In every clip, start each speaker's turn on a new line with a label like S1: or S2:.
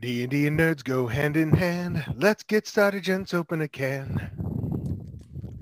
S1: D&D and nerds go hand in hand. Let's get started, gents. Open a can.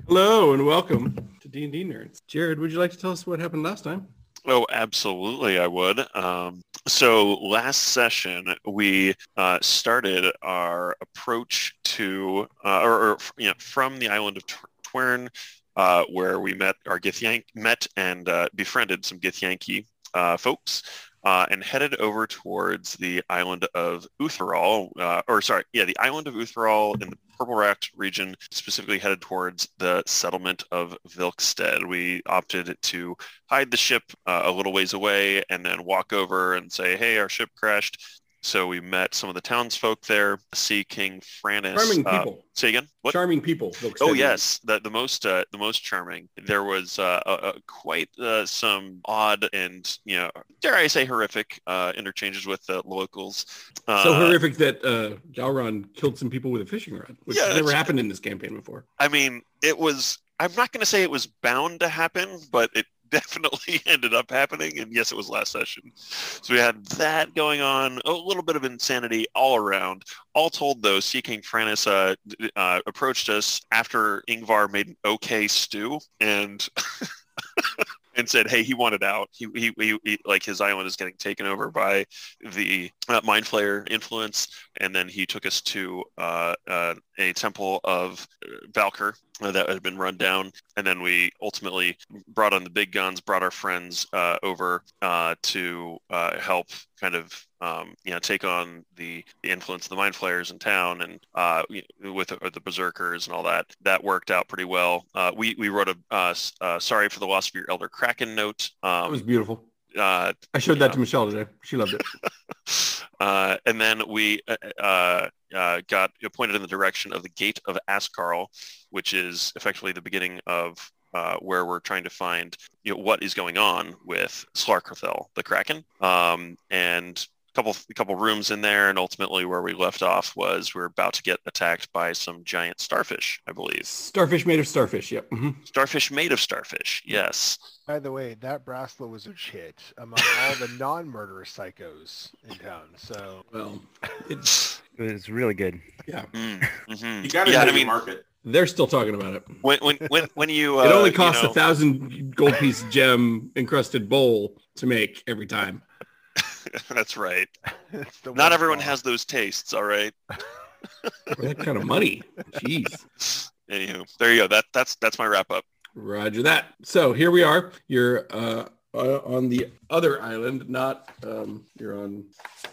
S2: Hello and welcome to D&D Nerds. Jared, would you like to tell us what happened last time?
S3: Oh, absolutely, I would. Um, so last session, we uh, started our approach to, uh, or, or you know, from the island of Tw- Twern, uh, where we met our Githyank, met and uh, befriended some Githyanki uh, folks, uh, and headed over towards the island of Utheral, uh, or sorry, yeah, the island of Utheral in the Purple Raft region, specifically headed towards the settlement of Vilkstead. We opted to hide the ship uh, a little ways away and then walk over and say, hey, our ship crashed. So we met some of the townsfolk there, see King Frannis.
S2: Charming
S3: uh,
S2: people.
S3: say again? What?
S2: Charming people. folks.
S3: Oh yes, the the most uh, the most charming. There was uh, a, a quite uh, some odd and you know dare I say horrific uh, interchanges with the locals. Uh,
S2: So horrific that uh, Galron killed some people with a fishing rod, which
S3: Yeah,
S2: has never
S3: that's-
S2: happened in this campaign before.
S3: I mean, it was. I'm not going to say it was bound to happen, but it definitely ended up happening. And yes, it was last session. So we had that going on, a little bit of insanity all around. All told, though, Sea King Frannis uh, d- uh, approached us after Ingvar made an okay stew and and said, "Hey, he wanted out. He, he, he, he- like his island is getting taken over by the uh, mind flayer influence." And then he took us to uh, uh, a temple of Valkyr uh, that had been run down, and then we ultimately brought on the big guns, brought our friends uh, over uh, to uh, help kind of um, you know take on the, the influence of the mind flayers in town and uh, we- with the, the berserkers and all that. That worked out pretty well. Uh, we we wrote a uh, s- uh, sorry for the loss of your elder kraken note.
S2: That was
S3: Um,
S2: beautiful.
S3: uh,
S2: I showed that to Michelle today. She loved it.
S3: uh, and then we uh, uh, uh, got appointed in the direction of the Gate of Askarl, which is effectively the beginning of uh, where we're trying to find you know, what is going on with Slarkerthel, the Kraken. Um, and a couple, a couple rooms in there, and ultimately where we left off was we are about to get attacked by some giant starfish, I believe.
S2: starfish made of starfish. Yep. hmm
S3: Starfish made of starfish, yes.
S1: By the way, that Brasla was a shit among all the non-murderous psychos in town. So
S2: Well,
S4: It's really good.
S3: Mm, mhm.
S5: You gotta
S3: Mm, yeah,
S5: know
S3: I
S5: your
S3: mean,
S5: market.
S2: they're still talking about it.
S3: when, when, when, when you... Uh,
S2: it only
S3: you
S2: costs
S3: know-
S2: a thousand gold piece gem encrusted bowl to make every time.
S3: That's right.
S1: it's the
S3: Not
S1: one
S3: everyone
S1: flaw.
S3: has those tastes, all right?
S2: that kind of money. Jeez.
S3: Anywho, there you go. That that's that's my wrap up.
S2: Roger that. So here we are. You're uh, uh, on the other island, not um, you're on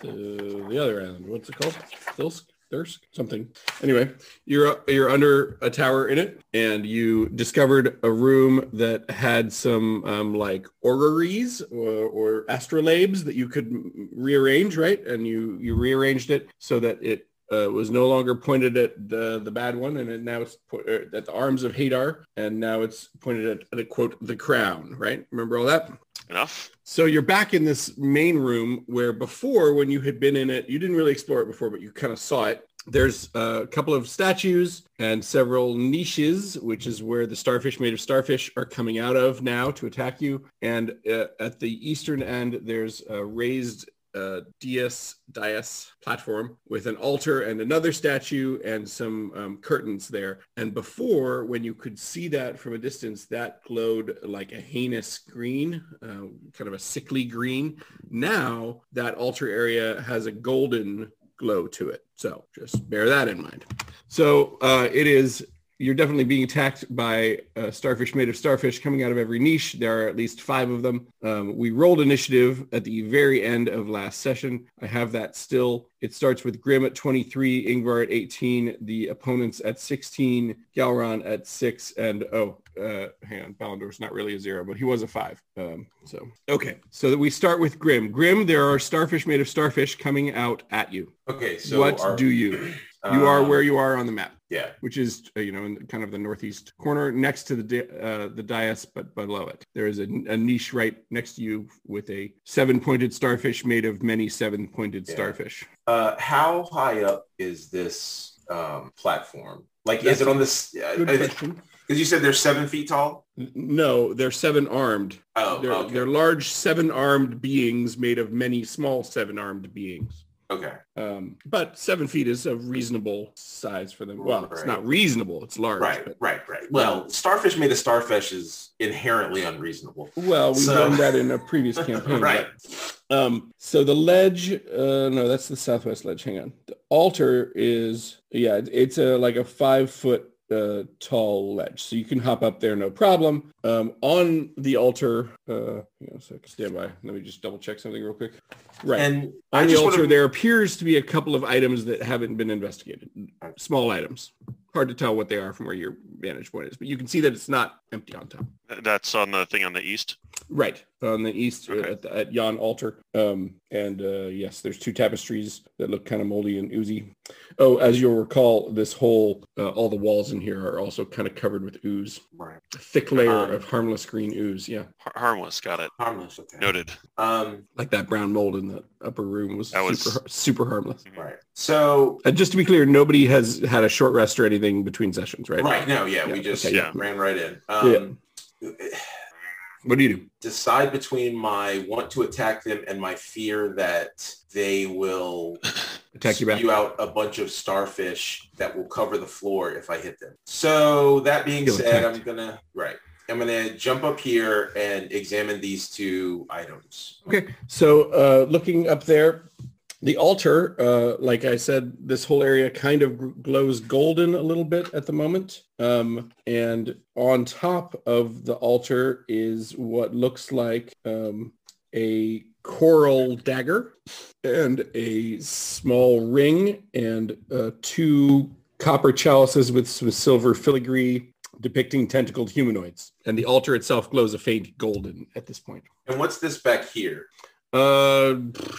S2: the, the other island. What's it called? Thirsk, Thirsk, something. Anyway, you're you're under a tower in it, and you discovered a room that had some um, like orreries or, or astrolabes that you could m- rearrange, right? And you you rearranged it so that it uh, was no longer pointed at the the bad one, and it, now it's po- er, at the arms of Hadar, and now it's pointed at the quote the crown. Right? Remember all that?
S3: Enough.
S2: So you're back in this main room where before, when you had been in it, you didn't really explore it before, but you kind of saw it. There's a couple of statues and several niches, which is where the starfish made of starfish are coming out of now to attack you. And uh, at the eastern end, there's a raised uh, dais dais platform with an altar and another statue and some um, curtains there. And before, when you could see that from a distance, that glowed like a heinous green, uh, kind of a sickly green. Now that altar area has a golden glow to it. So just bear that in mind. So uh, it is you're definitely being attacked by uh, starfish made of starfish coming out of every niche. There are at least five of them. Um, we rolled initiative at the very end of last session. I have that still. It starts with Grim at 23, Ingvar at 18, the opponents at 16, Galron at 6, and oh, uh, hang on, Balindor's not really a zero, but he was a 5. Um, so, okay. So that we start with Grim. Grim, there are starfish made of starfish coming out at you.
S5: Okay, so
S2: what
S5: our-
S2: do you? You are
S5: um,
S2: where you are on the map
S5: Yeah.
S2: which is uh, you know in kind of the northeast corner next to the di- uh, the dais but below it there is a, a niche right next to you with a seven pointed starfish made of many seven pointed
S5: Yeah.
S2: starfish
S5: Uh, how high up is this um, platform? Like, is
S2: That's
S5: it on this? Because
S2: question
S5: you said they're seven feet tall.
S2: no they're seven armed
S5: Oh,
S2: they're,
S5: okay.
S2: they're large seven armed beings made of many small seven armed beings
S5: Okay.
S2: Um, but seven feet is a reasonable size for them. Well, it's
S5: Right.
S2: not reasonable. It's large.
S5: Right,
S2: But,
S5: right, right. Well, starfish made of starfish is inherently unreasonable.
S2: well, we've
S5: So-
S2: done that in a previous campaign.
S5: right.
S2: but, um, so the ledge, uh, no, that's the southwest ledge. Hang on. The altar is, yeah, it- it's a, like a five foot uh, tall ledge. So you can hop up there, no problem. Um, on the altar, uh, hang on a sec, stand by. Let me just double check something real quick. Right.
S5: And I
S2: On the
S5: just
S2: altar,
S5: wanna-
S2: there appears to be a couple of items that haven't been investigated. Small items. Hard to tell what they are from where your vantage point is, but you can see that it's not empty on top.
S3: That's on the thing on the east.
S2: Right on the east uh,
S3: Okay.
S2: at, the, at yon altar, um, and uh, yes, there's two tapestries that look kind of moldy and oozy. Oh, as you'll recall, this whole uh, all the walls in here are also kind of covered with ooze,
S5: Right.
S2: a thick layer
S3: Uh-huh.
S5: Um,
S2: of harmless green ooze. Yeah,
S3: Har- harmless. Got it.
S5: Harmless. Okay.
S3: Noted.
S5: Um,
S2: like that brown mold in the upper room was,
S3: That was-
S2: super, super harmless.
S5: right. So,
S2: And just to be clear, nobody has had a short rest or anything between sessions, right?
S5: right, now, yeah,
S2: Yeah,
S5: we just
S2: okay,
S3: yeah.
S5: ran right in.
S2: Yeah.
S5: Um,
S2: What do you do?
S5: Decide between my want to attack them and my fear that they will
S2: Attack you back.
S5: spew out a bunch of starfish that will cover the floor if I hit them. So that being
S2: You'll
S5: said,
S2: attack.
S5: I'm gonna right. I'm gonna jump up here and examine these two items.
S2: Okay. So uh, looking up there, the altar, uh, like I said, this whole area kind of gl- glows golden a little bit at the moment. Um, and on top of the altar is what looks like um, a coral dagger and a small ring and uh, two copper chalices with some silver filigree depicting tentacled humanoids. And the altar itself glows a faint golden at this point.
S5: And what's this back here?
S2: Uh,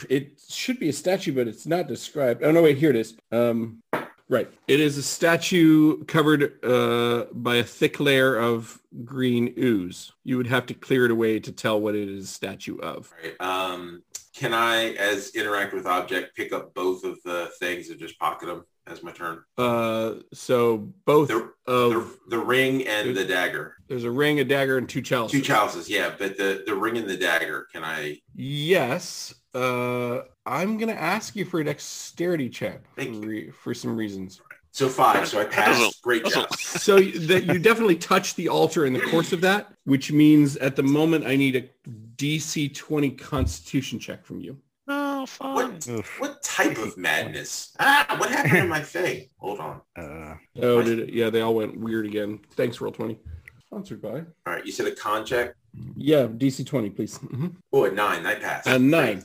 S2: it should be a statue, but it's not described. Oh no, wait, here it is. Um, right, it is a statue covered uh by a thick layer of green ooze. You would have to clear it away to tell what it is a statue of.
S5: Right. Um, can I, as interact with object, pick up both of the things and just pocket them as my turn?
S2: Uh, so both
S5: The-
S2: of
S5: The, the ring and the dagger.
S2: there's a ring, a dagger, and two chalices.
S5: Two chalices, yeah, but the, the ring and the dagger, can I
S2: Yes. Uh, I'm gonna ask you for a dexterity check
S5: Thank you.
S2: re- for some reasons.
S5: so five, so I passed.
S3: Puzzle.
S5: Great
S3: Puzzle.
S5: job.
S2: so that you definitely touch the altar in the course of that, which means at the moment I need a DC 20 constitution check from you.
S3: Oh, fun.
S5: What
S4: Oof.
S5: what type of madness? Ah, what happened to my thing? Hold on.
S4: Uh,
S2: Oh, did it? Yeah, they all went weird again. Thanks, Roll20. Sponsored by.
S5: All right, you said a con check?
S2: Yeah, DC 20, please. Mhm.
S5: Oh, a nine. I passed.
S2: A nine.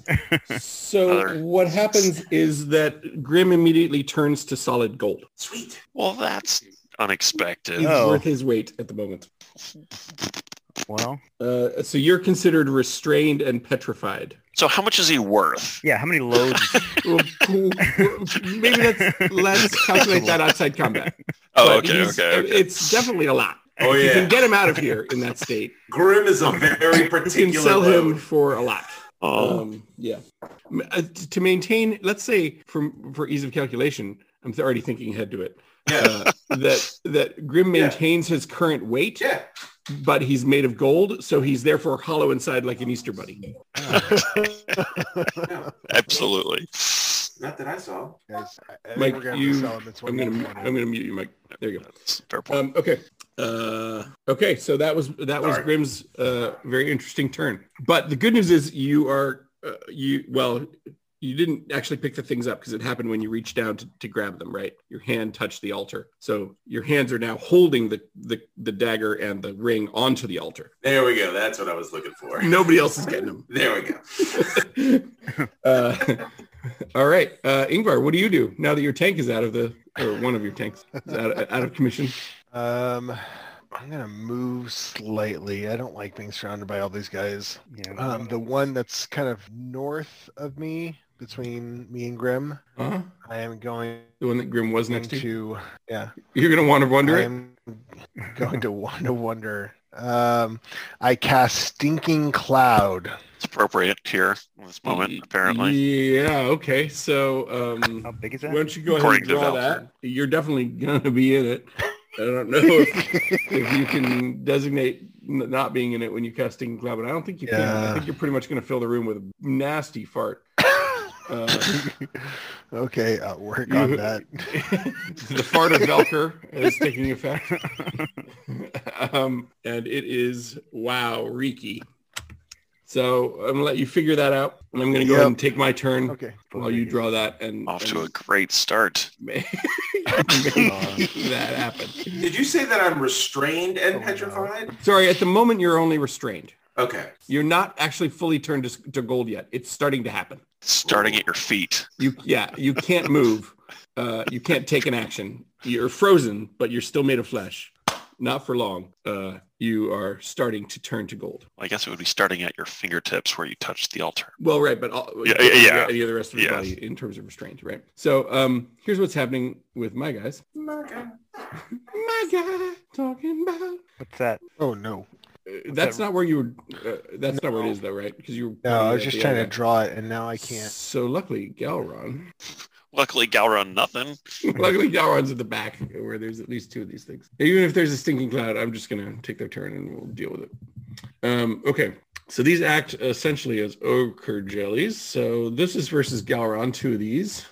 S2: So
S3: Another-
S2: what happens is that Grim immediately turns to solid gold.
S5: Sweet.
S3: Well, that's
S2: He's
S3: unexpected.
S4: Oh.
S2: worth his weight at the moment.
S4: well,
S2: Uh, so you're considered restrained and petrified.
S3: So how much is he worth?
S4: yeah. How many loads?
S2: Well, cool. Maybe that's, let's calculate that outside combat.
S3: Oh,
S2: but
S3: okay,
S2: he's-
S3: okay, okay.
S2: It's definitely a lot.
S5: Oh,
S2: If You
S5: yeah.
S2: can get him out of here in that state.
S5: Grim is a very
S2: You can
S5: particular
S2: sell him
S5: load.
S2: for a lot.
S3: Oh,
S2: Um, yeah. M- uh, t- to maintain, let's say, from for ease of calculation, I'm already thinking ahead to it.
S5: Yeah.
S2: Uh, that that Grim
S5: Yeah.
S2: maintains his current weight,
S5: Yeah.
S2: but he's made of gold, so he's therefore hollow inside like an Easter bunny.
S4: uh,
S5: No,
S3: absolutely.
S5: not that I saw.
S1: Guys, I- I think
S2: Mike,
S1: we're gonna have to
S2: you-
S1: sell him. It's
S2: I'm gonna
S1: 120.
S2: I'm gonna mute you, Mike. There you go.
S3: That's fair point.
S2: Um, okay. Uh, okay. So that was that was
S5: Sorry.
S2: Grimm's uh, very interesting turn. But the good news is you are uh, you well you didn't actually pick the things up because it happened when you reached down to, to grab them right your hand touched the altar so your hands are now holding the, the the dagger and the ring onto the altar
S5: There we go. That's what I was looking for.
S2: nobody else is getting them
S5: There we go.
S2: uh, all right uh ingvar what do you do now that your tank is out of the or one of your tanks is out, out of commission
S1: Um, I'm gonna move slightly. I don't like being surrounded by all these guys.
S4: yeah.
S1: Um, the one that's kind of north of me, between me and Grim,
S2: uh-huh.
S1: I am going
S2: the one that grim was next to
S1: to. Yeah,
S2: You're gonna want to wonder
S1: I
S2: it.
S1: am going to want to wonder. Um, I cast stinking cloud.
S3: It's appropriate here in this moment, apparently.
S2: Yeah. Okay. So,
S4: How
S2: um,
S4: big is
S2: why
S4: that?
S2: don't you go ahead
S3: According
S2: and
S3: to
S2: draw
S3: Valkyrie.
S2: that? You're definitely gonna be in it. I don't know if, if you can designate n- not being in it when you cast Stinging Cloud, but I don't think you can. I
S1: Yeah.
S2: think you're pretty much gonna fill the room with a nasty fart. Uh,
S1: okay, I'll work on
S2: You-
S1: that.
S2: the fart of Velker is taking effect. um, and it is, wow, Reiki. So I'm going to let you figure that out. And I'm going to go ahead and take my turn
S1: Okay.
S2: while you draw that and,
S3: Off
S2: and
S3: to a great start.
S2: make,
S4: Uh,
S2: make that happen.
S5: Did you say that I'm restrained and
S1: Oh, no.
S5: petrified?
S2: Sorry, at the moment, you're only restrained.
S5: Okay.
S2: You're not actually fully turned to, to gold yet. It's starting to happen.
S3: Starting at your feet.
S2: You yeah, you can't move. Uh, you can't take an action. You're frozen, but you're still made of flesh. Not for long. Uh, you are starting to turn to gold.
S3: I guess it would be starting at your fingertips where you touch the altar.
S2: Well, right, but all,
S3: Yeah, yeah, yeah.
S2: any of the rest of your
S3: Yeah.
S2: body in terms of restraint, right? So um, here's what's happening with my guys. My guy talking about.
S4: what's that?
S1: Oh no.
S2: Uh, That's not where you were. Uh, that's not where it
S1: No.
S2: is, though, right? Because you. Were
S1: No, I was just trying to draw it, and now I can't.
S2: So luckily, Galron.
S3: Luckily, Galron, nothing.
S2: Luckily, Galron's at the back where there's at least two of these things. Even if there's a stinking cloud, I'm just going to take their turn and we'll deal with it. Um, okay. So these act essentially as ochre jellies. So this is versus Galron, two of these.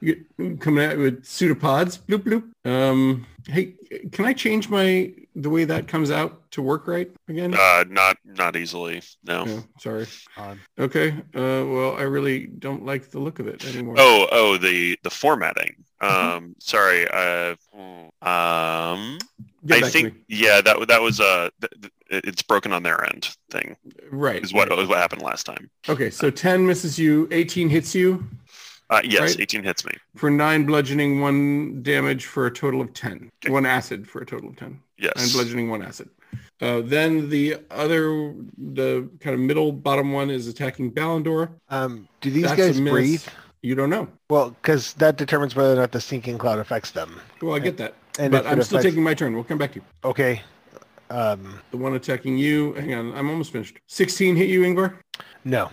S2: You get, coming out with pseudopods. Bloop, bloop. Um, hey, can I change my the way that comes out to work right again?
S3: Uh, not not easily. No.
S2: No, sorry.
S1: Um,
S2: Okay. Uh, well, I really don't like the look of it anymore.
S3: Oh, oh, the the formatting.
S2: Mm-hmm.
S3: Um, sorry. Uh, um,
S2: Get
S3: I
S2: back to
S3: think
S2: me.
S3: yeah, that wa- that was uh, th- th- it's broken on their end thing
S2: right
S3: is what
S2: right.
S3: was what happened last time.
S2: Okay, so 10 misses you, 18 hits you
S3: Uh, yes,
S2: Right.
S3: 18 hits me.
S2: for 9 bludgeoning, 1 damage for a total of 10.
S3: Okay.
S2: 1 acid for a total of 10.
S3: Yes.
S2: And bludgeoning, 1 acid. Uh, then the other, the kind of middle bottom one is attacking Balindor.
S1: um, do these
S2: That's a
S1: guys
S2: miss.
S1: breathe?
S2: You don't know.
S1: Well, because that determines whether or not the sinking cloud affects them.
S2: Well, I get that.
S1: And
S2: but
S1: if it
S2: I'm still
S1: affects-
S2: taking my turn. We'll come back to you.
S1: Okay. Um,
S2: The one attacking you, hang on, I'm almost finished. 16 hit you, Ingvar?
S1: no.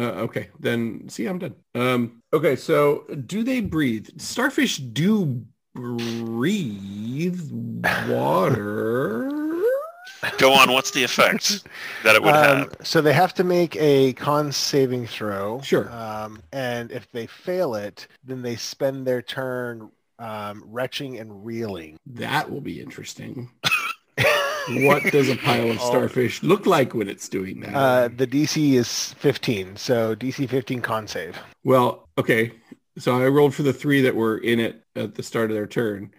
S2: Uh, okay, then see, I'm done. Um, okay, so do they breathe? Starfish do breathe water.
S3: Go on. What's the effect that it would
S1: Um,
S3: have?
S1: so they have to make a con saving throw.
S2: Sure.
S1: Um, and if they fail it, then they spend their turn um, retching and reeling.
S2: that will be interesting. What does a pile of
S1: Oh.
S2: starfish look like when it's doing that?
S1: Uh, the DC is 15, so DC 15 con save.
S2: well, okay, so I rolled for the three that were in it at the start of their turn,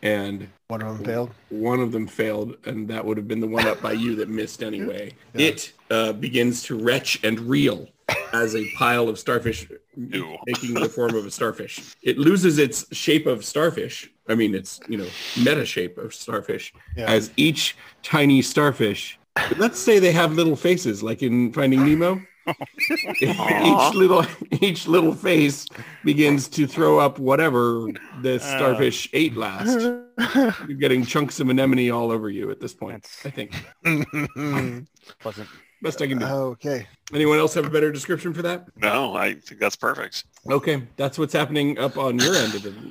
S2: and
S1: One of them failed.
S2: one of them failed, and that would have been the one up by you that missed anyway.
S1: Yeah.
S2: It uh, begins to retch and reel as a pile of starfish
S3: Ew.
S2: taking the form of a starfish. It loses its shape of starfish. I mean, it's, you know, meta shape of starfish
S1: Yeah.
S2: as each tiny starfish. Let's say they have little faces like in Finding Nemo.
S3: Aw.
S2: each little each little face begins to throw up whatever the
S4: Uh.
S2: starfish ate last. You're getting chunks of anemone all over you at this point.
S4: That's-
S2: I think
S4: Pleasant.
S2: best I can do.
S1: okay.
S2: Anyone else have a better description for that?
S3: No, I think that's perfect.
S2: Okay, that's what's happening up on your end of the,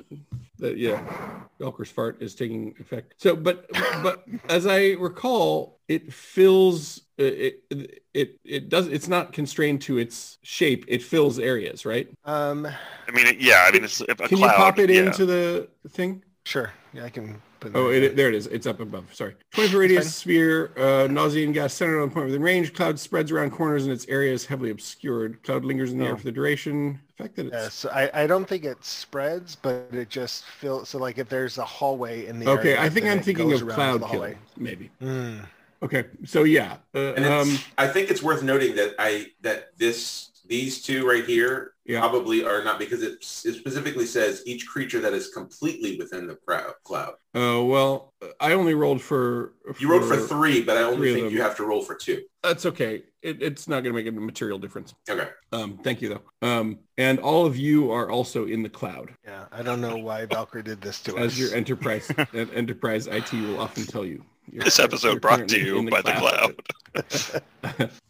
S2: the yeah. Velker's fart is taking effect. So, but but as I recall, it fills uh, it it it, it does. It's not constrained to its shape. It fills areas, right?
S1: Um,
S3: I mean, it- yeah. I mean, it's a a
S2: can
S3: cloud.
S2: you pop it
S3: yeah.
S2: into the thing?
S1: sure. Yeah, I can put
S2: Oh,
S1: in
S2: it, there it is. It's up above. Sorry. 24 radius sphere, uh, nauseating gas centered on the point within range. Cloud spreads around corners and its area is heavily obscured. Cloud lingers in the air
S1: Yeah.
S2: for the duration. The fact that it's...
S1: Yeah, so I, I don't think it spreads, but it just fills. So like if there's a hallway in the
S2: Okay,
S1: area,
S2: I think
S1: then
S2: I'm
S1: it
S2: thinking
S1: goes
S2: of
S1: around
S2: cloud
S1: the
S2: kill,
S1: hallway.
S2: maybe.
S1: Mm,
S2: Okay, so yeah, uh,
S5: And it's,
S2: um,
S5: I think it's worth noting that I that this these two right here
S2: yeah,
S5: probably are not because it, s- it specifically says each creature that is completely within the crowd, cloud.
S2: uh, well, I only rolled for.
S5: You rolled for three, but I
S2: three
S5: only
S2: of
S5: think
S2: them.
S5: you have to roll for two.
S2: That's okay. It, it's not going to make a material difference.
S5: Okay.
S2: Um, thank you though. Um, and all of you are also in the cloud.
S1: yeah, I don't know why Valkyrie did this to us.
S2: as your enterprise and enterprise IT will often tell you. You're-
S3: This
S2: you're
S3: episode brought to
S2: currently in
S3: you by the cloud.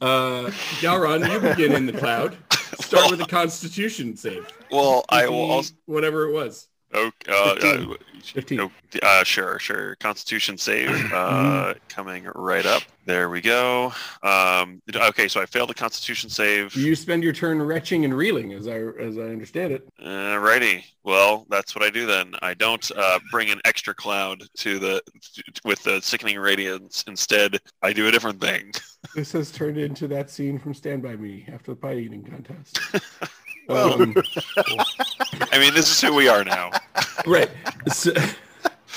S2: Uh, Galron, you begin in the cloud. Start with a Constitution save.
S3: Well, I will
S2: DC,
S3: also.
S2: whatever it was.
S3: Oh, uh, uh,
S2: 15.
S3: no, uh, sure, sure. Constitution save
S2: Mm-hmm.
S3: uh, coming right up. There we go. Um, okay, so I failed the Constitution save.
S2: You spend your turn retching and reeling, as I as I understand it.
S3: Alrighty. Well, that's what I do then. I don't uh, bring an extra cloud to the with the sickening radiance. Instead, I do a different thing.
S2: This has turned into that scene from Stand By Me after the pie eating contest.
S1: Well-
S2: Um,
S3: I mean, this is who we are now.
S2: right. So-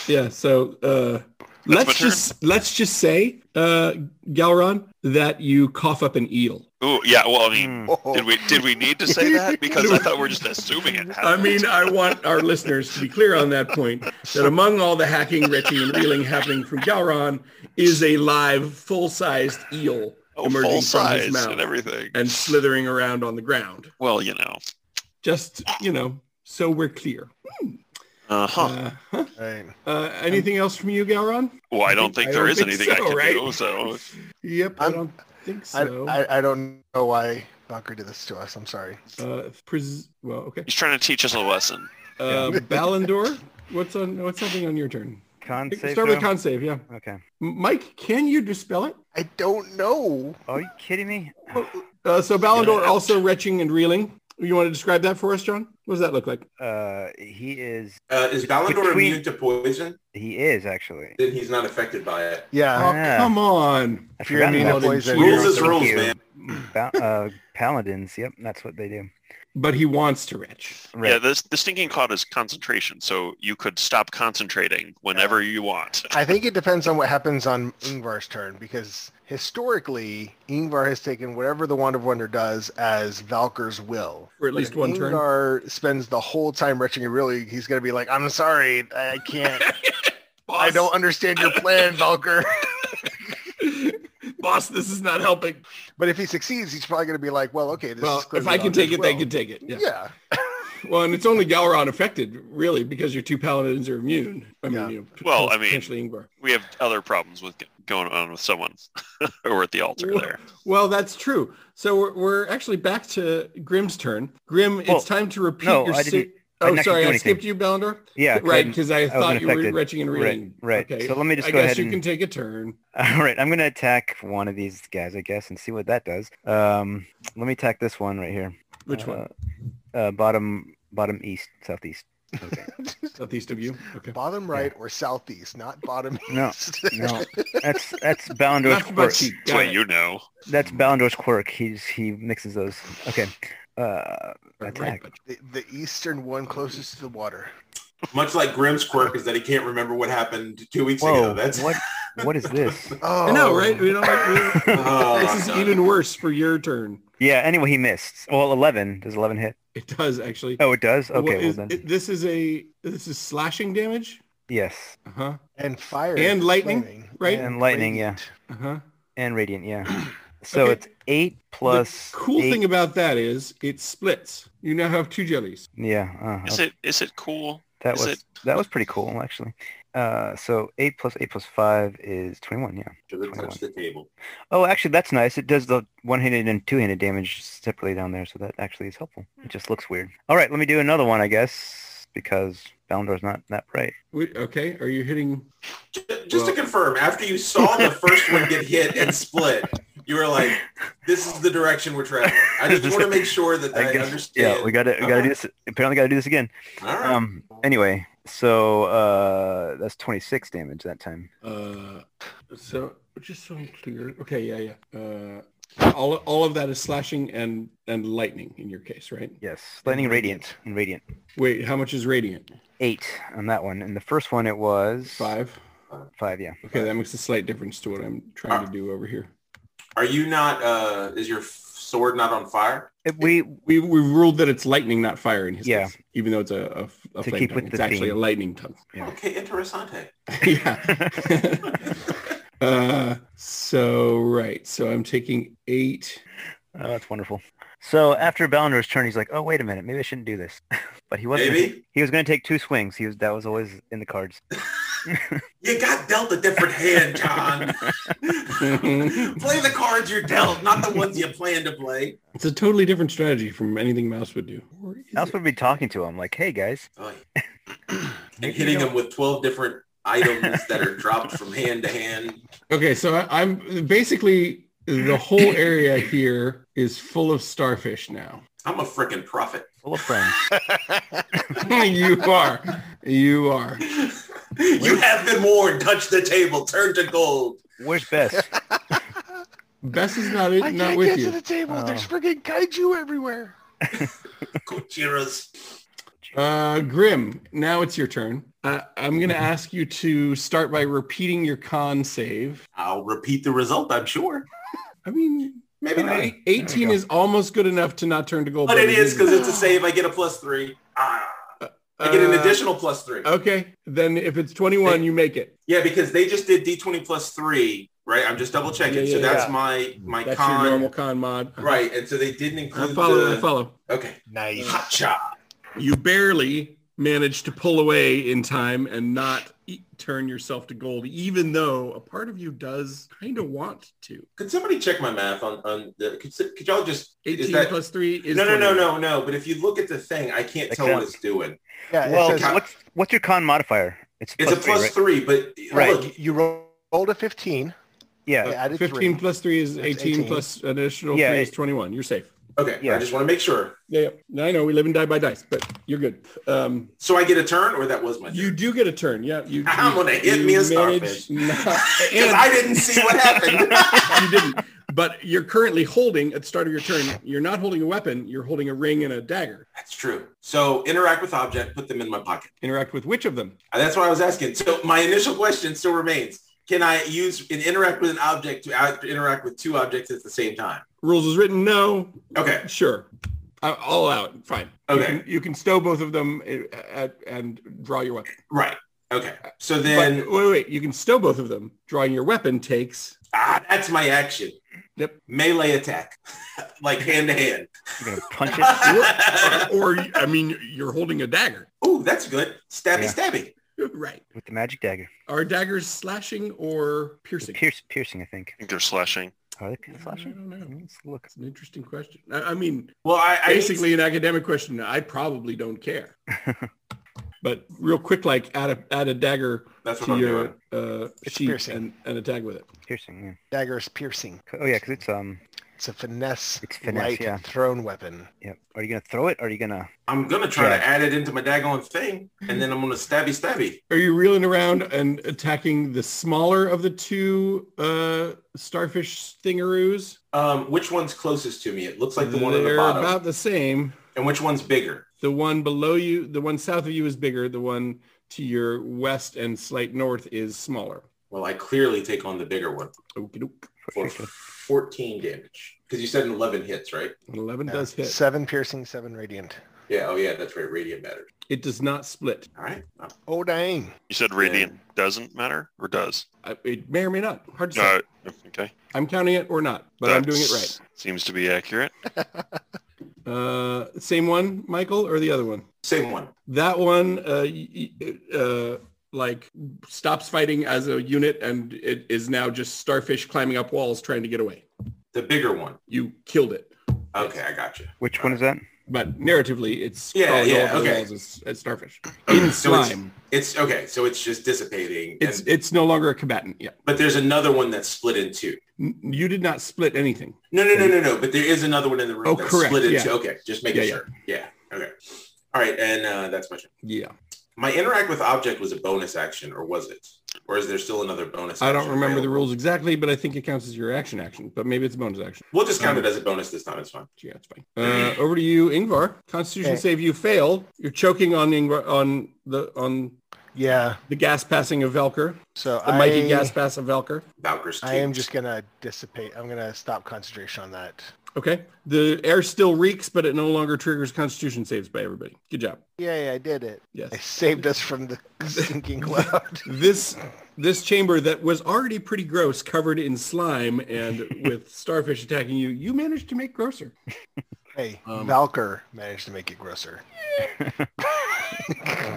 S2: yeah. So uh,
S3: my
S2: let's
S3: turn.
S2: just let's just say, uh, Galron, that you cough up an eel.
S3: Ooh, yeah. Well, I mean,
S4: Hmm.
S1: Oh,
S3: did we did we need to say that? Because I thought we are just assuming it.
S2: I
S3: happened.
S2: mean, uh, I want our listeners to be clear on that point. That among all the hacking, retching, and reeling happening from Galron is a live, full-sized eel
S3: oh,
S2: emerging
S3: full
S2: from his
S3: size
S2: mouth
S3: and everything.
S2: and slithering around on the ground.
S3: Well, you know.
S2: Just you know, so we're clear.
S3: Uh huh.
S2: Uh,
S1: right.
S2: Uh, anything else from you, Galron?
S3: Well, I don't think
S2: I
S3: there
S2: don't
S3: is
S2: think
S3: anything I
S2: so,
S3: can
S2: right?
S3: do. So
S2: Yep,
S1: I'm-
S2: I'm, I do not think
S1: I,
S2: so.
S1: I, I don't know why Bunker did this to us. I'm sorry.
S2: uh, pres- well, okay.
S3: he's trying to teach us a lesson.
S2: Uh, Ballandor, what's on? What's something on your turn?
S4: Con save
S2: Start with
S4: throw?
S2: con save. Yeah,
S4: Okay.
S2: M- Mike, can you dispel it?
S1: I don't know.
S4: Are you kidding me?
S2: Uh, so Ballandor
S3: Yeah.
S2: also retching and reeling. You want to describe that for us, John? What does that look like?
S4: Uh, he is.
S5: Uh, is Ballador
S4: Between-
S5: immune to poison?
S4: He is actually.
S5: Then he's not affected by it.
S1: Yeah.
S2: Oh,
S4: Yeah.
S2: come on!
S4: I
S2: You're
S4: forgot
S1: mean
S4: about
S2: meddling
S1: poison.
S2: cheater.
S5: Rules is
S4: Thank
S5: rules,
S4: you.
S5: man.
S4: Ba- uh, paladins. Yep, that's what they do.
S2: But he wants to retch.
S4: Right.
S3: Yeah, this the stinking cloud is concentration, so you could stop concentrating whenever you want.
S1: I think it depends on what happens on Ingvar's turn because historically, Ingvar has taken whatever the Wand of Wonder does as Valkyr's will.
S2: For at least
S1: if
S2: one turn.
S1: Ingvar spends the whole time retching and reeling. He's going to be like, I'm sorry. I can't. I
S2: Boss,
S1: don't understand your plan, Valkyr.
S2: boss, this is not helping.
S1: But if he succeeds, he's probably going to be like, well, okay. This
S2: Well,
S1: is clearly
S2: if I can
S1: Valkyr's
S2: take it,
S1: will.
S2: they can take it. Yeah.
S1: Yeah.
S2: Well, and it's only Galron affected, really, because your two paladins are immune. I mean,
S1: Yeah.
S2: you know, p-
S3: Well, I mean-
S2: potentially Ingvar.
S3: We have other problems with g- going on with someone over at the altar
S2: Wha-
S3: there.
S2: Well, that's true. So we're, we're actually back to Grim's turn. Grim,
S4: Well,
S2: it's time to repeat
S4: no,
S2: your.
S4: I
S2: si-
S4: didn't- I
S2: oh,
S4: didn't actually
S2: sorry,
S4: do
S2: I
S4: anything. Uh,
S2: skipped you, Balander.
S4: Yeah.
S2: right,
S4: couldn't-
S2: because I,
S4: wasn't
S2: thought you were
S4: affected.
S2: retching and
S4: Right,
S2: reading.
S4: right.
S2: Okay.
S4: So let me just
S2: I
S4: go
S2: guess
S4: ahead
S2: you
S4: and-
S2: can take a turn.
S4: All right, I'm gonna attack one of these guys, I guess, and see what that does. Um, let me attack this one right here.
S2: Which one?
S4: Uh, Uh, bottom, bottom east, southeast. Okay.
S2: Southeast of you. Okay.
S1: Bottom right or southeast, not bottom
S4: No.
S1: east.
S4: No, that's that's Balindor's
S2: Left butt
S4: quirk.
S2: cheek.
S3: That's
S2: Got
S3: what
S2: it.
S3: you know.
S4: That's Balindor's quirk. He's he mixes those. Okay. Uh,
S2: Or
S4: attack.
S2: butt cheek.
S1: The, the eastern one closest to the water.
S5: Much like Grimm's quirk is that he can't remember what happened two weeks
S4: whoa!
S5: ago. That's
S4: What what is this?
S1: Oh,
S2: I know, right? We don't like,
S5: Oh,
S2: we- this is
S5: God.
S2: even worse for your turn.
S4: yeah. Anyway, he missed. Well, eleven. Does eleven hit?
S2: It does actually.
S4: Oh, it does.
S2: What
S4: Okay. Well
S2: is-
S4: then,
S2: it- this is a this is slashing damage.
S4: yes.
S2: Uh huh.
S1: And fire.
S2: And lightning,
S1: flaming.
S2: Right.
S4: And lightning, yeah.
S1: Radiant.
S2: Uh huh.
S4: And radiant, yeah. So
S2: Okay.
S4: it's eight plus.
S2: The cool
S4: eight-
S2: thing about that is it splits. You now have two jellies.
S4: Yeah. Uh,
S3: Is it is it cool?
S4: That
S3: Is
S4: was
S3: it-
S4: that was pretty cool actually. Uh, so eight plus eight plus five is twenty-one. Yeah.
S5: Should have touched the table.
S4: Oh, actually, that's nice. It does the one-handed and two-handed damage separately down there, so that actually is helpful. It just looks weird. All right, let me do another one, I guess, because Balindor's not that bright.
S2: Wait, okay, are you hitting?
S5: Ju- Just
S2: Well-
S5: to confirm, after you saw the first one get hit and split, you were like, "This is the direction we're traveling." I just want to make sure that I, understand.
S4: yeah, we got to we got to do
S5: Okay.
S4: this. Apparently, got to do this again.
S5: All right.
S4: Um. Anyway, so uh, that's twenty-six damage that time.
S2: Uh, so just so I'm clear. Okay, yeah, yeah. Uh, all all of that is slashing and and lightning in your case, right?
S4: Yes, lightning, radiant, and radiant.
S2: Wait, how much is radiant?
S4: Eight on that one, and the first one it was
S2: Five.
S4: Five, yeah.
S2: Okay, that makes a slight difference to what I'm trying to do over here.
S5: Are you not? Uh, is your f- sword not on fire?
S4: If we
S2: We we ruled that it's lightning, not fire, in his
S4: Yeah.
S2: case, even though it's a a, a
S4: To
S2: flame
S4: keep
S2: tongue.
S4: with
S2: It's
S4: the
S2: actually
S4: theme.
S2: a lightning tongue.
S4: Yeah.
S5: Okay, interessante.
S2: yeah. uh, so right. So I'm taking eight.
S4: Oh, that's wonderful. So after Balindor's turn, he's like, "Oh, wait a minute, maybe I shouldn't do this." but he wasn't.
S5: Maybe
S4: He was going to take two swings. He was that was always in the cards.
S5: you got dealt a different hand, John. play the cards you're dealt, not the ones you plan to play.
S2: It's a totally different strategy from anything Mouse would do. Or is
S4: Mouse
S2: it?
S4: would be talking to him like, "Hey guys,
S5: Oh, and hitting them with 12 different items that are dropped from hand to hand.
S2: Okay, so I, I'm basically the whole area here is full of starfish now.
S5: I'm a freaking prophet.
S4: Full of friends.
S2: you are, you are.
S5: you have been warned. Touch the table. Turn to gold.
S4: Where's Bess?
S2: Bess is not
S1: I
S2: not
S1: can't
S2: with
S1: get to
S2: you.
S1: the table.
S4: Oh.
S1: There's freaking kaiju everywhere.
S5: Kojiras.
S2: Uh, Grim, now it's your turn. Uh, I'm going to ask you to start by repeating your con save.
S5: I'll repeat the result. I'm sure.
S2: I mean,
S5: Maybe
S2: an
S5: not.
S2: eight- 18
S4: go.
S2: is almost good enough to not turn to gold.
S5: But it is because
S2: isn't.
S5: it's a save. I get a plus three. Ah, I get an
S2: Uh,
S5: additional plus three.
S2: Okay, then if it's 21, you make it.
S5: Yeah, because they just did D20 plus three, right? I'm just double checking.
S2: Yeah,
S5: so
S2: yeah, Mm,
S5: that's
S1: yeah.
S5: my my
S2: That's
S5: con.
S2: your normal con mod.
S5: Right, and so they didn't
S2: I
S5: include
S2: follow.
S5: the
S2: I follow.
S5: okay.
S1: Nice.
S5: Hacha.
S2: uh, You barely managed to pull away in time and not e- turn yourself to gold, even though a part of you does kind of want to.
S5: Could somebody check my math on on the? Could, s- could y'all just is
S2: 18
S5: that?
S2: plus 3 is
S5: no, no, no,
S2: 21.
S5: no, no. But if you look at the thing, I can't tell what it's doing.
S1: Yeah, it
S4: Well,
S1: says-
S4: what's what's your con modifier? It's,
S5: It's a
S4: three,
S5: plus
S4: right?
S5: three, but
S4: Right.
S5: look,
S1: you rolled a 15.
S4: Yeah.
S1: I added
S2: 15
S1: three.
S2: plus 3 is
S1: That's
S2: 18,
S1: 18.
S2: plus an additional
S4: Yeah,
S2: 3 is
S4: it-
S2: 21. You're safe.
S5: okay.
S4: Yeah.
S5: I just want to make sure.
S2: Yeah, yeah. I know we live and die by dice, but you're good. Um,
S5: So I get a turn, or that was my
S2: you
S5: turn.
S2: do get a turn. Yeah, you.
S5: I'm
S2: you-
S5: gonna hit
S2: you
S5: me a
S2: manage
S5: starfish.
S2: not-
S5: Because I didn't see what happened.
S2: you didn't. But you're currently holding at the start of your turn. You're not holding a weapon. You're holding a ring and a dagger.
S5: That's true. So interact with object, put them in my pocket.
S2: Interact with which of them?
S5: Uh, That's what I was asking. So my initial question still remains: Can I use and interact with an object to out- interact with two objects at the same time?
S2: Rules is written. No,
S5: Okay.
S2: sure. I- I'll allow it. Fine. You
S5: Okay.
S2: can, you can stow both of them i- at, and draw your weapon.
S5: Right. Okay. So
S2: But,
S5: then,
S2: wait, wait, wait. You can stow both of them. Drawing your weapon takes.
S5: ah, that's my action.
S2: Yep.
S5: Melee attack, like hand to hand.
S4: You're gonna punch it.
S2: or, I mean, you're holding a dagger.
S5: Ooh, that's good. Stabby,
S4: Yeah.
S5: stabby.
S2: Right.
S4: With the magic dagger.
S2: Are daggers slashing or
S4: It's
S2: piercing?
S4: Pierce, piercing, I think.
S3: think they're slashing.
S4: Are they piercing?
S2: I don't know.
S4: Let's look.
S2: It's an interesting question. I, I mean,
S5: Well, I, I
S2: basically an academic question. I probably don't care. but real quick, like add a add a dagger
S5: that's what
S2: to
S5: I'm
S2: your
S5: doing.
S2: uh,
S1: It's
S2: sheet
S1: piercing.
S2: and, and attack with it.
S4: Piercing. Yeah.
S1: Dagger is piercing.
S4: Co- Oh yeah, because it's um,
S1: It's a finesse,
S4: It's finesse,
S1: light
S4: yeah.
S1: thrown weapon.
S4: yeah. Are you gonna throw it? Or are you gonna?
S5: I'm gonna try
S4: Yeah.
S5: to add it into my daggone thing, and then I'm gonna stabby, stabby.
S2: Are you reeling around and attacking the smaller of the two uh, starfish thingaroos?
S5: Um, which one's closest to me? It looks like the one on
S2: They're
S5: the bottom.
S2: about the same.
S5: and which one's bigger?
S2: The one below you, the one south of you is bigger. The one to your west and slight north is smaller.
S5: Well, I clearly take on the bigger one.
S2: Okie doke.
S5: for 14 damage. Because you said an 11 hits, right?
S2: 11
S1: Yeah.
S2: does hit.
S1: Seven piercing, seven radiant.
S5: Yeah. Oh, yeah. That's right. Radiant matters.
S2: It does not split.
S5: All right. Uh,
S1: Oh, dang.
S3: You said radiant doesn't matter or does?
S2: I- It may or may not. Hard to say.
S3: Uh, okay.
S2: I'm counting it or not, but I'm doing it right.
S3: That's- Seems to be accurate.
S2: Uh, same one, Michael, or the other one?
S5: Same one.
S2: That one, uh, y- y- uh, like stops fighting as a unit and it is now just starfish climbing up walls trying to get away.
S5: The bigger one.
S2: You killed it,
S5: Okay. I got you.
S4: Which one is that?
S2: but narratively, it's
S5: Yeah,
S2: crawling
S5: yeah,
S2: all over the
S5: okay.
S2: walls as, as starfish
S5: Okay,
S2: in
S5: so it's-
S2: slime.
S5: It's okay. So it's just dissipating.
S2: It's
S5: and-
S2: it's no longer a combatant. Yeah,
S5: but there's another one that's split in two.
S2: N- you did not split anything.
S5: No, no, no, no, no. But there is another one in the room
S2: Oh,
S5: that's
S2: correct,
S5: split in
S2: yeah.
S5: two. Okay. Just making
S2: Yeah, yeah.
S5: sure. Yeah. Okay. All right. And uh, that's my turn.
S2: Yeah,
S5: My interact with object was a bonus action, or was it? Or is there still another bonus?
S2: I don't
S5: action
S2: remember the
S5: available?
S2: rules exactly, but I think it counts as your action action. But maybe it's a bonus action.
S5: We'll just
S2: Um,
S5: count it as a bonus this time. It's fine.
S2: Yeah, it's fine. Uh,
S5: Mm.
S2: over to you, Ingvar. Constitution
S1: Okay.
S2: save you fail. You're choking on Ingvar on the on
S1: Yeah.
S2: the gas passing of Velker,
S1: So
S2: the
S1: I,
S2: mighty gas pass of Velker.
S5: Valkyr's
S1: I am
S5: cubes.
S1: just going to dissipate. I'm going to stop concentration on that.
S2: Okay. The air still reeks, but it no longer triggers Constitution saves by everybody. Good job.
S1: Yeah, yeah, I did it.
S2: Yes.
S1: I saved us from the sinking cloud.
S2: This this chamber that was already pretty gross, covered in slime, and with starfish attacking you, you managed to make grosser.
S1: Hey,
S2: Um,
S1: Valker managed to make it grosser.
S2: All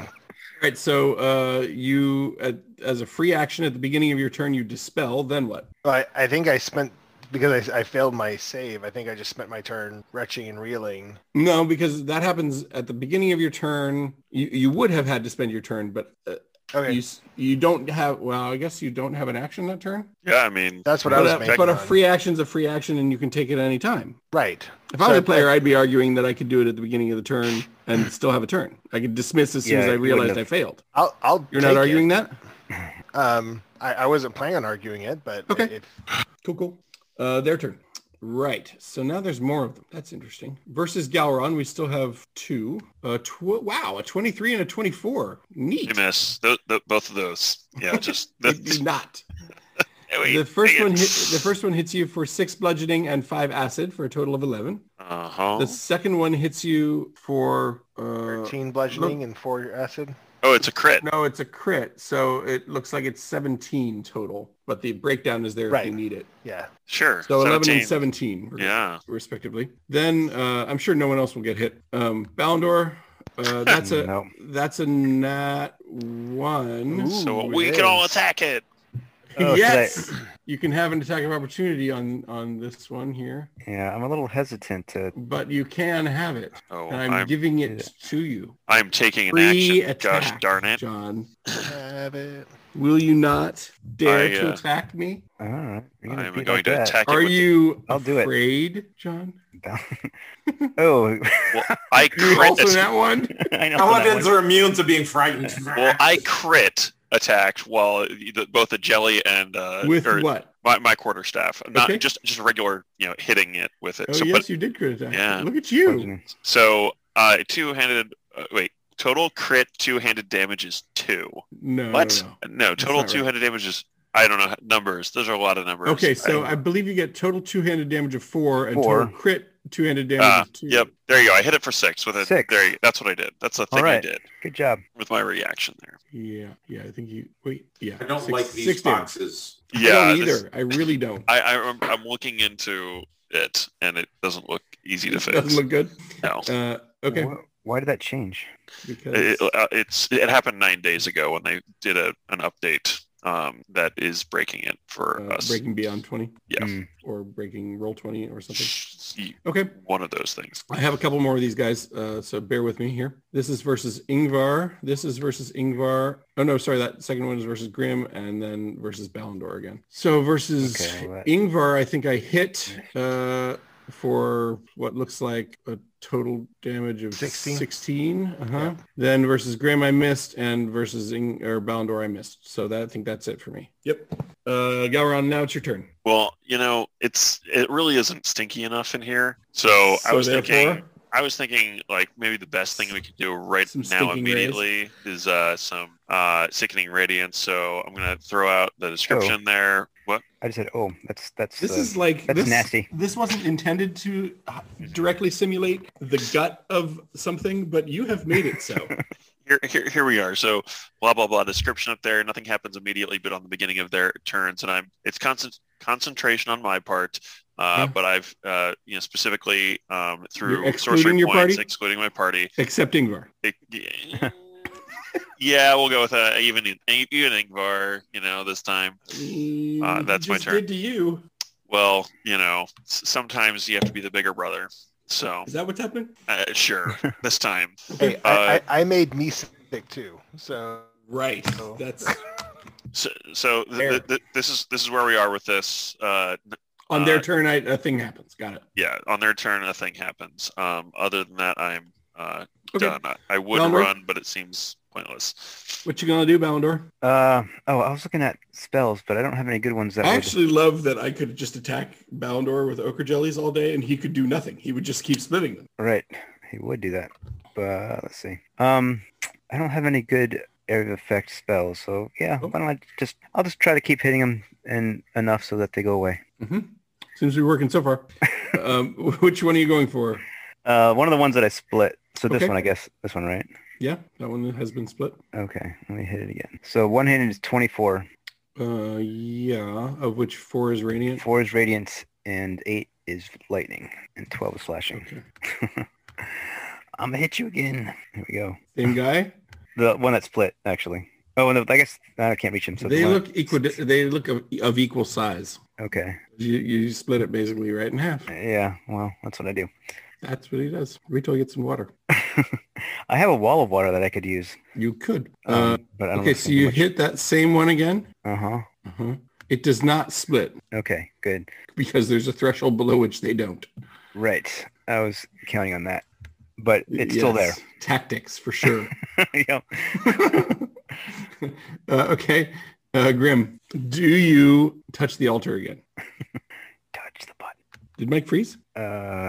S2: right. So uh, you, uh, as a free action at the beginning of your turn, you dispel. Then what?
S1: But I think I spent because I, I failed my save. I think I just spent my turn retching and reeling.
S2: No, because that happens at the beginning of your turn. You you would have had to spend your turn, but uh,
S1: Okay,
S2: you s- you don't have. Well, I guess you don't have an action that turn.
S3: Yeah, I mean,
S1: that's what I
S2: but
S1: was
S2: a,
S1: making.
S2: but a
S1: on.
S2: free action's a free action, and you can take it at any time.
S1: right.
S2: If I was
S1: So
S2: a player, I'd be arguing that I could do it at the beginning of the turn and still have a turn. I could dismiss as soon
S4: Yeah,
S2: as I
S4: you wouldn't
S2: realized I
S4: have-
S2: failed.
S1: I'll I'll.
S2: You're not
S1: take
S2: arguing
S1: It.
S2: that?
S1: Um, I, I wasn't planning on arguing it, but
S2: Okay.
S1: if
S2: Cool, cool. Uh, their turn. Right. So now there's more of them. That's interesting. Versus Galron, we still have two. Uh, tw- wow, a 23 and a 24.
S3: you
S2: Neat.
S3: miss tho- tho- both of those. Yeah, just
S2: They did not.
S3: Wait,
S2: The first
S3: dang
S2: one
S3: it.
S2: hit, the first one hits you for six bludgeoning and five acid for a total of 11.
S3: Uh-huh.
S2: The second one hits you for uh,
S1: thirteen bludgeoning and four acid.
S3: Oh, it's a crit.
S2: No, it's a crit. So it looks like it's 17 total, but the breakdown is there if
S1: Right.
S2: you need it.
S1: Yeah,
S3: Sure.
S2: So 11
S3: 17.
S2: and 17. re-
S3: Yeah.
S2: Respectively. Then uh, I'm sure no one else will get hit. Um, Balindor, uh, that's a
S4: No.
S2: that's a nat one.
S1: Ooh,
S3: So
S1: it
S3: we can all
S1: is.
S3: attack it.
S4: Oh,
S2: yes, you can have an attack of opportunity on on this one here,
S4: Yeah, I'm a little hesitant to.
S2: but you can have it.
S3: Oh,
S2: And I'm,
S3: I'm,
S2: giving it to you.
S3: I'm taking an
S2: Free
S3: action.
S2: attack,
S3: Gosh darn it.
S2: John.
S1: have it.
S2: Will you not dare
S3: I,
S2: to
S3: uh,
S2: attack me?
S4: All right. you're gonna
S3: I'm
S4: be
S3: going
S4: like
S3: to
S4: that.
S3: attack
S2: Are
S3: it. with
S2: you
S4: I'll do it.
S2: afraid, John?
S4: oh,
S3: the- I
S2: You
S3: crit.
S2: also
S3: attack-
S2: that one?
S4: I know. that
S5: Paladins
S4: one.
S5: are immune to being frightened.
S3: well, I crit attacked while the, both the jelly and uh,
S2: With
S3: or
S2: what?
S3: my, my quarter staff. Not
S2: Okay.
S3: just just regular, you know, hitting it with it.
S2: Oh
S3: so,
S2: yes,
S3: but,
S2: you did crit attack.
S3: Yeah.
S2: Look at you.
S4: Bludgeoning.
S3: so uh, two-handed. Uh, wait, total crit two-handed damage is two.
S2: No,
S3: What?
S2: no, no.
S3: No,
S2: That's
S3: total
S2: not right.
S3: two-handed damage is I don't know numbers. Those are a lot of numbers.
S2: Okay, so
S3: I-
S2: I believe you get total two-handed damage of four and
S4: Four.
S2: total crit two-handed damage
S3: Ah,
S2: of two.
S3: yep, there you go. I hit it for six with a
S4: Six.
S3: There, you, that's what I did. That's the thing I
S4: right.
S3: did
S4: Good job.
S3: with my reaction there.
S2: Yeah, yeah. I think you wait. Yeah,
S5: I don't
S2: six-
S5: like these
S2: six damage.
S5: boxes.
S3: Yeah,
S2: I don't
S3: this-
S2: either. I really don't.
S3: I, I I'm, I'm looking into it, and it doesn't look easy to
S2: It
S3: fix.
S2: doesn't look good.
S3: no.
S2: Uh, okay,
S4: Wh- Why did that change?
S2: because
S3: It, it- uh, it's it happened nine days ago when they did a, an update um, that is breaking it for
S2: uh,
S3: us.
S2: breaking beyond twenty
S3: Yeah.
S4: Mm.
S2: or breaking roll twenty or something.
S3: Y-
S2: Okay.
S3: One of those things.
S2: I have a couple more of these guys, uh, so bear with me here. This is versus Ingvar. This is versus Ingvar. Oh no, sorry, that second one is versus Grim, and then versus Balindor again. So versus
S4: Okay, well, that-
S2: Ingvar, I think I hit uh, for what looks like a total damage of
S1: 16.
S2: 16. Uh-huh. Then versus Grim, I missed, and versus Ing- or Balindor, I missed. So that I think that's it for me. Yep. Uh, Galron, now it's your turn.
S3: Well, you know, it's it really isn't stinky enough in here. So, I
S2: So
S3: was thinking,
S2: therefore-
S3: I was thinking like maybe the best thing we could do right
S2: Some
S3: now
S2: stinking rays.
S3: immediately is uh, some uh, sickening radiance. So I'm gonna throw out the
S2: Oh.
S3: description there. What?
S4: I just said, oh, that's that's.
S2: This
S4: uh,
S2: is like
S4: that's
S2: this,
S4: nasty.
S2: This wasn't intended to uh, directly simulate the gut of something, but you have made it so.
S3: Here, here, here we are. So, blah blah blah. Description up there. Nothing happens immediately, but on the beginning of their turns, and I'm it's constant concentration on my part. Uh,
S2: Yeah.
S3: But I've, uh, you know, specifically um, through
S2: excluding
S3: sorcery
S2: your
S3: points,
S2: party?
S3: excluding my party,
S2: Except Ingvar.
S3: It- yeah. yeah, we'll go with uh, even even Ingvar. You know, this time.
S2: Uh,
S3: that's my turn.
S2: Did to you?
S3: Well, you know, s- sometimes you have to be the bigger brother. So,
S2: Is that what's happened?
S3: uh, sure, this time.
S1: Hey,
S3: Uh,
S1: I, I, I made me sick too. So
S2: Right.
S1: Oh.
S2: That's
S3: Uh, So, so th-
S2: Fair.
S3: th- th- this is this is where we are with this. Uh, n-
S2: on their
S3: Uh,
S2: turn. I, a thing happens. Got it.
S3: yeah, on their turn, a thing happens. Um, other than that, I'm uh,
S2: Okay.
S3: done. I, I would
S2: Round one.
S3: run, but it seems pointless.
S2: What you gonna do, Balindor?
S4: Uh oh, I was looking at spells, but I don't have any good ones that.
S2: I
S4: would-
S2: actually love that I could just attack Balindor with ochre jellies all day, and he could do nothing. He would just keep splitting them.
S4: Right, he would do that. But let's see. Um, I don't have any good area of effect spells, so yeah,
S2: Oh.
S4: why don't I just? I'll just try to keep hitting them and enough so that they go away.
S2: Mm-hmm. Seems to be working so far. um, which one are you going for?
S4: Uh, one of the ones that I split. So this
S2: Okay.
S4: one, I guess. This one, right?
S2: Yeah, that one has been split.
S4: Okay, let me hit it again. So one handed is twenty-four.
S2: Uh, yeah, of which four is radiant.
S4: Four is radiance, and eight is lightning, and twelve is slashing.
S2: Okay.
S4: I'm gonna hit you again. Here we go.
S2: Same guy. the
S4: The one that split, actually. Oh, and the, I guess I can't reach him. So the
S2: they
S4: one-
S2: look equi. They look of, of equal size.
S4: Okay.
S2: You, you split it basically right in half.
S4: Yeah, well, that's what I do.
S2: That's what he does. Wait till he gets some water.
S4: I have a wall of water that I could use.
S2: You could.
S4: um,
S2: Uh,
S4: but I don't
S2: okay, so you
S4: hit.
S2: hit that same one again.
S4: Uh-huh.
S2: Uh-huh. It does not split
S4: Okay, good.
S2: because there's a threshold below which they don't.
S4: Right. I was counting on that. But it's still there.
S2: Yes. Tactics for sure.
S4: yep.
S2: uh, okay, uh, Grim, do you touch the altar again?
S4: Touch the button.
S2: Did Mike freeze,
S4: Uh,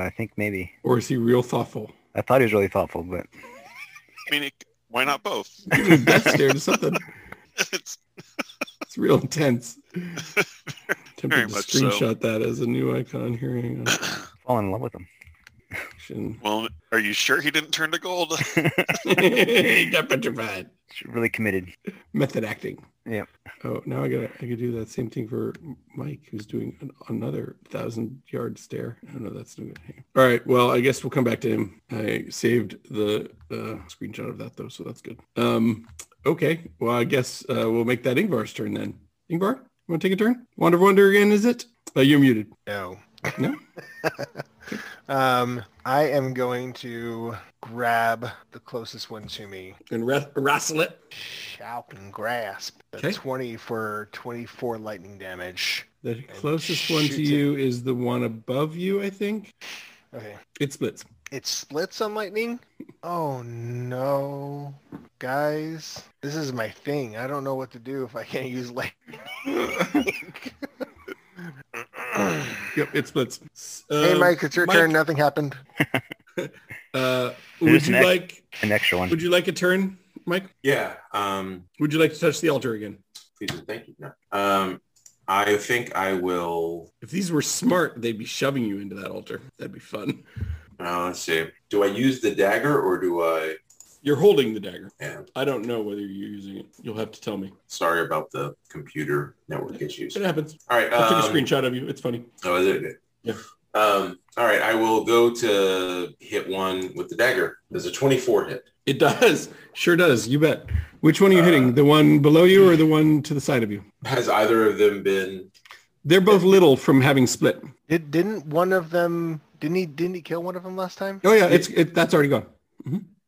S4: I think maybe.
S2: or is he real thoughtful?
S4: I thought he was really thoughtful, but
S3: I mean, it, why not both?
S2: Give him a death stare to something.
S3: It's
S2: It's real intense. Tempted
S3: Very
S2: to
S3: much so.
S2: screenshot that as a new icon here. Hang on.
S4: fall in love with him.
S2: Action.
S3: well, are you sure he didn't turn to gold?
S2: he got petrified.
S4: He's really committed.
S2: Method acting.
S4: Yep.
S2: Oh, now I gotta I could do that same thing for Mike, who's doing an, another thousand yard stare. I don't know. That's no good. Hang on. All right. Well, I guess we'll come back to him. I saved the uh, screenshot of that though, so that's good. Um. Okay. Well, I guess uh, we'll make that Ingvar's turn then. Ingvar, you want to take a turn? Wonder Wonder again? Is it? Uh, you're muted.
S1: No.
S2: No?
S1: um, I am going to grab the closest one to me.
S2: And ra- wrestle it.
S1: Shout and grasp. A
S2: Okay.
S1: 20 for 24 lightning damage.
S2: The closest one
S1: shoot
S2: to
S1: it.
S2: you is the one above you, I think.
S1: Okay.
S2: It splits.
S1: It splits on lightning? Oh no. Guys, this is my thing. I don't know what to do if I can't use lightning.
S2: Yep, it splits. S-
S1: hey
S2: um,
S1: Mike, it's your
S2: Mike,
S1: turn. Nothing happened.
S2: Uh,
S4: Who's
S2: would you
S4: next?
S2: like
S4: An extra one.
S2: would you like a turn, Mike?
S5: Yeah. Um,
S2: Would you like to touch the altar again?
S5: please and thank you. No. Um, I think I will.
S2: If these were smart, they'd be shoving you into that altar. That'd be fun.
S5: Uh, let's see. Do I use the dagger or do I?
S2: You're holding the dagger.
S5: Yeah,
S2: I don't know whether you're using it. You'll have to tell me.
S5: sorry about the computer network issues.
S2: It happens.
S5: All right.
S2: I took a
S5: um,
S2: screenshot of you. It's funny.
S5: Oh, is it?
S2: Yeah.
S5: Um, all right. I will go to hit one with the dagger. There's a 24 hit.
S2: It does. Sure does. You bet. Which one are you
S5: Uh,
S2: hitting? The one below you or the one to the side of you?
S5: Has either of them been?
S2: They're both little from having split.
S1: Did didn't one of them didn't he didn't he kill one of them last time?
S2: Oh yeah, it's it, that's already gone.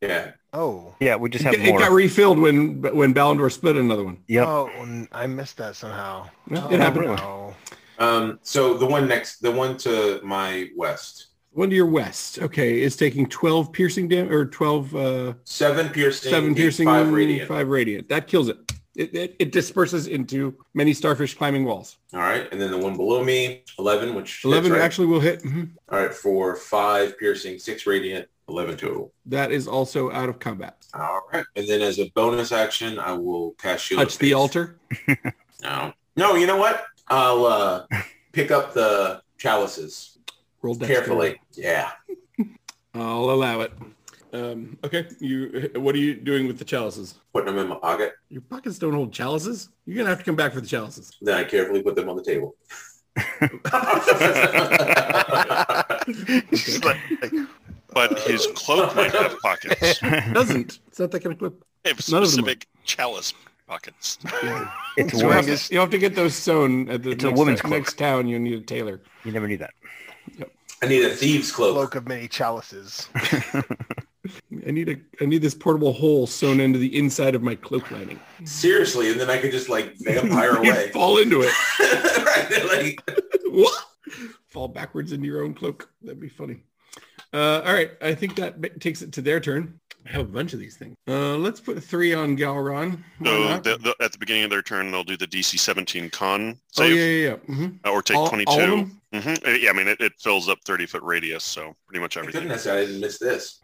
S5: Yeah.
S1: Oh.
S4: Yeah, we
S2: It,
S4: just have
S2: it
S4: more.
S2: got refilled when when Balindor split another one.
S4: Yep.
S1: Oh, n- I missed that somehow.
S2: Yeah,
S1: Oh,
S2: it happened.
S1: no.
S5: Um, so the one next, the one to my west,
S2: One to your west. Okay, is taking twelve piercing damage or twelve uh,
S5: seven piercing,
S2: seven
S5: eight,
S2: piercing,
S5: five radiant.
S2: five radiant. That kills it. It, it. it disperses into many starfish climbing walls.
S5: All right. And then the one below me, 11, which hits,
S2: Eleven
S5: right?
S2: actually will hit. Mhm.
S5: All right. For five piercing, six radiant, 11 total.
S2: That is also out of combat.
S5: All right. And then as a bonus action, I will cast shield. of
S2: Touch the
S5: faith.
S2: altar.
S5: No. No, you know what? I'll uh, pick up the chalices
S2: Roll dexterity.
S5: carefully. Yeah.
S2: I'll allow it. Um, okay, you. What are you doing with the chalices?
S5: Putting them in my pocket.
S2: Your pockets don't hold chalices. You're gonna have to come back for the chalices.
S5: Then I carefully put them on the table.
S3: It's like- but his cloak might have pockets.
S2: Doesn't. It's not that kind of clip.
S3: They have
S2: None of them are.
S3: specific chalice pockets.
S4: it's
S2: So you, have
S4: warm.
S2: to, you have to get those sewn at the
S4: It's a
S2: next,
S4: woman's cloak.
S2: next town. You need a tailor.
S4: You never knew that.
S5: I need a thieves cloak.
S1: Cloak of many chalices.
S2: I need a. I need this portable hole sewn into the inside of my cloak lining.
S5: Seriously, and then I could just like vampire
S2: You
S5: away.
S2: fall into it.
S5: right, they're like,
S2: What? Fall backwards into your own cloak. That'd be funny. Uh, all right, I think that ba- takes it to their turn. I have a bunch of these things. Uh, let's put three on Galron. Why
S3: So
S2: not?
S3: Oh, the, the, at the beginning of their turn, they'll do the DC 17 con
S2: oh yeah,
S3: save uh,
S2: yeah, yeah. hmm
S3: or take
S2: all,
S3: 22.
S2: all of them?
S3: hmm Yeah, I mean, it, it fills up 30 foot radius, so pretty much
S5: "Thank
S3: everything.
S5: goodness, I didn't miss this.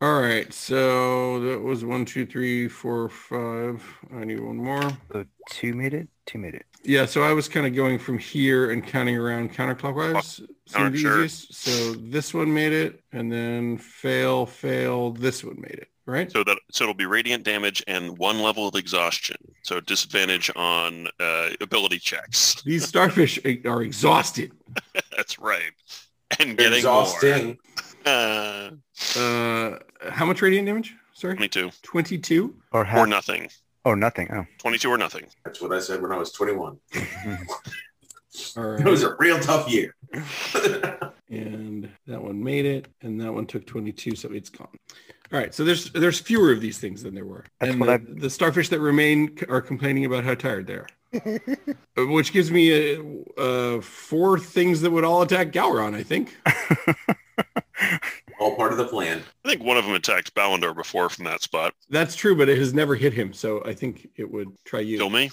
S2: All right, so that was one, two, three, four, five. I need one more.
S4: So two made it. Two made it.
S2: Yeah, so I was kind of going from here and counting around counterclockwise. Seemed the
S3: Oh, sure.
S2: easiest. So this one made it, and then fail, fail. This one made it, right?
S3: So that so it'll be radiant damage and one level of exhaustion. So disadvantage on uh, ability checks.
S2: These starfish are exhausted.
S3: That's right. And getting
S5: Exhausting.
S3: more. Uh,
S2: Uh, how much radiant damage? Sorry,
S3: 22
S2: twenty-two.
S4: Or
S3: or
S4: half.
S3: nothing.
S4: Oh, nothing. Oh.
S3: 22 or nothing.
S5: That's what I said when I was
S2: All
S5: 21. It was
S2: right.
S5: a real tough year.
S2: And that one made it. And that one took 22. So it's gone. All right. So there's there's fewer of these things than there were.
S4: That's
S2: and
S4: what
S2: the,
S4: I-
S2: the starfish that remain c- are complaining about how tired they are. Uh, Which gives me uh uh four things that would all attack Gowron, I think.
S5: All part of the plan.
S3: I think one of them attacked Balindor before from that spot.
S2: That's true, but it has never hit him. So I think it would try you.
S3: Kill me.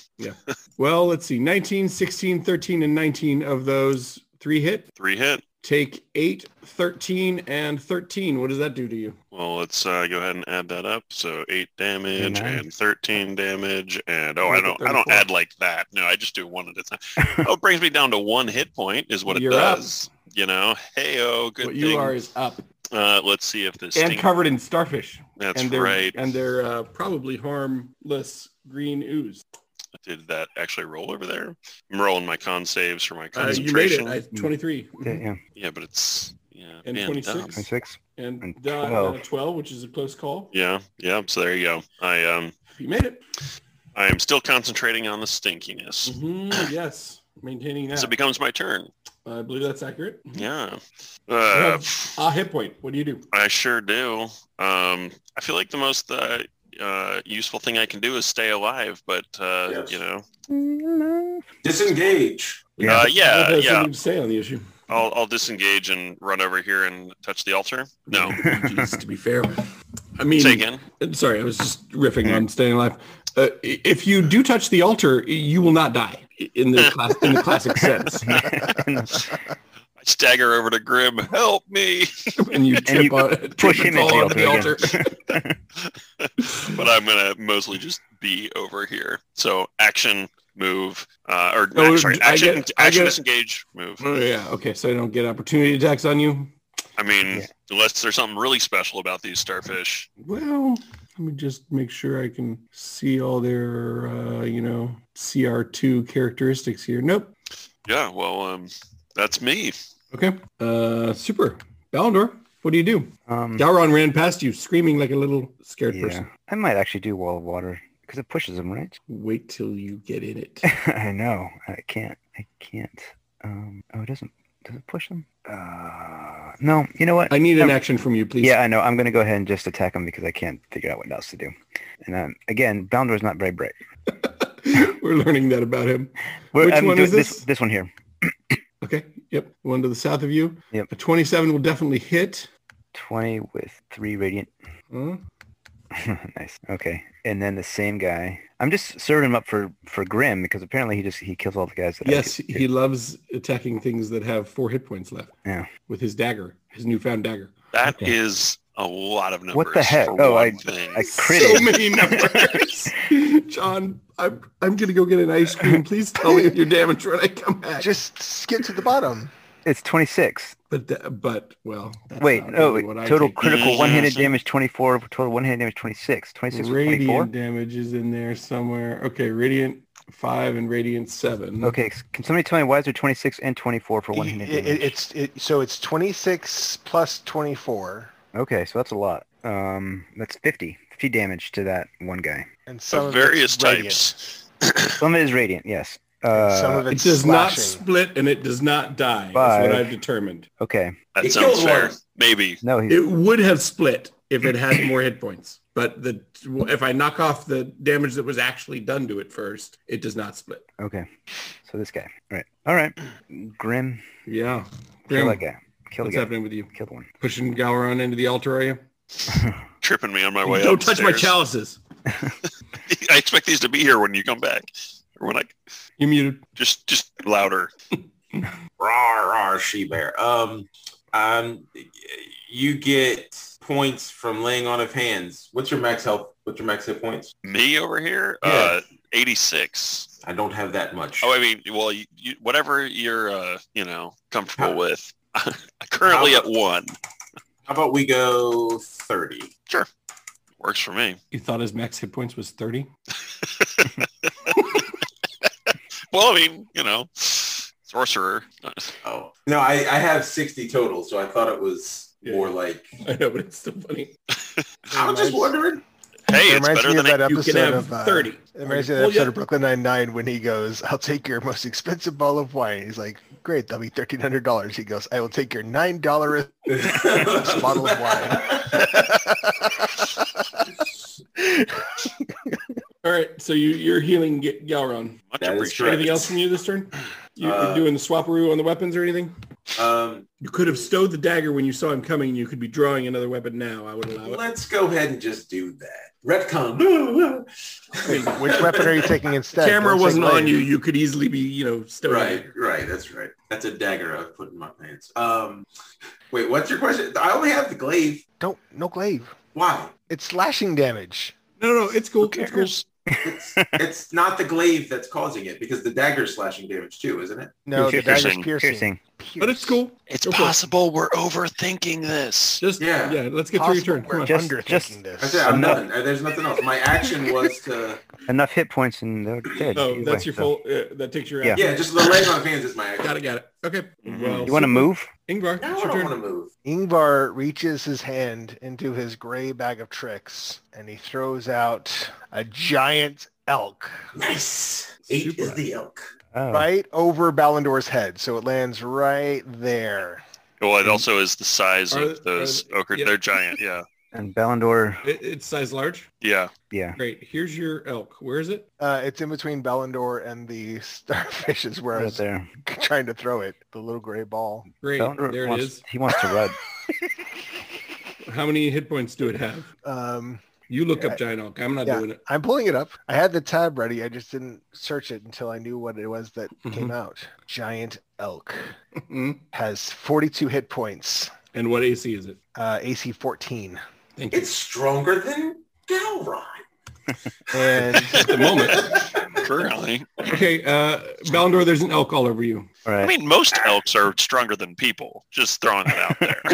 S2: Well, let's see. 19, 16, 13, and 19 of those three hit.
S3: Three hit.
S2: Take 8, 13, and 13. What does that do to you?
S3: Well, let's uh, go ahead and add that up. So eight damage
S4: Nine.
S3: and thirteen damage, and oh,
S2: Make
S3: I
S2: it
S3: don't, I don't
S2: 34.
S3: add like that. No, I just do one at a time. oh, it brings me down to one hit point is what it
S2: You're up.
S3: does. You know, hey, oh, good
S2: what
S3: thing.
S2: you are is up.
S3: Uh, let's see if this.
S2: And
S3: sting-
S2: covered in starfish.
S3: That's
S2: and they're,
S3: right.
S2: And they're uh, probably harmless green ooze.
S3: Did that actually roll over there? I'm rolling my con saves for my
S2: Uh, you made
S3: concentration. Mm.
S2: it. I, 23.
S4: Yeah, yeah.
S3: Yeah, but it's yeah.
S2: And
S3: man,
S2: 26?
S3: dumb.
S4: 26.
S2: And,
S4: And
S2: uh,
S4: 12.
S2: 12, which is a close call.
S3: Yeah, yeah. So there you go. I um,
S2: You made it.
S3: I am still concentrating on the stinkiness.
S2: Mhm, yes. Maintaining that.
S3: So it becomes my turn.
S2: I believe that's accurate.
S3: Yeah.
S2: Mm-hmm. You
S3: Uh,
S2: have a hit point. What do you do?
S3: I sure do. Um, I feel like the most uh, uh, useful thing I can do is stay alive, but uh,
S5: Yes.
S3: you know,
S5: Disengage.
S4: Yeah.
S3: uh,
S2: Bob
S3: yeah,
S2: has
S3: yeah.
S2: something to say on the issue.
S3: I'll, I'll disengage and run over here and touch the altar. No,
S2: Jeez, to be fair. I mean, uh,
S3: say again. Mm-hmm.
S2: sorry, I was just riffing on staying alive. Uh, i- if you do touch the altar, you will not die in the class, in the classic sense,
S3: I stagger over to Grim. Help me!
S2: and you trip
S4: you
S2: on, trip
S4: him
S2: and fall
S4: into
S2: onto
S4: the
S2: the
S4: altar,
S2: altar.
S3: But I'm gonna mostly just be over here. So action, move, uh, or
S2: Oh,
S3: sorry,
S2: I
S3: action,
S2: get- I
S3: action,
S2: get-
S3: disengage, move.
S2: oh, yeah. Okay, so I don't get opportunity attacks on you.
S3: I mean,
S4: Yeah.
S3: unless there's something really special about these starfish.
S2: Well, let me just make sure I can see all their, uh, you know, CR2 characteristics here. Nope.
S3: Yeah. Well, um, that's me.
S2: Okay. Uh, super. Balindor, what do you do?
S4: um,
S2: Gowron ran past you, screaming like a little scared
S4: yeah.
S2: person.
S4: I might actually do Wall of Water because it pushes them, right?
S2: Wait till you get in it.
S4: I know. I can't. I can't. Um, oh, it doesn't. Does it push them? Uh, no. You know what?
S2: I need an action from you, please.
S4: yeah, I know. I'm going to go ahead and just attack him because I can't figure out what else to do. And um, again, Boundor's not very bright.
S2: We're learning that about him.
S4: We're-
S2: Which
S4: I'm
S2: one
S4: doing
S2: is
S4: this?
S2: this?
S4: one here.
S2: Okay. Yep. The One to the south of you.
S4: Yep.
S2: A 27 will definitely hit.
S4: 20 with 3 radiant.
S2: Huh?
S4: nice. Okay. And then the same guy. I'm just serving him up for, for Grim because apparently he just he kills all the guys that I
S2: Yes,
S4: hit.
S2: he loves attacking things that have four hit points left.
S4: Yeah.
S2: With his dagger, his newfound dagger.
S3: That is
S4: Okay.
S3: a lot of numbers.
S4: What the heck?
S3: For
S4: Oh,
S3: one
S4: I-
S3: thing.
S4: I
S2: So
S4: critted.
S2: many numbers. John, I'm, I'm going to go get an ice cream. Please tell me your damage when I come back.
S1: Just skip to the bottom.
S4: it's 26.
S2: But, tha- but well. that's
S4: Wait,
S2: not
S4: no,
S2: really what I
S4: total
S2: take.
S4: critical
S3: Mhm.
S4: one-handed damage 24, total one-handed damage 26. 26 with 24?
S2: Radiant damage is in there somewhere. Okay, radiant five and radiant seven.
S4: Okay, s- can somebody tell me why is there 26 and 24 for
S1: It,
S4: one-handed
S1: it,
S4: damage?
S1: it's it, so it's 26 plus 24,
S4: okay, so that's a lot. Um, that's 50. 50 damage to that one guy.
S1: and some
S3: of
S1: it's
S3: various
S1: radiant,
S3: types.
S4: Some of it is radiant, yes.
S1: and
S4: Uh,
S1: some of
S2: It
S1: it's
S2: does not
S1: slashing.
S2: split and it does not die. That's
S4: Five.
S2: what I've determined.
S4: okay,
S3: That
S5: It
S3: sounds
S5: kills
S3: fair.
S5: one.
S3: Maybe.
S4: no, he's,
S2: It would have split if it had more hit points, but the if I knock off the damage that was actually done to it first, it does not split.
S4: okay. So this guy. All right. All right. Grim.
S2: Yeah.
S4: Kill
S2: Grim,
S4: that guy. Kill the
S2: what's
S4: guy.
S2: happening with you?
S4: Kill the one.
S2: Pushing Gowron into the altar, are you?
S3: Tripping me on my way
S2: Don't
S3: up the
S2: touch my
S3: stairs.
S2: chalices.
S3: I expect these to be here when you come back. Or when I
S2: You're muted.
S3: just just louder.
S5: Rawr, rawr, she bear. Um, um, you get points from laying on of hands. What's your max health? What's your max hit points?
S3: Me over here?
S5: Yeah.
S3: Uh 86.
S5: I don't have that much.
S3: Oh, I mean, well, you, you, whatever you're, uh, you know, comfortable with. Currently at one.
S5: How about we go 30?
S3: Works for me.
S2: You thought his max hit points was 30?
S3: Well, I mean, you know, sorcerer.
S5: Oh. No, I, I have 60 total, so I thought it was
S2: Yeah.
S5: more like...
S2: I know, but it's still funny.
S5: I'm just wondering.
S3: Hey,
S1: It
S3: it's
S1: reminds
S3: better
S1: me of
S3: than I
S1: that
S2: you
S1: episode
S2: can have
S1: of uh,
S2: 30.
S1: It reminds me of that
S2: Well,
S1: episode
S2: yeah.
S1: of Brooklyn Nine Nine when he goes, "I'll take your most expensive bottle of wine." He's like, "Great, that'll be thirteen hundred dollars." He goes, "I will take your nine dollar." bottle of wine.
S2: All right, so you, you're healing G- Galron.
S3: much
S5: That is
S3: appreciated.
S5: correct.
S2: Anything else from you this turn? You, you're
S5: Uh,
S2: doing the swaparoo on the weapons or anything?
S5: um,
S2: You could have stowed the dagger when you saw him coming. You could be drawing another weapon now. I would allow it.
S5: let's go ahead and just do that. Retcon.
S1: Which weapon are you taking
S2: The
S1: instead?
S2: camera
S1: Don't say
S2: wasn't
S1: blade.
S2: on you. You could easily be, you know, stowed.
S5: Right, right. That's right. That's a dagger I've put in my pants. Um, wait, what's your question? I only have the glaive.
S1: Don't no glaive.
S5: Why?
S1: It's slashing damage.
S2: No, no, it's cool.
S3: Who
S2: It's cool.
S3: cares?
S5: It's it's not the glaive that's causing it because the dagger's slashing damage too, isn't it?
S1: No, the
S4: Piercing.
S1: dagger's piercing.
S4: Piercing.
S2: But it's cool.
S3: It's
S2: Go for it.
S3: possible we're overthinking this.
S2: Just yeah,
S5: Yeah.
S2: yeah. Let's get through your
S1: Possible
S2: turn. Come
S1: We're
S2: on.
S4: Just-
S1: underthinking
S4: just-
S5: I
S1: this.
S5: said I'm
S4: Enough.
S5: done. There's nothing else. My action was to
S4: Enough hit points and they're dead.
S2: Oh,
S4: either
S2: that's
S4: way,
S2: your
S4: so-
S2: full. Uh, that takes your
S4: Yeah.
S2: action.
S5: yeah, just the laying on of hands is my action.
S2: Got it. Got it. Okay.
S3: Mhm.
S2: Well,
S4: You want to move?
S2: Ingvar,
S5: Now
S2: it's
S5: I
S2: your
S5: don't
S2: turn.
S5: want to move.
S1: Ingvar reaches his hand into his gray bag of tricks and he throws out a giant elk
S5: Nice. Eight
S2: Super.
S5: is the elk.
S4: Oh,
S1: right over Balindor's head. So it lands right there.
S3: Well, it also is the size
S2: Are-
S3: of those ochre.
S2: yeah.
S3: They're giant. Yeah.
S4: And Balindor,
S2: It, it's size large.
S3: Yeah.
S4: yeah.
S2: Great. Here's your elk. Where is it?
S1: Uh, it's in between Balindor and the starfish is where I
S4: Right
S1: was
S4: there.
S1: trying to throw it. The little gray ball.
S2: Great.
S4: Balindor
S2: There it
S4: wants,
S2: is.
S4: He wants to run.
S2: How many hit points do it have?
S1: Um,
S2: You look
S1: Yeah.
S2: up giant elk. I'm not
S1: Yeah.
S2: doing it.
S1: I'm pulling it up. I had the tab ready. I just didn't search it until I knew what it was that
S2: Mm-hmm.
S1: came out. Giant elk
S2: Mhm.
S1: has 42 hit points.
S2: and what AC is it?
S1: Uh, AC 14.
S2: Thank you.
S5: It's stronger than Galron.
S1: And
S2: At the moment.
S3: Currently.
S2: Okay, uh, Balindor, there's an elk all over you.
S4: All
S3: I
S4: right.
S3: mean, most elks are stronger than people. Just throwing it out there.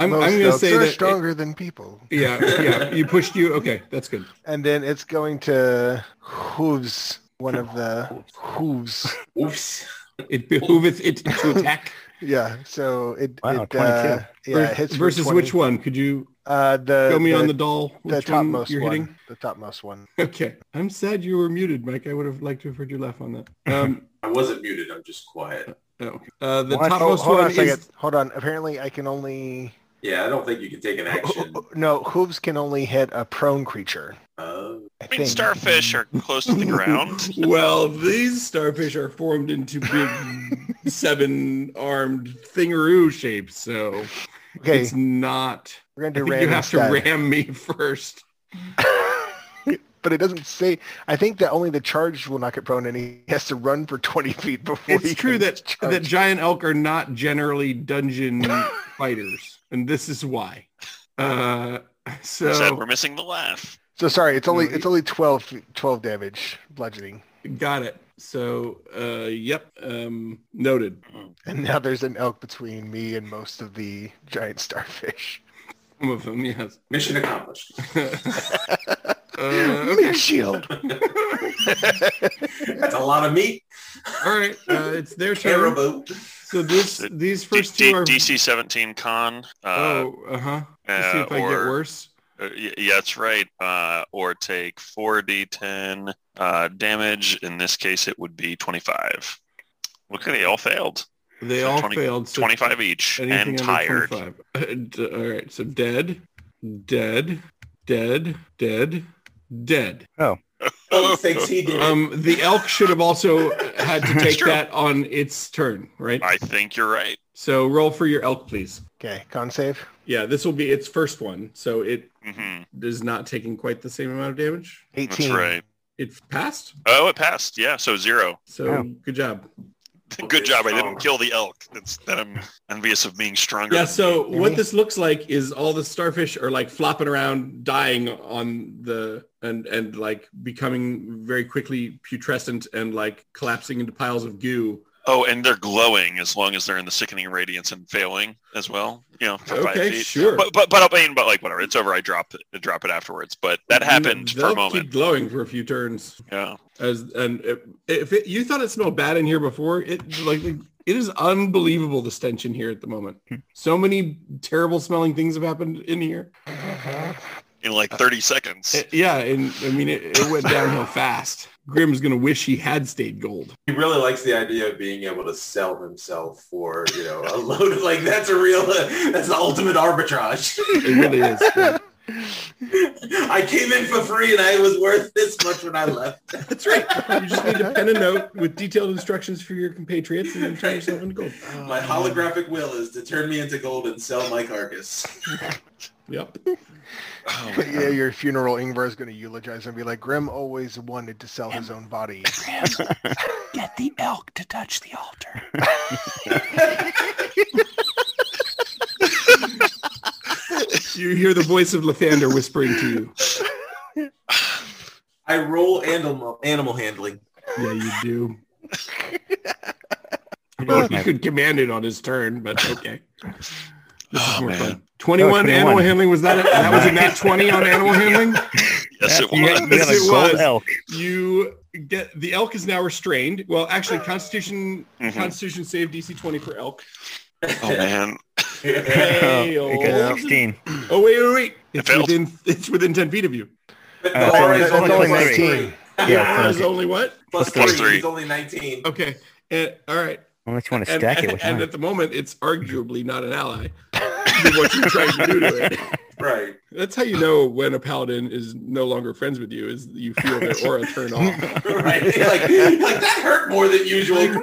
S2: I'm,
S1: most
S2: I'm going to
S1: elks
S2: say
S1: are
S2: that.
S1: stronger than people.
S2: Yeah, yeah. You pushed you. Okay, that's good.
S1: And then it's going to hooves. One of the hooves.
S5: Oops.
S2: It behooveth it to attack.
S1: Yeah. So it,
S4: Wow,
S1: it uh,
S2: 22.
S1: yeah,
S2: Vers-
S1: it hits for
S2: versus
S1: 20.
S2: which one? Could you
S1: Uh, the
S2: show me
S1: the,
S2: on the doll? Which
S1: the
S2: one
S1: topmost
S2: you're
S1: one.
S2: hitting?
S1: The topmost one.
S2: Okay. I'm sad you were muted, Mike. I would have liked to have heard you laugh on that. Um,
S5: I wasn't muted. I'm just quiet.
S2: oh. uh, the
S4: What?
S1: Oh,
S2: topmost
S1: hold on a
S2: one is
S1: second. Hold on. Apparently, I can only
S5: Yeah, I don't think you can take an action.
S1: no hooves can only hit a prone creature.
S5: Uh,
S1: I
S3: I mean,
S1: think.
S3: starfish are close to the ground.
S2: well, these starfish are formed into big seven-armed thingaroo shapes, so
S1: okay,
S2: it's not.
S1: we're gonna do
S2: I think you
S1: random
S2: have to
S1: stat.
S2: ram me first.
S1: but it doesn't say. I think that only the charged will not get prone, and he has to run for twenty feet before.
S2: It's
S1: he
S2: true
S1: can
S2: that
S1: charge.
S2: that giant elk are not generally dungeon fighters, and this is why. Uh,
S3: Said
S2: so
S3: we're missing the laugh.
S1: so sorry. It's only
S2: No,
S1: it's
S2: he-
S1: only 12, 12 damage bludgeoning,
S2: got it. So uh, yep, um, noted.
S1: and now there's an elk between me and most of the giant starfish.
S2: Some of them, yes.
S5: mission accomplished.
S2: Uh, okay.
S1: Mid shield.
S5: That's a lot of meat.
S2: All right, uh, it's their turn.
S5: Caribou.
S2: So this these
S3: D-
S2: first
S3: D-
S2: two are
S3: DC 17 con. Uh,
S2: Oh, uh-huh. Let's see
S3: uh,
S2: if I get
S3: or,
S2: worse.
S3: uh, y- yeah, that's right. Uh, or take 4d10 uh, damage. In this case, it would be 25. Look at they all failed.
S2: They
S3: so
S2: all
S3: 20
S2: failed. So
S3: 25 each
S2: anything
S3: and
S2: under
S3: tired.
S2: 25. Uh, d- all right, so dead, dead, dead, dead, dead.
S5: Who thinks he did it?
S2: Um, the elk should have also had to take
S3: true.
S2: that on its turn, right?
S3: I think you're right.
S2: So roll for your elk, please.
S1: Okay, con save.
S2: Yeah, this will be its first one, so it
S3: hmm
S2: is not taking quite the same amount of damage.
S1: Eighteen.
S3: That's right.
S2: It passed,
S3: Oh, it passed. Yeah, so zero.
S2: so
S4: Wow.
S2: good job.
S3: Good job. I didn't
S5: Oh.
S3: kill the elk. That's that I'm envious of being stronger.
S2: Yeah,
S3: than
S2: so
S1: Yeah.
S2: what this looks like is all the starfish are like flopping around, dying on the and and like becoming very quickly putrescent and like collapsing into piles of goo.
S3: Oh, and they're glowing as long as they're in the sickening radiance and failing as well. You know, for five
S2: Okay,
S3: feet.
S2: sure.
S3: But but but I mean, but like whatever, it's over. I drop it, drop it afterwards. But that happened for
S2: They'll
S3: a moment.
S2: Keep glowing for a few turns.
S3: Yeah.
S2: As and it, if it, you thought it smelled bad in here before, it like it is unbelievable the stench in here at the moment. So many terrible smelling things have happened in here.
S3: in like 30 seconds.
S2: It- yeah, and I mean it, it went downhill fast. Grimm's gonna wish he had stayed gold.
S5: He really likes the idea of being able to sell himself for, you know, a load of like that's a real that's the ultimate arbitrage.
S2: It really is.
S5: I came in for free and I was worth this much when I left.
S2: That's right. You just need to pen a note with detailed instructions for your compatriots and then turn yourself into gold.
S5: My holographic will is to turn me into gold and sell my carcass.
S2: Yep.
S3: Oh,
S1: But yeah, your funeral, Ingvar is going to eulogize and be like, Grim always wanted to sell his own body.
S6: Get the elk to touch the altar.
S2: You hear the voice of Lathander whispering to you.
S5: I roll animal animal handling.
S2: Yeah, you do.
S4: Well,
S2: you could command it on his turn, but okay. This is
S3: Oh,
S2: more
S3: man.
S2: fun. 21,
S4: No, 21.
S2: animal handling. Was that it? That was a nat 20 on animal handling?
S3: yes, it
S4: you
S3: was.
S4: got, you got
S2: Yes, it
S4: a gold
S2: was.
S4: elk.
S2: You get the elk is now restrained. Well, actually, Constitution
S4: Hmm.
S3: Mhm.
S2: Constitution save DC 20 for elk.
S3: Oh, man.
S4: Uh,
S2: Hey,
S4: You got
S2: oh.
S4: 16.
S2: Oh, wait, wait, wait. It's
S3: failed.
S2: within, it's within 10 feet of you.
S5: But
S4: Uh,
S5: the R is
S4: that's
S5: only
S4: only
S5: plus
S4: nineteen.
S5: three.
S4: Yeah,
S2: Yours
S4: okay.
S2: only what?
S5: Plus
S3: Plus
S5: three.
S3: three.
S5: He's only 19.
S2: Okay. Uh, all right.
S4: Unless you want to
S2: And,
S4: stack it with
S2: and
S4: mine.
S2: at the moment, it's arguably not an ally. what you're trying to do to it.
S5: Right.
S2: That's how you know when a paladin is no longer friends with you is you feel their aura turn off.
S5: Right. Like, like that hurt more than usual. Graham!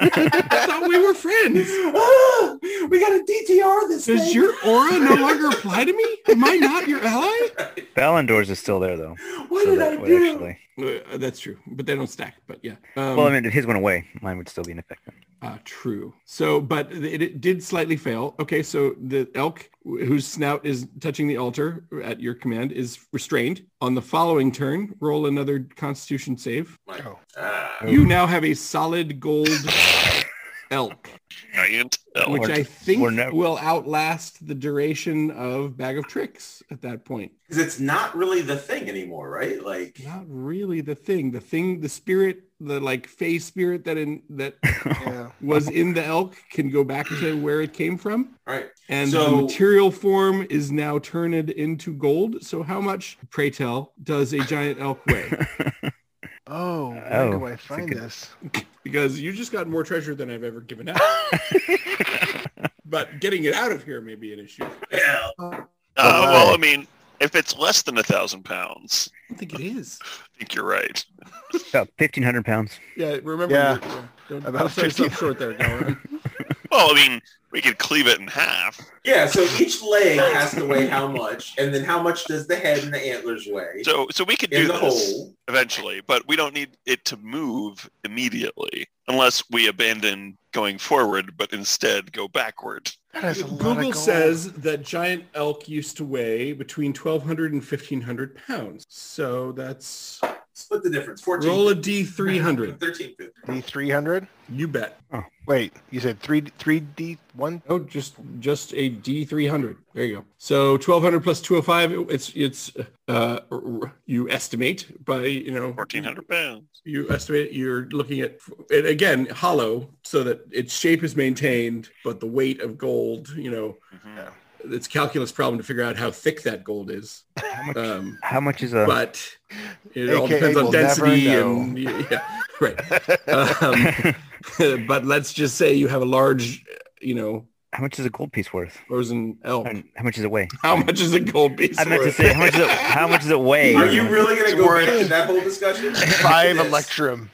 S2: I thought we were friends.
S5: Ah, we got a DTR this
S2: Does
S5: thing.
S2: your aura no longer apply to me? Am I not your ally?
S4: Balindor's is still there though.
S5: what
S4: so
S5: did
S4: that
S5: I
S4: would
S5: do?
S4: actually-
S2: Uh, that's true, but they don't stack. But yeah, um,
S4: Well, I mean, if his went away, mine would still be in effect.
S2: uh, true. So, but it, it did slightly fail. Okay, so the elk wh- whose snout is touching the altar at your command is restrained. On the following turn, roll another Constitution save.
S5: Ah,
S4: Oh.
S2: You now have a solid gold elk.
S3: Giant elk.
S2: which
S4: Or-
S2: I think
S4: or no.
S2: will outlast the duration of Bag of Tricks at that point.
S5: 'cause it's not really the thing anymore, right? Like,
S2: Not really the thing. The thing, the spirit, the like fey spirit that in that
S1: Yeah.
S2: was in the elk can go back to where it came from.
S5: all right.
S2: And the
S5: So-
S2: material form is now turned into gold. So how much, pray tell, does a giant elk weigh?
S1: Oh, where
S4: Oh,
S1: do I
S4: it's a
S1: find
S4: good-
S1: this?
S2: because you just got more treasure than I've ever given out. but getting it out of here may be an issue. I
S5: Well,
S3: Uh,
S1: wow.
S3: well, I mean, if it's less than a thousand pounds,
S2: don't think it is.
S3: I think you're right.
S4: About 1,500 pounds.
S2: Yeah, remember.
S1: Yeah.
S2: your- Don't,
S1: About
S2: don't sell yourself
S1: 15.
S2: short there, Gallery.
S3: Well, I mean, we could cleave it in half.
S5: yeah, so each leg has to weigh how much, and then how much does the head and the antlers weigh
S3: So, so we could do
S5: in the
S3: this
S5: whole?
S3: eventually, but we don't need it to move immediately unless we abandon going forward, but instead go backward.
S1: That is a lot of
S2: Google
S1: gold.
S2: says that giant elk used to weigh between 1,200 and 1,500 pounds. So that's
S5: Split the difference. 14.
S2: roll a D300.
S5: 13.
S1: D three hundred.
S2: You bet.
S1: Wait, you said three three D one.
S2: Oh, just just a D300. There you go. So 1,200 plus 205. It's it's uh, r- you estimate by you know
S3: 1,400 pounds.
S2: you estimate you're looking at and again hollow so that its shape is maintained but the weight of gold you know
S3: Mhm.
S2: it's a calculus problem to figure out how thick that gold is um,
S4: How much is a?
S2: but it all
S1: AKA
S2: depends on
S1: we'll never
S2: density
S1: know.
S2: and yeah right um, but let's just say you have a large you know
S4: how much is a gold piece worth?
S2: frozen elk
S4: And how much is it weigh?
S2: how much is a gold piece
S4: I meant to
S2: worth?
S4: say how much is it, how much is it weigh?
S5: Are you really going to go
S1: Worth-
S5: back to that whole discussion?
S1: Five
S5: Yes.
S1: Electrum.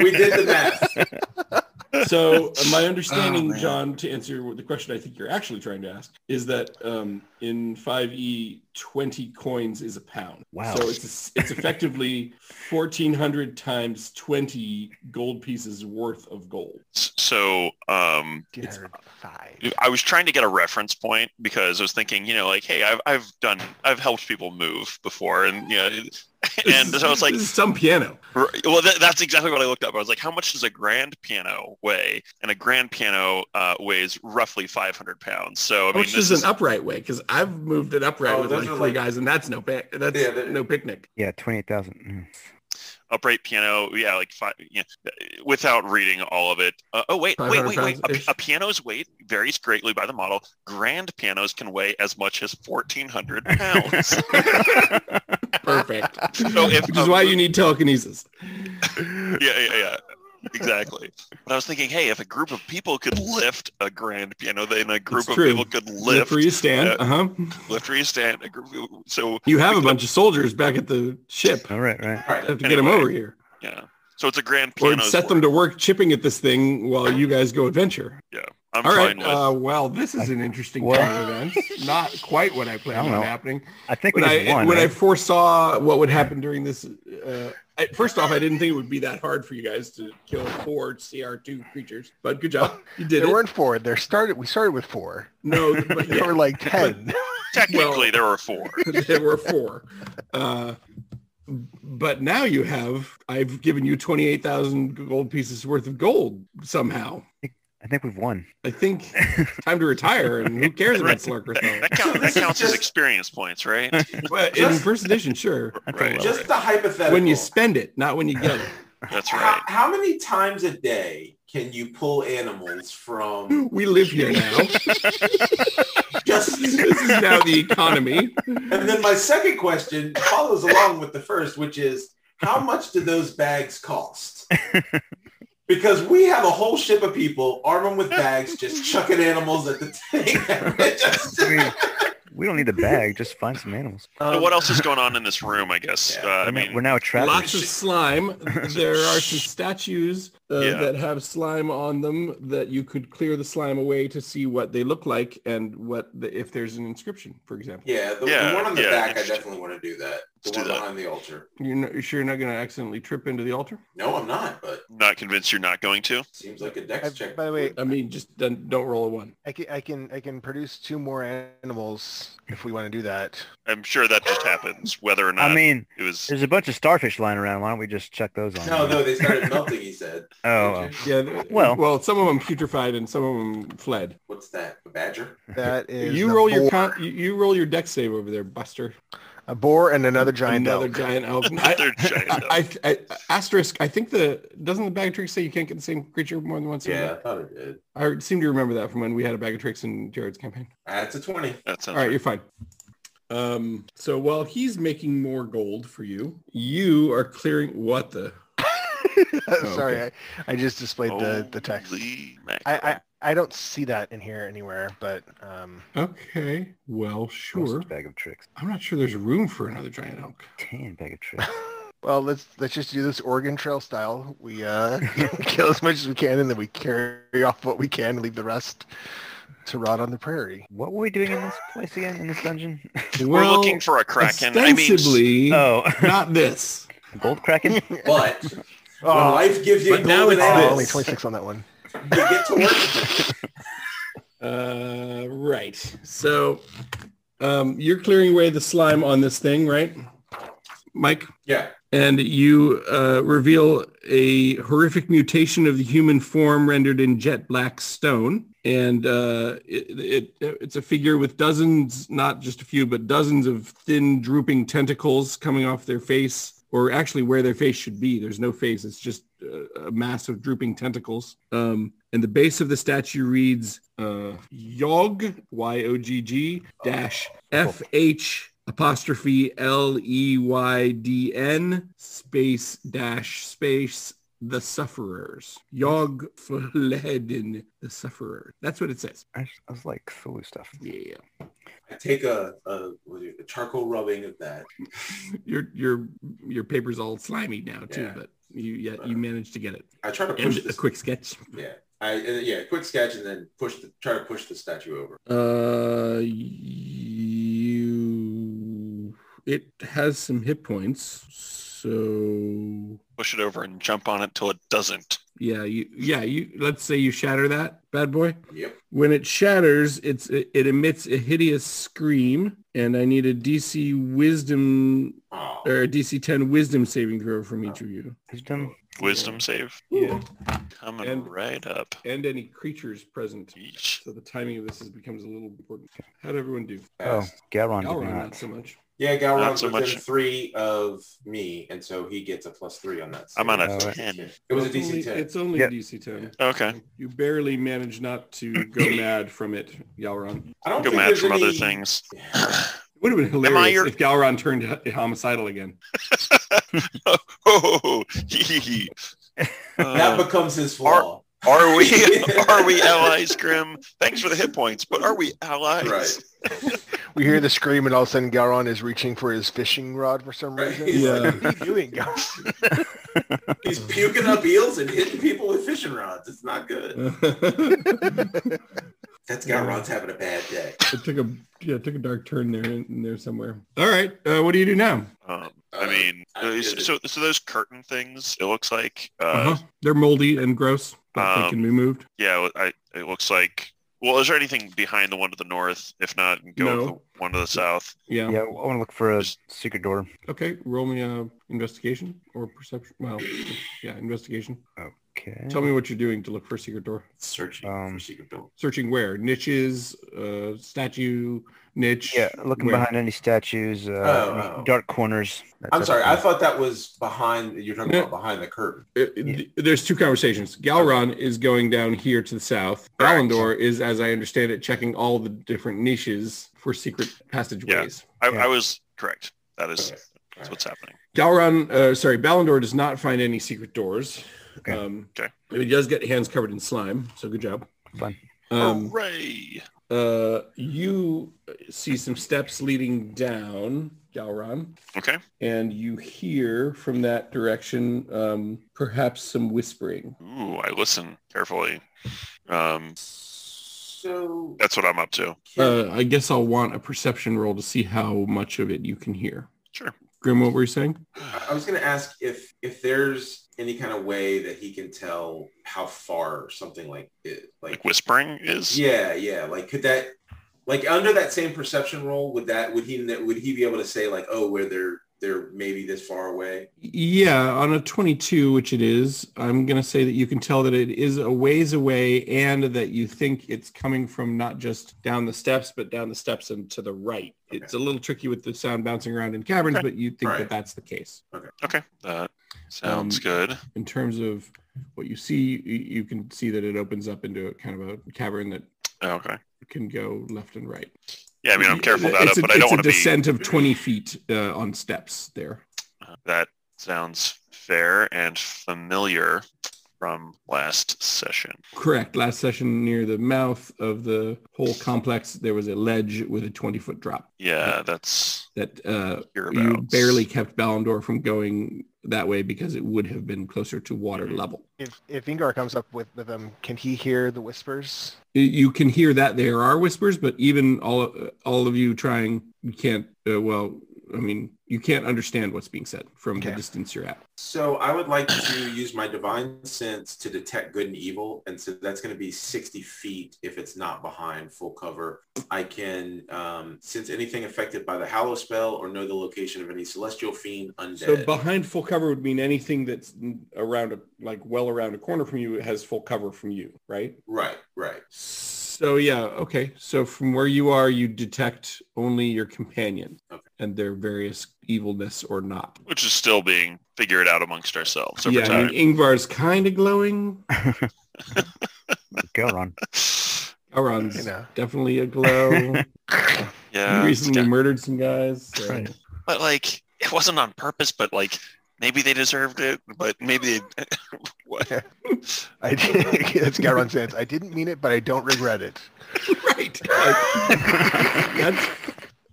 S5: We did the math.
S2: So uh, my understanding,
S3: Oh, man.
S2: John, to answer the question I think you're actually trying to ask, is that um, in 5e, 20 coins is a pound.
S4: Wow.
S2: So it's it's effectively 1,400 times 20 gold pieces worth of gold.
S3: S- So, um,
S2: It's-
S1: five.
S3: I was trying to get a reference point because I was thinking, you know, like, hey, I've I've done I've helped people move before, and you know, and so I was like,
S2: This is some piano.
S3: r- well, that, that's exactly what I looked up. I was like, how much does a grand piano weigh? And a grand piano uh, weighs roughly 500 pounds. So I mean,
S2: Which
S3: this
S2: is
S3: is
S2: an upright way because I've moved an upright
S5: Oh,
S2: with
S5: those
S2: like
S5: are
S2: three
S5: like-
S2: guys, and that's no pic- that's
S5: Yeah, they're-
S2: no picnic.
S4: Yeah, 28,000.
S3: upright piano. Yeah, like five, yeah, without reading all of it. Uh, oh wait, wait, wait, wait. A,
S2: 500 pounds-ish.
S3: a piano's weight varies greatly by the model. Grand pianos can weigh as much as fourteen hundred pounds.
S4: Mm.
S2: Perfect.
S3: So if
S2: Which is
S3: a
S2: why
S3: mo-
S2: you need telekinesis.
S3: yeah, yeah, yeah. Exactly. But I was thinking, hey, if a group of people could lift a grand piano, then a group
S2: It's
S3: of
S2: true.
S3: people could
S2: Lift
S3: lift
S2: where you stand.
S3: Yeah.
S2: Uh-huh.
S3: lift where you stand. A group, so
S2: You have a bunch of soldiers back at the ship.
S4: All right, right.
S5: All right.
S2: have to get them
S3: Anyway.
S2: over here.
S3: yeah. So it's a grand
S2: Or
S3: piano.
S2: set them to work chipping at this thing while you guys go adventure.
S3: I'm
S2: All right.
S3: fine with.
S2: Uh, well, this is an interesting
S4: Well-
S2: turn of events. Not quite what I planned
S4: I don't
S2: on
S4: know.
S2: happening.
S4: I think we
S2: When
S4: just
S2: I
S4: won.
S2: when I
S4: right?
S2: foresaw what would happen during this, uh, I, first off, I didn't think it would be that hard for you guys to kill four CR2 creatures. But good job, you did
S1: There
S2: it.
S1: weren't four. There started. We started with four.
S2: No, but
S1: There
S2: yeah,
S1: were like ten.
S3: Technically,
S2: well-
S3: there were four.
S2: there were four. Uh, but now you have. I've given you twenty eight thousand gold pieces worth of gold somehow.
S4: I think we've won.
S2: I think time to retire, and who cares about Slarker?
S3: That, that, count, that counts as experience points, right?
S5: Well,
S2: In
S5: just,
S2: impersonation, sure.
S4: That's a
S3: right.
S4: lot.
S5: just the hypothetical.
S2: When you spend it, not when you get it.
S3: That's
S5: how,
S3: right.
S5: how many times a day can you pull animals from
S2: We live here now.
S5: just
S2: this is now the economy.
S5: And then my second question follows along with the first, which is how much do those bags cost? Because we have a whole ship of people, arm them with bags, just chucking animals at the thing. Just-
S4: I mean, we don't need the bag. Just find some animals.
S1: um,
S3: So what else is going on in this room? I guess.
S5: Yeah.
S3: uh, I
S4: We're now-
S3: mean,
S4: we're now trapped.
S2: Lots of slime. There are some statues uh,
S3: Yeah.
S2: that have slime on them that you could clear the slime away to see what they look like and what the, if there's an inscription, for example.
S5: yeah, the,
S3: Yeah,
S5: the one on the
S3: yeah,
S5: back, I
S3: interesting.
S5: definitely want to do that.
S3: Let's
S5: The
S3: do
S5: one
S3: that.
S5: behind the altar.
S2: You're, not, you're sure you're not going to accidentally trip into the altar?
S5: No, I'm not, but
S3: not convinced you're not going to.
S5: seems like a dex
S1: I-
S5: check.
S1: by the way-
S2: I mean, just don't, don't roll a one.
S1: I can, I can I can produce two more animals if we want to do that.
S3: I'm sure that just happens, whether or not
S4: I mean,
S3: it was.
S4: there's a bunch of starfish lying around. Why don't we just chuck those on?
S5: no, no, they started melting, he said.
S4: Oh, well.
S2: Yeah. th-
S4: Well-
S2: well, some of them putrefied and some of them fled.
S5: What's that? A badger?
S1: That is
S2: You
S1: the
S2: roll your
S1: boar-
S2: con- you, you roll your deck save over there, Buster.
S1: a boar and another giant
S2: Another
S1: elk.
S2: giant elk. I-
S3: They're giant. though.
S2: I, I, asterisk. I think the doesn't the bag of tricks say you can't get the same creature more than once.
S5: Yeah, I thought it did.
S2: I seem to remember that from when we had a bag of tricks in Jared's campaign.
S5: That's a 20.
S3: that sounds
S2: All right,
S3: right.
S2: you're fine. Um. So while he's making more gold for you, you are clearing what the.
S1: Sorry, I, I just displayed the the text.
S3: Holy
S1: I,
S3: mackerel.
S1: I I don't see that in here anywhere, but um,
S2: Okay. Well, sure.
S4: Grossest Bag of tricks.
S2: I'm not sure there's room for another giant elk.
S4: Tan bag of tricks.
S1: well, let's let's just do this Oregon Trail style. We uh, kill as much as we can, and then we carry off what we can, and leave the rest to rot on the prairie.
S4: What were we doing in this place again? In this dungeon?
S3: We're
S2: Well,
S3: looking for a kraken. I mean,
S2: Ostensibly,
S4: Oh,
S2: not this.
S4: gold kraken.
S5: But when
S1: Oh,
S5: life gives you
S2: But now
S5: golden
S2: it's
S1: oh,
S2: this.
S1: only
S5: apples,
S1: twenty six on that one.
S5: you get to work with it.
S2: Uh, right. So, um, you're clearing away the slime on this thing, right, Mike?
S5: Yeah.
S2: And you uh, reveal a horrific mutation of the human form rendered in jet black stone, and uh, it, it it's a figure with dozens, not just a few, but dozens of thin, drooping tentacles coming off their face, or actually where their face should be. There's no face; it's just uh, a mass of drooping tentacles. Um, and the base of the statue reads uh, Yog Y O G G dash F H apostrophe L E Y D N space dash space the sufferers. Yog Fledin the sufferer. That's what it says.
S4: I was, I was like Cthulhu stuff.
S2: Yeah.
S5: I take a, a, what is it, a charcoal rubbing of that.
S2: Your your your paper's all slimy now too,
S5: Yeah.
S2: but you yet you managed to get it.
S5: I try to
S2: And
S5: push
S2: a
S5: this.
S2: quick sketch.
S5: Yeah. I and then- yeah, quick sketch and then push the try to push the statue over.
S2: Uh, you. It has some hit points, so
S3: push it over and jump on it till it doesn't.
S2: yeah, you yeah you. Let's say you shatter that bad boy.
S5: Yep.
S2: When it shatters, it's it, emits a hideous scream, and I need a DC Wisdom
S5: Oh,
S2: or a DC 10 Wisdom saving throw from each of you,
S4: Wisdom.
S3: Wisdom save
S2: yeah,
S3: coming
S2: And-
S3: right up.
S2: and any creatures present.
S3: Yeesh.
S2: So the timing of this is, becomes a little important. How'd everyone do?
S4: Oh,
S5: fast.
S4: Garon did
S2: Elrond,
S4: not.
S2: not so much.
S5: Yeah, Galron's
S3: so
S5: within
S3: much.
S5: three of me, and so he gets a plus three on that.
S3: I'm on a
S4: Oh, right.
S3: 10.
S5: It was a
S2: It's only-
S5: DC 10.
S2: It's only
S4: Yeah.
S2: a DC 10.
S3: Okay.
S2: You barely managed not to go mad from it, Galron.
S5: I don't
S3: Go
S5: think
S3: mad
S5: there's
S3: from
S5: any...
S3: other things.
S2: It would have been
S3: I
S2: hilarious
S3: your-
S2: if Galron turned ho- homicidal again.
S3: Oh, hee, hee, hee.
S5: That
S3: Uh,
S5: becomes his flaw.
S3: are we are we allies, Grim? Thanks for the hit points, but are we allies?
S5: Right.
S1: We hear the scream, and all of a sudden, Garon is reaching for his fishing rod for some
S5: Right.
S1: reason.
S2: Yeah.
S1: Like, what are you doing, Garon?
S5: He's puking up eels and hitting people with fishing rods. It's not good.
S2: it
S5: That's Galron's having a bad day.
S2: took a yeah, it took a dark turn there in there somewhere. All right, uh, what do you do now?
S3: Um,
S5: Uh,
S3: I mean,
S5: I
S3: uh,
S5: did it. Mm-hmm.
S3: so so those curtain things. It looks like, uh,
S2: Uh-huh. They're moldy and gross, but they
S3: Um,
S2: can be moved.
S3: yeah, I, it looks like. Well, is there anything behind the one to the north? If not, go
S2: No.
S3: with the one to the south.
S2: Yeah.
S4: Yeah, I want to look for a secret door.
S2: Okay, roll me a investigation or perception. Well, yeah, investigation.
S4: Okay.
S2: Tell me what you're doing to look for a secret door.
S5: Searching
S4: Um,
S5: for secret door.
S2: Searching where? Niches, uh, statue, niche.
S4: Yeah, looking
S2: where?
S4: behind any statues, uh,
S5: Oh,
S4: any
S5: oh.
S4: dark corners. that
S5: I'm
S4: type
S5: sorry.
S4: of
S5: I
S4: thing.
S5: thought that was behind. You're talking
S2: No.
S5: about behind the curtain.
S2: It- it- Uh, There's two conversations. Galron is going down here to the south. Gallandor is, as I understand it, checking all the different niches for secret passageways.
S3: I,
S4: Yeah.
S3: I was correct. That is
S5: Okay.
S3: that's what's happening.
S2: Galron, uh, sorry, Ballandor does not find any secret doors.
S4: Okay.
S2: Um,
S3: Okay.
S2: He does get hands covered in slime, so good job.
S4: Fun.
S2: Um,
S3: Hooray!
S2: uh, you see some steps leading down, Galron,
S3: Okay.
S2: and you hear from that direction um, perhaps some whispering.
S3: Ooh, I listen carefully. Um,
S5: So
S3: that's what I'm up to.
S2: Uh, I guess I'll want a perception roll to see how much of it you can hear.
S3: Sure.
S2: Grim, what were you saying?
S5: I was going to ask if if there's any kind of way that he can tell how far something like it, like
S3: Like whispering is.
S5: yeah, yeah, like could that like under that same perception roll would that would he would he be able to say like oh where they're they're maybe this far away?
S2: Yeah, on a 22, which it is, I'm going to say that you can tell that it is a ways away and that you think it's coming from not just down the steps, but down the steps and to the right.
S5: Okay.
S2: It's a little tricky with the sound bouncing around in caverns,
S3: Okay.
S2: but you think
S5: Right.
S2: that that's the case.
S3: Okay. That sounds
S2: Um,
S3: good.
S2: In terms of what you see, you you can see that it opens up into a kind of a cavern that
S3: Oh, Okay.
S2: can go left and right.
S3: Yeah, I mean, I'm careful about
S2: It's
S3: it,
S2: a-
S3: but I don't
S2: It's a
S3: want to be.
S2: descent of 20 feet uh, on steps there.
S3: Uh, That sounds fair and familiar from last session.
S2: Correct. Last session near the mouth of the whole complex, there was a ledge with a 20 foot drop
S3: Yeah, that's
S2: that uh, you
S3: hereabouts.
S2: barely kept Ballandor from going that way because it would have been closer to water level.
S1: If, if Ingar comes up with, with him, can he hear the whispers?
S2: Y- You can hear that there are whispers, but even all all of you trying, you can't. Uh, well, I mean, you can't understand what's being said from the
S1: Okay.
S2: distance you're at.
S5: So I would like to use my divine sense to detect good and evil, and so that's going to be 60 feet if it's not behind full cover. I can um, sense anything affected by the hallow spell or know the location of any celestial fiend undead.
S2: So behind full cover would mean anything that's around, a, like well around a corner from you, has full cover from you, right?
S5: right, right.
S2: So yeah, okay. So from where you are, you detect only your companion
S5: Okay.
S2: and their various evilness or not.
S3: Which is still being figured out amongst ourselves over
S2: yeah, I
S3: time.
S2: mean, Ingvar's kind of glowing.
S4: Galron.
S1: You
S2: Elrond's
S1: know,
S2: definitely a glow.
S3: yeah.
S2: he recently
S3: yeah.
S2: murdered some guys. so-
S4: Right.
S3: But like, it wasn't on purpose, but like, maybe they deserved it, but maybe they... what?
S1: I that's Garon says. I didn't mean it, but I don't regret it.
S2: right. Like, that's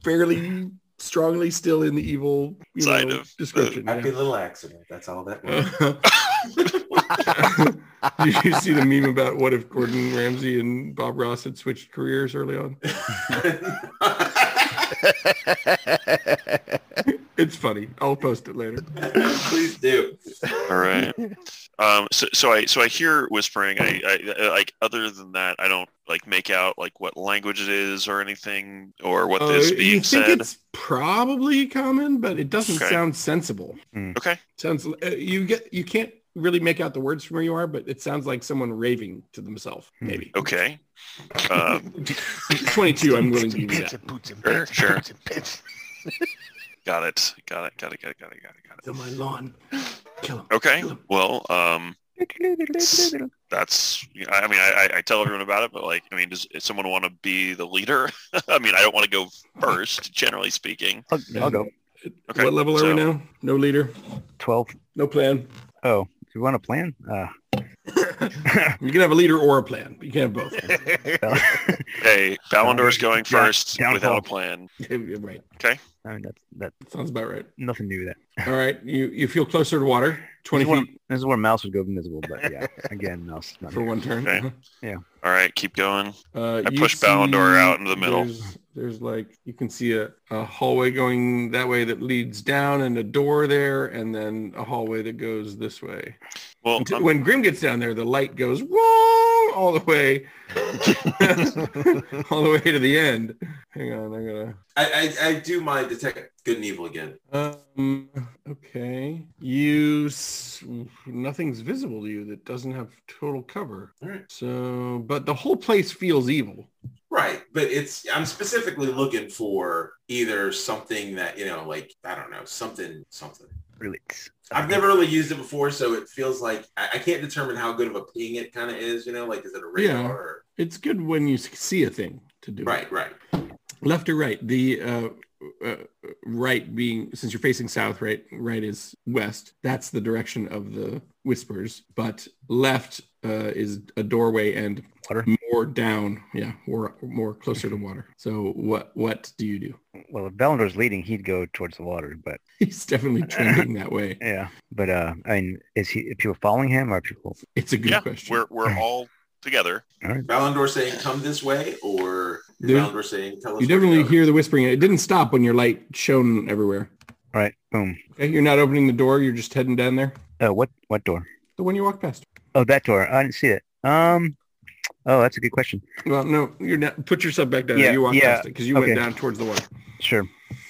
S2: fairly strongly still in the evil you
S3: Side
S2: know,
S3: of the-
S2: description. yeah.
S5: Happy little accident. That's all that was.
S2: Did you see the meme about what if Gordon Ramsay and Bob Ross had switched careers early on? It's funny. I'll post it later.
S5: Please do.
S3: All right. Um, so, so I so I hear whispering. I, I, I like other than that, I don't like make out like what language it is or anything or what
S2: Uh,
S3: this
S2: you
S3: being
S2: think
S3: said.
S2: it's probably common, but it doesn't
S3: Okay.
S2: sound sensible.
S3: Okay.
S2: Sounds uh, you get you can't really make out the words from where you are, but it sounds like someone raving to themselves.
S4: Hmm.
S2: Maybe
S3: Okay. Um,
S2: twenty-two. I'm willing to give you
S1: Pits
S2: that.
S1: and boots and bits and
S3: Sure, sure.
S1: boots and bits.
S3: Got it. Got it. Got it. Got it. Got it. Got it. Got it.
S6: Kill my lawn. Kill him.
S3: Okay. Well, um, that's. I mean, I, I- I tell everyone about it, but like, I mean, does if someone want to be the leader? I mean, I don't want to go first, generally speaking.
S4: I'll, I'll go.
S3: Okay.
S2: what level are we
S3: so-
S2: now? No leader,
S4: 12.
S2: no plan.
S4: Oh, do you want a plan? Uh,
S2: You can have a leader or a plan, but you can't have both.
S4: well,
S3: Hey, Ballandor's
S2: Uh,
S3: going
S4: Yeah,
S3: first
S4: down
S3: without a
S4: twelve.
S3: plan.
S2: right.
S4: I mean, that's that
S2: Sounds about right.
S4: nothing new there.
S2: All right. You you feel closer to water, 20
S4: This is, where,
S2: feet
S4: this is where mouse would go invisible, but yeah, again, mouse. Not
S2: for
S4: there.
S2: one turn.
S3: Okay.
S2: Uh-huh.
S3: All right, keep going.
S2: Uh,
S3: I
S2: you
S3: push Balindor
S2: see
S3: out into the middle.
S2: There's, there's like you can see a, a hallway going that way that leads down, and a door there, and then a hallway that goes this way.
S3: Well,
S2: Until-
S3: I'm-
S2: when Grim gets down there, the light goes whoa all the way, all the way to the end. Hang on, I'm gonna.
S5: I, I, I do my detect good and evil again.
S2: Um, okay. You s- nothing's visible to you that doesn't have total cover.
S5: All right.
S2: So, but the whole place feels evil.
S5: Right, but it's I'm specifically looking for either something that you know, like I don't know, something, something.
S4: Relics.
S5: I've never really used it before, so it feels like I, I can't determine how good of a ping it kind of is. You know, like is it a radar?
S2: Yeah.
S5: Or,
S2: It's good when you see a thing to do. it.
S5: right, right.
S2: Left or right? The uh, uh, right being since you're facing south, right? Right is west. That's the direction of the whispers. But left uh, is a doorway and
S4: Water. Mm-hmm.
S2: more down. Yeah, more more closer to water. So what what do you do?
S4: Well, if Balindor's leading, he'd go towards the water, but
S2: He's definitely trending that way.
S4: yeah. But uh, I mean, is he? Are people following him, or are people?
S2: It's a good
S3: yeah,
S2: question.
S3: we're we're all together.
S5: Balindor saying come this way, or is
S2: Dude,
S5: Balindor saying tell us.
S2: you
S5: where to
S2: definitely
S5: go?
S2: hear the whispering. It didn't stop when your light shone everywhere.
S4: All right, boom.
S2: Okay, you're not opening the door. You're just heading down there.
S4: Oh, what what door?
S2: The one you walked past.
S4: Oh, that door. I didn't see it. Um. Oh, that's a good question.
S2: Well, no, you're not. Put yourself back down.
S4: Yeah,
S2: you walked
S4: yeah,
S2: past it because you
S4: okay.
S2: went down towards the water.
S4: Sure.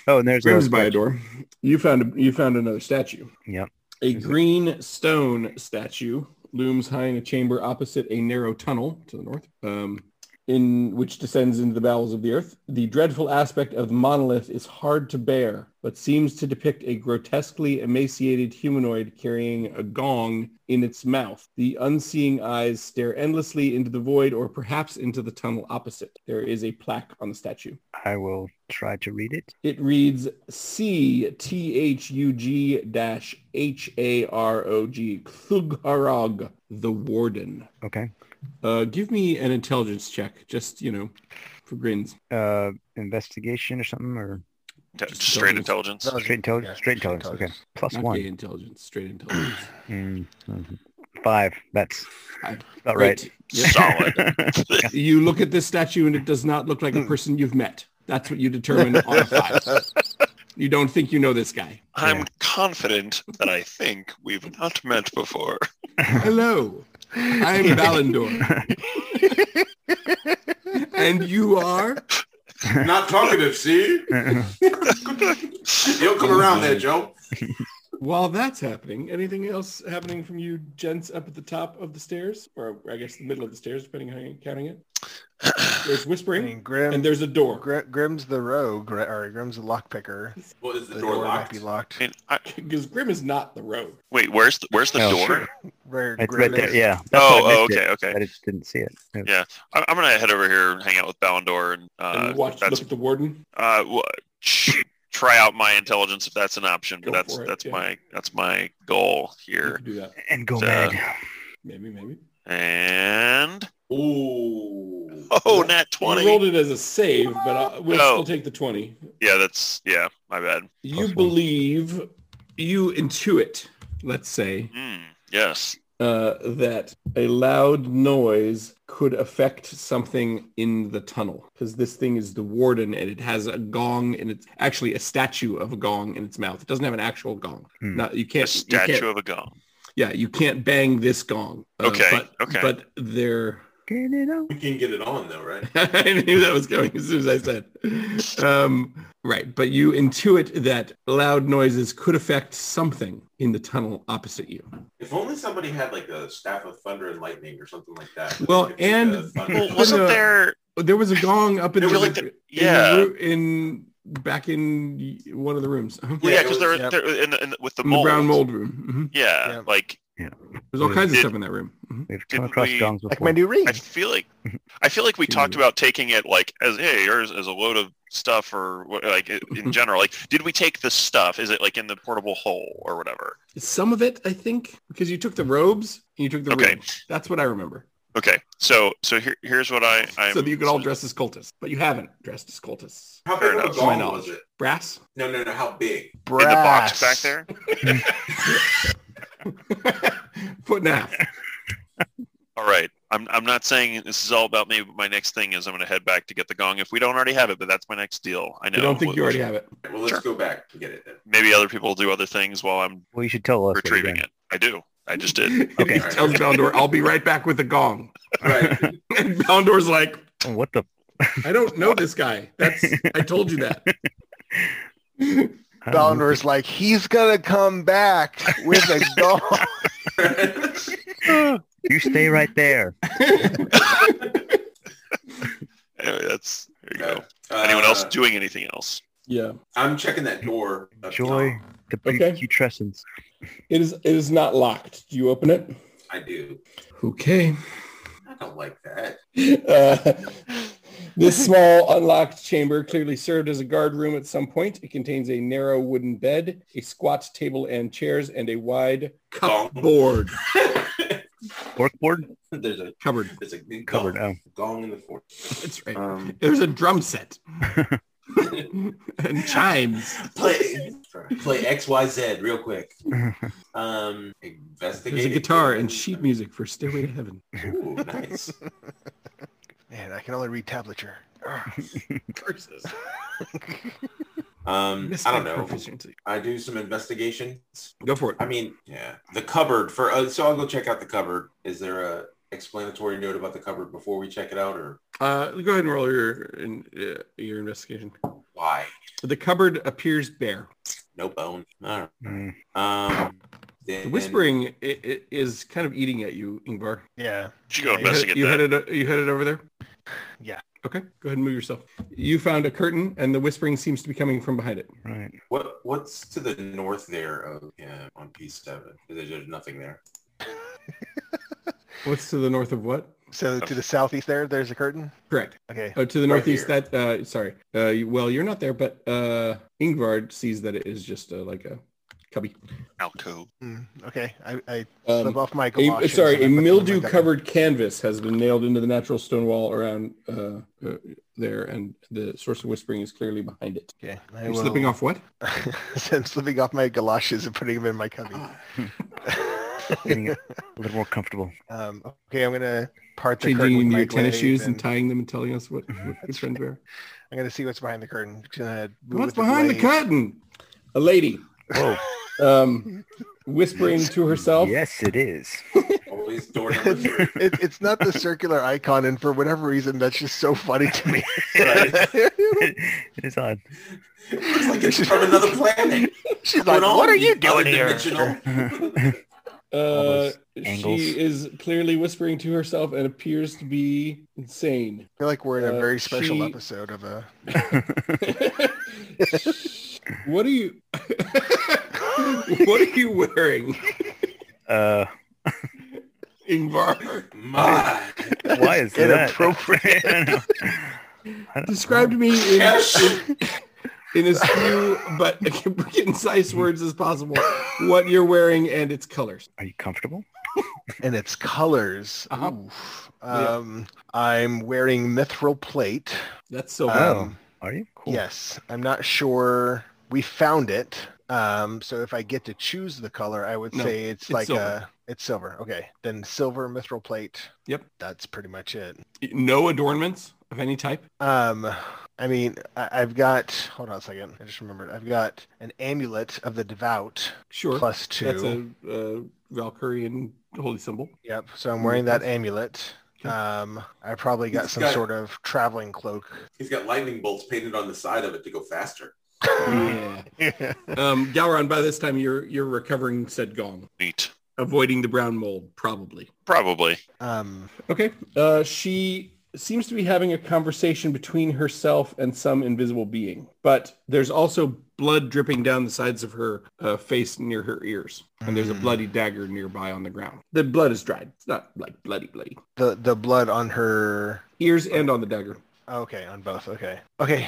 S4: Oh, and there's
S2: Grim's
S4: a
S2: by a door. You found a, you found another statue.
S4: Yep.
S2: A green stone statue looms high in a chamber opposite a narrow tunnel to the north, um, in which descends into the bowels of the earth. The dreadful aspect of the monolith is hard to bear, but seems to depict a grotesquely emaciated humanoid carrying a gong in its mouth. The unseeing eyes stare endlessly into the void or perhaps into the tunnel opposite. There is a plaque on the statue.
S4: I will try to read it.
S2: It reads C T H U G dash H A R O G Klugharog, the warden.
S4: Okay.
S2: Uh, give me an intelligence check, just you know, for grins.
S4: Uh, investigation or something, or
S3: T-
S2: Just
S3: straight
S2: intelligence.
S3: intelligence.
S4: straight intelligence. straight intelligence. Okay. Plus
S2: Not
S4: one.
S2: gay intelligence, straight intelligence.
S4: Mm, mhm. Five. That's
S2: Five.
S4: all right.
S2: Yep.
S3: Solid.
S2: you look at this statue and it does not look like a person you've met. That's what you determine on a five. You don't think you know this guy.
S3: I'm
S4: Yeah.
S3: confident that I think we've not met before.
S2: Hello, I'm Balindor. and you are?
S5: Not talkative, see? You'll come around there, Joe.
S2: While that's happening, anything else happening from you gents up at the top of the stairs, or I guess the middle of the stairs, depending on how you're counting it? There's
S1: I
S2: whispering,
S1: mean, Grim,
S2: and there's a door.
S1: Gr- Grim's the rogue, right? or Grim's the lockpicker.
S5: What is the,
S1: The
S5: door,
S1: door might
S5: locked?
S1: be locked.
S3: I mean, I,
S2: Because Grim is not the rogue.
S3: wait, where's the, where's the
S4: Oh,
S3: door?
S4: sure.
S1: Where
S4: It's right
S1: Grim
S4: there.
S1: is.
S4: Yeah. That's
S3: Oh,
S4: why I
S3: oh,
S4: missed
S3: okay,
S4: it.
S3: okay.
S4: I just didn't see it. Yeah.
S3: I, I'm gonna head over here and hang out with Ballandor and,
S2: And
S3: uh,
S2: you watch,
S3: that's
S2: look at the warden.
S3: uh, wha- sh- try out my intelligence if that's an option.
S2: Go
S3: But that's
S2: for it,
S3: that's
S2: yeah.
S3: my that's my goal
S2: You
S3: here.
S2: can do that.
S4: And go
S3: Uh,
S4: mad.
S2: Maybe, maybe.
S3: And
S5: Ooh.
S3: oh, nat
S2: You rolled
S3: twenty.
S2: it as a save, but I, we'll
S3: Oh.
S2: still take the 20.
S3: Yeah, that's yeah. My bad.
S2: You
S4: Plus one.
S2: believe, you intuit, let's say,
S3: Mm, yes.
S2: uh, that a loud noise could affect something in the tunnel because this thing is the warden and it has a gong and it's actually a statue of a gong in its mouth. It doesn't have an actual gong.
S4: Hmm.
S2: Not you
S3: A
S2: can't. you can't-
S3: statue of a gong.
S2: yeah, you can't bang this gong. Uh,
S3: Okay,
S2: But,
S3: okay.
S2: But they're.
S4: Get it out.
S5: We can get it on though, right?
S2: I knew that was going as soon as I said. Um, right, but you intuit that loud noises could affect something in the tunnel opposite you.
S5: If only somebody had like a staff of thunder and lightning or something like that.
S2: Well,
S5: Like, if
S2: and-
S5: the thunder-
S3: Well, wasn't
S2: no.
S3: there?
S2: there was a gong up in
S3: There
S2: the,
S3: was like the-
S2: in the
S3: Yeah.
S2: roo- in back in one of the rooms.
S3: Well,
S1: Yeah,
S3: yeah,
S1: it
S3: because
S1: was-
S3: they're,
S1: yeah.
S3: they're in, the- in, the- with the
S2: In the
S3: mold.
S2: brown mold room. Mhm.
S3: Yeah,
S1: Yeah.
S3: like
S2: There's all kinds of
S3: Did-
S2: stuff in that room. Mhm.
S4: We've come
S3: Did
S4: across
S3: we-
S4: John's
S1: Like
S4: before.
S1: my new ring.
S3: I feel like I feel like we talked
S2: Mm.
S3: about taking it like as hey, yours is a load of stuff or what- like in general. Like, did we take the stuff? Is it like in the portable hole or whatever?
S2: Some of it, I think, because you took the robes and you took the
S3: Okay.
S2: ring. That's what I remember.
S3: Okay, so so here, here's what I I'm,
S2: so that you could all dress as cultists, but you haven't dressed as cultists.
S5: How
S3: Fair
S5: big of a
S3: enough.
S2: To my
S5: gong
S2: knowledge.
S5: was it?
S2: Brass?
S5: No, no, no. How big?
S3: in the box back
S1: Brass.
S3: there.
S2: Foot and a half.
S3: All right, I'm I'm not saying this is all about me. But my next thing is I'm going to head back to get the gong if we don't already have it. But that's my next deal. I know.
S2: I don't think
S3: What-
S2: you already have it.
S5: Well, let's
S3: Sure.
S5: go back and get it then.
S3: Maybe other people do other things while I'm
S4: Well, you should tell us. what you're
S3: retrieving
S4: doing.
S3: it. I do. I just did.
S2: And he
S4: Okay.
S2: tells Baldur, I'll be right back with the gong.
S5: Right.
S2: And Baldur's like,
S4: Oh, what the?
S2: I don't know this guy. That's I told you that.
S4: I don't know.
S1: Balnor's like, he's gonna come back with a dog.
S4: You stay right there.
S3: Anyway, that's there you go.
S5: Uh,
S3: Anyone else doing anything else?
S2: Yeah.
S5: I'm checking that door. up
S4: Enjoy
S5: top.
S4: the
S2: Okay.
S4: putrescence.
S2: It is it is not locked. Do you open it?
S5: I do.
S2: Okay.
S5: I don't like that.
S2: Uh, this small unlocked chamber clearly served as a guard room at some point. It contains a narrow wooden bed, a squat table and chairs, and a wide board
S4: Forkboard?
S5: there's a
S2: cupboard.
S5: there's a big
S4: Covered.
S5: gong,
S4: Oh.
S5: gong in the floor.
S2: That's right.
S5: Um,
S2: There's a drum set and chimes.
S5: play play X Y Z real quick. Um, investigate.
S2: There's a
S5: it.
S2: guitar and sheet music for Stairway to Heaven.
S5: Ooh, nice.
S1: Man, I can only read tablature. Ugh.
S2: Curses.
S5: Um, I don't know.
S2: Proficiency.
S5: I do some investigations.
S2: Go for it.
S5: I mean, yeah, the cupboard for. Uh, so I'll go check out the cupboard. Is there a explanatory note about the cupboard before we check it out, or
S2: Uh, go ahead and roll your in, uh, your investigation.
S5: why?
S2: The cupboard appears bare.
S5: No bone. All
S4: Mm.
S5: right. Um, then,
S2: The whispering i i- is kind of eating at you, Ingvar.
S1: yeah.
S3: You go
S1: Yeah,
S2: You,
S3: investigate
S2: head, you
S3: that.
S2: headed o- you headed over there.
S1: Yeah.
S2: Okay. Go ahead and move yourself. You found a curtain, and the whispering seems to be coming from behind it.
S4: Right.
S5: What what's to the north there of him on P seven? There's there's nothing there.
S2: What's to the north of what?
S1: So to the southeast there, there's a curtain.
S2: Correct.
S1: Okay.
S2: Oh, to the
S5: Right
S2: northeast.
S5: here.
S2: That. Uh, sorry. Uh, you- well, you're not there, but uh, Ingvard sees that it is just uh, like a cubby.
S3: Alcove.
S1: Mm, okay. I, I
S2: Um,
S1: slip off my
S2: A,
S1: galoshes
S2: sorry,
S1: and
S2: a
S1: I put them in my
S2: mildew
S1: gut.
S2: covered canvas has been nailed into the natural stone wall around uh, uh, there, and the source of whispering is clearly behind it.
S1: Okay. I
S2: You're slipping off what?
S1: I'm slipping off my galoshes and putting them in my cubby.
S4: Getting a little more comfortable.
S1: um, okay, I'm gonna part the curtain with
S2: Changing
S1: my
S2: your tennis
S1: glaive
S2: shoes and
S1: and
S2: tying them and telling us what, what your friends were.
S1: I'm gonna see what's behind the curtain. Gonna move
S2: What's
S1: with the
S2: behind the
S1: glaive.
S2: curtain? A lady
S4: Whoa.
S2: um, whispering to herself.
S4: Yes, it is.
S5: Always door number three.
S1: It, it's not the circular icon, and for whatever reason, that's just so funny to me.
S5: Right.
S4: it is odd.
S5: Looks like it's from another planet.
S1: She's like, "What are you doing here?"
S5: Dimensional.
S2: Uh,
S4: those angles.
S2: she is clearly whispering to herself and appears to be insane.
S1: I feel like we're in a
S2: Uh,
S1: very special
S2: she-
S1: episode of a.
S2: what are you? what are you wearing,
S4: Uh,
S2: Ingvar?
S1: Ah.
S5: My
S4: why is that?
S1: Inappropriate.
S4: I know. I don't
S2: Describe to me in,
S5: Yes.
S2: in, in as few but concise words as possible what you're wearing and its colors.
S4: Are you comfortable?
S1: and its colors.
S2: Uh-huh.
S1: Oof.
S2: Yeah.
S1: Um, I'm wearing mithril plate.
S2: That's so.
S4: Uh,
S1: Um,
S4: Are you? Cool.
S1: Yes, I'm not sure. We found it. Um, so if I get to choose the color, I would
S2: No,
S1: say it's,
S2: it's
S1: like
S2: silver.
S1: a it's silver. Okay, then silver mithril plate.
S2: Yep.
S1: That's pretty much it.
S2: no adornments of any type.
S1: Um, I mean, I, I've got. Hold on a second. I just remembered. I've got an amulet of the devout
S2: Sure,
S1: plus two.
S2: that's a uh, Valkyrian holy symbol.
S1: Yep. So I'm wearing that
S2: Okay.
S1: amulet.
S2: Okay.
S1: Um, I probably got
S5: He's
S1: some
S5: got-
S1: sort of traveling cloak.
S5: He's got lightning bolts painted on the side of it to go faster.
S2: Yeah. um, Galron, by this time you're you're recovering said gong,
S3: Neat.
S2: avoiding the brown mold probably.
S3: Probably.
S1: um,
S2: Okay. Uh, she seems to be having a conversation between herself and some invisible being, but there's also blood dripping down the sides of her uh, face near her ears, and there's a
S1: Mm.
S2: bloody dagger nearby on the ground. The blood is dried. It's not like bloody bloody.
S1: The the blood on her.
S2: Ears and on the dagger.
S1: Okay, on both. Okay, okay.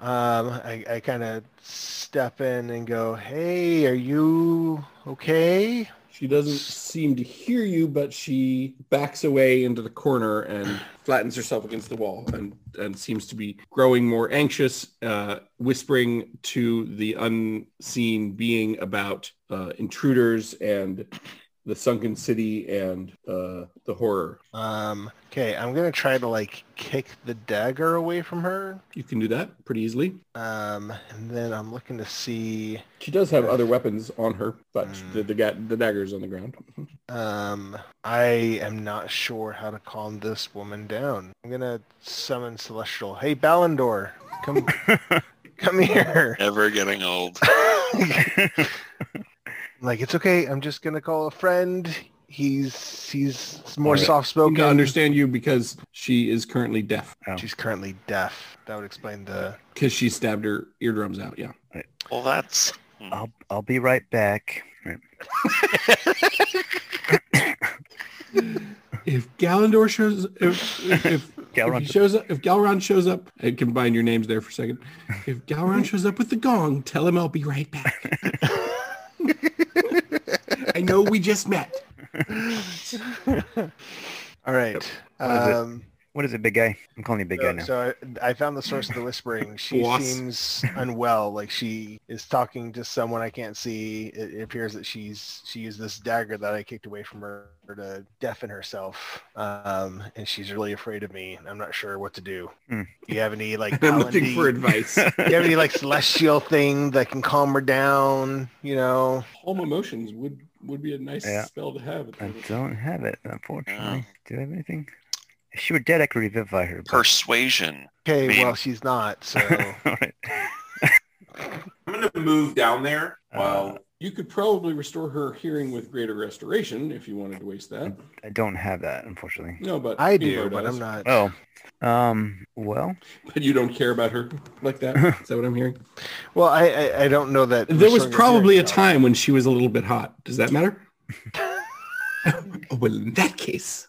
S1: Um, I I kind of step in and go, "Hey, are you okay?"
S2: She doesn't seem to hear you, but she backs away into the corner and flattens herself against the wall and, and seems to be growing more anxious, uh, whispering to the unseen being about uh, intruders and the sunken city and uh, the horror.
S1: Um, okay, I'm gonna try to like kick the dagger away from her.
S2: You can do that pretty easily.
S1: Um, and then I'm looking to see.
S2: She does have other weapons on her, but
S1: Mm.
S2: the, the, ga- the dagger is on the ground.
S1: Um, I am not sure how to calm this woman down. I'm gonna summon Celestial. Hey, Balindor, come, come here.
S3: Ever getting old.
S1: like it's okay. I'm just gonna call a friend. He's he's more
S2: Alright.
S1: soft
S2: Okay.
S1: spoken.
S2: I understand you because she is currently deaf
S1: She's currently deaf. That would explain the.
S2: because she stabbed her eardrums out. Yeah.
S3: Well, that's
S4: I'll I'll be right back. Right.
S2: if Gallandor shows if if, if he
S4: Galron,
S2: shows up if Galron shows up and combine your names there for a second. If Galron shows up with the gong, tell him I'll be right back. I know we just met.
S1: All right.
S4: What is it?
S1: Um,
S4: what is it, big guy? I'm calling you big guy
S1: so,
S4: now.
S1: so I, I found the source of the whispering. She
S2: Boss.
S1: seems unwell. Like she is talking to someone I can't see. It, it appears that she's she used this dagger that I kicked away from her to deafen herself. Um, and she's really afraid of me. I'm not sure what to do.
S4: Hmm.
S1: Do you have any like
S2: I'm looking
S1: paladin-
S2: for advice.
S1: Do you have any like celestial thing that can calm her down? You know,
S2: Calm emotions would would be a nice
S4: Yeah. uh,
S2: spell to have.
S4: I don't have it, unfortunately. Do I have anything? If she were dead, I could revivify Oh. her. but-
S3: persuasion.
S1: okay,
S3: Mean.
S1: well she's not. So
S4: All right.
S5: I'm going to move down there
S1: Uh,
S5: while
S2: You could probably restore her hearing with greater restoration if you wanted to waste that.
S4: I don't have that, unfortunately.
S2: No, but
S1: I
S2: Evo
S1: do, but
S2: does.
S1: I'm not.
S4: Oh, um, well,
S2: But you don't care about her like that. Is that what I'm hearing?
S1: Well, I I, I don't know that
S2: There was
S1: restoring her
S2: probably a
S1: hearing
S2: time when she was a little bit hot. Does that matter? well, in that case,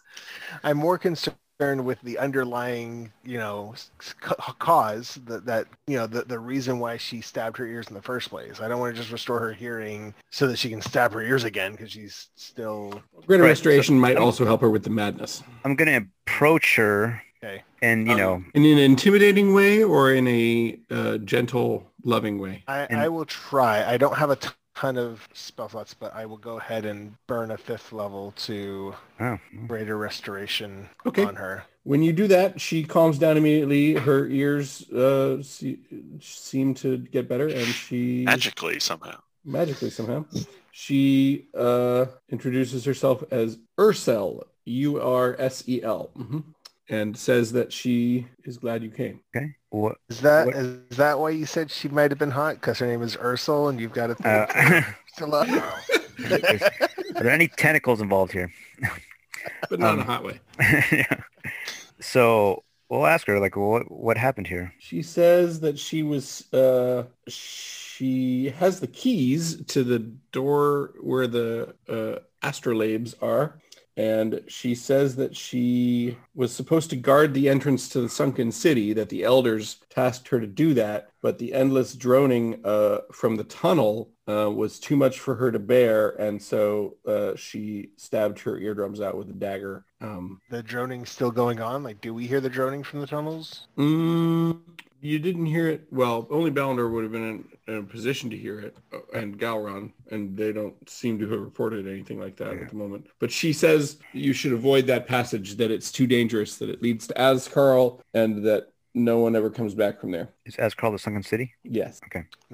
S1: I'm more concerned with the underlying, you know, s- s- ca- cause that, that you know, the, the reason why she stabbed her ears in the first place. I don't want to just restore her hearing so that she can stab her ears again because she's still
S2: greater
S4: Right,
S2: restoration might also help her with the madness
S4: I'm gonna approach her,
S1: Okay.
S4: and you
S5: Um,
S4: know,
S2: in an intimidating way or in a uh, gentle, loving way.
S1: I,
S4: And-
S1: I will try. I don't have a t- ton of spell slots, but I will go ahead and burn a fifth level to
S4: oh,
S1: greater restoration
S2: Okay.
S1: on her.
S2: When you do that, she calms down immediately. Her ears uh, se- seem to get better, and she
S3: Magically, somehow.
S2: magically somehow. She uh, introduces herself as Ursel, U R S E L, mhm, and says that she is glad you came.
S4: okay. What?
S1: Is that
S4: What-
S1: is that why you said she might have been hot? Because her name is Ursel, and you've got to think.
S4: Uh,
S1: Ursula?
S4: is- are there any tentacles involved here?
S2: but not in a
S4: Um,
S2: hot way.
S4: yeah. So we'll ask her, like, what what happened here?
S2: She says that she was uh she has the keys to the door where the uh astrolabes are and she says that she was supposed to guard the entrance to the sunken city that the elders tasked her to do that but the endless droning uh from the tunnel uh, was too much for her to bear and so uh, she stabbed her eardrums out with a dagger um
S1: the droning's still going on. Like, do we hear the droning from the tunnels?
S2: Mm, you didn't hear it. Well, only Ballinder would have been in, in a position to hear it, uh, and Galron, and they don't seem to have reported anything like that
S4: Yeah.
S2: at the moment. But she says you should avoid that passage; that it's too dangerous, that it leads to Azkarl, and that no one ever comes back from there.
S4: Is Ascarl the sunken city?
S2: Yes.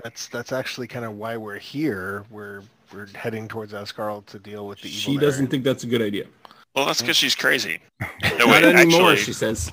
S1: That's that's actually kind of why we're here. We're we're heading towards Ascarl to deal with the evil.
S2: She
S1: there.
S2: doesn't think that's a good idea.
S3: Well, that's because she's crazy. No,
S2: Not
S3: wait,
S2: anymore,
S3: actually,
S2: she says.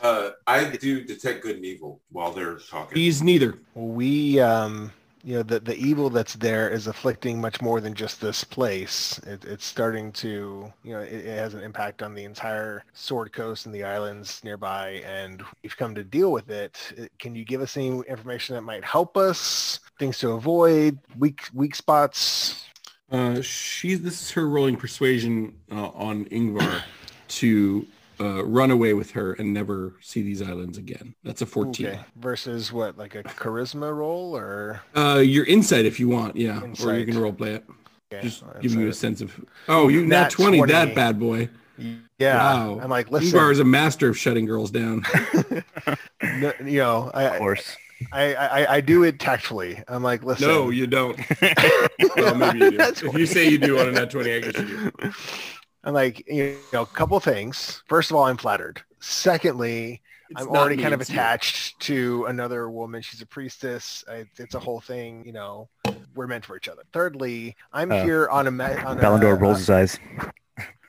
S5: uh, I do detect good and evil while they're talking.
S2: He's neither.
S1: We um you know the the evil that's there is afflicting much more than just this place. It, it's starting to you know it, it has an impact on the entire Sword Coast and the islands nearby, and we've come to deal with it. It- Can you give us any information that might help us? Things to avoid, weak weak spots.
S2: Uh, she's this is her rolling persuasion uh, on Ingvar to uh, run away with her and never see these islands again. That's a fourteen.
S1: Okay. Versus what, like a charisma roll or
S2: Uh, your insight if you want, yeah, or you
S1: Insight.
S2: can roleplay it.
S1: okay,
S2: Just
S1: well,
S2: giving you a
S1: that's
S2: sense of oh, you nat
S1: Nat
S2: twenty,
S1: 20.
S2: that bad boy.
S1: it. Yeah.
S2: Wow.
S1: I'm like,
S2: Ingvar
S1: listen,
S2: is a master of shutting girls down.
S1: no, you know, I,
S4: Of course.
S1: I, I, I do it tactfully. I'm like, listen.
S2: no, you don't. Well, maybe you do.
S1: That's
S2: if you say you do on a nat twenty, I guess you do.
S1: I'm like, you know, a couple things. First of all, I'm flattered. Secondly,
S2: It's
S1: I'm
S2: not
S1: already
S2: me,
S1: kind of
S2: it's you.
S1: attached to another woman. She's a priestess. I, it's a whole thing. You know, we're meant for each other. Thirdly, I'm
S4: Uh,
S1: here on a, ma- on a
S4: Balindor rolls his eyes.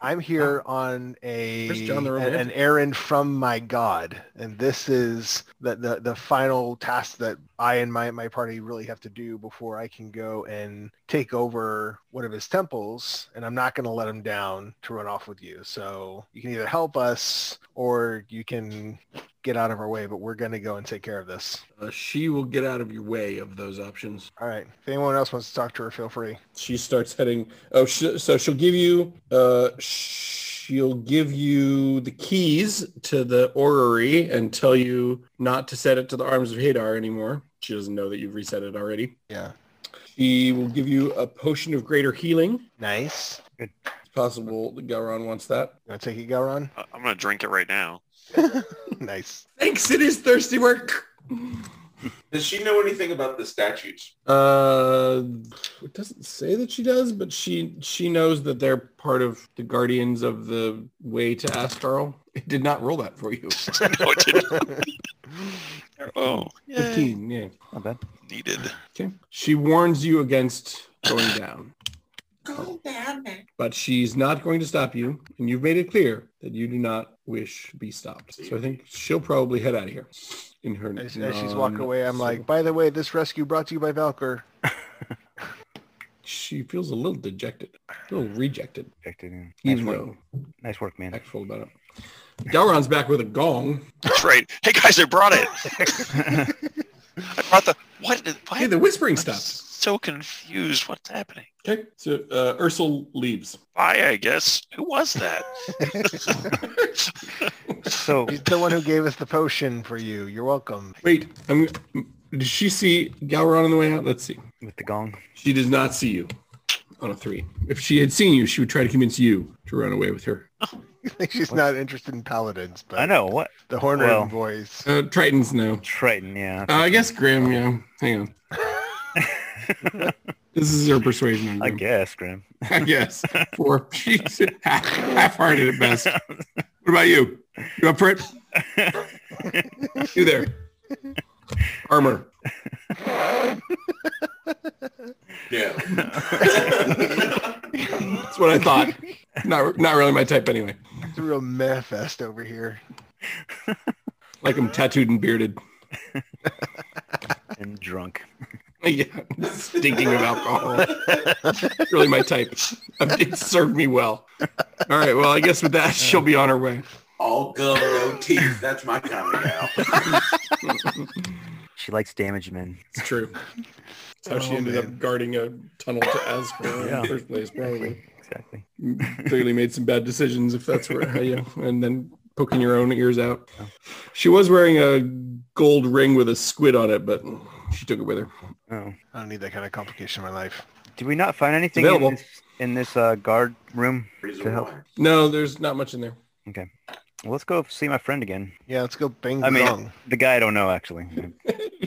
S1: I'm here on a
S2: Where's John
S1: an,
S2: the Romantic?
S1: an errand from my god, and this is the, the the final task that I and my my party really have to do before I can go and take over one of his temples. And I'm not going to let him down to run off with you. So you can either help us or you can get out of our way. But we're going to go and take care of this.
S2: Uh, she will get out of your way of those options.
S1: All right. If anyone else wants to talk to her, feel free.
S2: she starts heading oh sh- so she'll give you uh she'll give you the keys to the orrery and tell you not to set it to the arms of hadar anymore she doesn't know that you've reset it already
S1: Yeah.
S2: she will give you a potion of greater healing
S1: Nice.
S2: it's possible that Gowron wants that
S1: You want to take it, Gowron?
S3: I- I'm gonna drink it right now.
S1: nice.
S2: thanks it is thirsty work
S5: Does she know anything about the statues?
S2: uh it doesn't say that she does but she she knows that they're part of the guardians of the way to astarl it did not roll that for you
S3: no, it didn't. Oh, yay.
S2: 15, yeah.
S4: Not bad.
S3: needed.
S2: Okay. She warns you against going down,
S5: Go down there.
S2: but she's not going to stop you, and you've made it clear that you do not wish to be stopped. So I think she'll probably head out of here in her um,
S1: As, as she's walking away, I'm
S2: non-
S1: like, by the way, this rescue brought to you by Valkyr.
S2: she feels a little dejected, a little rejected,
S4: Rejected, yeah. Nice
S2: even
S4: work.
S2: though
S4: Nice work, man.
S2: tactful about it. Galron's back with a gong.
S3: That's right. Hey guys, I brought it. I brought the what? did- Why
S2: Hey, the whispering
S3: I'm
S2: stops.
S3: So confused. What's happening?
S2: Okay, so uh, Ursel leaves.
S3: Bye, I guess. Who was that?
S4: So
S1: He's the one who gave us the potion for you. You're welcome.
S2: Wait, I'm. Did she see Galron on the way out? Let's see.
S4: with the gong,
S2: She does not see you on a three. If she had seen you, she would try to convince you to run away with her.
S1: She's not interested in paladins, but
S4: I know what
S1: the horn
S4: Well.
S1: ring voice.
S2: Uh, Tritons, no.
S4: Triton. Yeah,
S2: Uh, I guess Grim, yeah. Hang on. This is her persuasion. on
S4: I
S2: Grim.
S4: guess, Grim.
S2: I guess. Four. She's half, half-hearted at best. What about you? You up for it? You there? Armor.
S5: Yeah.
S2: That's what I thought. Not, not really my type anyway.
S1: It's a real manifest over here.
S2: Like I'm tattooed and bearded.
S4: and drunk.
S2: Yeah, stinking of alcohol. It's really my type. It served me well. All right. Well, I guess with that, she'll be on her way.
S5: All gum, no teeth. That's my comment now.
S4: She likes damaged men.
S2: It's true. That's how she
S1: Oh,
S2: ended
S1: man.
S2: up guarding a tunnel to Asgard in
S4: Yeah.
S2: the first place, probably.
S4: Exactly.
S2: Clearly made some bad decisions if that's where, how you, and then poking your own ears out. She was wearing a gold ring with a squid on it, but she took it with her.
S4: Oh,
S1: I don't need that kind of complication in my life.
S4: did we not find anything
S2: available.
S4: in this, in this uh, guard room?
S5: Reason
S4: To help.
S5: why.
S2: No, there's not much in there.
S4: Well, let's go see my friend again.
S1: Yeah, let's go bing
S4: I mean-
S1: bong.
S4: The guy I don't know actually.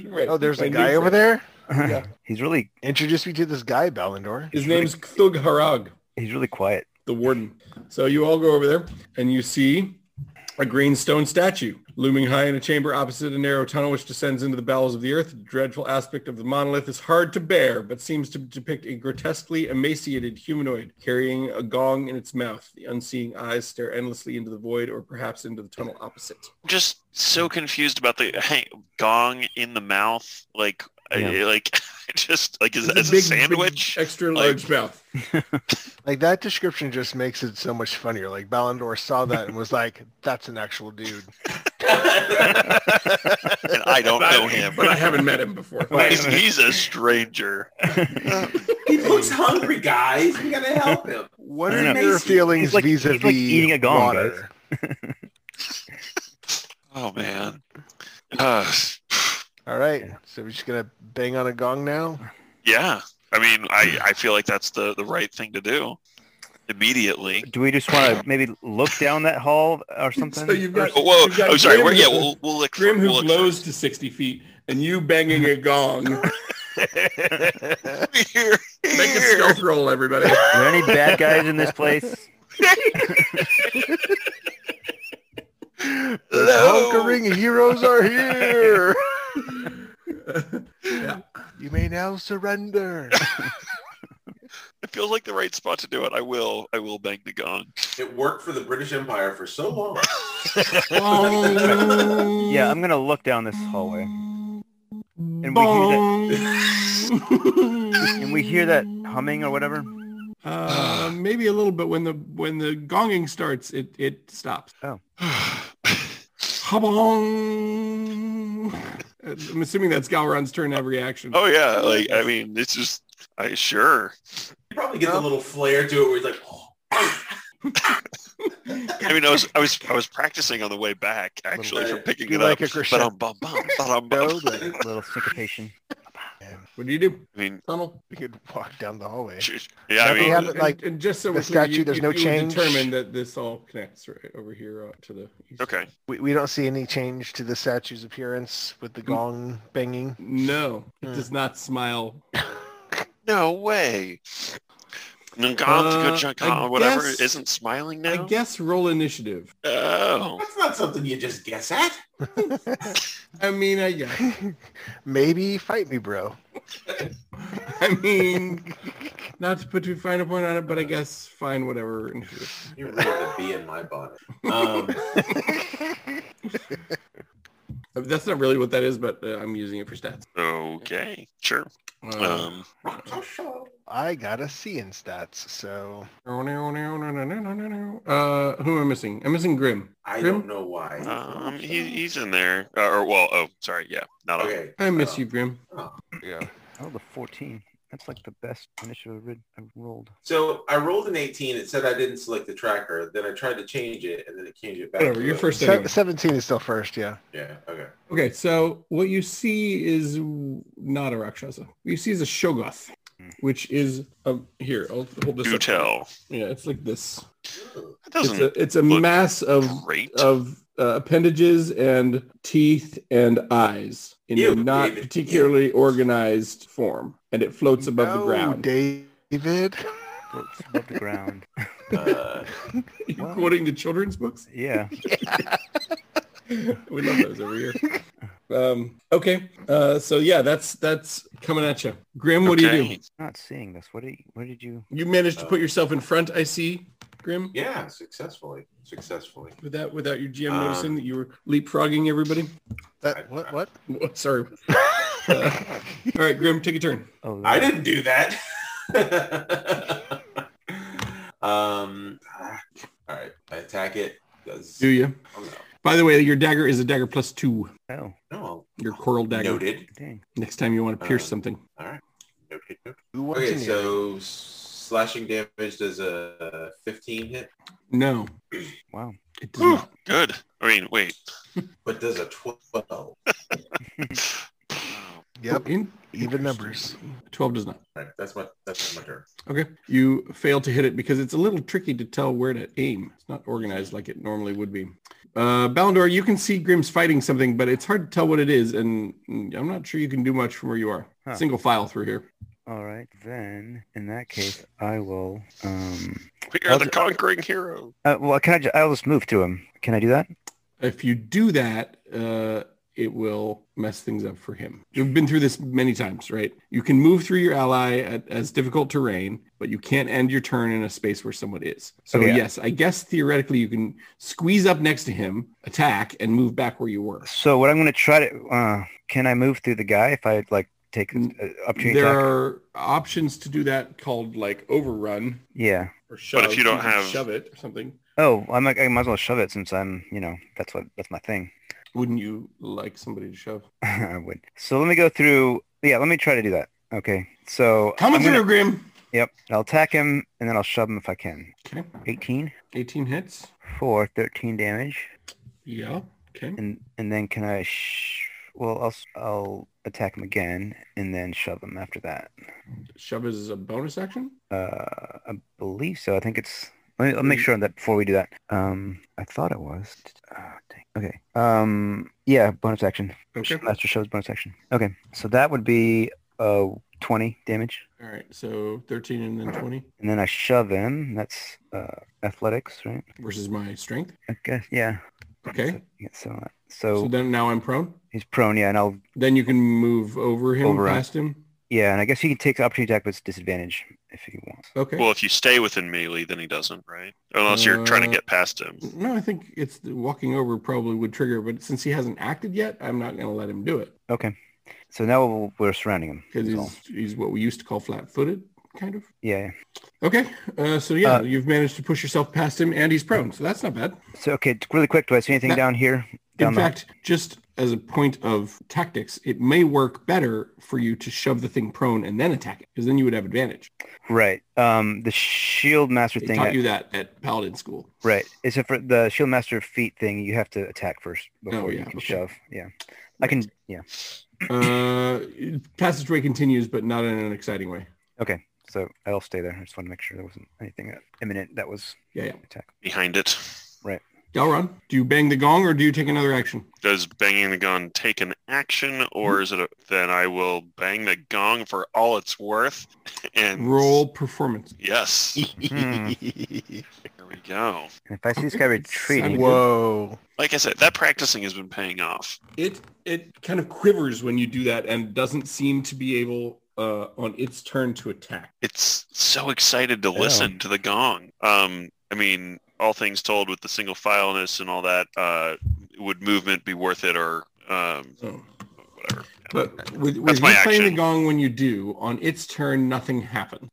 S2: Right.
S1: Oh, there's
S2: My
S1: a
S2: new
S1: guy over
S2: friend.
S1: there?
S2: Yeah.
S4: he's really
S1: Introduce me to this guy, Balindor.
S2: His name's Thug Harag.
S4: he's really quiet.
S2: the warden. So you all go over there and you see a green stone statue looming high in a chamber opposite a narrow tunnel which descends into the bowels of the earth. The dreadful aspect of the monolith is hard to bear, but seems to depict a grotesquely emaciated humanoid carrying a gong in its mouth. The unseeing eyes stare endlessly into the void or perhaps into the tunnel opposite.
S3: Just so confused about the hey, gong in the mouth. Like I, like, I just like is
S2: It's
S3: that a, sandwich?
S2: extra
S3: Like-
S2: large mouth.
S1: Like that description just makes it so much funnier. Like Ballandor saw that and was like, "That's an actual dude."
S3: and I don't
S2: But I-
S3: know him.
S2: but I haven't met him before.
S5: Right.
S3: He's, he's a stranger.
S5: he looks hungry, guys. We gotta help him.
S1: What
S4: I
S1: are
S4: know.
S1: your
S5: He's-
S1: feelings
S4: he's like- he's
S1: vis-a-vis
S4: like eating a gong,
S1: water?
S4: guys.
S3: Oh man. Uh,
S1: All right, so we're just gonna bang on a gong now.
S3: yeah. I mean, I, I feel like that's the, the right thing to do immediately.
S4: Do we just want to maybe look down that hall or something?
S2: So you've got-
S3: Oh, whoa.
S2: We've got
S3: I'm sorry.
S2: Grim
S3: We're, yeah,
S2: who-
S3: we'll, we'll look for-
S2: Grim who
S3: we'll look for-
S2: blows to 60 feet and you banging a gong.
S3: Here,
S2: Make a
S3: here.
S2: stealth roll, everybody.
S4: Are there any bad guys in this place?
S1: The
S3: Hello.
S1: conquering heroes are here.
S2: yeah.
S1: you may now surrender.
S3: It feels like the right spot to do it. I will. I will bang the gong.
S5: It worked for the British Empire for so long.
S4: Yeah, I'm gonna look down this hallway, and we hear that, and we hear that humming or whatever.
S2: Uh, maybe a little bit when the when the gonging starts, it it stops.
S4: Oh.
S2: Habong. Uh, I'm assuming that's Galron's turn to have reaction.
S3: Oh yeah. Like I mean, it's just. I sure.
S5: He probably gets a little flair to it where he's like, oh,
S3: I mean, I was I was I was practicing on the way back actually for picking
S1: Do
S3: it
S1: like a
S3: up.
S1: crescendo.
S3: But um, bum bum ba-dum,
S1: No,
S3: bum.
S1: but
S4: Little syncopation.
S2: What do you do?
S3: I mean,
S2: Tunnel.
S1: we could walk down the hallway.
S3: sh- yeah. I
S1: Nothing
S3: mean,
S1: happened.
S2: And-
S1: like,
S2: and just so
S1: the
S2: we're clear,
S1: statue, there's no
S2: would
S1: change?
S2: Determine that this all connects right over here uh, to the east.
S3: okay.
S1: We, we don't see any change to the statue's appearance with
S2: Mm.
S1: the gong banging.
S2: No, it
S1: Hmm.
S2: does not smile.
S3: No way.
S2: Uh,
S3: Ngant, good
S2: I
S3: whatever,
S2: guess-
S3: isn't smiling
S2: I
S3: now.
S2: guess roll initiative.
S3: Oh,
S5: that's not something you just guess at.
S2: I mean, I guess.
S1: Maybe fight me, bro.
S2: I mean, not to put too fine a point on it, but I guess fine, whatever. initiative.
S5: You're really the bee in my bonnet. Um,
S2: That's not really what that is, but uh, I'm using it for stats.
S3: okay, sure.
S2: Uh,
S3: Um,
S1: I got a C in stats, so
S2: uh, who am I missing? I'm missing Grim.
S5: I
S2: Grim,
S5: don't know why.
S3: um, he, he's in there, uh, or well, oh, sorry, yeah, not on.
S5: okay.
S2: I miss
S5: uh,
S2: you, Grim.
S4: I rolled a 14. Oh, That's like the best initiative I've I've rolled.
S5: So I rolled an 18. It said I didn't select the tracker. Then I tried to change it, and then it changed it back.
S2: Whatever.
S5: to
S2: Your
S5: it.
S2: first
S1: Se-
S2: thing.
S1: 17 is still first, yeah.
S5: Yeah. Okay.
S2: Okay, so what you see is not a Rakshasa. What you see is a Shogoth, which is a, here, I'll hold this
S3: Do
S2: up.
S3: tell.
S2: Yeah, it's like this.
S3: That
S2: It's
S3: doesn't
S2: a, it's a
S3: look
S2: mass of
S3: great.
S2: of um, uh, appendages and teeth and eyes in a
S5: Ew,
S2: not
S5: David.
S2: particularly organized form, and it floats above the
S1: No,
S2: ground.
S1: David.
S4: Floats above the ground.
S5: Uh,
S2: You're
S4: Wow.
S2: quoting the children's books?
S4: Yeah.
S2: We love those every year. Um, okay, uh, so yeah, that's that's coming at you, Grim. What do you
S3: Okay.
S2: do?
S4: Not seeing this. What did you, what did you?
S2: You managed to put yourself in front. I see, Grim.
S5: Uh, yeah. Successfully. Successfully.
S2: Without without your GM
S5: Um,
S2: noticing that you were leapfrogging everybody.
S1: That, what? What?
S2: Oh, Sorry. Uh, all right, Grim, take a turn.
S4: Oh,
S5: I
S4: that-
S5: didn't do that. um. ah, All right. I attack it. Does,
S2: Do you?
S5: oh,
S2: By the way, your dagger is a dagger plus two.
S4: Oh,
S5: no. No.
S2: Your coral dagger.
S5: Noted.
S4: dang.
S2: Next time you want to pierce
S5: Um,
S2: something.
S5: All right. Noted. noted.
S1: Who wants
S5: Okay.
S1: in here?
S5: So slashing damage does a 15 hit,
S2: No,
S4: Wow.
S2: it does
S3: Whew,
S2: not.
S3: good. I mean, wait.
S5: but does a 12.
S1: Yep.
S2: Oh, In-
S1: Even numbers.
S2: Twelve does not.
S5: All right, that's my that's my turn.
S2: Okay. You fail to hit it because it's a little tricky to tell where to aim. It's not organized like it normally would be. Uh, Balindor, you can see Grim's fighting something, but it's hard to tell what it is, and mm, I'm not sure you can do much from where you are.
S4: Huh.
S2: Single file through here.
S4: All right. Then, in that case, I will. Um.
S3: We are
S4: I'll
S3: the
S4: ju-
S3: conquering hero.
S4: Uh, well, can I? Ju- I'll just move to him. Can I do that?
S2: If you do that, uh, it will mess things up for him. You've been through this many times, right? You can move through your ally at, as difficult terrain, but you can't end your turn in a space where someone is. So
S4: Okay.
S2: yes, I guess theoretically you can squeeze up next to him, attack, and move back where you were.
S4: So what I'm going to try to. Uh, can I move through the guy if I like take a- a opportunity
S2: There
S4: attack.
S2: are options to do that called like overrun
S4: Yeah.
S2: or shove.
S3: if you don't
S2: can
S3: have-
S2: shove it or something,
S4: Oh, I might, I might as well shove it since I'm, you know, that's what that's my thing.
S2: wouldn't you like somebody to shove?
S4: I would. So let me go through. Yeah, let me try to do that. Okay. So
S2: Coming
S4: I'm gonna-
S2: through, Grim.
S4: Yep. I'll attack him and then I'll shove him if I can.
S2: Okay,
S4: 18
S2: eighteen hits.
S4: for 13 damage,
S2: Yeah. Okay.
S4: and and then can I? Sh- well, I'll s- I'll attack him again and then shove him after that.
S2: Shove is a bonus action.
S4: Uh, I believe so. I think it's. Let me, I'll make sure that before we do that. Um, I thought it was. Oh, dang. Okay. Um, yeah, bonus action.
S2: Okay.
S4: Master shows bonus action. Okay, so that would be uh 20 damage,
S2: All right. So thirteen and then twenty
S4: and then I shove him. That's uh athletics, right?
S2: versus my strength.
S4: I guess. Yeah.
S2: Okay.
S4: Yeah, so uh,
S2: So
S4: so
S2: then now I'm prone.
S4: he's prone. Yeah, and I'll
S2: Then you can move over him,
S4: Over him.
S2: past him.
S4: yeah, and I guess he can take the opportunity attack with disadvantage if he wants.
S2: Okay.
S3: Well, if you stay within melee, then he doesn't, right? Unless you're trying to
S2: Uh,
S3: get past him.
S2: no, I think it's walking over probably would trigger, but since he hasn't acted yet, I'm not going to let him do it
S4: Okay. So now we'll- we're surrounding him.
S2: because
S4: is all.
S2: he's, he's what we used to call flat-footed, kind of.
S4: Yeah.
S2: Okay, uh, so yeah,
S4: Uh,
S2: you've managed to push yourself past him, and he's prone, so that's not bad.
S4: So okay, t- really quick. Do I see anything
S2: That-
S4: down here? Down
S2: In
S4: the-
S2: fact, just as a point of tactics, it may work better for you to shove the thing prone and then attack it, because then you would have advantage.
S4: Right. Um, the shield master
S2: They
S4: thing.
S2: taught
S4: I-
S2: you that at Paladin School.
S4: Right. Except for the shield master feat thing, you have to attack first before
S2: Oh,
S4: you
S2: yeah,
S4: can
S2: okay.
S4: shove. Yeah. I can. Yeah.
S2: Uh, passageway continues, but not in an exciting way.
S4: Okay. So I'll stay there. I just want to make sure there wasn't anything uh, imminent that was
S2: Yeah, yeah.
S4: attack.
S3: behind it.
S2: Dalron, do you bang the gong or do you take another action?
S3: Does banging the gong take an action, or is it a, then I will bang the gong for all it's worth? And
S2: Roll performance.
S3: Yes. Here
S1: Hmm. Whoa.
S3: we go.
S4: And hmm. if I see this guy retreating,
S2: Sounded
S3: Like I said, that practicing has been paying off.
S2: It it kind of quivers when you do that and doesn't seem to be able uh, on its turn to attack.
S3: It's so excited to listen to the gong. Um, I mean, all things told, with the single fileness and all that, uh, would movement be worth it, or um,
S2: So,
S3: whatever?
S2: but with, with
S3: That's
S2: you
S3: my
S2: playing the
S3: action.
S2: gong when you do, on its turn, nothing happened,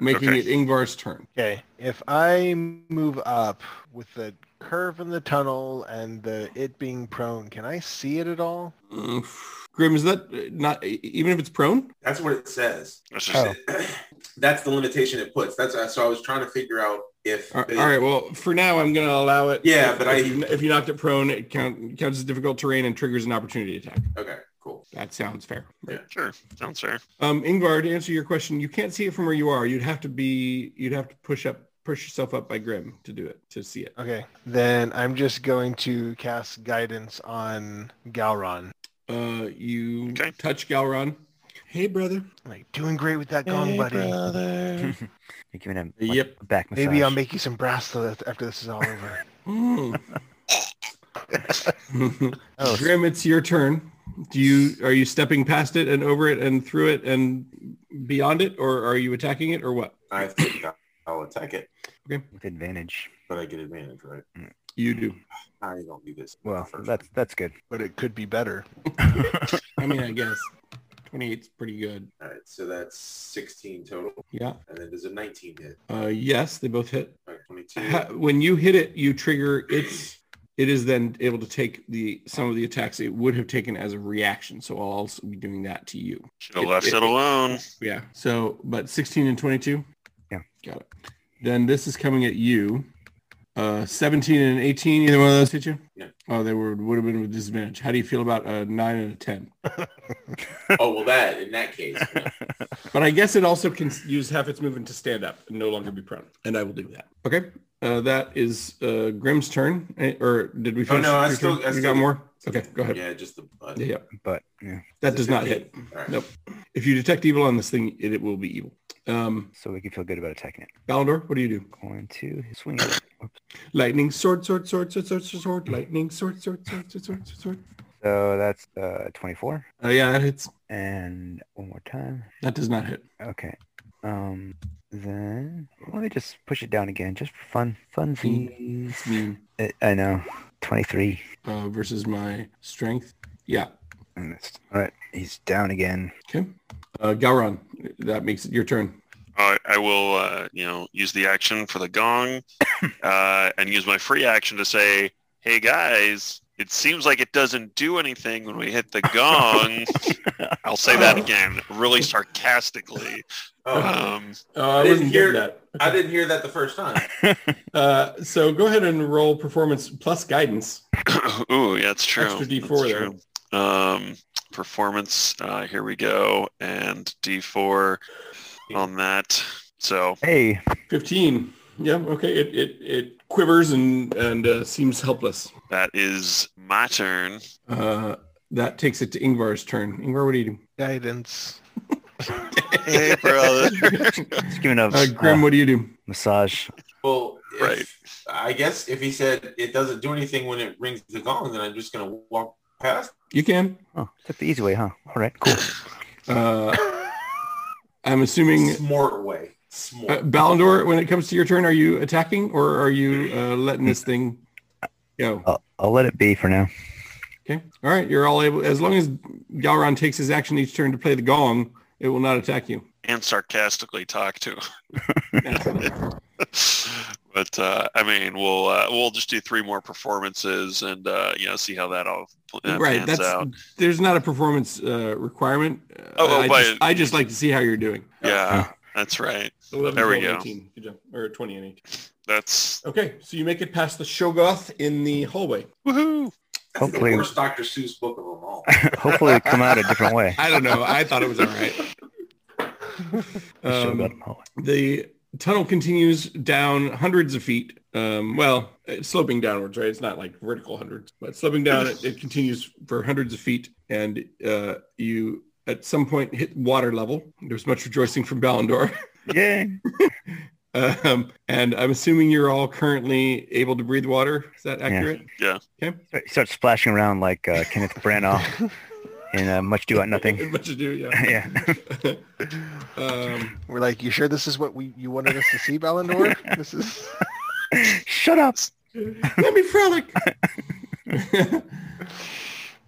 S2: making
S3: Okay.
S2: it Ingvar's turn.
S1: Okay. If I move up with the curve in the tunnel and the it being prone, can I see it at all?
S2: Mm, Grim, is that uh, not e- even if it's prone?
S5: That's what it says.
S3: That's just
S4: Oh.
S5: That's the limitation it puts. That's so I was trying to figure out if.
S2: All all right. Well, for now, I'm going to allow it.
S5: Yeah, but
S2: if
S5: I-
S2: you, if you knocked it prone, it count, counts as difficult terrain and triggers an opportunity attack.
S5: Okay. Cool.
S2: That sounds fair.
S3: sure. Sounds fair.
S2: Um, Ingvar, to answer your question, you can't see it from where you are. You'd have to be, you'd have to push up, push yourself up by Grim to do it, to see it.
S1: Okay. Then I'm just going to cast guidance on Galron.
S2: Uh, you
S3: Okay.
S2: touch Galron. Hey, brother.
S1: I'm like, doing great with that gong, buddy.
S3: brother.
S4: you're giving him like,
S2: Yep.
S4: a back massage.
S1: Maybe I'll make you some bracelets after this is all over.
S2: Mm.
S4: Oh, s-
S2: Grim, it's your turn. Do you, are you stepping past it and over it and through it and beyond it, or are you attacking it or what?
S5: I think I'll attack it,
S4: with advantage.
S5: but I get advantage, right?
S2: You do.
S5: I don't do this.
S4: Well,
S5: First.
S4: that's that's good.
S1: but it could be better.
S2: I mean, I guess 28's pretty good.
S5: All right. So that's 16 total,
S2: Yeah.
S5: and then there's a 19 hit.
S2: Uh, yes, they both hit.
S5: All right, 22.
S2: Ha- when you hit it, you trigger its. It is then able to take the some of the attacks it would have taken as a reaction. So I'll also be doing that to you.
S3: Should have left it alone.
S2: Yeah. So, but 16 and 22.
S4: Yeah.
S2: Got it. Then this is coming at you. Uh, 17 and 18. Either one of those hit you?
S5: No.
S2: Oh, they were would have been with disadvantage. How do you feel about a nine and a 10?
S5: oh well, that in that case. you know.
S2: But I guess it also can use half its movement to stand up and no longer be prone. And I will do that. Okay. Uh, that is uh, Grimm's turn. Eh, Or did we
S5: Oh,
S2: finish?
S5: no, I
S2: your
S5: still-
S2: turn?
S5: I
S2: You
S5: still-
S2: got more? Okay, go ahead. Yeah.
S5: Yeah, just the butt.
S2: yeah.
S4: But yeah,
S2: That does not hit.
S5: All right.
S2: Nope. If you detect evil on this thing, it, it will be evil. Um,
S4: so we can feel good about attacking it.
S2: Balindor, what do you do?
S4: Going to swing. Oops.
S2: Lightning, sword, sword, sword, sword, sword, sword, sword, lightning, sword, sword, sword, sword, sword, sword, sword.
S4: So that's uh 24,
S2: Oh, yeah, that hits.
S4: and one more time.
S2: That does not hit.
S4: Okay. Um. Then let me just push it down again, just for fun.
S2: Hmm.
S4: Funsies.
S2: It's mean
S4: I- I know. 23.
S2: uh, versus my strength. Yeah.
S4: I missed. All right, he's down again.
S2: Okay. Uh, Gowron, that makes it your turn.
S3: I, I will, uh, you know, use the action for the gong, uh, and use my free action to say, "Hey guys, it seems like it doesn't do anything when we hit the gong." I'll say that
S2: Oh.
S3: again, really sarcastically.
S5: Oh,
S3: Um,
S2: Uh, I
S5: Didn't
S2: wasn't
S5: hear-
S2: getting that.
S5: I didn't hear that the first time.
S2: Uh, so go ahead and roll performance plus guidance.
S3: ooh, yeah, it's true.
S2: Extra D4
S3: That's
S2: there.
S3: true. Um, performance. Uh, here we go, and D4 on that. So
S4: Hey,
S2: 15. Yeah, okay. It, it, it quivers and, and uh, seems helpless.
S3: that is my turn.
S2: Uh, that takes it to Ingvar's turn. Ingvar, what do you do?
S1: Guidance.
S3: Hey, brother.
S4: just giving a
S2: Uh, Grim,
S4: uh,
S2: what do you do?
S4: massage.
S5: Well, if,
S3: Right.
S5: I guess if he said it doesn't do anything when it rings the gong, then I'm just gonna walk past.
S2: You can.
S4: Oh, took the easy way, huh? All right, cool.
S2: Uh, I'm assuming
S5: Smart way.
S2: uh,
S5: Smart.
S2: Balindor. When it comes to your turn, are you attacking or are you uh, letting this thing go?
S4: I'll, I'll let it be for now.
S2: Okay. All right. You're all able. As long as Galron takes his action each turn to play the gong, it will not attack you.
S3: and sarcastically talk to him.
S2: That's fine.
S3: but uh, I mean, we'll uh, we'll just do three more performances and uh, you know see how that all pl- uh,
S2: right.
S3: pans
S2: That's
S3: out.
S2: there's not a performance uh, requirement. Uh,
S3: Oh, oh,
S2: I,
S3: but-
S2: just, I just like to see how you're doing.
S3: Yeah, that's right.
S2: 11,
S3: There we 12, go.
S2: 18. Good job. Or 20 and 18.
S3: That's
S2: Okay. So you make it past the Shogoth in the hallway.
S3: woohoo.
S5: That's the
S4: Hopefully-
S5: worst Dr. Seuss book of them all.
S4: Hopefully, it come out a different way.
S2: I don't know. I thought it was all right.
S4: Should've
S2: Um,
S4: gotten all-
S2: the tunnel continues down hundreds of feet. Um, well, it's sloping downwards, right? It's not like vertical hundreds, but sloping down. it, it continues for hundreds of feet, and uh, you at some point hit water level. There's much rejoicing from Balindor.
S4: Yay!
S2: Um, and I'm assuming you're all currently able to breathe water. Is that accurate?
S4: Start- Start splashing around like uh, Kenneth Branagh in uh, Much Do About Nothing.
S2: much ado, yeah.
S4: yeah.
S2: um,
S1: We're like, you sure this is what we you wanted us to see, Balindor? this is
S4: Shut up.
S2: Let me frolic.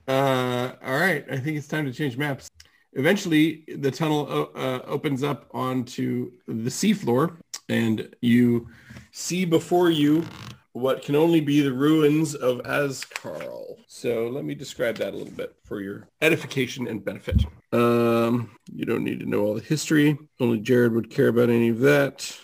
S2: uh, all right, I think it's time to change maps. Eventually, the tunnel o- uh, opens up onto the seafloor, and you see before you what can only be the ruins of Azcarl. So let me describe that a little bit for your edification and benefit. Um, you don't need to know all the history. Only Jared would care about any of that.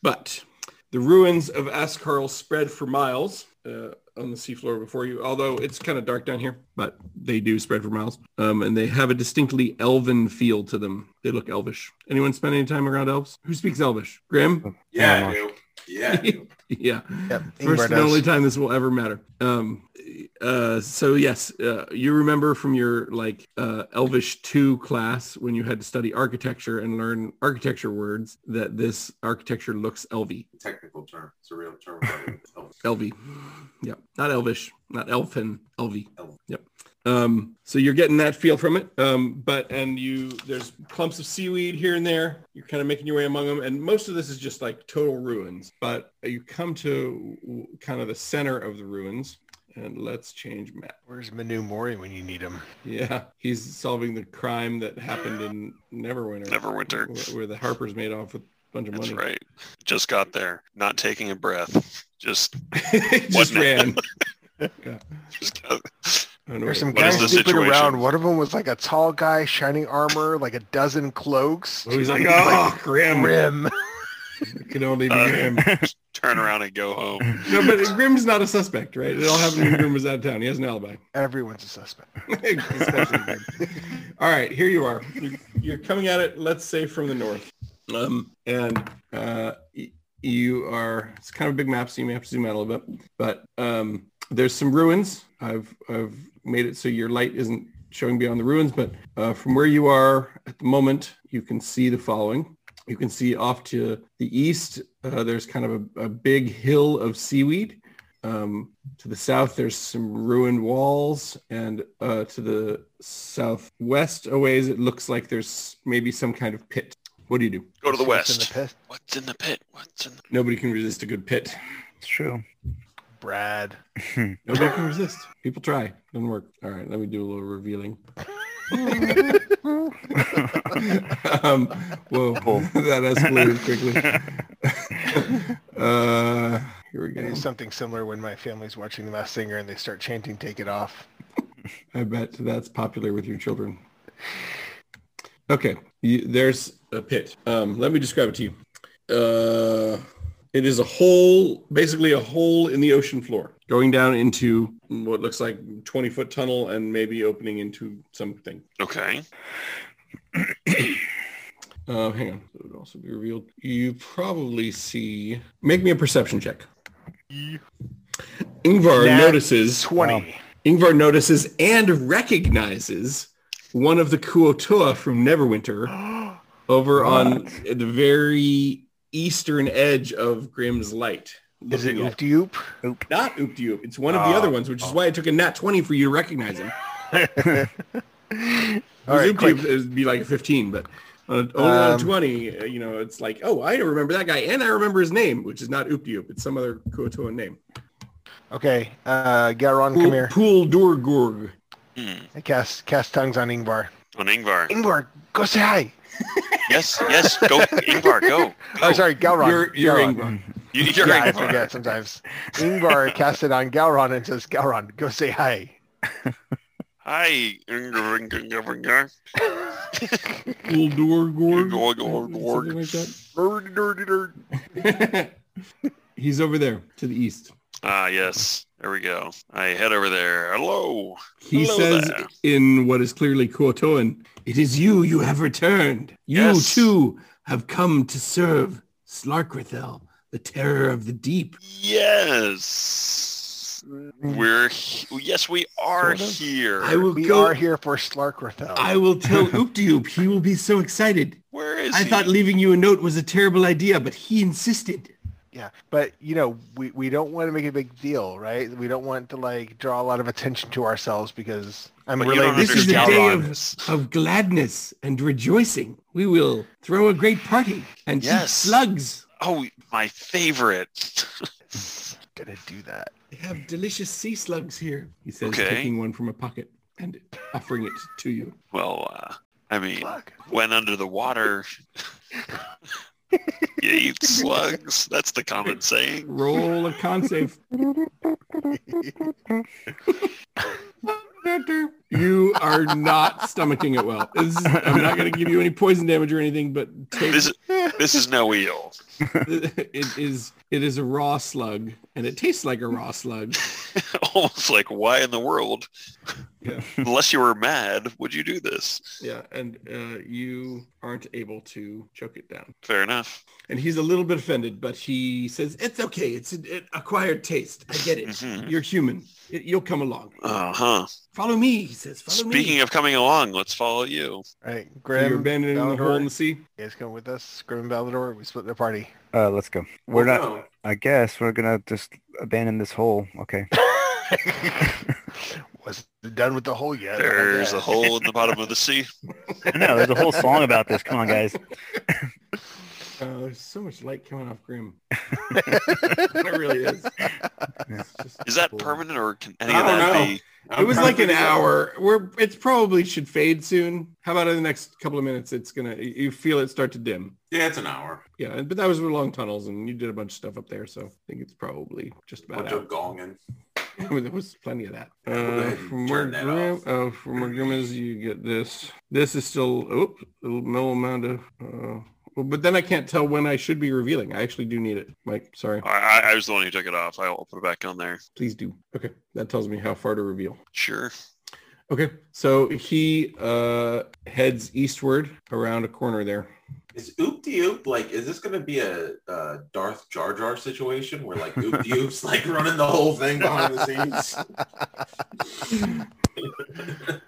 S2: But the ruins of Ascarl spread for miles uh, on the seafloor before you, although it's kind of dark down here, but they do spread for miles. Um, and they have a distinctly elven feel to them. They look elvish. Anyone spend any time around elves? Who speaks elvish? Grim?
S5: Yeah, I do. Yeah. I do.
S2: Yeah.
S1: yep,
S2: First
S1: Ingvar
S2: and
S1: does.
S2: only time this will ever matter. Um, uh, so yes, uh, you remember from your like uh, Elvish two class when you had to study architecture and learn architecture words that this architecture looks elvy.
S5: Technical term. It's a real term. Oh,
S2: Elvy. Yep. Not Elvish. Not Elfin. Elvy.
S5: Elf.
S2: Yep. Um, so you're getting that feel from it. Um, but and you there's clumps of seaweed here and there. You're kind of making your way among them, and most of this is just like total ruins. But you come to w- kind of the center of the ruins, and let's change map.
S1: Where's Manu Mori when you need him?
S2: Yeah, he's solving the crime that happened in Neverwinter.
S3: Neverwinter.
S2: wh- where the Harpers made off with a bunch of
S3: That's
S2: money.
S3: right. Just got there, not taking a breath. Just
S2: just
S3: Wasn't it?
S2: ran.
S3: just got,
S2: I don't know
S1: There's
S2: what
S1: some
S2: it was.
S1: guys
S3: the
S1: sleeping
S3: situation?
S1: around. One of them was like a tall guy, shining armor, like a dozen cloaks.
S2: He's like, oh, Grim.
S1: Grim.
S2: It can only be
S3: Uh,
S2: Grim.
S3: turn around and go home.
S2: No, but Grim's not a suspect, right? It all happened when Grim was out of town. He has an alibi.
S1: Everyone's a suspect.
S2: Especially Grim. all right, here you are. You're, you're coming at it, let's say, from the north. Um, and uh, y- you are, it's kind of a big map, so you may have to zoom out a little bit. But um, there's some ruins. I've, I've made it so your light isn't showing beyond the ruins, but uh, from where you are at the moment, you can see the following. You can see off to the east, uh, there's kind of a, a big hill of seaweed. Um, to the south, there's some ruined walls, and uh, to the southwest a ways, it looks like there's maybe some kind of pit. What do you do?
S3: Go to the
S1: What's in
S3: west.
S1: the pit?
S3: What's in the pit? What's in the
S2: Nobody can resist a good pit.
S4: It's true.
S1: Brad.
S2: Nobody can resist. People try. Doesn't work. All right, let me do a little revealing. um, whoa,
S4: Cool.
S2: that escalated quickly. uh, here we
S1: I
S2: go.
S1: do something similar when my family's watching The Masked Singer and they start chanting "Take It Off."
S2: I bet that's popular with your children. Okay, you, there's a pit. Um, let me describe it to you. Uh, it is a hole, basically a hole in the ocean floor, going down into what looks like 20 foot tunnel and maybe opening into something.
S3: Okay.
S2: Uh, hang on, it would also be revealed. You probably see. Make me a perception check. Ingvar
S1: Nat
S2: notices.
S1: Twenty.
S2: Ingvar notices and recognizes one of the Kuotoa from Neverwinter
S1: Um,
S2: over on the very eastern edge of Grimm's Light.
S1: Is it
S2: Looking at-
S1: Oop
S2: not Ooptioop? It's one of the
S1: Ah.
S2: other ones, which is why it took a nat 20 for you to recognize him.
S1: Doop? All
S2: All
S1: right, quick.
S2: would be like 15, but on a, only on a
S1: Um,
S2: 20, uh, you know, it's like, oh, I remember that guy and I remember his name, which is not Ooptioop. It's some other Kuotoan name.
S1: Okay, uh, Garon,
S2: Pool,
S1: come here.
S2: Durgurg.
S3: Hmm.
S1: I cast cast tongues on Ingvar.
S3: On Ingvar.
S1: Ingvar, go say hi.
S3: Yes, yes. Go, Ingvar. Go.
S1: Oh, sorry, Galron.
S2: You're, you're
S1: Galron.
S2: Ingvar.
S3: You, you're
S1: yeah, I
S3: Ingvar.
S1: forget sometimes. Ingvar casts it on Galron and says, Galron, go say hi.
S3: Hi, Ingvar. Ingvar, Ingvar, Ingvar.
S2: Uldorgorg.
S3: Uldorgorg.
S2: Something
S1: Dirty, dirty, dirty.
S2: like that. He's over there to the east.
S3: Ah, yes. There we go. I head over there. Hello.
S2: He
S3: Hello
S2: says
S3: there.
S2: in what is clearly Kuotoan, it is you, you have returned. You
S3: Yes.
S2: too have come to serve Slarkrithel, the terror of the deep.
S3: Yes. We're he- yes, we are
S2: Sort of.
S3: here.
S2: I will
S1: We
S2: go.
S1: are here for Slarkrathel.
S2: I will tell Ooptioop. He will be so excited.
S3: Where is
S2: I
S3: he?
S2: thought leaving you a note was a terrible idea, but he insisted.
S1: Yeah, but you know, we, we don't want to make a big deal, right? We don't want to like draw a lot of attention to ourselves because I'm
S3: But you
S1: related
S3: don't
S1: to
S2: This is the
S3: understand.
S2: day
S1: Galron.
S2: of, of gladness and rejoicing. We will throw a great party and
S3: Yes.
S2: eat slugs.
S3: Oh, my favorite.
S1: Gonna do that.
S2: They have delicious sea slugs here, he says,
S3: Okay.
S2: taking one from a pocket and offering it to you.
S3: well, uh, I mean,
S1: Fuck.
S3: when under the water, you eat slugs. That's the common saying.
S2: Roll a con save. You are not stomaching it well. This is- I'm not going to give you any poison damage or anything, but take,
S3: This this is no eel.
S2: it is it is a raw slug, and it tastes like a raw slug.
S3: Almost like why in the world?
S2: Yeah.
S3: Unless you were mad, would you do this?
S2: Yeah, and uh, you aren't able to choke it down.
S3: Fair enough.
S2: And he's a little bit offended, but he says, "It's okay. It's an an acquired taste. I get it.
S3: Mhm.
S2: You're human. It, you'll come along.
S3: Uh huh.
S2: Follow me," he says. "Follow
S3: Speaking
S2: me."
S3: of coming along, let's follow you.
S1: All right,
S2: So you're
S1: Grim,
S2: abandoning the hole in
S1: Baldur,
S2: the
S1: you
S2: sea.
S1: guys come with us. Grim and Baldur, we split the party.
S4: Uh, let's go. We're not.
S5: No.
S4: I guess we're gonna just abandon this hole. Okay.
S1: Wasn't done with the hole
S2: Oh
S1: yet. I
S3: There's a
S1: guess.
S3: hole in the bottom of the sea.
S4: No, there's a whole song about this. Come on, guys.
S2: Oh, there's so much light coming off Grim. it
S5: Oh,
S2: really is. It's just
S3: Is that
S2: cool.
S3: permanent or can any
S5: I
S3: of
S5: don't
S3: that
S5: know.
S3: be?
S2: It was
S5: I'm
S2: like an
S5: pretty-
S2: hour. We're it's probably should fade soon. How about in the next couple of minutes? It's gonna you feel it start to dim.
S5: Yeah, it's an hour.
S2: Yeah, but that was with long tunnels, and you did a bunch of stuff up there, so I think it's probably just about
S5: Bunch
S2: out.
S5: of gonging.
S2: I mean, there was plenty of that.
S5: Yeah, we'll go
S2: Uh,
S5: ahead and
S2: from where
S5: turn that
S2: Grim,
S5: off.
S2: uh, from where Grim is, you get this. This is still oh, a little middle amount of. Uh, well, but then I can't tell when I should be revealing. I actually do need it, Mike. Sorry,
S3: I, I- I was the one who took it off. I'll put it back on there.
S2: please do. Okay, that tells me how far to reveal.
S3: Sure.
S2: Okay, so he uh, heads eastward around a corner there.
S5: Is oop de oop like? Is this going to be a, uh Darth Jar Jar situation where like oop de oop's like running the whole thing behind the scenes?
S4: Gotcha.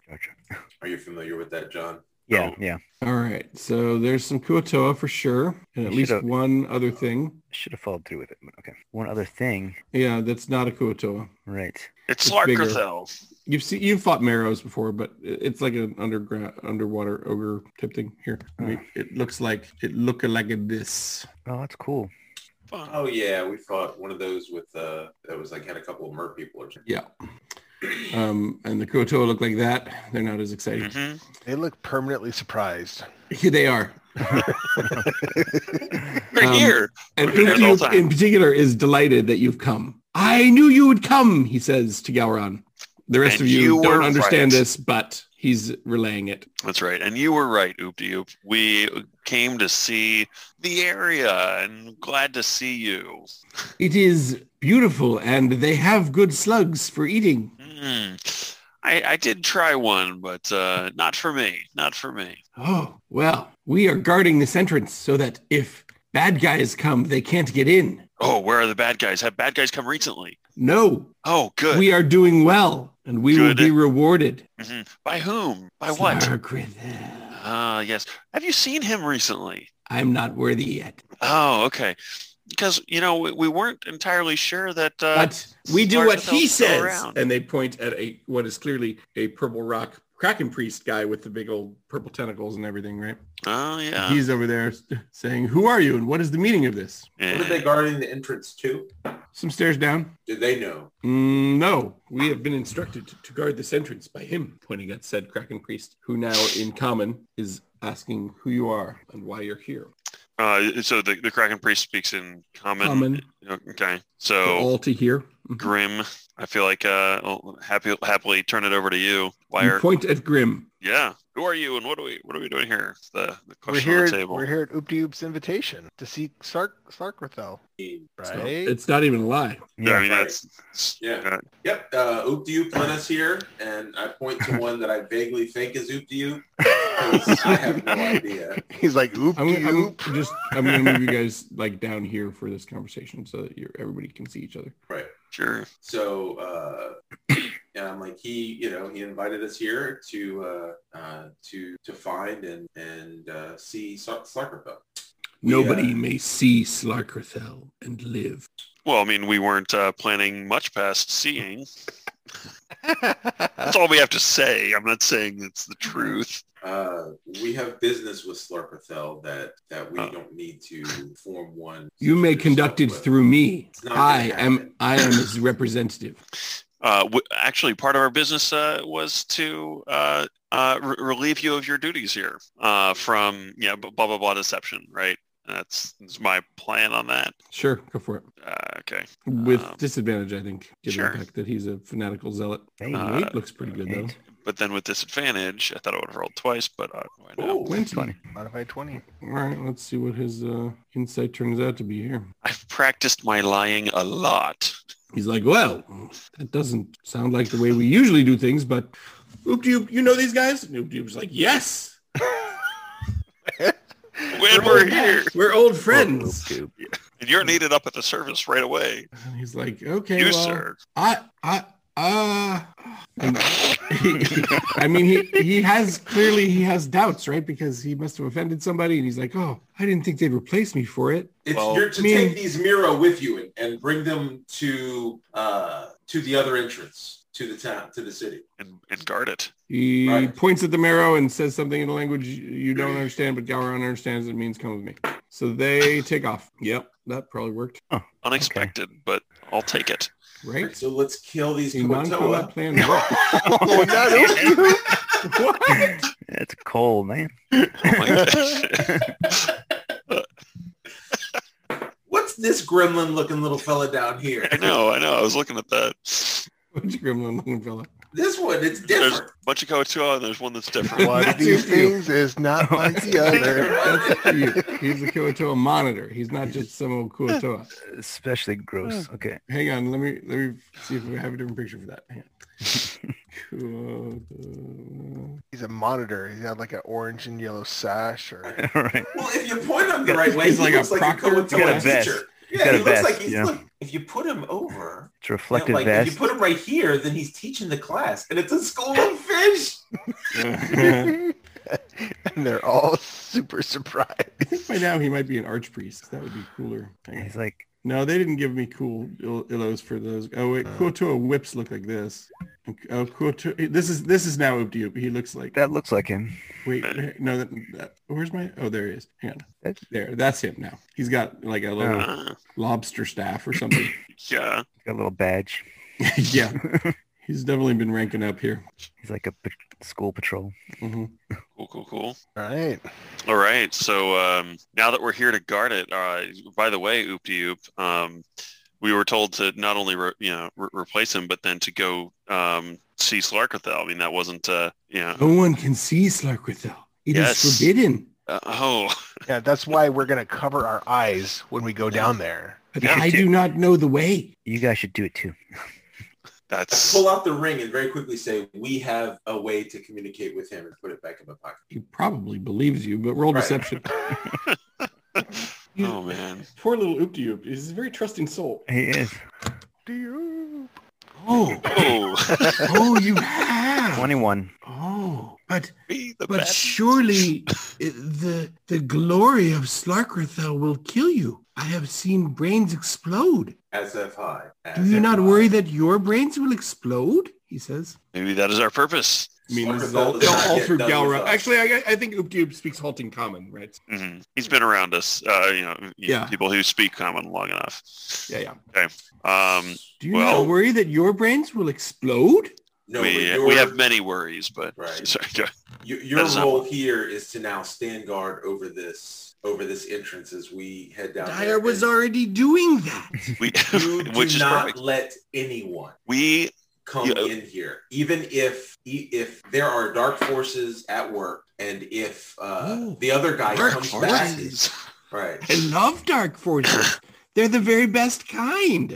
S5: Are you familiar with that, John?
S4: Yeah,
S3: Oh.
S4: yeah.
S2: All right, so there's some Kuotoa for sure, and at
S4: You
S2: least
S4: should've-
S2: one other thing.
S4: Should have followed through with it. But okay. One other thing.
S2: Yeah, that's not a Kuotoa.
S4: Right.
S3: It's,
S2: It's bigger.
S3: Larkrathel.
S2: You've seen you've fought marrows before, but it- it's like an underground underwater
S3: Ah.
S2: ogre type thing here. I mean, it looks like it look like a this.
S4: Oh, that's cool.
S3: fun.
S5: Oh yeah, we fought one of those with uh that was like had a couple of mer people or something.
S2: Yeah. Um, and the Koto look like that. They're not as excited.
S3: Mhm.
S1: They look permanently surprised.
S3: Mm-hmm.
S2: they are.
S3: They're
S2: Um,
S3: here.
S2: And
S3: We're here the whole
S2: Enki
S3: time.
S2: in particular is delighted that you've come. I knew you would come, he says to Gowron. The rest of
S3: And
S2: you,
S3: you
S2: don't
S3: were
S2: understand
S3: right.
S2: this, but he's relaying it.
S3: That's right. And you were right, Oopty Oop. We came to see the area and glad to see you.
S2: It is beautiful and they have good slugs for eating.
S3: Mm. I, I did try one, but uh, not for me. Not for me.
S2: Oh, well, we are guarding this entrance so that if bad guys come, they can't get in.
S3: Oh, where are the bad guys? Have bad guys come recently?
S2: No,
S3: Oh, good.
S2: we are doing well and we will
S3: Good.
S2: be rewarded.
S3: Mhm. By whom? By what?
S2: Snargrith.
S3: Ah, yes. Have you seen him recently?
S2: I'm not worthy yet.
S3: Oh, okay. Because, you know, we, we weren't entirely sure that... Uh,
S2: But we do
S3: Snargrith
S2: what he
S3: don't go
S2: says.
S3: around.
S2: And they point at a what is clearly a purple rock kraken priest guy with the big old purple tentacles and everything, right?
S3: oh, yeah.
S2: He's over there saying, who are you and what is the meaning of this?
S3: Yeah.
S5: What are they guarding the entrance to?
S2: Some stairs down.
S5: Did they know?
S2: Mm, no, we have been instructed to, to guard this entrance by him, pointing at said kraken priest, who now in common is asking who you are and why you're here.
S3: Uh, so the, the Kraken Priest speaks in common.
S2: Common,
S3: Okay.
S2: for
S3: So...
S2: all to hear.
S3: Grim. I feel like uh, I'll happy, happily turn it over to you. Why
S2: You
S3: are
S2: point at Grim.
S3: yeah? Who are you and what are we what are we doing here? The, the
S1: We're
S3: question
S1: here.
S3: on the table.
S1: We're here at Oopty Oop's invitation to see Sark Sarkrathel,
S2: So
S1: right?
S2: it's not even a lie.
S3: Yeah, I mean
S5: right.
S3: that's it's-
S5: Yeah.
S3: uh,
S5: Yep. Uh, Oop de Oop led us here, and I point to one that I vaguely think is Oop de Oop. 'cause I have no idea.
S1: He's like
S2: I'm,
S1: Oopty
S2: gonna-
S1: Oop.
S2: I'm just I'm gonna move you guys like down here for this conversation so that you're, everybody can see each other.
S5: Right.
S3: sure.
S5: So, uh, and I'm like, he, you know, he invited us here to uh, uh, to to find and and uh, see Sar- Sarkerfeld.
S2: Nobody
S5: Yeah.
S2: may see Slarkerthel and live.
S3: Well, I mean we weren't uh, planning much past seeing. That's all we have to say. I'm not saying it's the truth.
S5: Uh, we have business with Slarkerthel that that we
S3: Oh.
S5: don't need to form one.
S2: Uh. You may conduct it through me.
S5: It's not gonna
S2: I am
S5: happen.
S2: I am his representative.
S3: Uh, w- actually, part of our business uh, was to uh, uh, re- relieve you of your duties here uh, from yeah b- blah blah blah deception. Right. That's, that's my plan on that.
S2: Sure, go for it.
S3: Uh, okay.
S2: With
S3: Um,
S2: disadvantage, I think, given
S3: sure.
S2: the fact that he's a fanatical zealot.
S4: Hey,
S3: Uh,
S2: Eight looks pretty Uh-huh. good though.
S4: eight.
S3: but then with disadvantage, I thought I would have rolled twice, but uh, I know.
S5: Ooh.
S2: Twenty.
S4: Twenty.
S1: Modified twenty.
S2: All right, let's see what his uh, insight turns out to be here.
S3: I've practiced my lying a lot.
S2: He's like, well, that doesn't sound like the way we usually do things, but Oop Doop, you know these guys? And Oop Doop's like, yes,
S3: When we're here,
S2: we're old
S4: Oop,
S2: friends.
S4: oop, oop.
S3: and you're needed up at the service right away.
S2: And he's like, okay,
S3: you,
S2: well,
S3: sir.
S2: I, I, uh, and he- I mean, he, he has clearly he has doubts, right? Because he must have offended somebody, and he's like, oh, I didn't think they'd replace me for it.
S5: It's
S3: Well,
S5: you're to
S2: me-
S5: take these Miro with you and, and bring them to uh, to the other entrance to the town to the city.
S3: And, and guard it.
S2: He
S5: Right.
S2: points at the marrow and says something in a language you don't understand, but Gowron understands. It means come with me. So they take off. Yep, that probably worked,
S3: Unexpected, but I'll take it.
S2: right?
S5: So let's kill these
S2: A non-combat
S5: Kuatoa.
S2: plan worked.
S1: Oh, not Oopty Oop.
S4: That's cold, man.
S3: Oh my gosh.
S5: What's this gremlin looking little fella down here?
S3: I know, I know. I was looking at that.
S2: Bunch of gremlin looking fella.
S5: This one, it's
S3: There's
S5: different.
S3: a bunch of Kotua, and there's one that's different.
S1: One of
S2: That's
S1: these
S2: Oopty Oop.
S1: things is not like the other.
S2: That's you. He's a Kuotoa monitor. He's not just some old Kuotoa.
S4: Especially gross. Okay.
S2: Hang on, let me let me see if I have a different picture for that. Hang on. Kuotoa.
S1: He's a monitor. He's got like an orange and yellow sash or
S4: All right.
S5: Well, if you point him the right way,
S2: He's
S5: he
S2: like a
S5: looks like a
S2: proctor. He's
S5: Kuatoa
S4: got a vest.
S5: teacher.
S4: got
S5: Yeah,
S4: a
S5: he looks like
S4: vest,
S5: he's
S4: yeah.
S5: look, if you put him over,
S4: It's a reflective
S5: yeah, like, if you
S4: vest.
S5: put him right here, then he's teaching the class and it's a school of fish.
S1: and they're all super surprised.
S2: I think by now he might be an archpriest. That would be cooler. Hang on.
S4: He's like,
S2: No, they didn't give me cool ill- illos for those. Oh wait, Kuotoa whips look like this. Okay, Oh, cool. too. This is this is now Ubdiub. He looks like
S4: That looks like him.
S2: Wait, no. That, that- where's my? Oh, there he is. Hang on.
S4: That's-
S2: there. That's him now. He's got like a little
S4: Oh.
S3: Uh,
S2: lobster staff or something.
S3: yeah.
S4: Got a little badge.
S2: yeah, he's definitely been ranking up here.
S4: He's like a pat- school patrol.
S2: hmm
S3: Cool, cool, cool.
S1: All right.
S3: All right. So um, now that we're here to guard it, uh, by the way, oop de oop, um, we were told to not only re- you know re- replace him, but then to go um, see Slarkathel. I mean, that wasn't uh, you know.
S2: No one can see Slarkwithel. It is
S3: Yes.
S2: forbidden.
S3: Uh, oh,
S1: Yeah, that's why we're gonna cover our eyes when we go down there.
S2: But
S3: Yeah.
S2: I do not know the way.
S4: You guys should do it too.
S3: that's
S5: Pull out the ring and very quickly say, "We have a way to communicate with him," and put it back in my pocket.
S2: He probably believes you, but roll
S5: Right.
S2: deception.
S3: oh man.
S2: Poor little Oopty He's a very trusting soul.
S4: He is.
S2: Oh,
S3: Oh,
S2: oh, you have.
S4: 21.
S2: Oh, but
S3: be the
S2: But
S3: bad-
S2: surely it- the the glory of Slarkrathel will kill you. I have seen brains explode.
S5: SFI.
S2: Do you not worry that your brains will explode? He says.
S3: maybe that is our purpose.
S5: I mean, this is all- Slarkathel is not yet done with us.
S2: I, I think Ooptube speaks halting common, right?
S3: hmm He's been around us, uh, you know, you-
S2: Yeah.
S3: people who speak common long enough.
S2: yeah.
S3: Um,
S2: Do you
S3: Well-
S2: not worry that your brains will explode?
S5: No,
S3: we, uh,
S5: your,
S3: we have many worries, but
S5: Right.
S3: sorry, go-
S5: y- your
S3: that's not-
S5: role here is to now stand guard over this over this entrance as we head down.
S2: Dyer
S5: there.
S2: was already doing that.
S3: we,
S5: You do
S3: which is
S5: not
S3: perfect.
S5: let anyone
S3: We
S5: come
S3: Yeah.
S5: in here, even if e- if there are dark forces at work, and if uh,
S2: Ooh,
S5: the other guy
S2: dark
S5: comes
S2: forces.
S5: back, right?
S2: I love dark forces. They're the very best kind.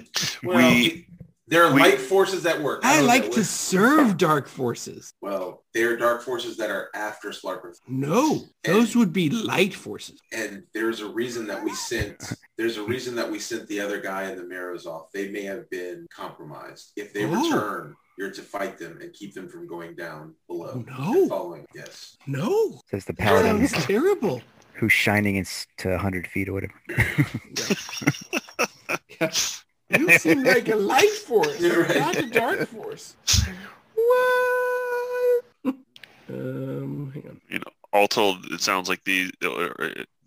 S5: Well,
S3: We-
S5: there are
S3: we-
S5: light forces at work.
S2: I
S5: don't know
S2: like
S5: what-
S2: to serve dark forces.
S5: Well, there are dark forces that are after Slarker,
S2: No, those
S5: Eh.
S2: would be light forces.
S5: and there's a reason that we sent. There's a reason that we sent the other guy in the marrows off. They may have been compromised. If they
S2: Oh.
S5: return, you're to fight them and keep them from going down below.
S2: Oh, no.
S5: and Following, yes.
S2: No,
S4: Says the
S2: that
S4: paladin
S2: sounds terrible.
S4: who's shining ins- to 100 feet or whatever.
S2: You seem like a light force,
S5: You're right.
S2: not a dark force. What? Um, hang on.
S3: all told, it sounds like these uh,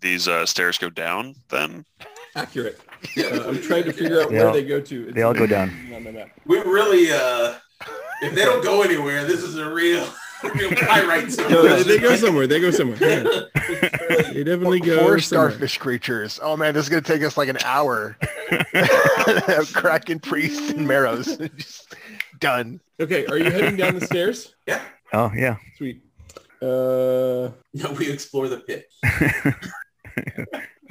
S3: these uh, stairs go down. Then
S2: Accurate.
S5: Yeah,
S2: Uh, I'm trying to figure out
S4: They
S2: where
S4: all-
S2: they go to. It's
S4: they all go down.
S2: No, no, no.
S5: We really, uh, if they don't go anywhere, this is a real, real pyrite.
S2: No, they go somewhere. They go somewhere. Hang on.
S5: somewhere.
S2: They definitely go
S1: Four
S2: somewhere.
S1: starfish creatures. Oh man, this is gonna take us like an hour. Kraken priest and marrows. Just done.
S2: Okay, are you heading down the stairs?
S5: yeah.
S4: Oh, yeah.
S2: Sweet. Uh,
S5: No, we explore the pit.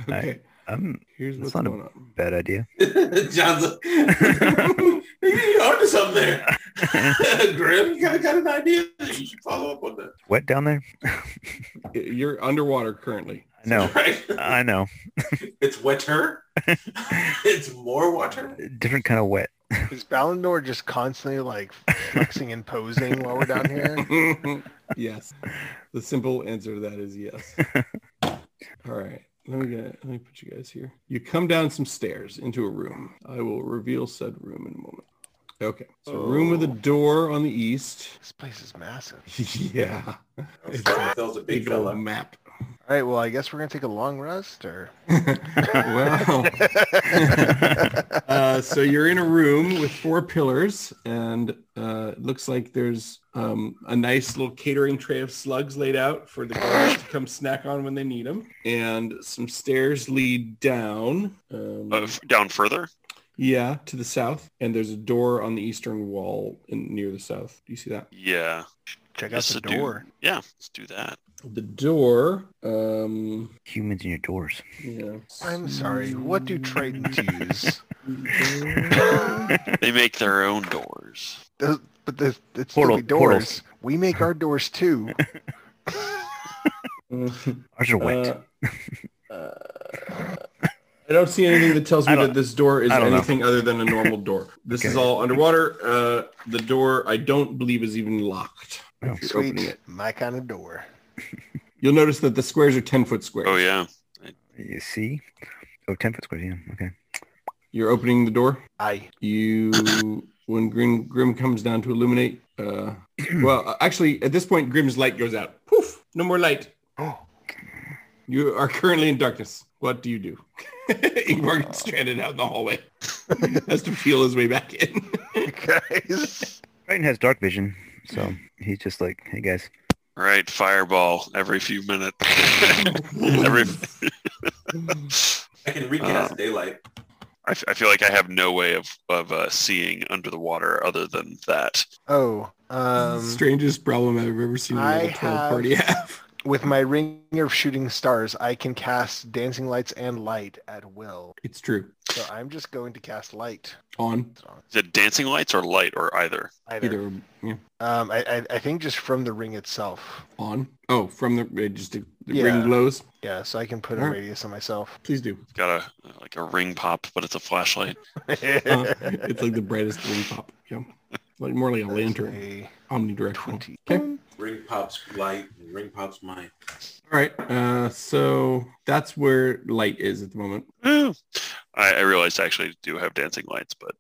S2: okay.
S4: Um,
S2: Here's
S4: That's
S2: what's
S4: not a-
S2: going on.
S4: bad idea.
S5: John's like, you're onto something there. Grim, you kind of got an idea. You should follow up on that.
S4: Wet down there?
S2: You're underwater currently.
S4: I know.
S5: Right?
S4: I know.
S5: It's wetter. it's more water.
S4: Different kind of wet.
S1: Is Balindor just constantly like flexing and posing while we're down here?
S2: yes. The simple answer to that is yes. All right. Let me get, let me put you guys here. You come down some stairs into a room. I will reveal said room in a moment. Okay. So a room with a
S1: Oh.
S2: door on the east.
S1: This place is massive.
S2: yeah. It's
S5: Slarkathel's a big
S2: Big old
S5: fella.
S2: map.
S1: All right, well, I guess we're gonna take a long rest, or
S2: well, uh, so you're in a room with four pillars, and uh, it looks like there's um, a nice little catering tray of slugs laid out for the guards to come snack on when they need them. And some stairs lead down, um,
S3: uh, f- down further.
S2: yeah, to the south. And there's a door on the eastern wall in, near the south. Do you see that?
S3: Yeah,
S1: check out
S3: Yes,
S1: the
S3: I do.
S1: door.
S3: yeah. Let's do that.
S2: The door. Um,
S4: Humans in your doors.
S2: yeah.
S1: I'm sorry. What do Tritons use?
S3: They make their own doors.
S1: Those- but the, it's
S4: Portal-
S1: still doors.
S4: portals.
S1: We make our doors too.
S2: Mm-hmm.
S4: Ours are wet.
S2: Uh, uh, I don't see anything that tells me
S4: I don't-
S2: that this door is
S4: I don't know.
S2: anything other than a normal door. This is
S4: Okay.
S2: all underwater. Uh, the door, I don't believe, is even locked.
S4: Oh,
S2: If you're opening
S1: Sweet,
S2: it,
S1: my kind of door.
S2: you'll notice that the squares are ten foot squares.
S3: Oh yeah.
S4: you see? Oh, 10 foot squares. Yeah. Okay.
S2: You're opening the door.
S1: I
S2: You when Grim, Grim comes down to illuminate. Uh, well, actually, at this point, Grim's light goes out. Poof! No more light. You are currently in darkness. What do you do? Ingvar gets stranded out in the hallway. Has to feel his way back in.
S1: guys.
S4: Triton has dark vision, so he's just like, hey guys,
S3: All right, fireball every few minutes. every,
S5: I can recast daylight.
S3: I, f- I feel like I have no way of of uh, seeing under the water other than that.
S1: Oh, um,
S2: Strangest problem I've ever seen a
S1: I
S2: little troll
S1: have-
S2: party have.
S1: with my ring of shooting stars, I can cast dancing lights and light at will.
S2: It's true.
S1: So I'm just going to cast light.
S2: On
S3: Is it dancing lights or light or either?
S1: Either.
S2: either yeah,
S1: Um, I, I, I think just from the ring itself.
S2: on. Oh, from the it just the
S1: Yeah.
S2: ring glows.
S1: Yeah, so I can put a
S2: Alright.
S1: radius on myself.
S2: Please do.
S3: Got a like a ring pop, but it's a flashlight.
S2: Uh, it's like the brightest ring pop. Yeah. Like more like a lantern,
S1: A
S2: omnidirectional.
S1: 20.
S2: Okay.
S5: Ring pops light. and Ring pops mine.
S2: All right. Uh, so that's where light is at the moment.
S3: Ooh. I, I realized I actually do have dancing lights, but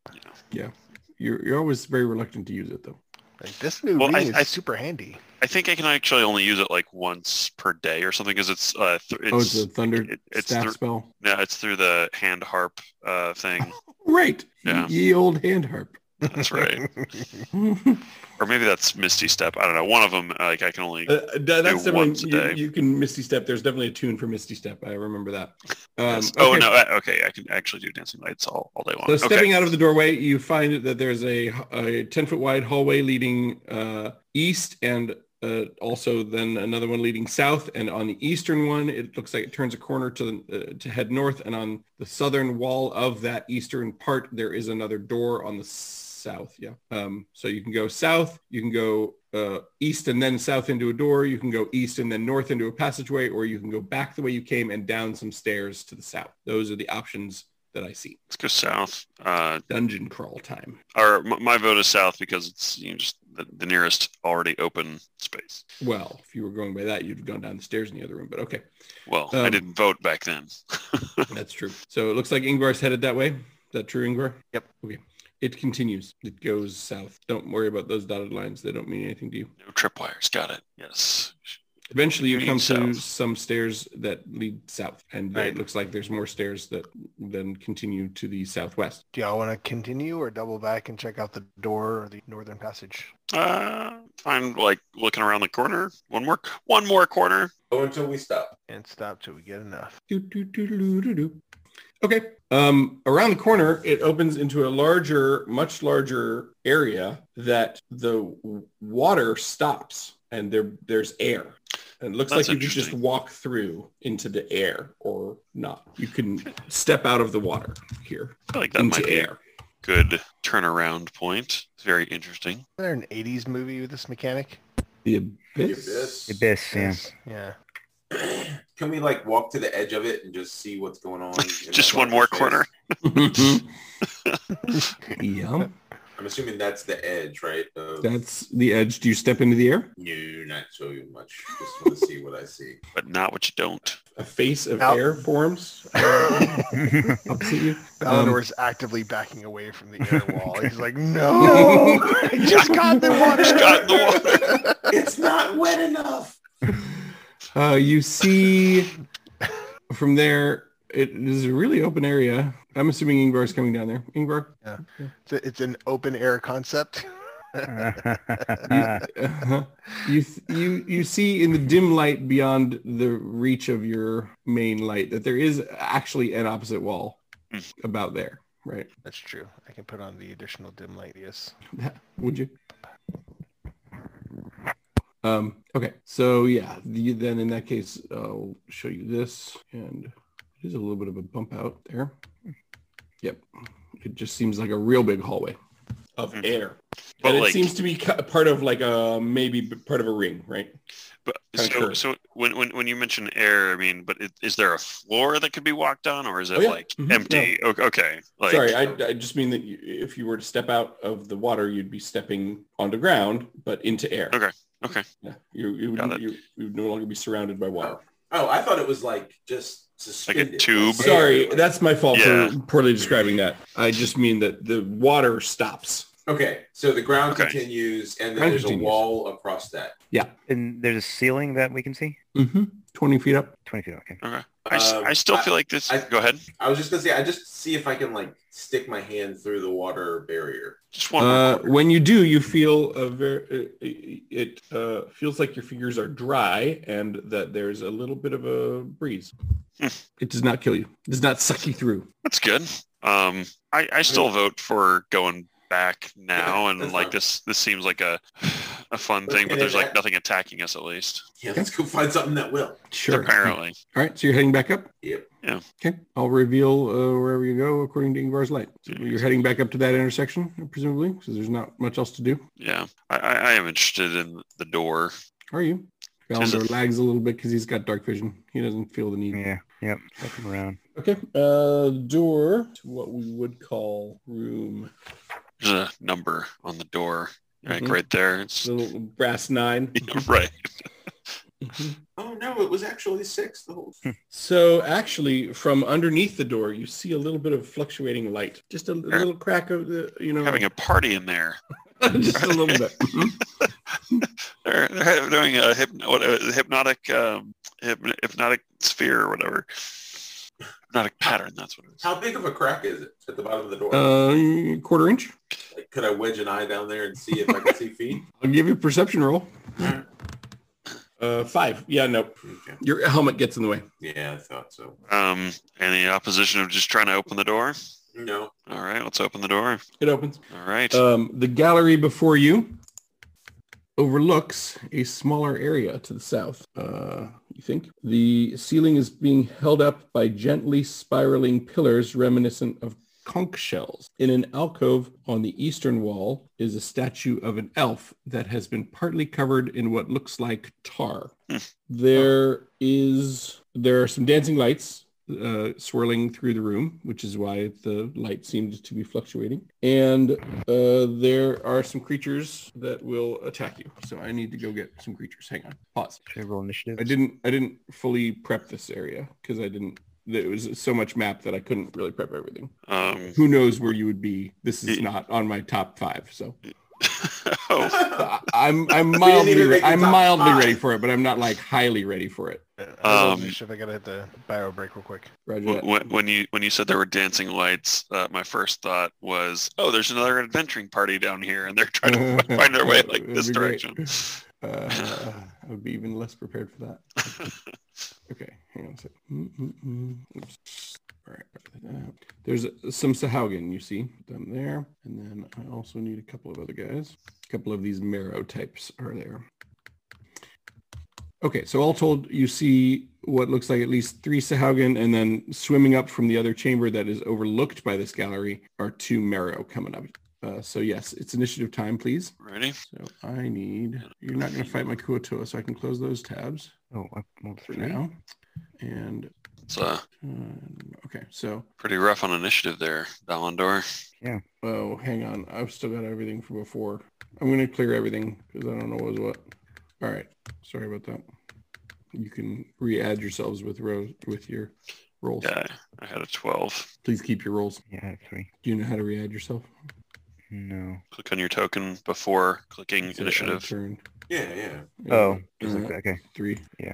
S3: you know,
S2: You're you're always very reluctant to use it though.
S1: Like, this new
S3: Well,
S1: ring
S3: I-
S1: is
S3: I-
S1: super handy.
S3: I think I can actually only use it like once per day or something because it's uh th- it's,
S2: oh, it's a thunder
S3: it- it's
S2: staff
S3: thr-
S2: spell.
S3: no, it's through the hand harp uh thing.
S2: Right.
S3: Yeah.
S2: Ye old hand harp.
S3: That's right. or maybe that's Misty Step. I don't know. One of them like I can only
S2: Uh, that, that's
S3: Do once a
S2: definitely you,
S3: day.
S2: you can Misty Step. There's definitely a tune for Misty Step. I remember that. Um,
S3: Yes. Oh
S2: okay.
S3: no! I, okay, I can actually do dancing lights all, all day long.
S2: So
S3: okay.
S2: stepping out of the doorway, you find that there's a, a 10 foot wide hallway leading uh, east and uh, also then another one leading south. And on the eastern one, it looks like it turns a corner to, the, uh, to head north. And on the southern wall of that eastern part, there is another door on the south. Yeah. Um, so you can go south, you can go uh, east and then south into a door. You can go east and then north into a passageway, or you can go back the way you came and down some stairs to the south. Those are the options that I see
S3: Let's go south. Uh,
S2: dungeon crawl time.
S3: or m- my vote is south because it's you know, just the, the nearest already open space.
S2: Well, if you were going by that, you'd have gone down the stairs in the other room, but okay,
S3: Well, I
S2: Um,
S3: didn't vote back then.
S2: that's true. So it looks like Ingvar's headed that way. Is that true, Ingvar?
S1: Yep.
S2: Okay. It continues. It goes south. Don't worry about those dotted lines. They don't mean anything to you.
S3: No tripwires. Got it. Yes.
S2: Eventually, you come
S3: Leading
S2: to
S3: south.
S2: some stairs that lead south, and
S1: Right.
S2: it looks like there's more stairs that then continue to the southwest.
S1: Do y'all want to continue or double back and check out the door or the northern passage?
S3: Uh, I'm like looking around the corner. One more, one more corner.
S5: Go until we stop.
S1: And stop till we get enough.
S2: Doo, doo, doo, doo, doo, doo. Okay. Um, around the corner, it opens into a larger, much larger area that the w- water stops and there there's air. And it looks
S3: That's
S2: like you could just
S3: interesting.
S2: walk through into the air or not. You can step out of the water here
S3: I feel like that
S2: into
S3: might be a
S2: air.
S3: good turnaround point. It's very interesting.
S1: Is there an 80s movie with this mechanic?
S2: The
S5: abyss.
S4: abyss, yeah.
S1: Yes. Yeah.
S5: Can we like walk to the edge of it and just see what's going on? in that
S3: Just one more
S5: space?
S3: corner.
S2: yeah,
S5: I'm assuming that's the edge, right? Of,
S2: that's the edge. Do you step into the air?
S5: no, not so much. Just want to see what I see.
S3: but not what you don't.
S2: A face of
S1: Out.
S2: air forms opposite you.
S1: Balador's actively backing away from the air wall. He's like, no, I just got the water.
S3: Just got in the water.
S5: it's not wet enough.
S2: Uh, you see from there, it is a really open area. I'm assuming Ingvar is coming down there. Ingvar,
S1: It's, a- it's an open air concept.
S4: yeah.
S2: you, uh-huh. you, th- you, you see in the dim light beyond the reach of your main light that there is actually an opposite wall about there, right?
S1: That's true. I can put on the additional dim light. Yes.
S2: Would you? Um, okay, so yeah, the, then in that case, I'll show you this, and it is a little bit of a bump out there. Yep, it just seems like a real big hallway of
S3: Mhm.
S2: air,
S3: But
S2: but it
S3: like,
S2: seems to be cu- part of like a maybe b- part of a ring, right?
S3: but,
S2: kinda
S3: so,
S2: curved.
S3: so when, when when you mention air, I mean, but it, is there a floor that could be walked on, or is it
S2: Oh, yeah.
S3: like
S2: Mhm.
S3: empty? Okay, okay, like
S2: Sorry, I, I just mean that you, if you were to step out of the water, you'd be stepping onto ground, but into air.
S3: Okay, okay.
S2: Yeah, you you
S3: Got
S2: would,
S3: it.
S2: you, you would no longer be surrounded by water.
S5: Oh, I thought it was like just suspended.
S3: tube?
S2: Sorry, that's my fault
S3: Yeah.
S2: for poorly describing that. I just mean that the water stops
S5: Okay, so the ground
S3: Okay.
S5: continues, and then
S2: Ground
S5: there's
S2: continues.
S5: a wall across that.
S4: And there's a ceiling that we can see.
S2: Mm-hmm. 20 feet up.
S4: 20 feet. Okay.
S3: I, s-
S2: uh,
S5: Um,
S3: I still
S5: I-
S3: feel like this.
S5: I-
S3: go ahead.
S5: I was just gonna say, I just see if I can like stick my hand through the water barrier.
S3: Just one. more.
S2: Uh, when you do, you feel a very, it uh, feels like your fingers are dry and that there's a little bit of a breeze.
S3: Hmm.
S2: it does not kill you. It does not suck you through.
S3: That's good. Um, I, I still vote for going back now,
S5: Okay,
S3: and
S5: that's
S3: like
S5: fine.
S3: this, this seems like a a fun
S5: Let's
S3: thing,
S5: get
S3: but there's
S5: it
S3: like
S5: back.
S3: nothing attacking us at least.
S5: Yeah, let's go find something that will.
S2: Sure. All
S3: Apparently,
S2: right. So you're heading back up?
S5: Yep.
S3: Yeah.
S2: Okay. I'll reveal uh, wherever you go according to Ingvar's light. So you're heading back up to that intersection, presumably, because there's not much else to do.
S3: yeah. I, I, I am interested in the door.
S2: Are you?
S3: Tis
S2: Balindor
S3: a-
S2: lags a little bit because he's got dark vision. He doesn't feel the need.
S4: Yeah. Yep. Looking around.
S2: Okay. Uh, door to what we would call room.
S3: There's a number on the door, like
S5: Mm-hmm.
S2: Mhm.
S3: right there. It's
S2: Little brass nine.
S3: right.
S5: Oh no, it was actually six. The whole.
S2: Hmm. So actually, from underneath the door, you see a little bit of fluctuating light. Just a little crack of the, you know,
S3: Having a party in there.
S2: just a little bit. Mhm.
S3: They're, they're doing a, hypno, what, a hypnotic, um, hypn- hypnotic sphere or whatever. Hypnotic pattern. That's what it is.
S5: How big of a crack is it at the bottom of the door?
S2: Uh, quarter inch.
S5: like, could I wedge an eye down there and see if I can see feet?
S2: I'll give you a perception roll.
S5: Alright.
S2: Uh, five. Yeah, no.
S5: Okay.
S2: Your helmet gets in the way.
S5: Yeah, I thought so.
S3: Um, any opposition of just trying to open the door?
S5: No.
S3: All right, let's open the door.
S2: It opens.
S3: All right.
S2: Um, the gallery before you overlooks a smaller area to the south. Uh, you think the ceiling is being held up by gently spiraling pillars reminiscent of conch shells. In an alcove on the eastern wall is a statue of an elf that has been partly covered in what looks like tar.
S3: Hmm.
S2: There is there are some dancing lights uh, swirling through the room, which is why the light seemed to be fluctuating. And uh, there are some creatures that will attack you. So I need to go get some creatures. Hang on. Pause.
S4: Should I roll initiative?
S2: I didn't I didn't fully prep this area because I didn't there was so much map that I couldn't really prep everything.
S3: Um,
S2: Who knows where you would be? This is
S3: Yeah.
S2: not on my top five. So
S3: oh,
S2: I, I'm I'm
S5: didn't
S2: mildly
S5: even
S2: re-
S5: make the
S2: I'm
S5: top
S2: mildly
S5: five.
S2: ready for it, but I'm not like highly ready for it.
S1: Um,
S3: Um,
S1: I gotta hit the bio break real quick.
S2: Roger that.
S3: when, when you when you said there were dancing lights, uh, my first thought was, oh, there's another adventuring party down here, and they're trying to find their way like
S2: That'd
S3: this
S2: be great.
S3: direction.
S2: Uh, I would be even less prepared for that. Okay, hang on a sec. Mm-mm-mm. Oops. All right, write that out. There's some Sahagin, you see, down there. And then I also need a couple of other guys. A couple of these marrow types are there. Okay, so all told, you see what looks like at least three Sahagin, and then swimming up from the other chamber that is overlooked by this gallery are two marrow coming up. Uh, so yes, it's initiative time, please.
S3: Ready?
S2: So I need, you're not going to fight my Kuotoa, so I can close those tabs
S4: Oh, I rolled
S2: for
S4: three.
S2: now. And
S3: It's uh,
S2: um, okay, so
S3: pretty rough on initiative there, Balindor.
S2: oh, hang on, I've still got everything from before. I'm gonna clear everything because I don't know what was what. All right, sorry about that. You can re-add yourselves with rows with your rolls.
S3: Yeah, I had a 12.
S2: Please keep your rolls.
S4: Yeah, I had three.
S2: Do you know how to re-add yourself?
S4: No.
S3: Click on your token before clicking
S2: It's a- a
S3: initiative.
S2: Turn.
S5: Yeah, yeah.
S4: Oh, just
S2: Uh,
S4: like that. Okay.
S2: three.
S5: Wow,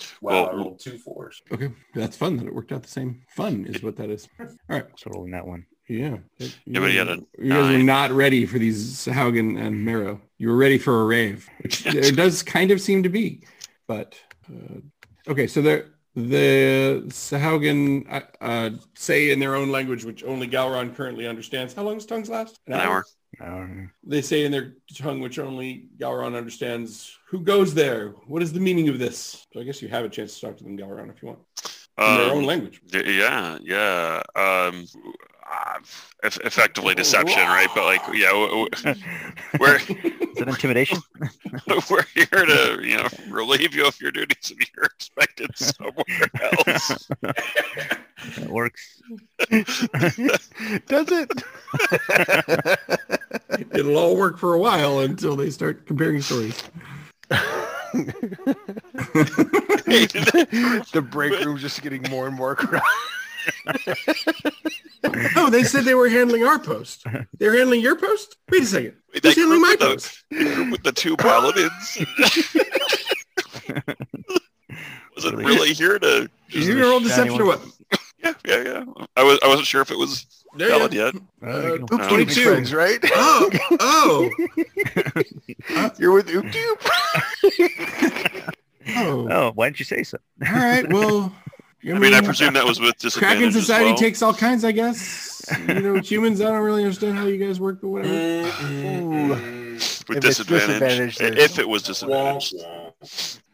S5: I
S3: Well-
S5: rolled two fours.
S2: Okay, that's fun that it worked out the same. Fun is what that is.
S4: So rolling that one.
S2: Yeah. That-
S3: Yeah, but he had a
S2: you guys were
S3: nine.
S2: not ready for these Haugen and Marrow. You were ready for a rave, which there does kind of seem to be. But uh, okay, so there the Sahaugen uh, uh, say in their own language, which only Galron currently understands. How long does tongues last?
S3: An hour.
S4: No.
S2: They say in their tongue, which only Galron understands. Who goes there? What is the meaning of this? So I guess you have a chance to talk to them, Galron, if you want, in their own
S3: Um,
S2: language.
S3: y- yeah, yeah. Um, uh, eff- effectively deception, right? But like, yeah, w- w- we're
S4: Is that intimidation?
S3: we're here to you know relieve you of your duties and you're expected somewhere else
S4: that works.
S1: Does it?
S2: It'll all work for a while until they start comparing stories.
S1: the break room's just getting more and more crowded.
S2: Oh, No, they said they were handling our post. They're handling your post? Wait a second.
S3: Wait,
S2: Who's
S3: that
S2: handling
S3: group
S2: my
S3: with, the,
S2: post?
S3: the group with the two paladins. was it
S4: Really?
S3: really here to?
S2: Is it roll deception or what?
S3: Yeah, yeah, yeah. I was I wasn't sure if it was
S2: There you
S3: valid
S2: go.
S3: yet.
S4: There you go.
S1: Oop
S3: No.
S1: doop
S2: 22.
S1: friends, right?
S2: Uh, Oh, oh,
S1: You're with oop doop.
S2: oh. All
S4: Oh, why didn't you say so?
S2: right. Well,
S3: I mean, I presume that was with disadvantage.
S2: Kraken
S3: as
S2: society
S3: well.
S2: takes all kinds, I guess. You know, humans, I don't really understand how you guys work, but whatever.
S5: Mm.
S3: mm-hmm.
S5: Mm-hmm.
S1: If
S3: with
S1: it's
S3: disadvantage.
S1: disadvantage,
S3: if
S1: there's-
S3: it was disadvantaged.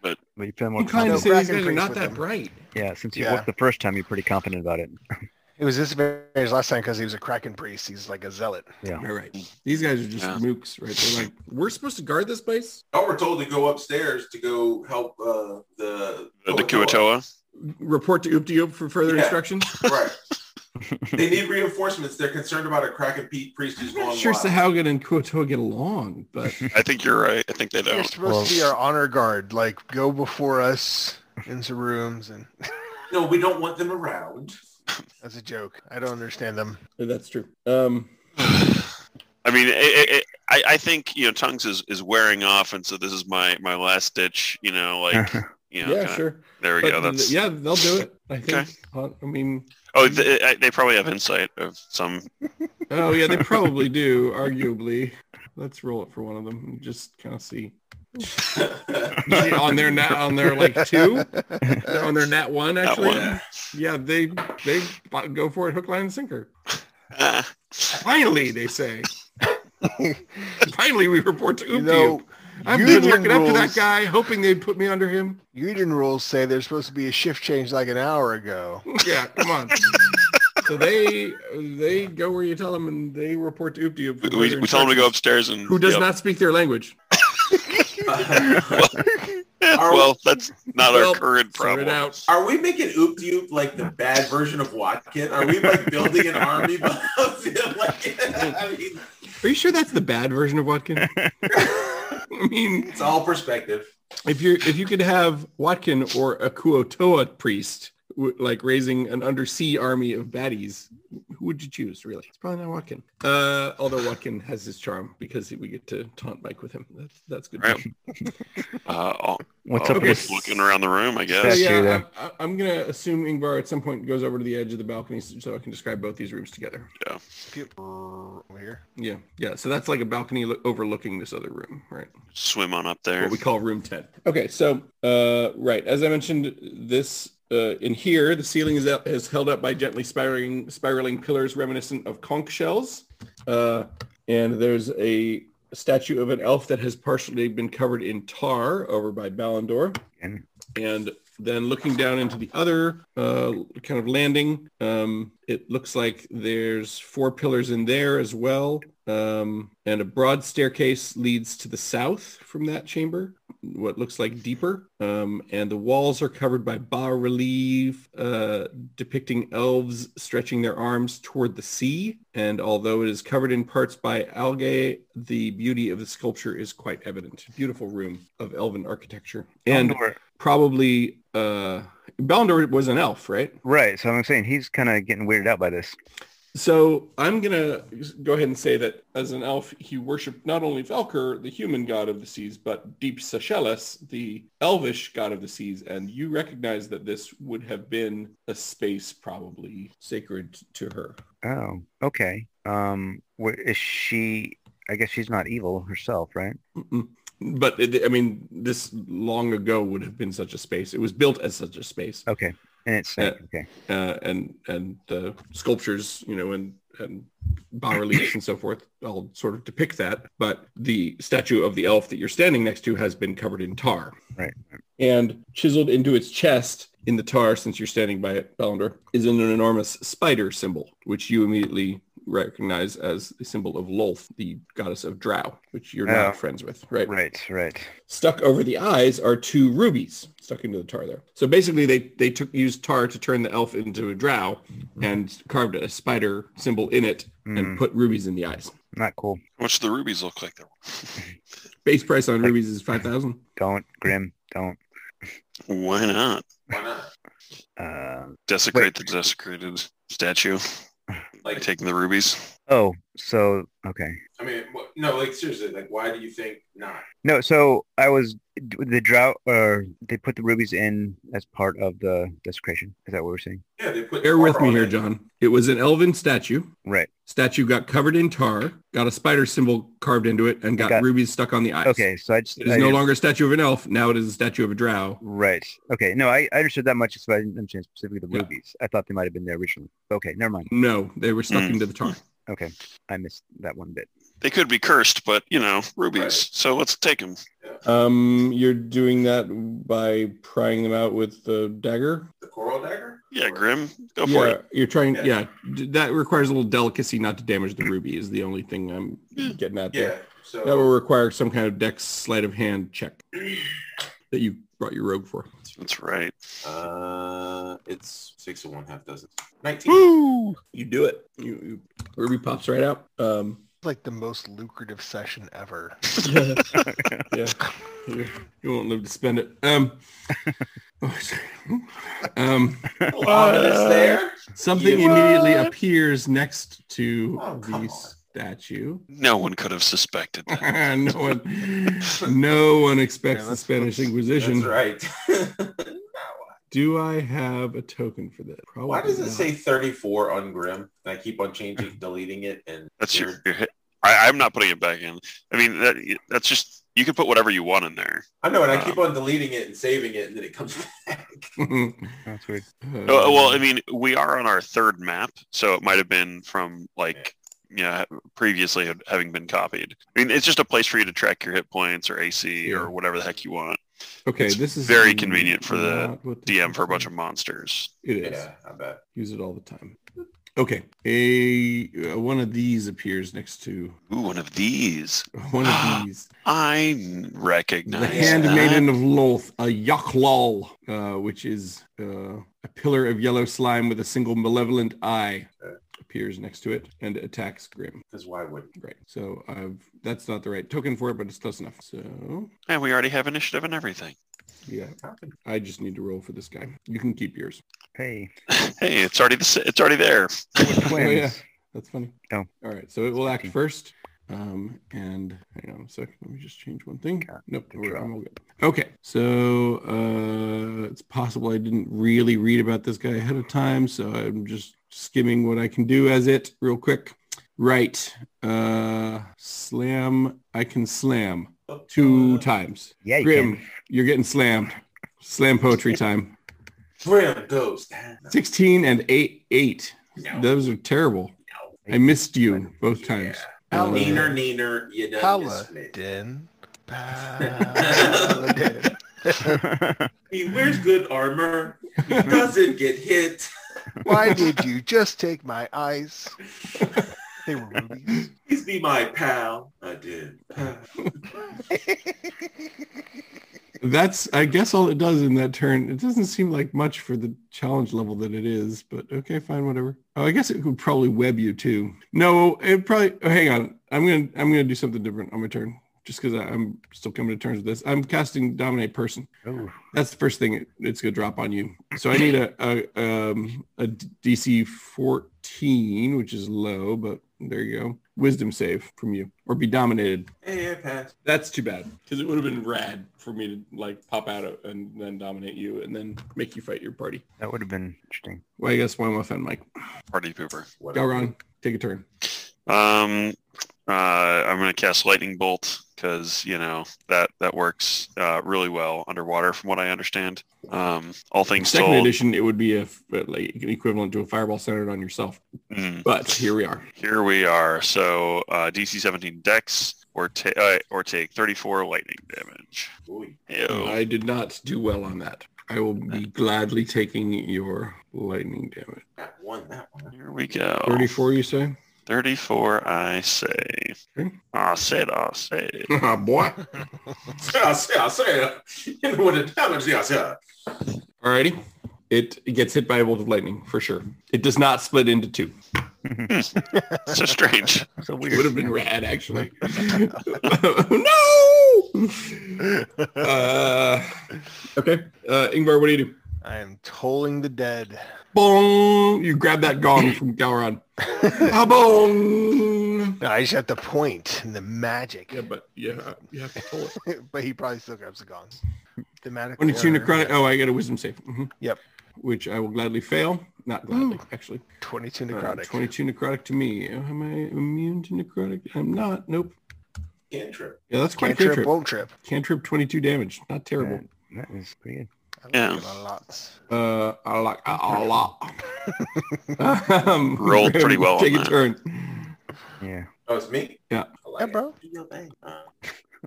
S4: But you feel more
S2: I'm trying to
S1: No,
S2: say
S4: confident.
S1: Kraken
S2: these guys are
S1: priest
S2: not
S1: with
S2: that
S1: them.
S2: bright.
S4: Yeah, since you
S1: Yeah.
S4: worked the first time, you're pretty confident about it.
S1: It was disadvantage last time because he was a kraken priest. He's like a zealot.
S4: Oh,
S2: All right. These guys are just
S3: Yeah.
S2: mooks, right? They're like, we're supposed to guard this place?
S5: Y'all were told to go upstairs to go help uh, the
S3: The, the Kuatoa.
S2: Report to Oop Oop for further
S5: Yeah.
S2: instruction?
S5: Right. they need reinforcements. They're concerned about a Kraken Pete priest who's
S2: I'm not
S5: going
S2: sure
S5: wild.
S2: Sahagan and Kuotoa get along, but
S3: I think you're right. I think they
S1: They're
S3: don't.
S1: supposed to be our honor guard. Like go before us into rooms, and
S5: No, we don't want them around.
S1: that's a joke. I don't understand them.
S2: that's true. Um,
S3: I mean, it, it, it, I, I think you know, tongues is, is wearing off, and so this is my my last ditch. You know, like you know,
S2: yeah,
S3: kinda-
S2: sure.
S3: there we
S2: But
S3: go. That's
S2: yeah, they'll do it. I
S3: Okay.
S2: think. Uh, I mean,
S3: oh, they, I- they probably have insight of some.
S2: oh yeah, they probably do. Arguably, let's roll it for one of them and just kind of see on their nat on their like two on their nat one
S3: Nat
S2: actually.
S3: one.
S2: Yeah, they they bu- go for it, hook, line, and sinker.
S3: Ah,
S2: Finally, they say. Finally, we report to Oopty.
S1: you know,
S2: I've been
S1: union
S2: looking up to that
S1: rules-
S2: guy, hoping they'd put me under him.
S1: Union rules say there's supposed to be a shift change like an hour ago.
S2: Yeah, come on. so they they go where you tell them, and they report to Oop Oop.
S3: we, we, we tell them to go upstairs and
S2: Who does
S3: yep.
S2: not speak their language?
S3: Yeah,
S5: Are-
S3: well, that's not
S2: Well,
S3: our current
S2: Sort it
S3: problem.
S2: out.
S5: Are we making Oop Doop like the bad version of Watkin? Are we like building an army of him? Like, I mean,
S2: Are you sure that's the bad version of Watkin? I mean,
S5: it's all perspective.
S2: if you if you could have Watkin or a Kuotoa priest w- like raising an undersea army of baddies, who would you choose? Really, it's probably not Watkin. Uh, although Watkin has his charm because we get to taunt Mike with him. That's that's good.
S3: Right. Uh, all,
S4: What's
S3: all
S4: up
S2: okay.
S4: with
S3: looking around the room, I
S2: So
S3: guess.
S4: Statue
S2: yeah,
S4: there.
S2: I'm, I'm gonna assume Ingvar at some point goes over to the edge of the balcony so I can describe both these rooms together.
S1: Over here.
S2: Yeah, yeah. So that's like a balcony lo- overlooking this other room, right?
S3: Swim on up there.
S2: What we call room 10. Okay, so uh, right, as I mentioned, this uh, in here, the ceiling is, up, is held up by gently spiraling spiraling pillars reminiscent of conch shells. Uh, and there's a statue of an elf that has partially been covered in tar over by Balindor.
S4: And-
S2: And then looking down into the other uh, kind of landing, um, it looks like there's four pillars in there as well. Um, and a broad staircase leads to the south from that chamber, what looks like deeper. Um, and the walls are covered by bas-relief uh, depicting elves stretching their arms toward the sea. And although it is covered in parts by algae, the beauty of the sculpture is quite evident. Beautiful room of elven architecture. And
S4: Gondor-
S2: probably uh Balindor was an elf, right?
S4: right, so I'm saying he's kind of getting weirded out by this.
S2: So I'm gonna go ahead and say that as an elf, he worshipped not only Valkyr, the human god of the seas, but Deep Seychelles, the elvish god of the seas. And you recognize that this would have been a space probably sacred to her.
S4: Oh, okay. Um, where is she? I guess she's not evil herself, right?
S2: Mm-mm. But it, I mean, this long ago would have been such a space. It was built as such a space.
S4: Okay, and it's
S2: Yeah.
S4: snake. okay.
S2: uh, and and uh, sculptures, you know, and and bas reliefs and so forth, all sort of depict that. But the statue of the elf that you're standing next to has been covered in tar
S4: Right.
S2: and chiseled into its chest in the tar, since you're standing by it, Ballinder, is an enormous spider symbol, which you immediately recognize as the symbol of Lolth, the goddess of Drow, which you're
S4: Yeah.
S2: not friends with, right?
S4: Right. Right.
S2: stuck over the eyes are two rubies stuck into the tar there. So basically they they took used tar to turn the elf into a drow and carved a spider symbol in it and
S4: Mm,
S2: put rubies in the eyes.
S4: not cool.
S3: What's the rubies look like? There?
S2: Base price on rubies is 5000.
S4: Don't grim. Don't.
S3: Why not
S5: Why not?
S4: Uh,
S3: desecrate the desecrated statue? Like
S5: Like,
S3: taking the rubies.
S4: Oh, so okay.
S5: I mean, wh- no, like seriously, like why do you think not?
S4: No, so I was the drought, or they put the rubies in as part of the desecration. Is that what we're saying?
S5: Yeah, they put.
S2: Bear with
S5: tar
S2: me
S5: on
S2: here,
S5: it.
S2: John. It was an elven statue.
S4: Right.
S2: Statue got covered in tar, got a spider symbol carved into it, and got,
S4: Got-
S2: rubies stuck on the eyes.
S4: Okay, so I just
S2: It is
S4: I
S2: no
S4: just-
S2: longer a statue of an elf. Now it is a statue of a drow.
S4: right. Okay, no, I, I understood that much, so I didn't understand specifically the
S2: Yeah.
S4: rubies. I thought they might have been there originally. Okay, never mind.
S2: No, they were stuck
S3: Mm.
S2: into the tar.
S4: Okay, I missed that one bit.
S3: They could be cursed, but you know, rubies.
S5: Right.
S3: So let's take them.
S2: Um, you're doing that by prying them out with the dagger.
S5: The coral dagger.
S3: Yeah, Grim, go for
S2: yeah,
S3: it.
S2: you're trying.
S5: Yeah.
S2: Yeah. d that requires a little delicacy not to damage the ruby. Is the only thing I'm getting at
S5: Yeah.
S2: there.
S5: So
S2: That will require some kind of dex sleight of hand check that you brought your rogue for.
S3: That's right.
S5: Uh, it's six and one half dozen. Nineteen.
S2: Woo! You do it. You, you ruby pops right out. Um,
S1: like the most lucrative session ever.
S2: yeah. You, you won't live to spend it. Um, oh, sorry. um,
S5: Little ominous there.
S2: something
S5: You-
S2: immediately appears next to
S5: Oh,
S2: the
S5: come on.
S2: statue.
S3: No one could have suspected that.
S2: no one, no one
S1: Yeah,
S2: expects the
S1: that's-
S2: Spanish Inquisition.
S5: That's right.
S2: Do I have a token for this? Probably
S5: Why does it
S2: not.
S5: say 34 on Grim? And I keep on changing, deleting it, and
S3: That's your, your hit. I, I'm not putting it back in. I mean, that that's just you can put whatever you want in there.
S5: I know, and I keep on deleting it and saving it, and then it comes back.
S4: That's weird.
S2: Uh,
S3: Oh, well, I mean, we are on our third map, so it might have been from like yeah, previously had- having been copied. I mean, it's just a place for you to track your hit points or AC
S2: Yeah.
S3: or whatever the heck you want.
S2: okay,
S3: it's
S2: this is
S3: very convenient for the
S2: not what this
S3: DM for a
S2: is.
S3: bunch of monsters.
S2: It is.
S5: Yeah, I bet.
S2: Use it all the time. Okay, a uh, one of these appears next to
S3: Ooh, one of these.
S2: one of these.
S3: I recognize
S2: the
S3: that.
S2: handmaiden of Loth, a Yaklal, uh, which is uh, a pillar of yellow slime with a single malevolent eye,
S5: Okay.
S2: appears next to it and attacks Grim.
S5: Because why wouldn't? you?
S2: Right. So I've that's not the right token for it, but it's close enough. So
S3: And we already have initiative and everything.
S2: yeah,
S5: How could-
S2: I just need to roll for this guy. You can keep yours.
S4: Hey,
S3: Hey, it's already the, s- it's already there.
S4: twins.
S2: Oh, yeah. That's funny.
S4: Oh.
S2: All right. So it will act
S4: Okay.
S2: first. Um, and hang on a second. Let me just change one thing.
S4: Got
S2: Nope.
S4: the
S2: We're,
S4: draw.
S2: I'm all good. Okay. So uh, it's possible I didn't really read about this guy ahead of time. So I'm just skimming what I can do as it real quick. Right. Uh, slam. I can slam
S4: Uh,
S2: two times.
S4: Yeah, you
S2: Grim,
S4: can.
S2: you're getting slammed. Slam poetry time.
S5: Grim goes down.
S2: 16 and 8. 8.
S5: No,
S2: Those are terrible.
S5: no.
S2: I missed you both times.
S1: Yeah.
S2: Uh,
S5: Neener, neener, you done missed me.
S1: Paladin. Paladin.
S5: He wears good armor. He doesn't get hit.
S1: Why did you just take my eyes? They were rubies.
S5: Please be my pal. I did.
S2: That's, I guess, all it does in that turn. It doesn't seem like much for the challenge level that it is, but okay, fine, whatever. Oh, I guess it would probably web you too. No, it probably. Oh, hang on, I'm gonna, I'm gonna do something different on my turn, just because I'm still coming to terms with this. I'm casting dominate person.
S4: Ooh,
S2: That's the first thing it, it's going to drop on you. So I need a, a, um, a DC 14, which is low, but there you go. Wisdom save from you or be dominated.
S5: Hey, I passed.
S2: That's too bad because it would have been rad for me to like pop out of- and then dominate you and then make you fight your party.
S4: that would have been interesting.
S2: Well, I guess one off on Mike.
S3: Party pooper.
S2: Galron, take a turn.
S3: Um, uh, I'm gonna cast lightning bolt because you know that that works uh, really well underwater, from what I understand. Um, all things
S2: Second
S3: told,
S2: edition, it would be a f- like an equivalent to a fireball centered on yourself.
S3: mm,
S2: But here we are.
S3: here we are. So uh, DC 17 Dex or ta- uh, or take 34 lightning damage.
S5: Ooh,
S3: Ew.
S2: I did not do well on that. I will be gladly taking your lightning damage.
S5: that one, that one.
S3: Here we go.
S2: 34, you say?
S3: 34, I say. Ah,
S2: Okay.
S3: I said, I said.
S2: Boy.
S5: Yeah, yeah, yeah. uh, You know what it damage, yeah, yeah.
S2: Alrighty. It gets hit by a bolt of lightning for sure. It does not split into two.
S3: So strange.
S4: So
S2: It
S4: weird.
S2: would have been rad, actually. no. Uh, okay. Uh, Ingvar, what do you do?
S1: I am tolling the dead.
S2: Boom! You grab that gong from Gowron. Boom!
S1: No, I just have to point and the magic.
S2: Yeah, but yeah, you have to pull it.
S1: but he probably still grabs the gong. Thematic.
S2: 22
S1: horror.
S2: necrotic. Oh, I get a wisdom save. Mhm.
S1: Yep.
S2: Which I will gladly fail. Not gladly, actually.
S1: 22
S2: Uh,
S1: necrotic.
S2: 22 necrotic to me. Am I immune to necrotic? I'm not. Nope.
S5: Cantrip.
S2: Yeah, that's quite
S1: Can't
S2: a cantrip.
S1: trip, won't trip.
S2: Cantrip 22 damage. Not terrible.
S4: That was pretty good.
S1: I like
S3: Yeah.
S1: it a lot.
S2: Uh, I like a a lot. um,
S3: Rolled pretty well on
S2: Take a
S3: that.
S2: turn.
S4: Yeah.
S5: Oh, it's me?
S2: Yeah.
S5: I
S1: Yeah,
S5: like
S1: bro.
S5: it. Do your thing. Uh,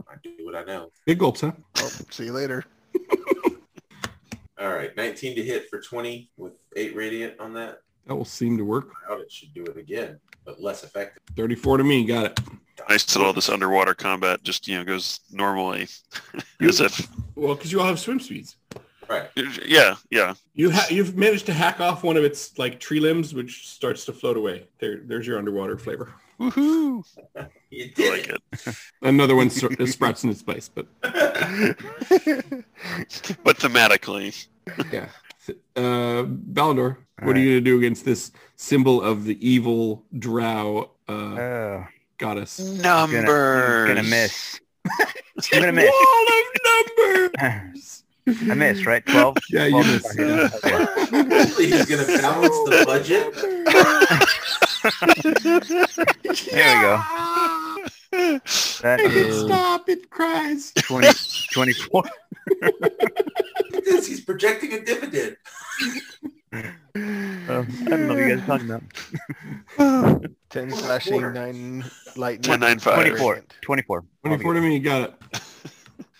S5: I do what I know.
S2: Big gulps, huh?
S1: Well, Oh, see you later.
S5: All right. 19 to hit for 20 with 8 radiant on that.
S2: That will seem to work.
S5: I doubt it should do it again, but less effective.
S2: 34 to me. Got it.
S3: Nice that all this underwater combat just you know goes normally, as if
S2: Well, because you all have swim speeds.
S5: Right.
S3: yeah yeah
S2: You ha- you've managed to hack off one of its like tree limbs, which starts to float away. There, there's your underwater flavor.
S4: Woohoo!
S5: You
S3: I
S5: did
S3: like it.
S2: Another one sor- uh, sprouts in its place, but
S3: But thematically,
S2: yeah. Uh, Balindor, what are you gonna do against this symbol of the evil Drow uh,
S4: Oh,
S2: goddess?
S4: gonna,
S3: numbers.
S4: gonna miss. I'm gonna miss.
S2: Wall of
S4: I
S2: numbers.
S4: missed, right? Twelve.
S2: Yeah, you
S4: Twelve.
S2: missed.
S4: Okay.
S5: Hopefully he's going to balance the budget.
S4: There we go. That
S2: Make it
S4: is Um,
S2: stop! It cries.
S4: 20, 24.
S5: Look at this. He's projecting a dividend.
S4: Um, I don't know what you guys are talking about.
S1: 10 slashing,
S5: Quarter.
S1: 9 lightning.
S3: 10, nine, five.
S4: 24. 24.
S2: Twenty-four to me. You got it.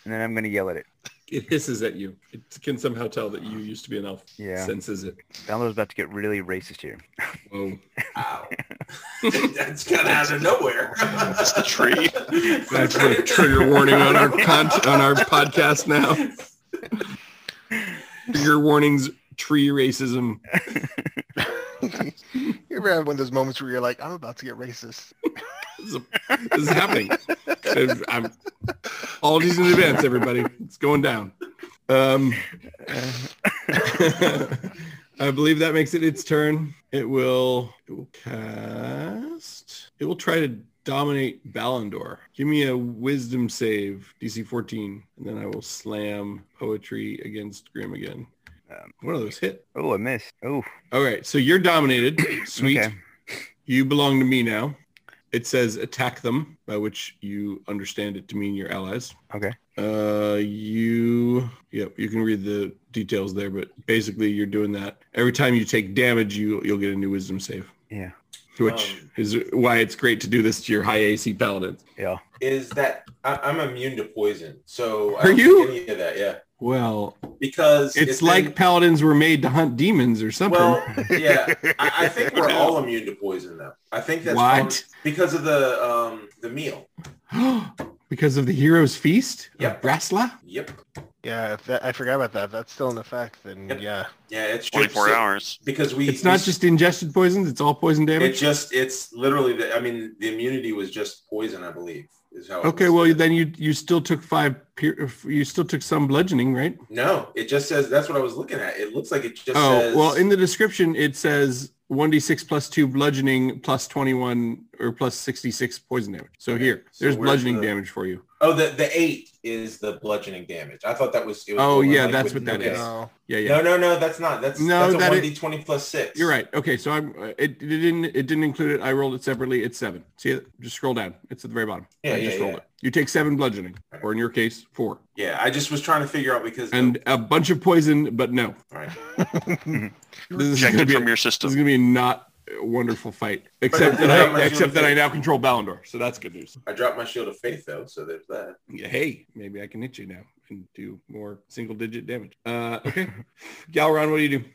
S4: And then I'm gonna yell at it.
S2: It hisses at you. It can somehow tell that you used to be an elf.
S4: Yeah.
S2: Senses it.
S4: Balor's about to get really racist here.
S2: Whoa.
S5: Wow. That's kind of out of nowhere.
S3: It's the tree.
S2: That's a trigger warning on our con- on our podcast now. Trigger warnings, tree racism.
S1: you ever have one of those moments where you're like, I'm about to get racist?
S2: This is, this is happening. And I'm, apologies in advance, everybody. It's going down. Um, I believe that makes it its turn. It will. It will cast. It will try to dominate Balindor. Give me a Wisdom save, DC 14, and then I will slam Poetry against Grim again.
S4: Um,
S2: One of those hit.
S4: Oh, I missed. Oh,
S2: All right, so you're dominated. Sweet.
S4: Okay.
S2: You belong to me now. It says attack them, by which you understand it to mean your allies.
S4: Okay.
S2: Uh, you, yep, you can read the details there, but basically you're doing that. Every time you take damage, you you'll get a new wisdom save,
S4: yeah.
S2: which
S5: Um,
S2: is why it's great to do this to your high AC paladins.
S5: Is that I, I'm immune to poison, so I
S2: Are
S5: don't take
S2: you?
S5: any of that? Yeah,
S2: Well,
S5: because
S2: it's
S5: been-
S2: like paladins were made to hunt demons or something.
S5: well, yeah. I, I think we're all immune to poison, though. I think that's
S2: What?
S5: from- because of the um the meal.
S2: because of the hero's feast of
S5: Yep.
S2: Brasla?
S5: Yep.
S1: Yeah, if that, I forgot about that. If that's still in effect, then
S5: Yep.
S1: yeah.
S5: Yeah, it's true.
S3: 24
S5: So-
S3: hours.
S5: because we.
S2: It's not
S5: we-
S2: just ingested poisons, it's all poison
S5: It
S2: damage.
S5: just it's literally the. I mean, the immunity was just poison, I believe. Is how. it
S2: Okay,
S5: was.
S2: well then you you still took five. pier- You still took some bludgeoning, right?
S5: No, it just says that's what I was looking at. It looks like it just
S2: oh
S5: says.
S2: well, in the description it says one d six plus two bludgeoning plus twenty one or plus sixty six poison damage. So
S5: Okay,
S2: here,
S5: so
S2: there's
S5: where's
S2: bludgeoning
S5: the-
S2: damage for you.
S5: oh, the the eight is the bludgeoning damage. I thought that was. It was
S2: Oh,
S5: going,
S2: yeah,
S5: like,
S2: that's
S5: with-
S2: what that
S5: okay.
S2: is.
S1: No.
S2: Yeah, yeah.
S5: No, no, no, that's not. That's
S2: No,
S5: that's
S2: that
S5: a
S2: i-
S5: one d twenty plus six.
S2: You're right. Okay, so I'm uh, it, it didn't it didn't include it. I rolled it separately. It's seven. See it? Just scroll down. It's at the very bottom. I
S5: Yeah, yeah,
S2: just rolled
S5: yeah.
S2: it. You take seven bludgeoning,
S5: Right.
S2: or in your case, four,
S5: Yeah, I just was trying to figure out because. oh,
S2: and a bunch of poison. But no,
S5: all right.
S2: this is gonna
S3: Ejected
S2: be a-
S3: from your
S2: This is
S3: system.
S2: gonna be not a wonderful fight, except
S5: But-
S2: that I, except
S5: but-
S2: that I now control Balindor, so that's good news.
S5: I dropped my shield of faith though, so there's that.
S2: Yeah, Hey, maybe I can hit you now and do more single-digit damage. Uh, okay, Galron, what do you do?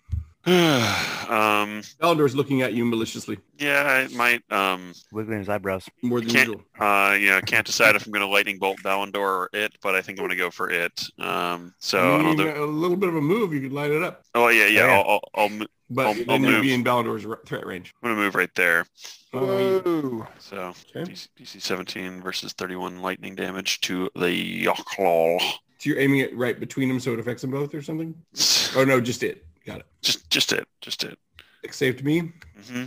S3: um,
S2: Balindor's looking at you maliciously,
S3: yeah, I might. Um,
S4: Wiggling his eyebrows.
S2: more than
S3: Can't-
S2: usual.
S3: uh, you know, can't decide if I'm going to lightning bolt Balindor or it, but I think I'm going to go for it. Um, so
S2: You
S3: I'll
S2: need
S3: do.
S2: a little bit of a move, you could light it up,
S3: Oh yeah, yeah.
S4: Oh, yeah.
S3: I'll, I'll, I'll, mo-
S2: but
S3: I'll-
S2: then
S3: I'll
S2: you'd
S3: move.
S2: be in Balindor's r- threat range.
S3: I'm going to move right there.
S2: Oh,
S1: Whoa.
S3: So
S2: Okay.
S3: DC, DC 17 versus 31 lightning damage to the Yawklaw.
S2: So you're aiming it right between them so it affects them both or something? Oh, no, just it. Got it.
S3: Just, just it, just it.
S2: It saved me.
S3: hmm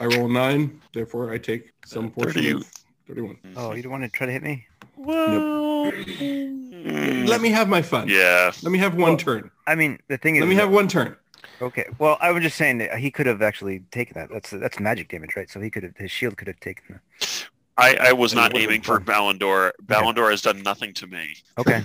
S2: I roll a nine. Therefore, I take some
S3: Uh,
S2: portion
S3: 30.
S2: of 31.
S3: mm-hmm.
S4: Oh, you don't want to try to hit me?
S3: well. mm,
S2: Let me have my fun.
S3: Yeah.
S2: Let me have one
S4: Well,
S2: turn.
S4: I mean, the thing is,
S2: Let me have one turn.
S4: okay. Well, I was just saying that he could have actually taken that. That's that's magic damage, right? So he could have his shield could have taken that.
S3: I, I was
S2: And
S3: not
S2: what
S3: aiming
S2: was
S3: for
S2: it?
S3: Ballandor. Ballandor has done nothing to me.
S4: Okay,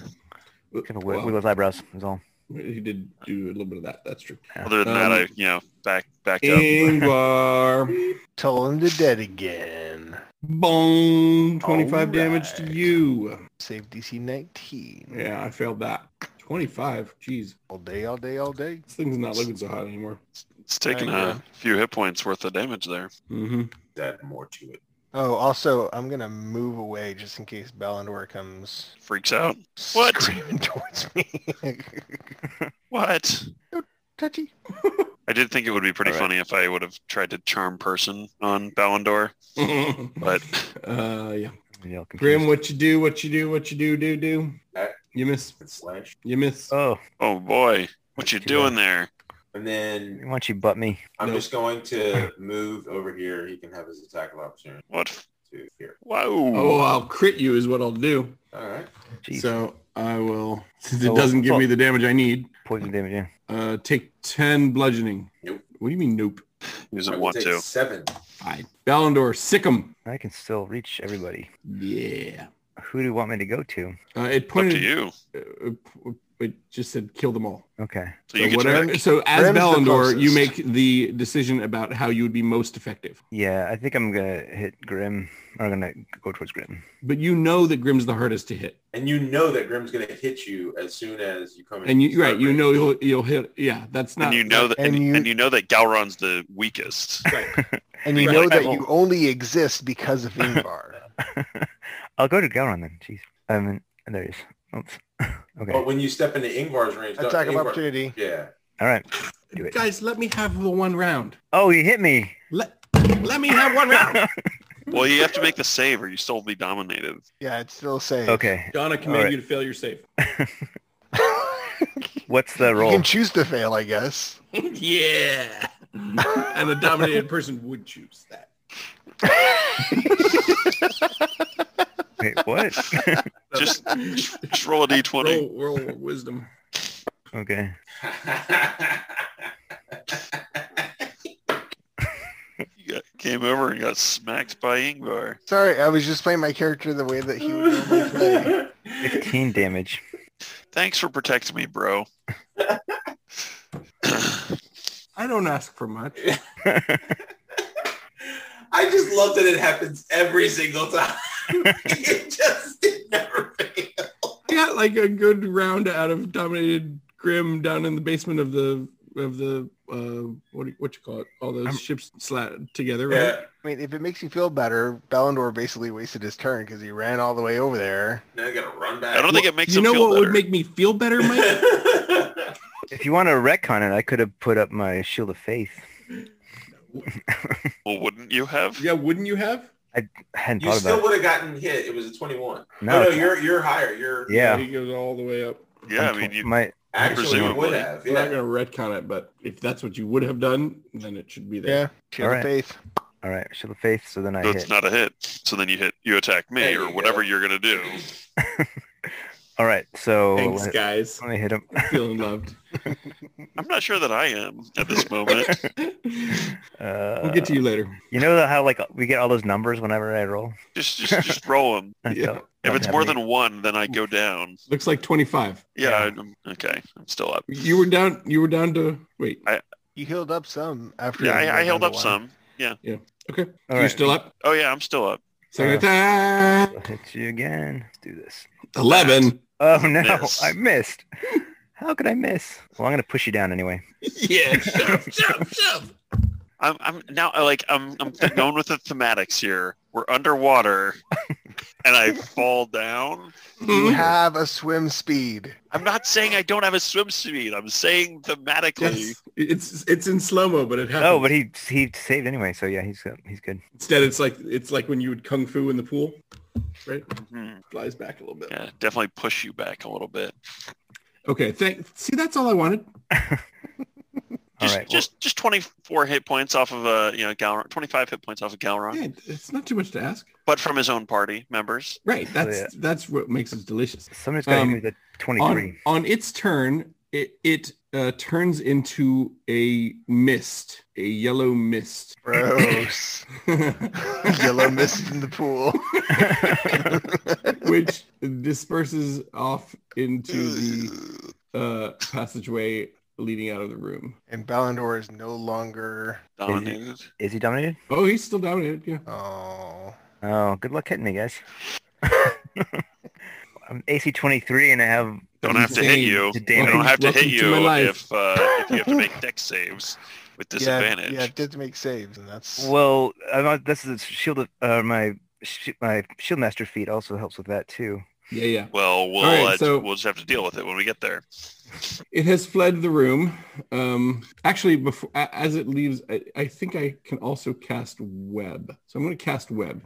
S4: kind of
S2: Well,
S4: wiggle his eyebrows is all.
S2: he did do a little bit of that. That's true.
S3: Other than
S2: Um,
S3: that, I you know back backed up.
S2: Ingvar.
S1: Tell him to dead again.
S2: Boom. 25
S1: All
S2: damage to
S1: right.
S2: you.
S1: Save DC 19.
S2: Yeah, I failed that. 25. Jeez.
S1: All day, all day, all day.
S2: This thing's not looking so hot anymore.
S3: It's taking
S1: I
S3: a few hit points worth of damage there.
S2: Mm-hmm.
S5: That more to it.
S1: Oh, also, I'm going to move away just in case Ballandor comes
S3: Freaks out. What?
S1: screaming towards me.
S3: What?
S1: Touchy.
S3: I did think it would be pretty
S4: All right.
S3: funny if I would have tried to charm person on Ballandor, but
S2: Mm-hmm. uh, yeah.
S4: Yeah, confused.
S2: Grim, what you do, what you do, what you do, do, do.
S5: Alright.
S2: You miss.
S5: And slash.
S2: You miss.
S4: Oh,
S3: oh boy, what you
S4: Too
S3: doing there?
S5: And then
S4: why don't you butt me?
S5: I'm
S2: Nope.
S5: just going to move over here. He can have his attack of opportunity
S3: What? f-
S5: to here.
S2: Oh,
S3: Wow.
S2: I'll crit you is what I'll do.
S5: All right.
S4: Jeez,
S2: So I will, since it
S4: Oh,
S2: doesn't give
S4: fuck.
S2: me the damage I need,
S4: poison damage. Yeah.
S2: uh, take 10 bludgeoning.
S5: Nope.
S2: What do you mean nope?
S3: He
S5: I
S3: doesn't
S5: will
S3: want
S5: take
S3: to.
S5: Seven.
S2: Fine. Ballandor, sick 'em.
S4: I can still reach everybody.
S2: Yeah.
S4: Who do you want me to go to?
S2: Uh, it
S3: Up to
S2: pointed,
S3: you.
S2: uh, uh, it just said kill them all.
S4: Okay.
S3: So you
S2: so,
S3: get
S2: whatever-
S3: to pick.
S2: so as
S1: Brim's the
S2: Ballandor, you
S1: closest.
S2: make the decision about how you would be most effective.
S4: Yeah, I think I'm gonna hit Grim. I'm gonna go towards Grim.
S2: But you know that Grim's the hardest to hit.
S5: And you know that Grim's going to hit you as soon as you come in.
S2: And you
S5: Start
S2: right, you
S5: range.
S2: know you'll you'll hit yeah, that's not
S3: and you know that, and,
S1: and
S3: you,
S1: you-
S3: and you know that Galron's the weakest.
S2: right.
S1: And you
S3: Right.
S1: know
S3: Like,
S1: that
S3: I
S1: you only exist because of Ingvar.
S4: I'll go to Gowron then. Jeez. Um, and there he is. Oops. okay.
S5: But when you step into Ingvar's range, don't-
S1: Attack of
S5: Ingvar-
S1: opportunity.
S5: Yeah.
S4: All right. Do it.
S2: Guys, let me have the one round.
S4: Oh, you hit me.
S2: Let let me have one round.
S3: well, you have to make the save, or you still be dominated.
S1: Yeah, it's still safe.
S4: Okay.
S2: Donna
S4: command Alright.
S2: you to fail your save.
S4: What's the
S1: You
S4: roll?
S1: can choose to fail, I guess.
S2: yeah. and a dominated person would choose that.
S4: Wait, what?
S3: Just- Just roll a d20.
S2: roll, roll of wisdom.
S4: okay.
S3: You got, came over and got smacked by Ingvar.
S1: Sorry, I was just playing my character the way that he would normally play.
S4: Fifteen damage.
S3: Thanks for protecting me, bro.
S2: I don't ask for much.
S5: I just love that it happens every single time. it just it never fails.
S2: I got like a good round out of dominated Grim down in the basement of the of the uh what do you, what you call it? All those
S4: I'm-
S2: ships slat together, right?
S5: Yeah.
S1: I mean, if it makes you feel better, Ballandor basically wasted his turn because he ran all the way over there.
S5: Now I gotta run back.
S3: I don't think it makes
S2: You
S3: him
S2: know
S3: feel
S2: what
S3: better.
S2: would make me feel better, Mike?
S4: If you want to retcon it, I could have put up my shield of faith.
S3: well, wouldn't you have?
S2: yeah, wouldn't you have?
S4: I hadn't
S5: you
S4: thought
S5: still
S4: about
S5: would have gotten hit. It was a 21.
S4: it.
S5: No,
S4: No.
S5: no, you're you're higher. You're
S4: yeah.
S2: He goes all the way up.
S3: Yeah, I
S4: I'm
S3: mean,
S4: tw-
S3: you,
S4: my
S5: actually you would
S3: Presumably.
S5: have.
S2: We're
S5: Yeah.
S2: not gonna retcon it, but if that's what you would have done, then it should be there.
S1: Yeah, shield
S4: Alright.
S1: of faith.
S4: all right shield of faith. So then I
S3: so
S4: hit.
S3: it's not a hit. So then you hit, you attack me
S5: There
S3: or
S5: you
S3: whatever
S5: go.
S3: you're gonna do.
S4: all right.
S5: Oh,
S4: So
S2: Thanks,
S4: let,
S2: guys.
S4: let me hit him.
S2: Feeling loved.
S3: I'm not sure that I am at this moment.
S2: we'll
S4: Uh,
S2: get to you later.
S4: You know how like we get all those numbers whenever I roll.
S3: just, just, just roll them.
S5: Uh,
S4: That's
S2: Yeah.
S4: how-
S3: If
S4: that's
S3: it's more
S4: happening.
S3: than one, then I go down.
S2: Looks like twenty-five.
S3: Yeah,
S4: Yeah.
S3: I'm, okay, I'm still up.
S2: You were down. You were down to wait.
S1: You healed up some after.
S3: Yeah,
S1: you
S3: I, I
S1: rolled
S3: held
S1: on
S3: up
S1: the one.
S3: some.
S2: Okay.
S4: All
S2: You're
S4: right.
S2: still up.
S3: Oh yeah, I'm still up.
S2: Second
S4: Uh,
S2: attack.
S4: I'll hit you again. Let's do this.
S2: Eleven.
S4: Oh no,
S3: Miss.
S4: I missed. How could I miss? Well, I'm gonna push you down anyway.
S2: Yeah. Shove, shove, shove.
S3: I'm, I'm now I like I'm, I'm th- going with the thematics here. We're underwater, and I fall down.
S1: You
S2: Mhm.
S1: have a swim speed.
S3: I'm not saying I don't have a swim speed. I'm saying thematically.
S2: Yes. It's it's in slow mo, but it happens.
S4: Oh, but he he saved anyway, so yeah, he's good. He's good.
S2: Instead, it's like it's like when you would kung fu in the pool. right?
S3: Mhm.
S2: Flies back a little bit.
S3: Yeah, definitely push you back a little bit.
S2: Okay, thank. See, that's all I wanted.
S3: Just,
S4: All right, well-
S3: just, just 24 hit points off of uh, you know, Galron, 25 hit points off of Galron,
S2: Yeah, it's not too much to ask.
S3: but from his own party members.
S2: Right. That's
S4: yeah.
S2: that's what makes it delicious.
S4: Somebody's got to
S2: Um,
S4: hit me with a 23.
S2: On, on its turn, it it uh, turns into a mist, a yellow mist.
S1: Gross. Yellow mist in the pool.
S2: which disperses off into the uh, passageway leading out of the room.
S1: and Balindor is no longer.
S3: Dominated.
S4: Is he dominated?
S2: Oh, he's still dominated. Yeah.
S1: Oh,
S4: Oh, good luck hitting me, guys. I'm AC 23 and I have...
S3: Don't have to hit you.
S4: to
S3: I
S4: damage.
S3: don't have to
S2: Welcome
S3: hit
S2: to my
S3: you
S2: life.
S3: if, uh, if you have to make deck saves with disadvantage.
S1: Yeah, yeah, it did make saves, and that's
S4: Well, I'm not, this is shield of... Uh, my, shi my shield master feat also helps with that, too.
S2: Yeah, yeah.
S3: Well, we'll
S2: All right,
S3: uh,
S2: so-
S3: we'll just have to deal with it when we get there.
S2: It has fled the room. Um, actually, before a- as it leaves, I, I think I can also cast web. So I'm going to cast web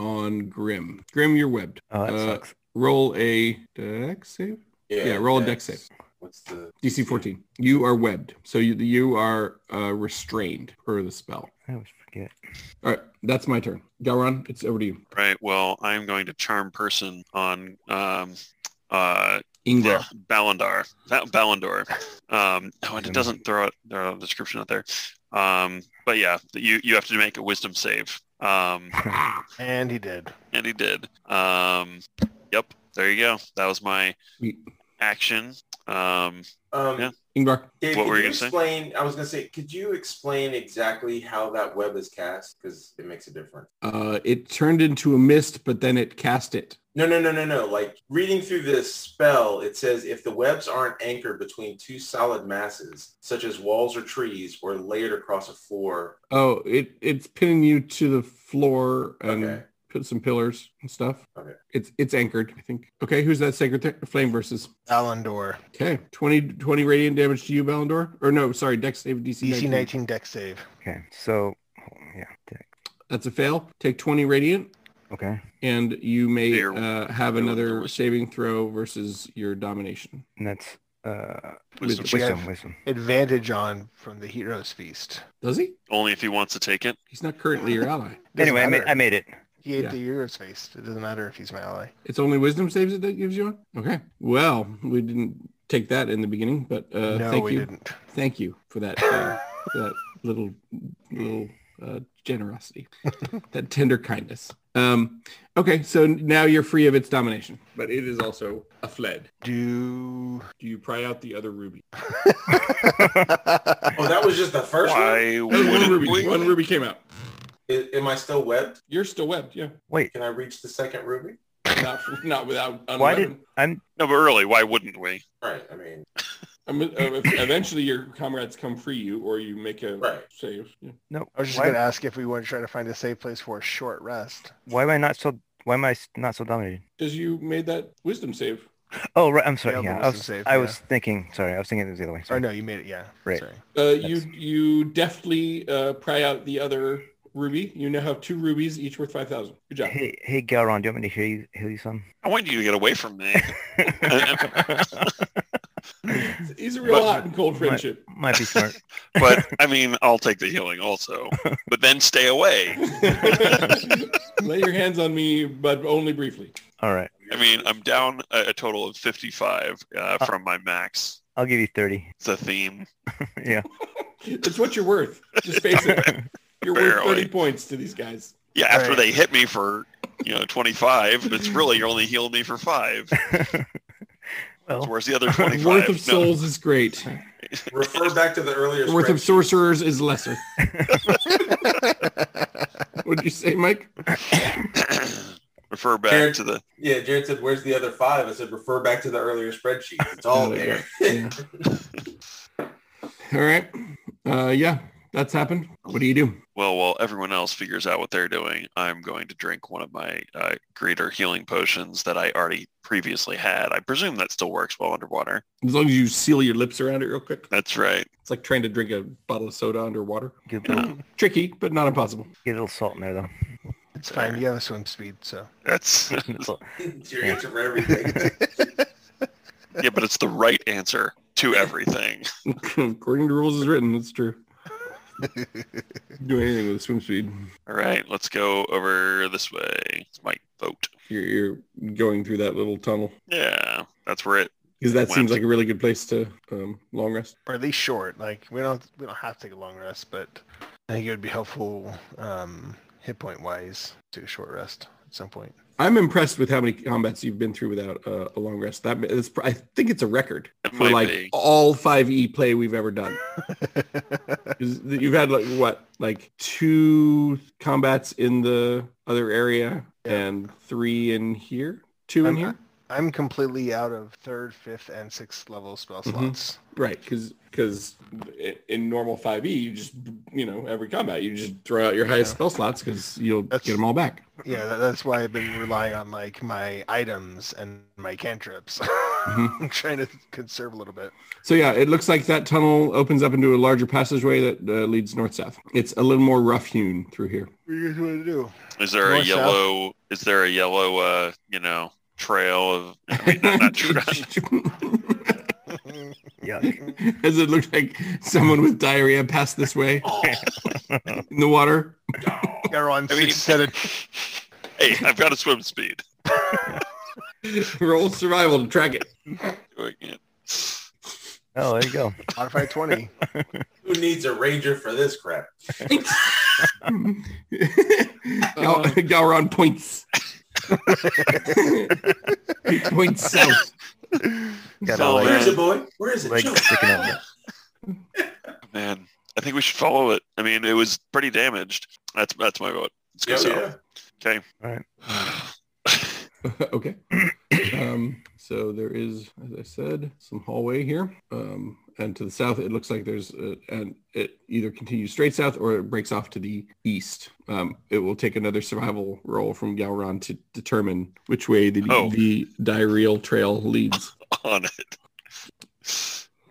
S2: on Grim. Grim, you're webbed.
S4: Oh, that
S2: Uh,
S4: sucks.
S2: Roll a deck save. Yeah, roll a deck
S5: that's-
S2: save.
S5: What's the
S2: DC 14. You are webbed, so you you are uh, restrained per the spell.
S4: I always forget.
S2: All right, that's my turn. Galron, it's over to you.
S3: Right. Well, I'm going to charm person on um, uh,
S2: Ingvar.
S3: Balindar. Ba- Balindor. Um, oh, and it doesn't throw it, throw a description out there. Um, but yeah, you you have to make a wisdom save. Um,
S1: and he did.
S3: and he did. Um, yep. There you go. That was my
S2: Sweet.
S3: action. Um,
S5: um,
S3: Yeah.
S2: Ingvar.
S5: Dave,
S3: What
S5: could
S3: were you
S5: you
S3: gonna say?
S5: explain? I was gonna say, could you explain exactly how that web is cast? Because it makes a difference.
S2: Uh, it turned into a mist, but then it cast it.
S5: No, no, no, no, no. Like reading through this spell, it says if the webs aren't anchored between two solid masses, such as walls or trees, or layered across a floor.
S2: Oh, it it's pinning you to the floor and
S5: Okay.
S2: put some pillars and stuff.
S5: Okay.
S2: It's it's anchored, I think. Okay, who's that sacred th- flame versus?
S1: Balindor,
S2: Okay, 20, 20 radiant damage to you, Balindor. Or no, sorry, Dex save DC,
S1: DC
S2: 19.
S1: 19 deck save.
S4: Okay, so... hold on, Yeah, deck.
S2: That's a fail. Take twenty radiant,
S4: Okay.
S2: and you may
S3: There-
S2: uh, have
S3: there-
S2: another saving throw versus your domination.
S4: And that's... Uh,
S3: wisdom
S2: With-
S3: save.
S1: Yeah.
S4: wisdom, wisdom.
S1: Advantage on from the Heroes Feast.
S2: Does he?
S3: Only if he wants to take it.
S2: He's not currently your ally.
S1: Doesn't
S4: anyway, I, ma-
S1: matter.
S4: I made it.
S1: he ate
S2: Yeah.
S1: the Heroes Feast. It doesn't matter if he's my ally.
S2: It's only wisdom saves it that gives you one. Okay. Well, we didn't take that in the beginning, but uh,
S1: no,
S2: thank
S1: we
S2: you,
S1: didn't.
S2: thank you for that, uh, for that little little uh, generosity, that tender kindness. Um, okay, so now you're free of its domination, but it is also a fled.
S1: Do.
S2: Do you pry out the other ruby?
S5: Oh, that was just the first one.
S3: Why
S2: One
S3: wouldn't
S2: ruby,
S3: we?
S2: one ruby came out.
S5: I- am I still webbed?
S2: You're still webbed, yeah.
S4: Wait,
S5: Can I reach the second ruby?
S2: Not not without.
S4: why did... I'm
S3: No, but really, why wouldn't we?
S5: Right. I mean,
S2: I mean, uh, if- eventually your comrades come free you, or you make a
S5: Right.
S2: save. Yeah.
S4: No,
S1: I was just
S4: why,
S1: going to ask if we want to try to find a safe place for a short rest.
S4: why am I not so? Why am I s- not so dominated?
S2: Because you made that wisdom save.
S4: Oh, right. I'm sorry.
S1: Yeah,
S4: Yeah,
S1: but
S4: I
S1: wisdom
S4: was.
S1: save,
S4: I
S1: yeah.
S4: was thinking. Sorry, I was thinking it was the other way.
S1: Or
S4: Sorry.
S1: no, you made it. Yeah.
S4: Right.
S1: Sorry.
S2: Uh, you
S4: That's-
S2: you deftly uh, pry out the other ruby. You now have two rubies, each worth five thousand. Good job.
S4: Hey, hey, Galron, do you want me to hear you? Heal you some?
S3: I want you to get away from me.
S2: He's a real
S3: But-
S2: hot and cold
S4: Right.
S2: friendship.
S4: Might be smart.
S3: but I mean, I'll take the healing also. But then stay away.
S2: Lay your hands on me, but only briefly.
S4: All right,
S3: I mean, I'm down a, a total of 55 uh, from my max.
S4: I'll give you thirty.
S3: It's a theme.
S4: Yeah.
S2: It's what you're worth. Just face it. You're worth
S3: Barely.
S2: thirty points to these guys.
S3: Yeah, after
S1: Right.
S3: they hit me for you know 25, it's really you're only healed me for five. So
S4: well,
S3: where's the other
S2: Worth
S3: 25?
S2: of souls is great.
S5: refer back to the earlier.
S2: Worth of
S5: spreadsheet.
S2: sorcerers is lesser. what did you say, Mike?
S3: Refer back
S5: Jared-
S3: to the
S5: Yeah, Jared said, "Where's the other five? I said, "Refer back to the earlier spreadsheets. It's all there."
S2: Yeah. All right. Uh, yeah, that's happened. What do you do?
S3: well. While everyone else figures out what they're doing, I'm going to drink one of my uh, greater healing potions that I already previously had. I presume that still works while underwater.
S2: As long as you seal your lips around it real quick.
S3: That's right.
S2: It's like trying to drink a bottle of soda underwater.
S4: give a little,
S2: Tricky, but not impossible.
S4: give a little salt in there though.
S1: It's fine. You have a swim speed, so
S3: That's
S5: It's your answer for everything.
S3: yeah, but it's the right answer to everything.
S2: According to rules as written, that's true. Do anything with swim speed.
S3: All right, let's go over this way. It's my vote.
S2: You're, you're going through that little tunnel
S3: Yeah, that's where it.
S2: because that seems
S3: Wow.
S2: like a really good place to um, long rest.
S1: or at least short. Like we don't we don't have to take a long rest, but I think it would be helpful um, hit point wise to a short rest at some point.
S2: I'm impressed with how many combats you've been through without uh, a long rest. That is, I think it's a record
S3: It
S2: for
S3: might
S2: like
S3: be.
S2: all 5e play we've ever done. 'Cause You've had like what, like two combats in the other area
S1: Yeah. Um,
S2: and three in here, 2
S1: I'm-
S2: in here,
S1: I'm completely out of third, fifth, and sixth level spell
S2: Mhm.
S1: slots.
S2: right? Because because in normal 5e you just you know every combat you just throw out your highest
S1: Yeah.
S2: spell slots because you'll
S1: That's-
S2: get them all back.
S1: Yeah, that, that's why I've been relying on like my items and my cantrips. I'm trying to conserve a little bit.
S2: So yeah, it looks like that tunnel opens up into a larger passageway that uh, leads north south. It's a little more rough hewn through here.
S1: What do you guys want to do?
S3: Is there a
S1: North, south?
S3: yellow? Is there a yellow? Uh, you know, trail of. I mean, not, not tra-
S4: Yuck.
S2: As it looked like someone with diarrhea passed this way
S5: Oh,
S2: in the water.
S1: They're on
S3: I mean-
S1: six set of
S3: hey, I've got a swim speed.
S2: Roll survival to track it.
S3: Doing it.
S4: Oh, there you go.
S1: modified twenty.
S5: who needs a ranger for this crap?
S2: Gal- Galron points. he points south.
S4: Got
S3: Oh,
S4: a
S5: Where is
S4: leg,
S5: it, boy? Where is it?
S4: leg
S5: Show me.
S4: sticking out.
S3: Man, I think we should follow it. I mean, it was pretty damaged. That's that's my vote. Let's go
S5: Oh, Yeah,
S3: south.
S5: yeah.
S3: Okay.
S4: All right.
S2: okay. Um, so there is, as I said, some hallway here. Um, and to the south, it looks like there's, uh and it either continues straight south or it breaks off to the east. Um, it will take another survival roll from Galron to determine which way the,
S3: Oh.
S2: the diarrheal trail leads.
S3: on it.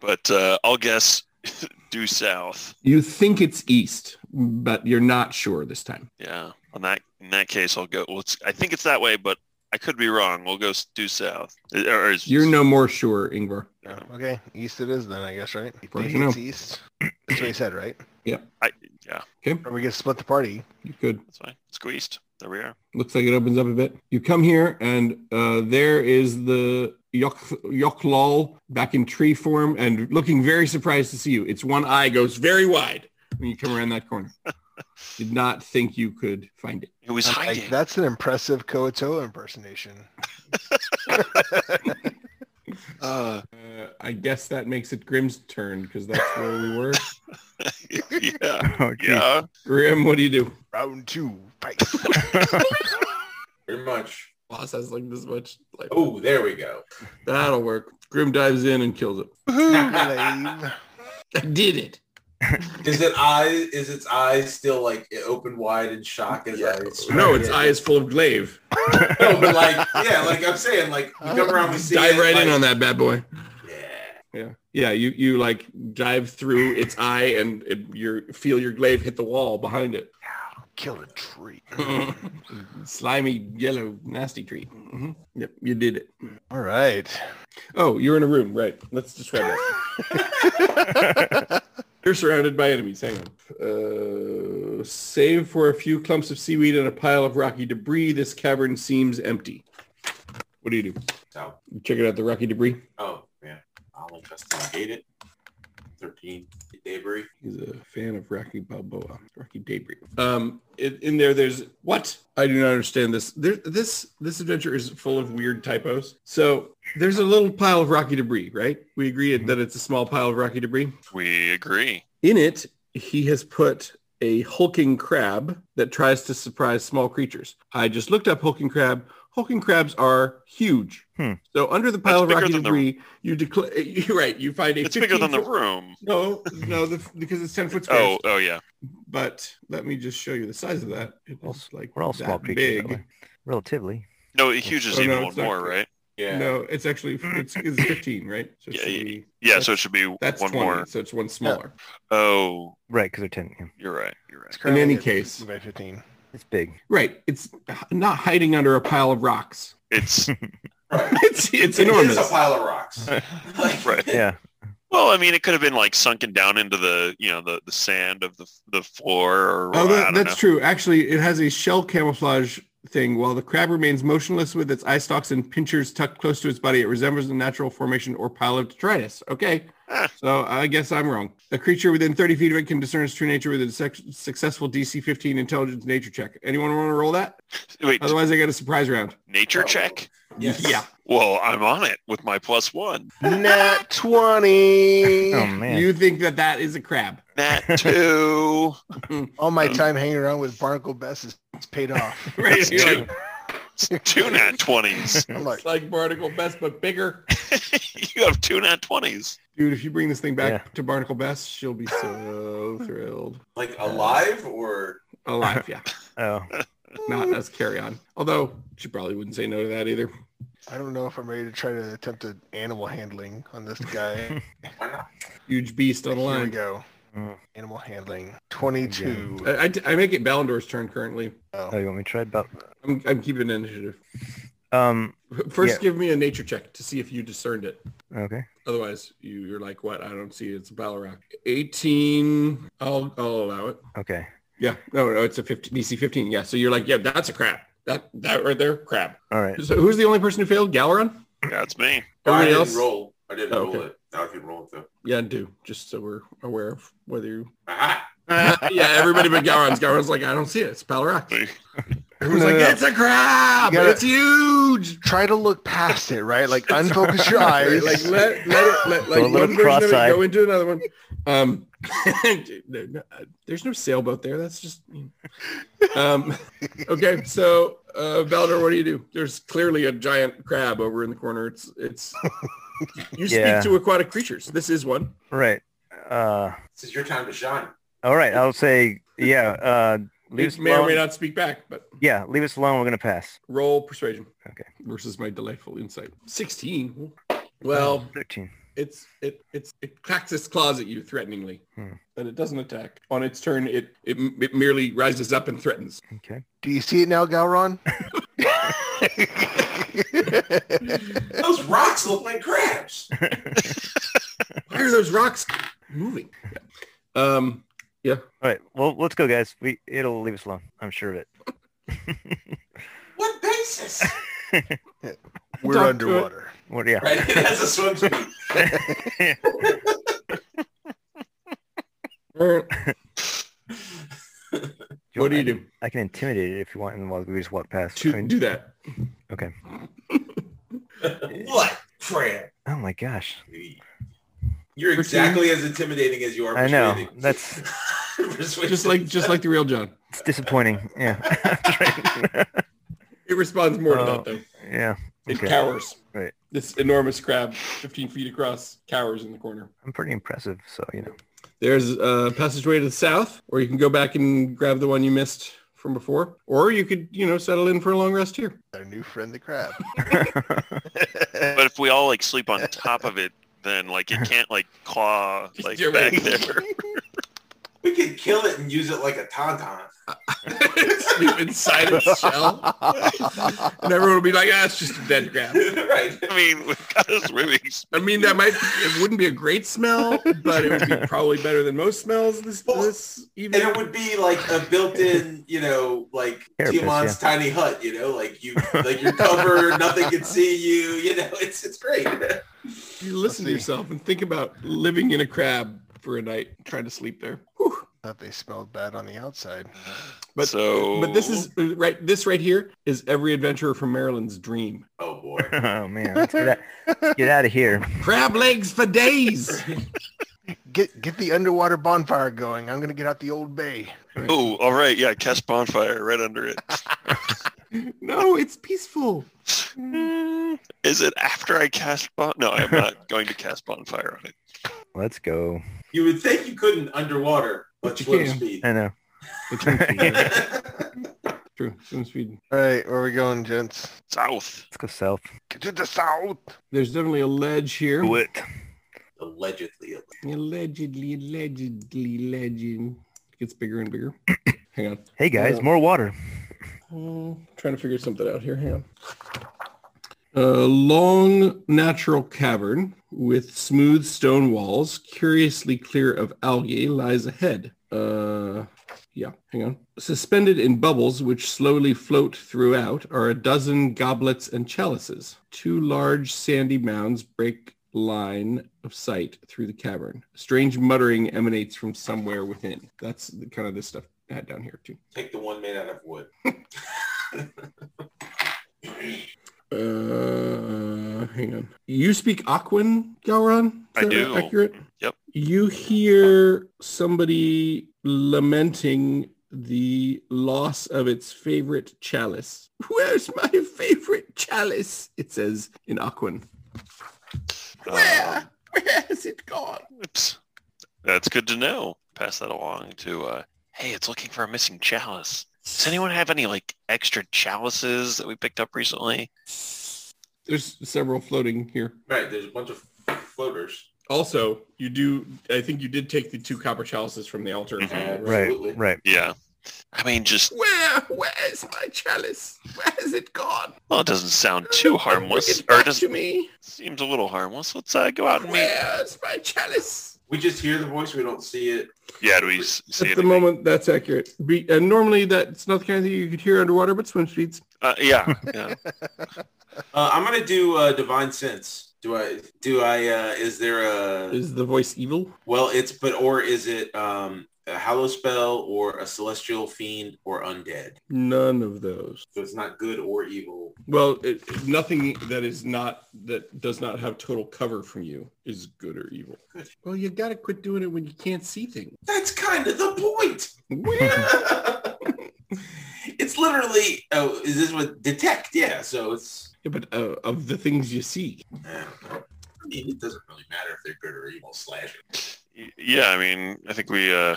S3: But uh, I'll guess due south.
S2: You think it's east, but you're not sure this time.
S3: Yeah. On that in that case, I'll go. Well, it's, I think it's that way, but I could be wrong. We'll go s- due south. Uh, Or is,
S2: You're no more sure, Ingvar.
S1: Yeah, Okay, east it is then, I guess, right? You
S2: Right,
S1: think
S2: you
S1: it's east. That's what he said, right?
S2: Okay,
S1: Or we could split the party.
S2: you could
S3: That's fine. Squeezed. There we are.
S2: looks like it opens up a bit. You come here, and uh, there is the Yok Yoklal back in tree form, and looking very surprised to see you. Its one eye goes very wide when you come around that corner. Did not think you could find it.
S3: It was
S1: I'm like,
S3: hiding.
S1: that's an impressive Koto impersonation.
S3: Uh,
S2: Uh, I guess that makes it Grim's turn because that's where we were.
S3: yeah.
S4: Oh, geez.
S3: Yeah.
S2: Grim, what do you do?
S1: Round two, fight.
S5: Pretty much.
S2: Boss has like this much. Like
S5: Oh, there we go.
S2: that'll work. Grim dives in and kills it.
S1: Glaive.
S2: I did it.
S5: Is it eye? Is its eyes still like open wide in shock? As I
S2: No, its eye is full of glaive.
S5: No, but like, yeah, like I'm saying, like we come around, we see.
S2: Dive
S5: it,
S2: right
S5: like,
S2: in on that bad boy.
S5: Yeah.
S2: Yeah. Yeah. You, you like dive through its eye and it, you feel your glaive hit the wall behind it.
S1: Kill a tree.
S2: Slimy, yellow, nasty treat. Mhm. Yep. You did it.
S1: All right.
S2: Oh, you're in a room. Right. Let's describe that. You're surrounded by enemies. Hang on. Uh, save for a few clumps of seaweed and a pile of rocky debris, this cavern seems empty. What do you do?
S5: So,
S2: You checking out the rocky debris?
S5: oh yeah, I'll investigate it. Thirteen debris.
S2: He's a fan of Rocky Balboa, Rocky Debris. Um, in, in there, there's what I do not understand. This there, this this adventure is full of weird typos. So there's a little pile of rocky debris, right? We agree that it's a small pile of rocky debris.
S3: We agree.
S2: In it, he has put a hulking crab that tries to surprise small creatures. I just looked up hulking crab. Hulking crabs are huge.
S4: Hmm.
S2: So under the pile
S3: That's
S2: of rocky
S3: bigger than the-
S2: debris, you declare. You're right. You find a.
S3: It's bigger than the
S2: 15 foot-
S3: room.
S2: No, no, the, because it's ten foot squares.
S3: Oh, oh yeah.
S2: But let me just show you the size of that. It
S4: Well,
S2: looks like
S4: We're all
S2: that
S4: small creatures.
S2: big.
S4: that way. Relatively.
S3: No, huge is
S2: Oh,
S3: even
S2: no,
S3: one
S2: it's
S3: more,
S2: not-
S3: right?
S5: Yeah.
S2: No, it's actually it's, it's 15, right? So it
S3: Yeah,
S2: should
S3: yeah,
S2: be-
S3: Yeah, so it should be
S2: that's
S3: one
S2: 20,
S3: more.
S2: So it's one smaller.
S3: Oh,
S4: Right, because they're 10. Yeah.
S3: you're right. You're right.
S1: It's currently
S2: any
S1: at
S2: case.
S1: 15 by 15.
S4: It's big.
S2: Right. It's not hiding under a pile of rocks.
S3: It's
S5: Right.
S2: It's it's
S5: It is
S2: enormous.
S5: a pile of rocks. Like,
S3: right.
S4: Yeah.
S3: Well, I mean, it could have been like sunken down into the you know the, the sand of the the floor or
S2: Oh,
S3: I
S2: that,
S3: don't
S2: that's
S3: know.
S2: true. Actually, it has a shell camouflage thing. While the crab remains motionless with its eye stalks and pinchers tucked close to its body, it resembles a natural formation or pile of detritus. Okay.
S3: Ah.
S2: So I guess I'm wrong. A creature within 30 feet of it can discern its true nature with a sec- successful DC 15 intelligence nature check. Anyone want to roll that?
S3: Wait,
S2: Otherwise, I got a surprise round.
S3: nature check?
S5: yes.
S2: Yeah.
S3: Well, I'm on it with my plus one.
S1: Nat 20.
S4: Oh man.
S2: You think that that is a crab.
S3: Nat two.
S1: All my time hanging around with Barnacle Bess is is paid off.
S2: Right?
S3: It's
S2: You're
S3: two,
S2: like,
S3: it's two nat twenties.
S1: I'm
S2: it's
S1: like,
S2: like Barnacle Best, but bigger.
S3: you have two nat twenties.
S2: Dude, if you bring this thing back
S4: Yeah.
S2: to Barnacle Best, she'll be so thrilled.
S5: Like alive or
S2: Alive, yeah.
S4: oh.
S2: not as carry on. Although she probably wouldn't say no to that either.
S1: I don't know if I'm ready to try to attempt an animal handling on this guy.
S2: Huge beast on the
S1: Here we
S2: line.
S1: go.
S4: Mm.
S1: Animal handling. 22.
S2: I, I- I make it Balindor's turn currently.
S4: Oh, you want me to try about?
S2: I'm, I'm keeping initiative.
S4: Um.
S2: First,
S4: Yeah.
S2: give me a nature check to see if you discerned it.
S4: Okay.
S2: Otherwise, you, you're like, what? I don't see it. It's a battle rock. 18. I'll, I'll allow it.
S4: Okay.
S2: Yeah. No, no, it's a 15, DC 15. Yeah. So you're like, yeah, that's a crap. That, that right there, crap.
S4: All right.
S2: So who's the only person who failed? Galaron?
S3: That's me.
S5: No, I
S2: Everybody
S5: didn't
S2: else?
S5: roll. I didn't
S2: Oh,
S5: roll
S2: okay.
S5: it. Now I can roll it though.
S2: Yeah, do. Just so we're aware of whether you...
S5: Aha!
S2: yeah, everybody but Galaron's. Galaron's like, I don't see it. It's a battle rock. Everyone's
S1: No,
S2: like,
S1: no, no.
S2: it's a crab.
S1: You gotta-
S2: it's huge.
S1: Try to look past it, right? Like unfocus your eyes.
S2: Like let let it let like
S4: Go a
S2: one
S4: little
S2: version of it
S4: cross-eyed.
S2: go into another one. Um, no, no, uh, there's no sailboat there. That's just. Um, okay, so uh, Baldur, what do you do? There's clearly a giant crab over in the corner. It's it's. You speak
S4: Yeah.
S2: to aquatic creatures. This is one.
S4: Right. Uh.
S5: This is your time to shine.
S4: All right. I'll say yeah. Uh. Leave us
S2: It may or may
S4: alone.
S2: not speak back, but
S4: Yeah. Leave us alone. We're gonna pass.
S2: roll persuasion.
S4: Okay.
S2: Versus my delightful insight. Sixteen. Well,
S4: Uh, Thirteen.
S2: it's it it's it cracks its claws at you threateningly
S4: Hmm.
S2: but it doesn't attack on its turn it, it it merely rises up and threatens
S4: Okay.
S1: Do you see it now, Galron?
S5: Those rocks look like crabs.
S2: why are those rocks moving um
S4: All right. Well, let's go, guys. We it'll leave us alone. I'm sure of it.
S5: What basis?
S1: We're
S2: Talk to it.
S1: underwater.
S4: What? Yeah.
S5: Right? It has a swim speed.
S2: er,
S4: want-
S2: what do you do
S4: I can intimidate it if you want, and while we just walk past. I
S2: to
S4: mean,
S2: do that
S5: what crab?
S4: oh my gosh.
S5: You're exactly as intimidating as you are.
S4: I know.
S5: persuading.
S4: That's-
S5: Persuasion.
S2: just like just like the real john
S4: It's disappointing. Yeah.
S2: it responds more to
S4: Oh,
S2: that though
S4: yeah.
S2: it
S4: okay.
S2: cowers
S4: Right.
S2: this enormous crab 15 feet across cowers in the corner
S4: I'm pretty impressive, so you know.
S2: There's a passageway to the south, or you can go back and grab the one you missed from before, or you could, you know, settle in for a long rest here.
S1: Our new friend, the crab.
S3: But if we all like sleep on top of it, then like it can't like claw like
S2: You're
S3: back
S2: right.
S3: there.
S5: we could kill it and use it like a tauntaun.
S2: Sleep inside its shell, and everyone will be like, "Ah, it's just a dead crab."
S5: right.
S3: I mean, we've got a swimming. s-
S2: I mean, that might it wouldn't be a great smell, but it would be probably better than most smells this this
S5: And
S2: evening.
S5: it would be like a built-in, you know, like
S4: Carapace,
S5: Tiamat's tiny hut, you know, like you like you're covered, nothing can see you, you know, it's it's great.
S2: You listen to
S1: Let's
S2: yourself and think about living in a crab for a night, trying to sleep there. Whew.
S1: Thought they smelled bad on the outside.
S2: But
S3: so,
S2: but this is uh, right. This right here is every adventurer from Maryland's dream.
S5: Oh boy.
S4: oh man, let's get out, get out of here.
S2: Crab legs for days.
S1: Get get the underwater bonfire going. I'm gonna get out the old bay.
S3: Oh, all right. Yeah, cast bonfire right under it.
S2: No, it's peaceful.
S3: Is it after I cast bon? No, I'm not going to cast bonfire on it.
S4: Let's go.
S5: You would think you couldn't underwater, but
S2: But you
S5: swim
S2: can.
S5: speed.
S4: I know.
S2: True. Swim speed.
S1: All right, where are we going, gents?
S3: South.
S4: Let's go south.
S1: Get to the south.
S2: There's definitely a ledge here.
S4: Do it.
S5: Allegedly.
S2: Allegedly, allegedly, legend. Gets bigger and bigger. Hang on.
S4: Hey guys, more water.
S2: Hmm, trying to figure something out here. Hang on. A long natural cavern with smooth stone walls, curiously clear of algae, lies ahead. Uh, yeah, hang on. Suspended in bubbles which slowly float throughout are a dozen goblets and chalices. Two large sandy mounds break line of sight through the cavern. Strange muttering emanates from somewhere within. That's the, kind of this stuff I had down here too.
S5: Take the one made out of wood.
S2: Uh, hang on. You speak Aquan, Galron?
S3: I do.
S2: Accurate.
S3: Yep.
S2: You hear somebody lamenting the loss of its favorite chalice. Where's my favorite chalice? It says in Aquan.
S3: Um,
S2: Where? Where's it gone?
S3: oops. That's good to know. Pass that along to, uh, hey, it's looking for a missing chalice. Does anyone have any like extra chalices that we picked up recently?
S2: There's several floating here.
S5: Right, there's a bunch of floaters.
S2: Also, you do. I think you did take the two copper chalices from the altar.
S3: Mm-hmm.
S5: Mhm.
S4: Right,
S5: Absolutely.
S4: right.
S3: Yeah. I mean, just,
S2: Where? Where's my chalice? Where's it gone?
S3: well, it doesn't sound too harmless. Or it doesn't,
S2: me.
S3: seems a little harmless. Let's uh, go out and meet.
S2: my chalice?
S5: We just hear the voice, we don't see it.
S3: Yeah, do we s- see
S2: At the
S3: anything?
S2: moment, that's accurate. Be, and normally, that's not the kind of thing you could hear underwater, but swim speeds.
S3: Uh, yeah, yeah.
S5: Uh, I'm gonna do uh, divine sense. Do I? Do I? Uh, is there a?
S2: Is the voice evil?
S5: Well, it's but or is it um, a hallow spell or a celestial fiend or undead?
S2: None of those.
S5: So it's not good or evil.
S2: Well, it, nothing that is not that does not have total cover from you is good or evil. Well, you gotta quit doing it when you can't see things.
S5: That's kind of the point.
S2: Where?
S5: it's literally. Oh, is this what detect? Yeah. So it's.
S2: yeah, but uh, of the things you see,
S5: I don't know. I mean, it doesn't really matter if they're good or evil. Slash. it.
S3: Y- Yeah, I mean, I think we uh,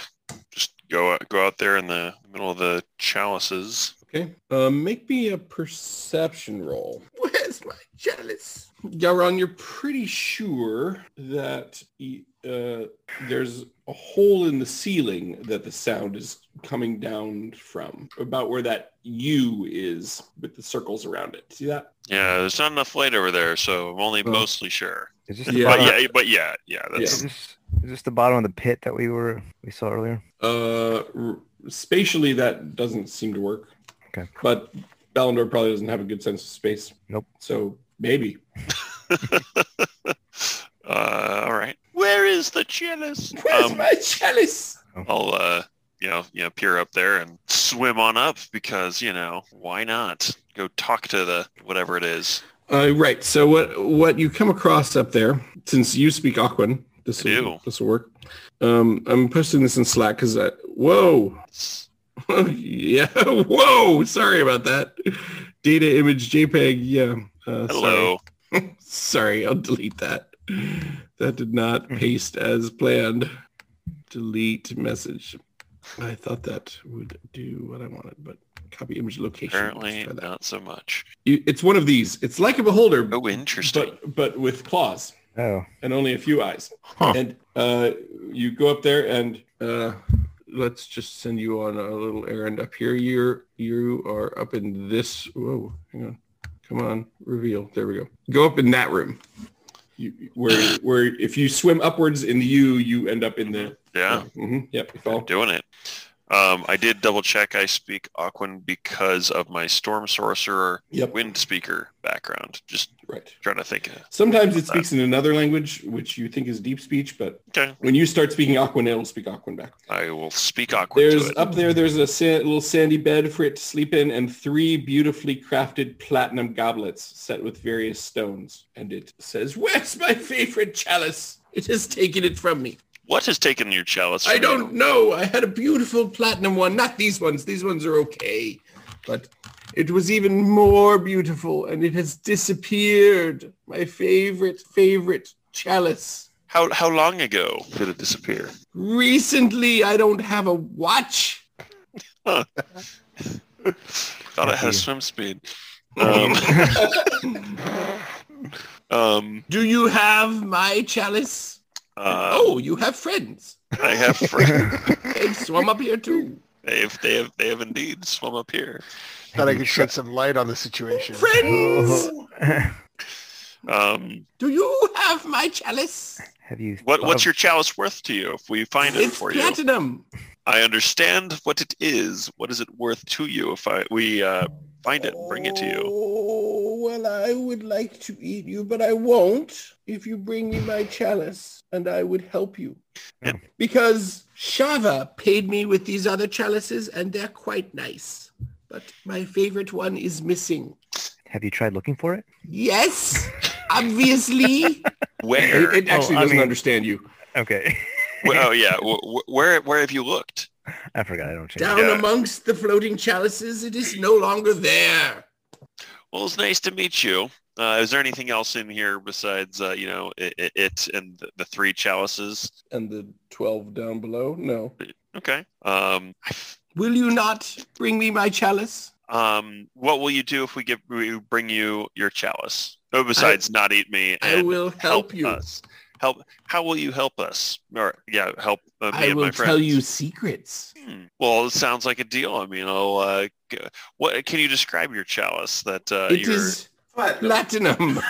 S3: just go go out there in the middle of the chalices.
S2: okay. Uh, make me a perception roll. Where's my chalice? Yaron, you're pretty sure that e- uh, there's a hole in the ceiling that the sound is coming down from, about where that U is with the circles around it. See that?
S3: Yeah, there's not enough light over there, so I'm only
S2: Oh.
S3: mostly sure.
S4: Is this the
S2: Yeah.
S3: But
S4: bottom?
S3: yeah, but yeah, yeah. That's
S4: Is this, is this the bottom of the pit that we were we saw earlier?
S2: Uh, r- spatially, that doesn't seem to work.
S4: Okay.
S2: But Balindor probably doesn't have a good sense of space.
S4: Nope.
S2: So maybe.
S3: uh, all right. Where is the chalice? Um,
S2: chalice?
S3: I'll uh, you know, you know, peer up there and swim on up because you know why not? Go talk to the whatever it is.
S2: Uh, right. So what what you come across up there, since you speak Aquan, this
S3: do.
S2: will this will work. Um, I'm posting this in Slack because I whoa yeah whoa sorry about that data image JPEG yeah uh, sorry.
S3: Hello.
S2: Sorry, I'll delete that. That did not
S3: Hmm.
S2: paste as planned. Delete message. I thought that would do what I wanted, but copy image location.
S3: Apparently,
S2: Let's try that.
S3: not so much.
S2: You- it's one of these. It's like a beholder,
S3: Oh, interesting.
S2: but but with claws
S4: Oh,
S2: and only a few eyes.
S3: Huh.
S2: And uh, you go up there and uh, let's just send you on a little errand up here. You're you are up in this. Whoa, hang on. Come on, reveal. There we go. Go up in that room. You, where where if you swim upwards in the U, you end up in the.
S3: Yeah.
S2: Mhm, Yep. You fall.
S3: doing it. Um, I did double check I speak Aquan because of my Storm Sorcerer
S2: Yep.
S3: Wind Speaker background. Just
S2: Right.
S3: trying to think. of-
S2: Sometimes it speaks in another language, which you think is deep speech, but
S3: Okay,
S2: when you start speaking Aquan, it'll speak Aquan back.
S3: I will speak Aquan
S2: There's
S3: to it.
S2: up there. There's a sa- little sandy bed for it to sleep in, and three beautifully crafted platinum goblets set with various stones. And it says, "Where's my favorite chalice? It has taken it from me.
S3: what has taken your chalice?
S2: I
S3: from you?
S2: don't know. I had a beautiful platinum one. Not these ones. These ones are okay, but it was even more beautiful, and it has disappeared. My favorite, favorite chalice."
S3: How how long ago did it disappear?
S2: Recently, I don't have a watch.
S3: Thought it had a
S4: Lucky.
S3: swim speed. Um, um,
S2: Do you have my chalice?
S3: uh,
S2: oh, you have friends.
S3: I have friends.
S2: They swum up here too.
S3: They have, they have, they have indeed swum up here.
S1: Thought I could shed some light on the situation.
S2: Friends,
S3: Um,
S2: do you have my chalice?
S4: Have you?
S3: what, what's
S4: thought
S3: your chalice worth to you? If we find it
S2: Um, It's
S3: for you,
S2: platinum.
S3: I understand what it is. What is it worth to you? If I we uh, find it and bring it to you,
S2: Oh, well, I would like to eat you, but I won't if you bring me my chalice and I would help you.
S4: Yeah.
S2: Because Shava paid me with these other chalices and they're quite nice. But my favorite one is missing.
S4: Have you tried looking for it?
S2: Yes, obviously.
S3: where?
S4: actually Oh, I doesn't mean-
S2: understand you.
S4: Okay,
S3: well, oh yeah, wh- wh- where where have you looked?
S4: I forgot. I don't change.
S2: Down
S3: Yeah.
S2: amongst the floating chalices, it is no longer there.
S3: Well, it's nice to meet you. Uh, is there anything else in here besides uh, you know it, it, it and the- the three chalices?
S2: And the 12 down below? No.
S3: Okay. Um,
S2: Will you not bring me my chalice?
S3: um, what will you do if we give we bring you your chalice? Oh, besides not eat me
S2: I
S3: and
S2: will help, you.
S3: us. Help. How will you help us? Or yeah, help uh, me
S2: I
S3: and
S2: will
S3: my friends.
S2: tell you secrets.
S3: Hmm. Well, it sounds like a deal. I mean, I'll, uh, g- what can you describe your chalice? That uh,
S2: It
S3: your
S2: is
S5: But
S2: platinum.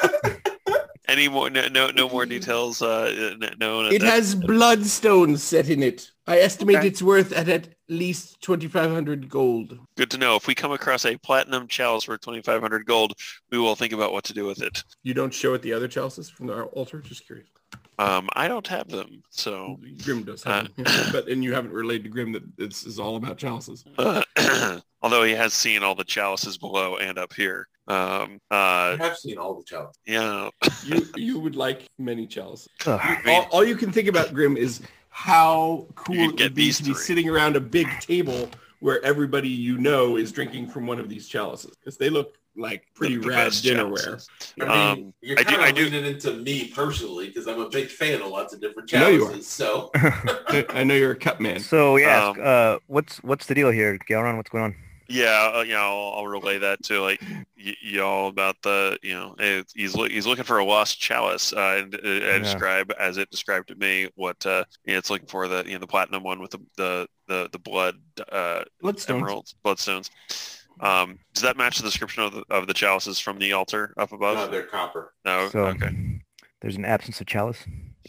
S3: any more? No, no, no more details. Uh, n- no, no,
S2: it
S3: no.
S2: has bloodstone set in it. I estimate
S3: Okay.
S2: it's worth at at least 2,500 gold.
S3: Good to know. If we come across a platinum chalice for twenty five hundred gold, we will think about what to do with it.
S2: You don't show it the other chalices from the altar? Just curious.
S3: Um, I don't have them,
S2: Oh.
S3: so
S2: Grim does
S3: have
S2: them. but and you haven't relayed to Grim that this is all about chalices.
S3: although he has seen all the chalices below and up here. Um, uh,
S5: I've seen all the chalices.
S3: yeah,
S2: You you would like many chalices.
S4: Ugh,
S2: all, all you can think about, Grim, is how cool
S3: You
S2: it
S3: get
S2: would be
S3: these
S2: to be
S3: three.
S2: sitting around a big table where everybody you know is drinking from one of these chalices because they look like pretty
S3: the
S2: rad
S3: best
S2: dinnerware.
S3: chalices.
S5: I mean,
S3: Um,
S5: you're
S3: I do-
S5: kind
S3: I
S5: of
S3: do-
S5: leaning into me personally because I'm a big fan of lots of different
S2: I know you
S5: chalices. So
S2: I I know you're a cup man.
S4: So yeah,
S3: Um,
S4: uh, what's what's the deal here, Galron? What's going on?
S3: Yeah, uh, you know, I'll, I'll relay that to like y- y'all about the, you know, eh, he's loo- he's looking for a lost chalice, uh, and uh, I
S4: Yeah.
S3: describe as it described to me what uh, you know, it's looking for the you know the platinum one with the the the, the blood uh,
S2: Bloodstone.
S3: emeralds bloodstones. Um, does that match the description of the, of the chalices from the altar up
S5: no,
S3: above?
S5: they're copper.
S3: No,
S4: so
S3: okay.
S4: there's an absence of chalice.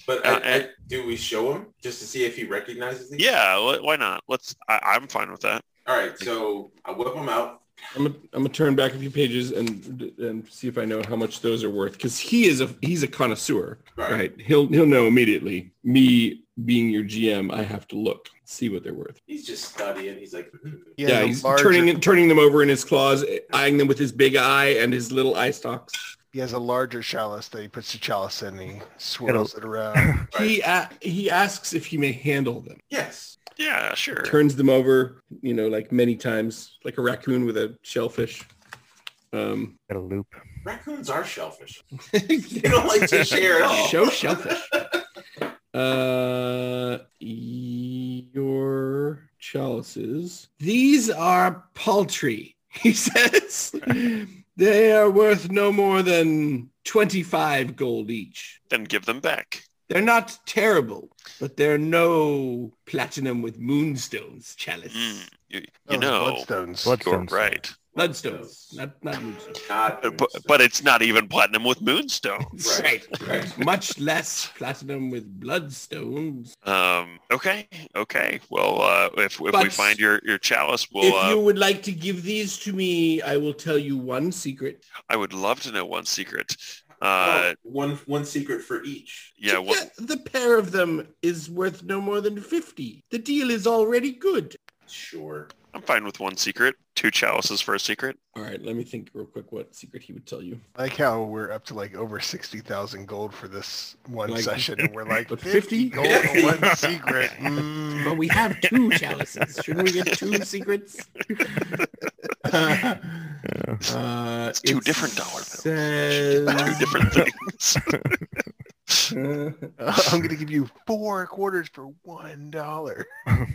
S5: But
S3: Uh,
S5: I, I,
S3: and-
S5: do we show him just to see if he recognizes these?
S3: Yeah, wh- why not? Let's. I, I'm fine with that.
S5: All right. So I whip him out.
S2: I'm gonna I'm gonna turn back a few pages and and see if I know how much those are worth because he is a he's a connoisseur.
S5: All right.
S2: Right. He'll he'll know immediately. Me being your GM, I have to look, see what they're worth.
S5: He's just studying. He's like, "Hmm."
S1: He has
S2: Yeah,
S1: a
S2: he's
S1: larger-
S2: turning turning them over in his claws, eyeing them with his big eye and his little eye stalks.
S1: He has a larger chalice that he puts the chalice in. And he swirls it around.
S2: He a he asks if he may handle them.
S5: yes.
S3: Yeah, sure.
S2: Turns them over, you know, like many times, like a raccoon with a shellfish. Um,
S4: Got a loop.
S5: Raccoons are shellfish. They don't like to share at all.
S2: show shellfish. Uh, your chalices. These are paltry, he says. they are worth no more than 25 gold each.
S3: Then give them back.
S2: They're not terrible, but they're no platinum with moonstones chalice.
S3: Mm, you you
S1: Those
S3: know,
S1: bloodstones.
S3: you're
S4: Oh, Bloodstones.
S3: right.
S2: Bloodstones, not, not moonstones.
S5: Not
S3: Uh, but, but it's not even platinum with moonstone.
S5: Right, right.
S2: Much less platinum with bloodstones.
S3: Um, okay, okay. Well, uh, if, if we
S2: But-
S3: find your, your chalice, we'll.
S2: If you
S3: Uh,
S2: would like to give these to me, I will tell you one secret.
S3: I would love to know one secret.
S5: Oh,
S3: Uh,
S5: one one secret for each.
S3: yeah, one,
S2: Toge- the pair of them is worth no more than 50. The deal is already good.
S5: Sure.
S3: I'm fine with one secret. Two chalices for a secret.
S2: All right, let me think real quick what secret he would tell you.
S1: I like how we're up to like over 60,000 gold for this one
S2: Like-
S1: session. And we're like,
S2: But
S1: 50
S2: 50?
S1: gold for one secret. Mm.
S2: But we have two chalices. Shouldn't we get two secrets?
S3: It's two different dollar bills.
S2: Uh, Says,
S3: Two different things.
S1: Uh, I'm gonna give you four quarters for one dollar.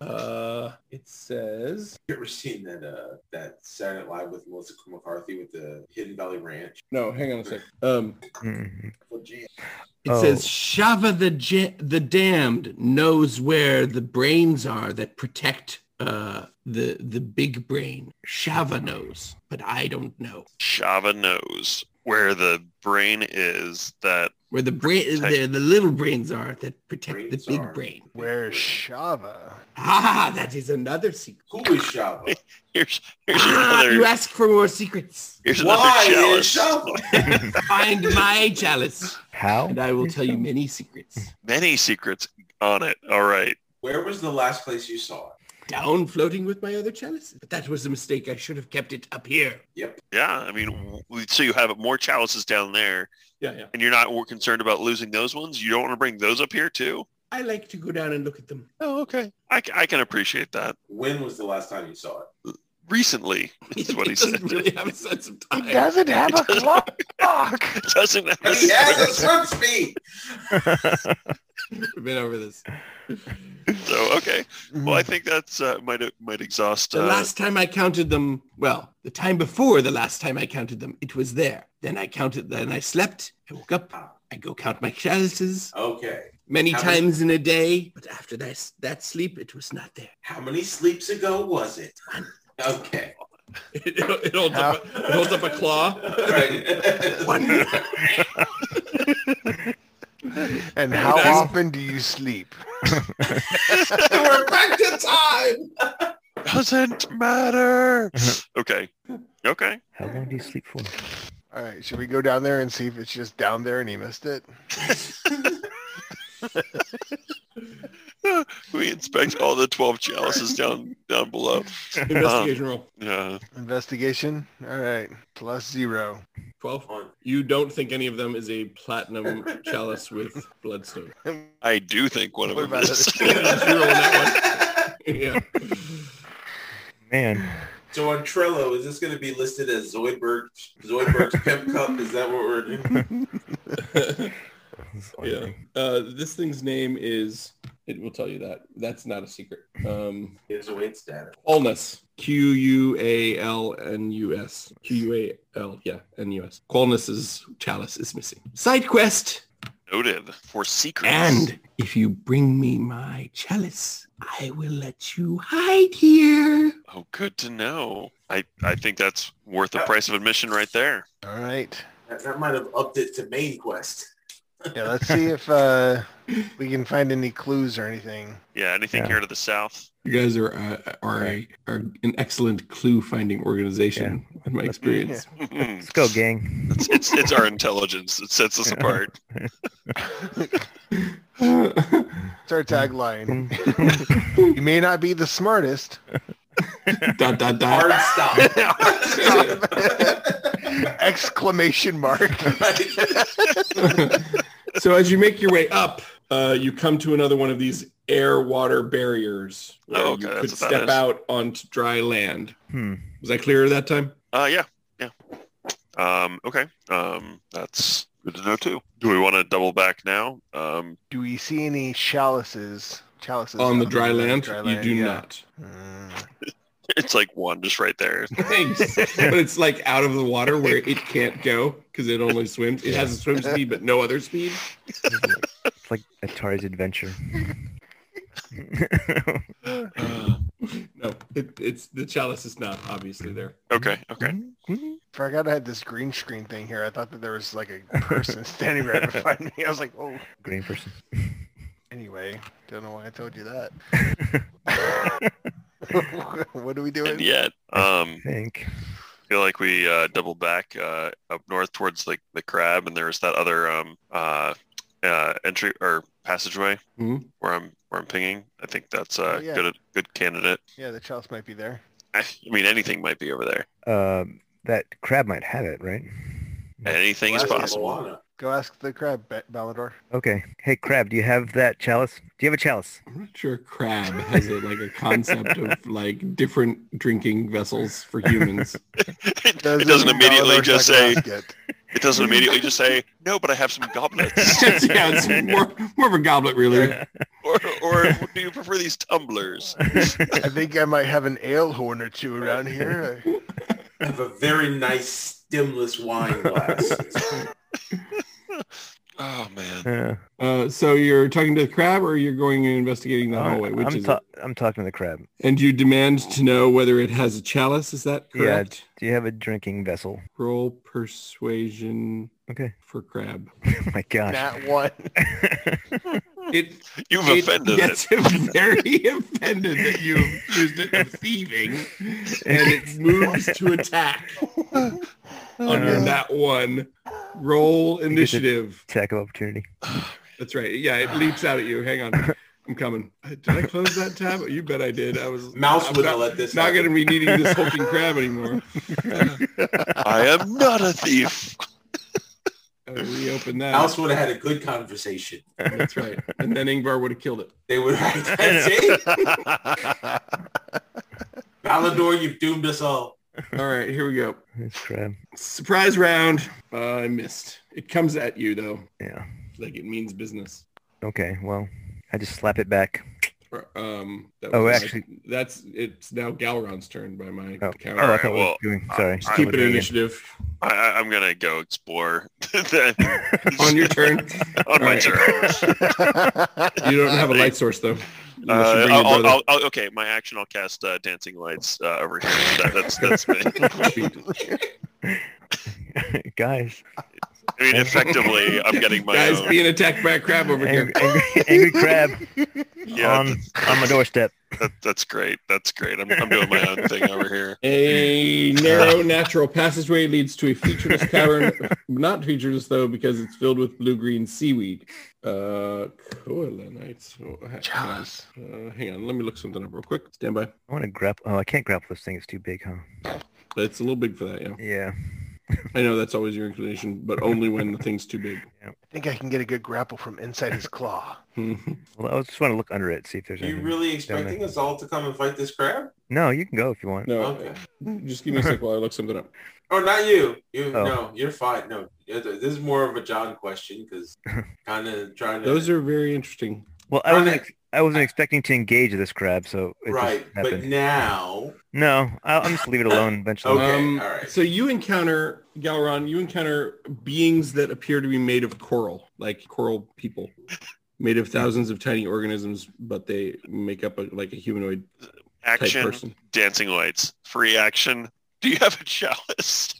S2: uh, it says
S5: You ever seen that uh, that Saturday Night Live with Melissa McCarthy with the Hidden Valley Ranch?
S2: no. Hang on a sec. Um,
S4: Mhm.
S5: Well, gee,
S2: it
S4: Oh.
S2: says Shava the ja- the damned knows where the brains are that protect uh the the big brain. Shava knows, but I don't know
S3: Shava knows where the brain is that
S2: where the brain the, the little brains are that protect
S5: Brains
S2: the big
S5: are.
S2: brain.
S1: Where Shava?
S2: Ah, that is another secret.
S5: Who is Shava?
S3: here's here's
S2: Ah, you
S3: another
S2: ask for more secrets.
S3: here's
S5: Why
S3: another
S5: is
S3: chalice.
S5: Shava?
S2: Find my chalice,
S4: How?
S2: and I will tell you many secrets.
S3: Many secrets on it. All right.
S5: Where was the last place you saw it?
S2: Down floating with my other chalice, but that was a mistake. I should have kept it up here.
S3: Yeah. I mean, w- so you have more chalices down there,
S2: Yeah, yeah.
S3: and you're not concerned about losing those ones. You don't want to bring those up here too.
S2: I like to go down and look at them.
S3: Oh, okay. I, c- I can appreciate that.
S5: When was the last time you saw it?
S3: Recently, is what he
S2: doesn't
S3: said.
S2: really have a sense of time.
S1: It doesn't have a clock. Mm.
S3: Doesn't have a
S5: He has a swim speed.
S2: We've been over this.
S3: Uh, so okay. Well, I think that's uh, might might exhaust.
S2: The
S3: Uh,
S2: last time I counted them, well, the time before the last time I counted them, it was there. Then I counted, then I slept, I woke up, I go count my chalices
S5: Okay.
S2: many
S5: How many-
S2: times in a day, but after that, that sleep, it was not there.
S5: How many sleeps ago was it? Okay.
S2: It, holds,
S1: up
S2: it holds up a claw.
S5: Right.
S2: One.
S1: and how
S2: That's-
S1: often do you sleep?
S5: We're back to time.
S3: doesn't matter.
S2: Uh-huh.
S3: okay. Okay.
S4: How long do you sleep for?
S1: All right, should we go down there and see if it's just down there and he missed it?
S3: We inspect all the twelve chalices down down below.
S2: Investigation roll.
S3: Yeah.
S1: Investigation. All right, plus zero.
S2: 12. You don't think any of them is a platinum chalice with bloodstone.
S3: I do think one of
S1: What
S3: them
S1: about
S3: is.
S2: yeah.
S4: Man,
S5: So on Trello, is this going to be listed as Zoidberg, Zoidberg's Pimp Cup? Is that what we're doing?
S2: yeah. Uh, this thing's name is, it will tell you that. That's not a secret. Um,
S5: It's a weight status.
S2: Qualnus. Q-U-A-L-N-U-S. Q-U-A-L, yeah, N-U-S. Qualnus's chalice is missing. Side quest.
S3: Noted for secrets.
S2: And if you bring me my chalice, I will let you hide here.
S3: oh, good to know. I I think that's worth the price of admission right there.
S1: All right.
S5: That, that might have upped it to main quest.
S1: Yeah, let's see if uh, we can find any clues or anything.
S3: Yeah. Anything
S4: Yeah.
S3: here to the south?
S2: You guys are uh, are, a, are an excellent clue finding organization in my experience.
S3: it's,
S4: Let's go, gang.
S3: it's it's our intelligence that sets us apart.
S1: It's our tagline. you may not be the smartest.
S2: dot dot
S5: Hard
S2: dot.
S5: stop.
S1: Exclamation mark.
S2: so as you make your way up, uh, you come to another one of these air water barriers where
S3: Oh, okay,
S2: you
S3: that's
S2: could
S3: what that
S2: step
S3: is.
S2: out onto dry land.
S4: Hmm.
S2: Was I clear that time?
S3: Uh, yeah, yeah. Um, okay. Um, that's good to know too. Do we want to double back now? Um,
S1: Do we see any chalices? Chalices
S2: On the
S1: out
S2: dry
S1: there,
S2: land,
S1: dry
S2: you
S1: land,
S2: do
S1: yeah.
S2: not.
S1: Mm.
S3: it's like one just right there.
S2: Thanks. but it's like out of the water where it can't go because it only swims. It has a swim speed, but no other speed.
S4: It's like Atari's adventure.
S2: No, it, it's the chalice is not obviously there.
S3: Okay, okay.
S1: Forgot I had this green screen thing here. I thought that there was like a person standing right behind me. I was like, oh.
S4: Green person.
S1: Anyway, don't know why I told you that. what are we doing?
S3: And yet, um,
S4: Think.
S3: feel like we uh, double back uh, up north towards like the crab, and there's that other um, uh, uh, entry or passageway
S2: Mhm.
S3: where I'm where I'm pinging. I think that's a
S1: Oh, yeah.
S3: good good candidate.
S1: Yeah, the chalice might be there.
S3: I, I mean, anything might be over there.
S4: Um, that crab might have it, right?
S3: Anything is
S5: That's
S3: possible.
S5: Moana.
S1: Go ask the crab, Ba- Balador.
S4: Okay. Hey, crab, do you have that chalice? Do you have a chalice?
S2: I'm not sure crab has a, like a concept of like different drinking vessels for humans.
S3: it doesn't immediately
S1: Balador's
S3: just
S1: not
S3: say
S1: gonna ask it.
S3: It doesn't immediately just say, no, but I have some goblets.
S2: yeah, it's more, more of a goblet, really.
S3: or, or do you prefer these tumblers?
S1: I think I might have an ale horn or two around here.
S5: I have a very nice stemless wine glass.
S3: Oh, man.
S4: Yeah.
S2: Uh, so you're talking to the crab, or you're going and investigating the hallway, which
S4: I'm,
S2: is
S4: ta- I'm talking to the crab.
S2: and you demand to know whether it has a chalice. Is that
S4: Yeah.
S2: correct?
S4: Do you have a drinking vessel?
S2: Roll persuasion
S4: Okay.
S2: for crab.
S4: Oh my gosh.
S1: That Uh, one.
S2: It
S3: You've
S2: it
S3: offended it.
S2: gets him very offended that you accused it of thieving, and it moves to attack
S1: Oh, Uh,
S2: under
S4: no.
S2: that one. Roll initiative.
S4: Attack of opportunity.
S2: That's right. Yeah, it leaps out at you. Hang on. I'm coming. Uh, Did I close that tab? You bet I did. I was
S5: Mouse
S2: I'm
S5: wouldn't
S2: not-
S5: let this
S2: Not
S5: happen.
S2: going to be needing this hulking crab anymore.
S3: I am not a thief.
S2: Uh, reopen that.
S5: Mouse would have had a good conversation.
S2: That's right. And then Ingvar would have killed it.
S5: They would have that's it. Balador, you've doomed us all.
S2: All right, here we go.
S4: It's crab.
S2: Surprise round. Uh, I missed. It comes at you though,
S4: Yeah.
S2: like it means business.
S4: Okay. Well, I just slap it back.
S2: Or, Um, that
S4: Oh,
S2: my-
S4: actually-
S2: that's it's now Galron's turn by my
S4: Oh.
S2: count.
S3: All
S4: oh, I
S3: right,
S4: thought we were
S3: well,
S4: doing. Sorry.
S2: Just keep it
S4: Yeah.
S2: initiative
S3: I, I- I'm going to go explore on,
S2: on your turn.
S3: on my
S2: Alright.
S3: turn.
S2: You don't have a light source though. You should
S3: Uh,
S2: bring your
S3: I'll, I'll,
S2: brother.
S3: I'll, I'll- okay, my action. I'll cast uh, dancing lights uh, over here. That, that's that's me.
S4: Guys.
S3: I mean, effectively, I'm getting my
S2: Guys
S3: own.
S2: being attacked by a crab over here.
S4: Angry, angry, angry crab
S3: yeah,
S4: on, on my doorstep.
S3: that, that's great. That's great. I'm, I'm doing my own thing over here.
S2: A narrow natural passageway leads to a featureless cavern. Not featureless though, because it's filled with blue-green seaweed. Uh, coelenites. Oh, ha- hang on.
S1: Jaws.
S2: Uh, hang on, let me look something up real quick. Stand by.
S4: I want to grapple. Oh, I can't grapple this thing. It's too big, huh?
S2: It's a little big for that, yeah.
S4: Yeah.
S2: I know that's always your inclination, but only when the thing's too big.
S1: I think I can get a good grapple from inside his claw.
S4: Well, I just want to look under it, see if there's
S5: Are you
S4: anything.
S5: really expecting us all to come and fight this crab?
S4: No, you can go if you want.
S2: no,
S5: Okay.
S2: just give me a sec while I look something up.
S5: Oh, not you. You
S4: Oh.
S5: no, you're fine. No, this is more of a John question because kind of trying to.
S2: Those are very interesting.
S4: Well, I wasn't.
S5: Right.
S4: Ex- I wasn't expecting to engage this crab, so it
S5: right,
S4: just
S5: but
S4: happened.
S5: now
S4: no, I'll, I'll just leave it alone eventually.
S5: Okay, all right.
S2: Um, So you encounter, Galron, you encounter beings that appear to be made of coral, like coral people, made of thousands of tiny organisms, but they make up a, like a humanoid type
S3: Action,
S2: person.
S3: dancing lights, free action. Do you have a chalice?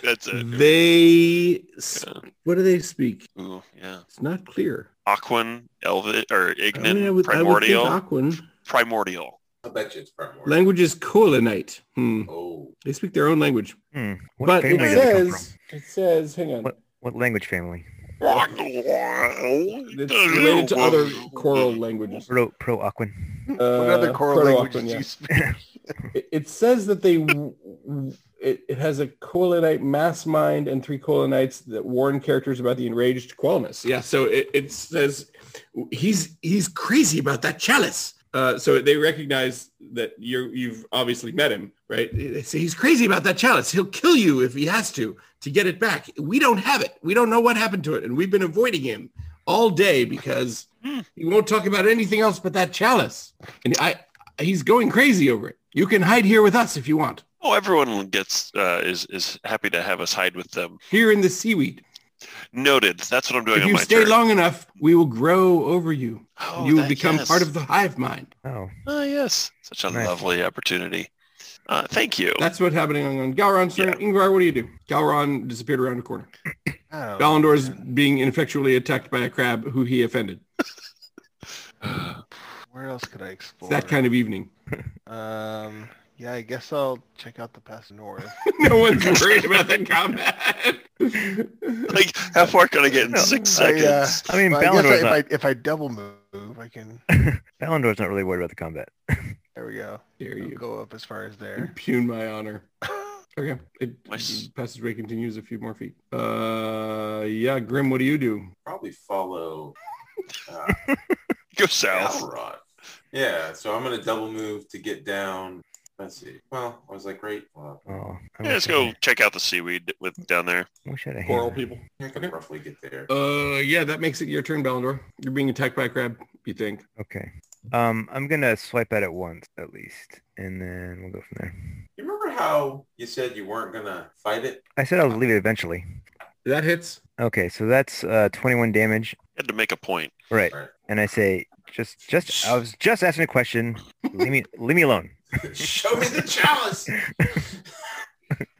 S3: that's it.
S2: They, s-
S3: Yeah.
S2: what do they speak?
S3: Ooh, yeah.
S2: It's not clear.
S3: Aquan, Elvin, or
S2: I mean,
S3: Ignan,
S2: I would- Oh, I would think
S3: primordial,
S2: Aquan.
S3: primordial.
S5: I bet you it's primordial.
S2: Language is Colinite. Hmm.
S5: Oh,
S2: They speak their own language.
S4: Hmm. What
S2: but it
S4: family does it come from?
S2: says, it says, hang on.
S4: What language family?
S2: It's related to other coral languages.
S4: Pro Pro Aquan.
S1: what other
S2: Uh,
S1: coral languages
S2: Proto-Aquan,
S1: do
S2: yeah.
S1: you speak?
S2: It, it says that they, w- w- it, it has a colonite mass mind and three colonites that warn characters about the enraged Qualnus. Yeah, so it, it says he's he's crazy about that chalice. Uh, so they recognize that you're, you've obviously met him, right? They say he's crazy about that chalice. He'll kill you if he has to to get it back. We don't have it. We don't know what happened to it, and we've been avoiding him all day because he won't talk about anything else but that chalice. And I, he's going crazy over it. You can hide here with us if you want.
S3: Oh, everyone gets uh, is is happy to have us hide with them.
S2: Here in the seaweed.
S3: Noted. That's what I'm doing
S2: If
S3: on
S2: you
S3: my
S2: stay
S3: turn.
S2: long enough, we will grow over you.
S3: Oh,
S2: you will
S3: that-
S2: become
S3: yes.
S2: part of the hive mind.
S4: Oh,
S3: Oh, yes. Such a
S4: Nice.
S3: lovely opportunity. Uh, thank you.
S2: That's what's happening on, on Galron's turn.
S3: Yeah.
S2: Ingvar, what do you do? Galron disappeared around a corner.
S1: Oh,
S2: Balindor is
S1: man.
S2: being ineffectually attacked by a crab who he offended.
S1: Where else could I
S2: It's
S1: explore?
S2: that kind of evening.
S1: Um, yeah, I guess I'll check out the pass north.
S2: no one's worried about the combat.
S3: like, how far can I get in
S4: No,
S3: six
S1: I, uh,
S3: seconds?
S4: I mean,
S1: Well, I guess
S4: Balindor's
S1: I-
S4: not.
S1: if, I, if I double move, I can.
S4: Balindor's not really worried about the combat.
S1: There we go.
S2: Dare
S1: I'll
S2: you.
S1: go up as far as there.
S2: Impugn my honor. Okay. It,
S3: My s-
S2: the passageway continues a few more feet. Uh, yeah, Grim, what do you do?
S5: probably follow uh,
S3: Go south.
S5: Alrod. Yeah, so I'm gonna double move to get down. Let's see. Well, I was like, great. Well,
S4: Oh, I'm
S3: Yeah,
S4: I wish
S3: let's
S4: I-
S3: go check out the seaweed with down there.
S4: wish I had a
S2: Coral
S4: hammer.
S2: people.
S5: I can roughly get there.
S2: Uh, yeah, that makes it your turn, Balindor. You're being attacked by a crab. You think?
S4: Okay. Um, I'm gonna swipe at it once at least, and then we'll go from there.
S5: You remember how you said you weren't gonna fight it?
S4: I said I'll leave it eventually.
S2: That hits.
S4: Okay, so that's uh 21 damage.
S3: Had to make a point.
S4: Right.
S5: Right.
S4: And I say, just, just, I was just asking a question. leave me, leave me alone.
S5: Show me the chalice.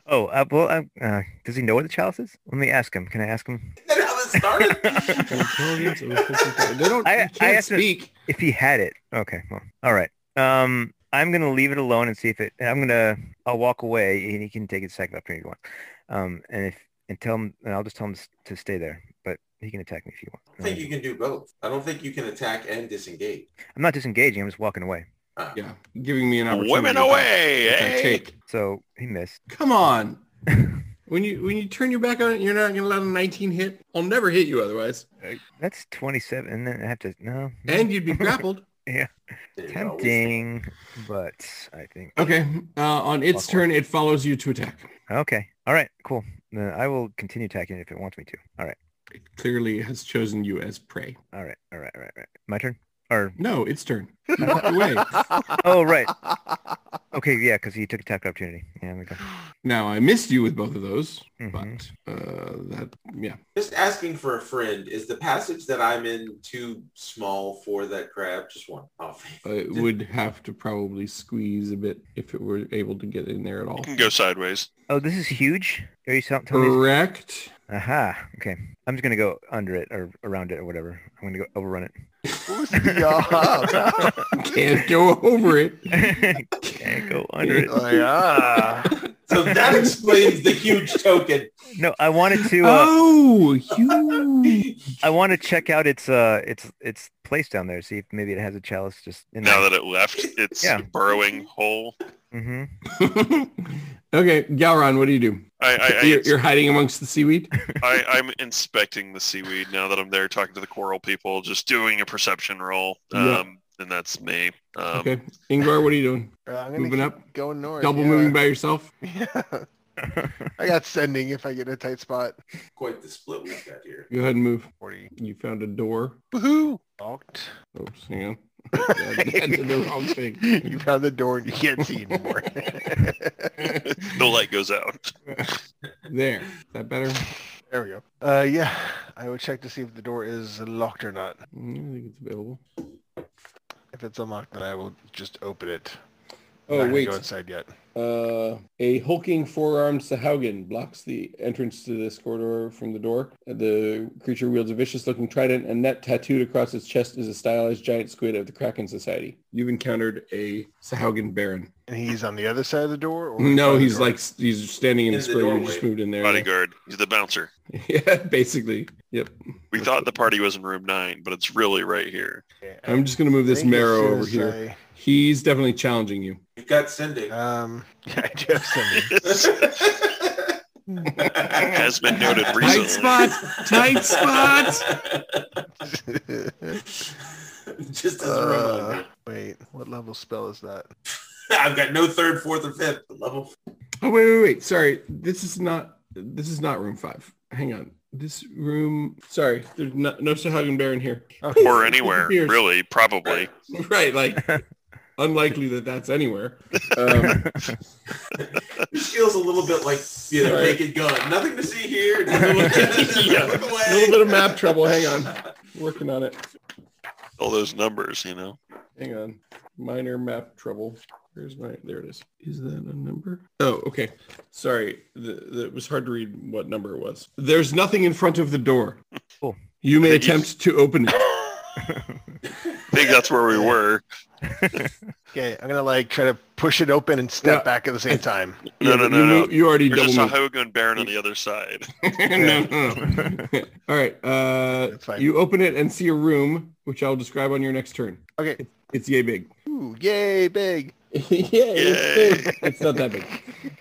S4: Oh, uh, well, um, uh, does he know where the chalice is? Let me ask him. Can I ask him
S5: Isn't that how this started?
S2: Intelligence of 55. they don't.
S4: I-
S2: I,
S4: I
S2: can't
S4: asked it-
S2: speak.
S4: if he had it? Okay. Well, all right. Um, I'm gonna leave it alone and see if it. I'm gonna, I'll walk away, and he can take his second opportunity if he wants. Um, and if and tell him, and I'll just tell him to, to stay there. But he can attack me if he wants.
S5: I think you can do both. I don't think you can attack and disengage.
S4: I'm not disengaging. I'm just walking away.
S5: Ah.
S2: Yeah, giving me an opportunity.
S3: Women
S2: to-
S3: away! eh?
S2: which I
S3: Hey!
S2: take.
S4: So he missed.
S2: Come on. when you when you turn your back on it, you're not gonna let a 19 hit. I'll never hit you otherwise,
S4: That's 27, and then I have to no.
S2: and you'd be grappled.
S5: There's always-
S4: Tempting, but I think
S2: Okay. Uh, on its
S4: Fuck
S2: turn, it follows you to attack.
S4: okay. All right, cool. Then I will continue attacking if it wants me to. All right,
S2: It clearly has chosen you as prey.
S4: all right, all right, all right, all right. My turn. Or
S2: No, its turn. You walked away.
S4: oh right, okay, yeah, because he took attack opportunity. Yeah, there we go.
S2: Now I missed you with both of those,
S4: Mhm.
S2: but uh, that yeah.
S5: Just asking for a friend. Is the passage that I'm in too small for that crab? Just one. Oh,
S2: Uh, It would have to probably squeeze a bit if it were able to get in there at all.
S3: You can go sideways.
S4: Oh, this is huge. Are you tell- telling me?
S2: Correct.
S4: Aha. Okay, I'm just gonna go under it or around it or whatever. I'm gonna go overrun
S1: Who's the uh, up?
S2: Can't go over it.
S4: it. Can't go under it.
S1: Like, ah.
S5: so that explains the huge token.
S4: No, I wanted to. Uh,
S2: Oh, you.
S4: I want to check out its uh its its place down there. See if maybe it has a chalice just in
S3: Now that it left its
S4: Yeah.
S3: burrowing hole.
S4: hmm
S2: okay, Galron, what do you do?
S3: I, I, Um, I,
S2: you're, you're hiding amongst the seaweed.
S3: I, I'm inspecting the seaweed now that I'm there talking to the coral people, just doing a perception roll. Um,
S2: Yeah.
S3: And that's me. Um,
S2: Okay, Ingvar, what are you doing?
S1: Uh, I'm gonna
S2: Moving
S1: keep
S2: up,
S1: going north.
S2: double
S1: yeah.
S2: moving by yourself.
S1: Yeah. I got sending if I get in a tight spot.
S5: Quite the split we've got here.
S2: Go ahead and move.
S1: 40.
S2: You found a door.
S1: Woohoo! Locked.
S2: Oops, hang on. I did the wrong thing.
S1: You found the door and you can't see anymore.
S3: The light goes out.
S2: There. Is that better?
S1: there we go. Uh, yeah, I would check to see if the door is locked or not.
S2: Mm, I think it's available.
S1: If it's unlocked, then I will just open it. I'm not
S2: Oh
S1: gonna
S2: wait.
S1: Go inside yet.
S2: Uh, a hulking four-armed Sahaugen blocks the entrance to this corridor from the door. The creature wields a vicious-looking trident, and net tattooed across its chest is a stylized giant squid of the Kraken Society. You've encountered a Sahaugen Baron.
S1: And he's on the other side of the door. Or inside
S2: No,
S1: the
S2: he's
S1: door?
S2: like he's standing in,
S5: In
S2: the
S5: the
S2: square. You
S5: doorway.
S2: just moved in there.
S3: Bodyguard. He's the bouncer.
S2: Yeah, basically. Yep.
S3: We thought the party was in room nine, but it's really right here.
S1: Okay, I
S2: I'm just gonna move this
S1: think as
S2: marrow
S1: soon
S2: over
S1: as
S2: here. He's definitely challenging you.
S5: You've got sending.
S1: I- um, yeah, I do have sending.
S3: Has been noted
S2: Tight
S3: recently.
S2: spot. Tight spot.
S5: Just as a
S1: Uh,
S5: reminder.
S1: wait, what level spell is that?
S5: I've got no third, fourth, or fifth level.
S2: Oh wait, wait, wait. Sorry. This is not. This is not room five. Hang on. This room. Sorry. There's no, no Sahagin Baron here.
S1: Okay.
S3: Or anywhere,
S2: Disappears.
S3: really, probably.
S2: Right. Like. unlikely that that's anywhere. Um,
S5: This feels a little bit like you know,
S2: Sorry.
S5: naked gun. Nothing to see here.
S2: Yeah.
S5: Look away.
S2: a little bit of map trouble. Hang on. Working on it.
S3: All those numbers, you know.
S2: Hang on. Minor map trouble. Here's my there it is. Is that a number? Oh, okay. Sorry. The, the, it was hard to read what number it was. There's nothing in front of the door.
S4: Cool.
S2: You may
S3: Thank you.
S2: attempt to open it.
S3: I think that's where we were.
S1: Okay, I'm gonna like try to push it open and step
S2: Yeah.
S1: back at the same time.
S3: No,
S2: Yeah,
S3: no,
S2: but
S3: no,
S2: you,
S3: no.
S2: mo- You already
S3: There's a
S2: double moved.
S3: Sahugun Baron on the other side.
S2: no, no, no. All right. Uh,
S1: That's fine.
S2: you open it and see a room, which I'll describe on your next turn.
S1: Okay.
S2: It's yay big.
S1: Ooh, yay, big.
S2: yeah, it's,
S3: Yay.
S2: big. it's not that big.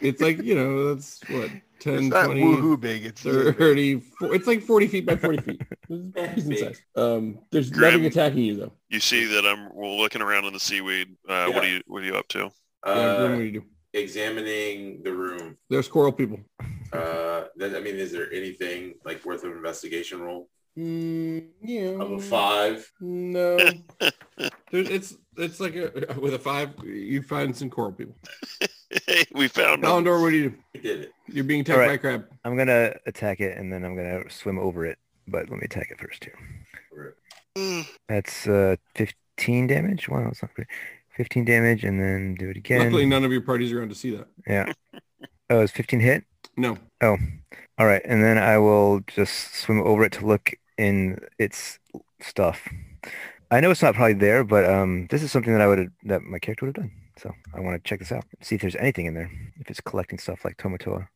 S2: It's like, you know, that's what, 10,
S1: It's not
S2: 20,
S1: woohoo big. It's yay big.
S2: 30, four, it's like 40 feet by 40 feet. It's decent size. Um, there's
S3: Grim.
S2: nothing attacking you, though.
S3: You see that I'm looking around in the seaweed. Uh, What are you What are you up to?
S2: Yeah, Grim, what
S5: Uh,
S2: do you do?
S5: examining the room,
S2: They're squirrel people.
S5: uh, then, I mean, is there anything like worth of investigation roll
S2: Mm, yeah.
S5: of a five?
S2: No. There's, it's it's like a, with a five, you find some coral people.
S3: Hey, we found him.
S2: Palador, what do you do?
S5: We did it.
S2: You're being attacked
S4: All right.
S2: by a crab.
S4: I'm gonna attack it and then I'm gonna swim over it. But let me attack it first here. That's uh, 15 damage. Wow, that's not great. 15 damage and then do it again.
S2: Luckily, none of your parties are around to see that.
S4: Yeah. Oh, it's 15 hit.
S2: No.
S4: Oh, All right, and then I will just swim over it to look in its stuff. I know it's not probably there, but um, this is something that I would that my character would have done. So I want to check this out, see if there's anything in there. If it's collecting stuff like Tomatoa,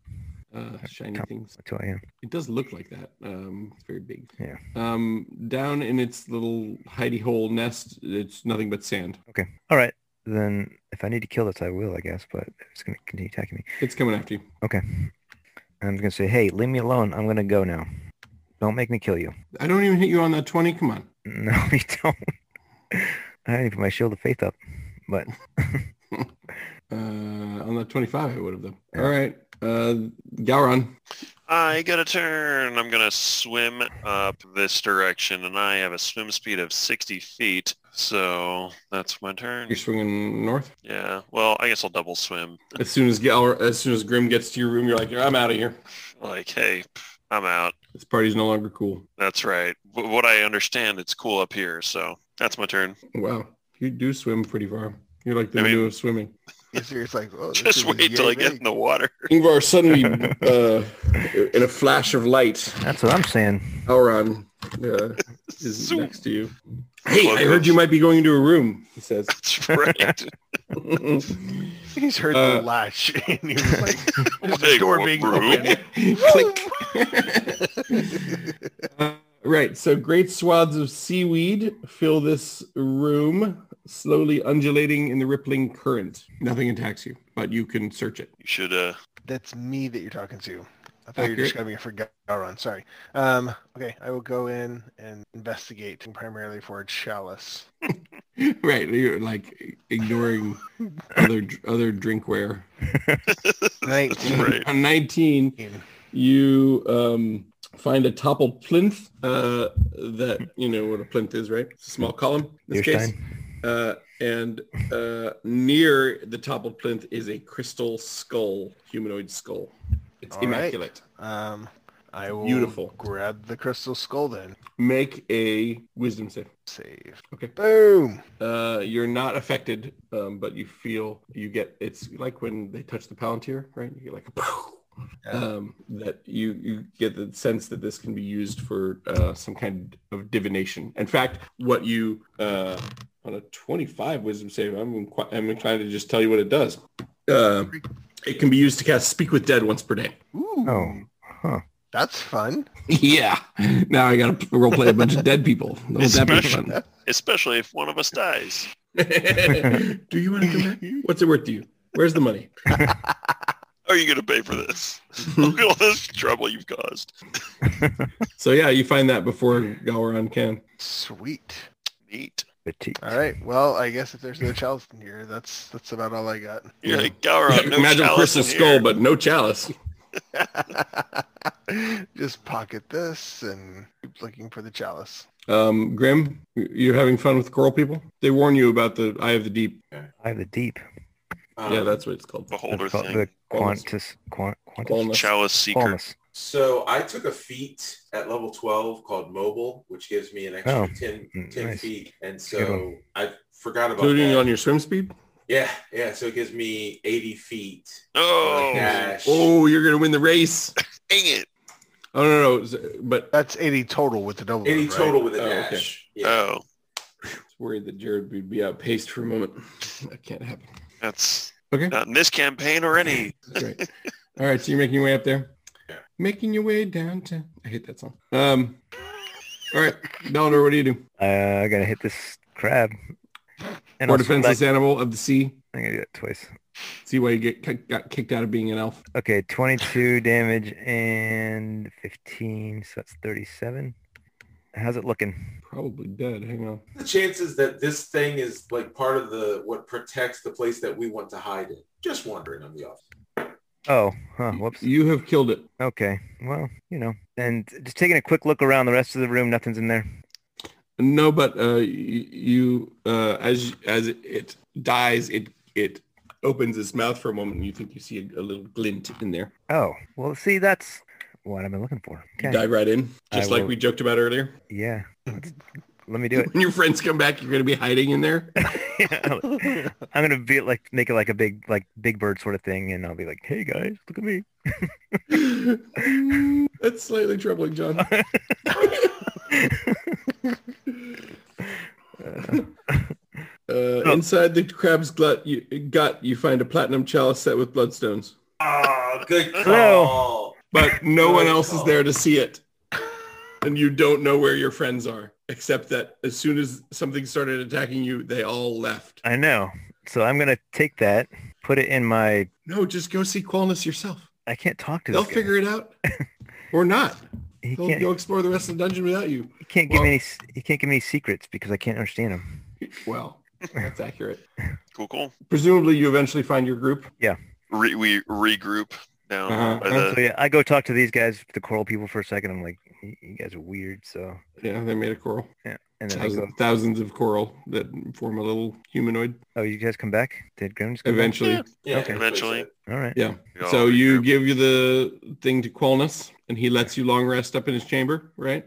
S2: Uh, shiny
S4: Come.
S2: things.
S4: Tomatoa, yeah.
S2: It does look like that. Um, it's very big.
S4: Yeah.
S2: Um, down in its little hidey hole nest, it's nothing but sand.
S4: Okay. All right. Then if I need to kill this, I will, I guess. But it's gonna continue attacking me.
S2: It's coming after you.
S4: And I'm gonna say, hey, leave me alone. I'm gonna go now. Don't make me kill you.
S2: I don't even hit you on that 20. Come on.
S4: No, you don't. I didn't even put my shield of faith up, but
S2: Uh, on that 25, I would have though.
S4: Yeah.
S2: All right. Uh, Gowron.
S3: I got a turn. I'm gonna swim up this direction, and I have a swim speed of 60 feet. So that's my turn.
S2: You're swinging north.
S3: Yeah. Well, I guess I'll double swim.
S2: As soon as Gower, as soon as Grim gets to your room, you're like, I'm out of here.
S3: Like, hey, pff, I'm out.
S2: This party's no longer cool.
S3: That's right. W- what I understand, it's cool up here. So that's my turn.
S2: Wow, you do swim pretty far. You're like the
S3: I mean-
S2: new of swimming.
S1: It's, it's like, oh, this
S3: Just
S1: is
S3: wait till
S1: yay
S3: I get
S1: big.
S3: in the water.
S2: Ingvar suddenly, uh, in a flash of light,
S4: that's what I'm saying.
S2: Elron uh, is
S3: Zoom.
S2: next to you. Hey, I heard you might be going into a room. He says.
S3: That's right.
S2: Click.
S1: He's heard
S2: Uh,
S1: the latch, and he was like, "There's a
S3: Wait,
S1: door
S3: what
S1: being
S3: room?
S1: opened."
S2: Uh, right. So great swaths of seaweed fill this room, slowly undulating in the rippling current. Nothing attacks you, but you can search it.
S3: You should. Uh,
S1: That's me that you're talking to. I thought you
S2: Accurate.
S1: were describing it for Gowron. Sorry. Um, okay, I will go in and investigate primarily for chalice.
S2: right. You're like ignoring other other drinkware.
S3: that's right.
S2: On 19,
S1: Nineteen.
S2: you um, find a toppled plinth uh, that, you know what a plinth is, right? It's a small column in this case.
S4: Stein.
S2: Uh, and uh, near the toppled plinth is a crystal skull, humanoid skull. It's
S1: All right.
S2: immaculate.
S1: Um, I will
S2: Beautiful.
S1: grab the crystal skull then.
S2: Make a wisdom save.
S1: Save.
S2: Okay.
S1: Boom.
S2: Uh, you're not affected, um, but you feel you get it's like when they touch the palantir, right? You get like a pow. Um, that you you get the sense that this can be used for uh, some kind of divination. In fact, what you uh, on a 25 wisdom save, I'm inqui- I'm inclined to just tell you what it does. Uh, it can be used to cast Speak with Dead once per day.
S1: Ooh.
S4: Oh, huh.
S1: That's fun.
S2: yeah. Now I got to role play a bunch of dead people. Won't that be fun?
S3: Especially if one of us dies.
S2: do you want to come back? What's it worth to you? Where's the money?
S3: Are you going to pay for this? Look at all this trouble you've caused.
S2: So yeah, you find that before Gowron can.
S1: Sweet.
S3: Neat.
S4: Petite.
S1: All right. Well, I guess if there's no chalice in here, that's that's about all I got.
S3: You're
S2: Yeah.
S3: like, Gowron, no
S2: Imagine
S3: chalice
S2: crystal
S3: in
S2: skull,
S3: here."
S2: but no chalice.
S1: Just pocket this and keep looking for the chalice.
S2: Um, Grim, you're having fun with coral people. They warn you about the Eye of the Deep.
S4: I have the deep.
S3: Uh,
S5: Um,
S2: yeah, that's what it's called.
S4: That's
S3: beholder
S4: called
S3: thing.
S4: the
S2: Qualmus.
S4: Quantus. Quant, Quantus.
S2: Qualmus.
S3: Chalice seeker.
S4: Qualmus.
S5: So I took a feat at level 12 called mobile, which gives me an extra
S4: Oh,
S5: 10,
S4: mm,
S5: 10
S4: nice.
S5: feet. And
S4: good
S5: so I forgot about
S2: Including
S3: oh.
S5: that.
S2: on your swim speed.
S5: yeah, yeah. So it gives me 80 feet.
S3: Oh, dang
S5: Dash.
S2: Oh, you're gonna win the race.
S3: it.
S2: Oh no, no, no, but
S1: That's 80 total with the double.
S5: 80
S1: move, right?
S5: total with a
S2: Oh, okay.
S5: dash. Yeah.
S3: Oh,
S2: I was worried that Jared would be outpaced for a moment. That can't happen.
S3: that's
S2: Okay.
S3: not in this campaign or any.
S2: Great. All right, so you're making your way up there.
S5: Yeah.
S2: Making your way downtown. I hate that song. Um. All right, Bellador, what do you do?
S4: Uh, I gotta hit this crab. And
S2: More
S4: I'll swim
S2: defenseless
S4: back-
S2: animal of the sea.
S4: I'm gonna do it twice.
S2: See why you get ki- got kicked out of being an elf.
S4: Okay, 22 damage and 15, so that's 37. How's it looking?
S2: Probably dead. Hang on.
S5: The chances that this thing is like part of the what protects the place that we want to hide in. Just wondering on the off.
S4: Oh, huh, whoops.
S2: You have killed it.
S4: Okay. Well, you know, and just taking a quick look around the rest of the room, nothing's in there.
S2: No, but uh, y- you uh, as as it dies, it it opens its mouth for a moment, and you think you see a, a little glint in there.
S4: Oh, well, see, that's what I've been looking for. Okay.
S2: Dive right in, just
S4: I
S2: like
S4: will-
S2: we joked about earlier.
S4: Yeah. Let's- let me do it.
S2: When your friends come back, you're going to be hiding in there.
S4: I'm gonna be like make it like a big like big bird sort of thing, and I'll be like, "Hey guys, look at me."
S2: That's slightly troubling, John. Uh, inside the crab's glut, you, gut, you find a platinum chalice set with bloodstones,
S5: Oh, good call.
S4: Hello.
S2: but no one
S5: Oh,
S2: else is
S5: God.
S2: there to see it, and you don't know where your friends are, except that as soon as something started attacking you, they all left.
S4: I know. So I'm gonna take that, put it in my.
S2: No, just go see Qualness yourself.
S4: I can't talk to
S2: They'll
S4: this guy.
S2: figure it out, or not.
S4: He
S2: They'll
S4: can't.
S2: go explore the rest of the dungeon without you.
S4: He can't give
S2: well-
S4: me any. s- He can't give me any secrets because I can't understand him.
S2: Well, that's accurate.
S3: Cool, cool.
S2: Presumably, you eventually find your group.
S3: Re- we regroup down
S2: Uh-huh.
S3: by
S4: So
S3: the.
S4: yeah, I go talk to these guys, the coral people, for a second. I'm like, "You you guys are weird." So
S2: Yeah, they made a coral.
S4: and then I go,
S2: Thousands, thousands of coral that form a little humanoid
S4: "Oh, you guys come back? Did Grim just come back?"
S2: eventually.
S3: Yeah.
S5: Yeah,
S4: Okay.
S3: Eventually.
S4: All right.
S3: we all
S2: So you
S3: regroup.
S2: give you the thing to Qualness, and he lets you long rest up in his chamber, right?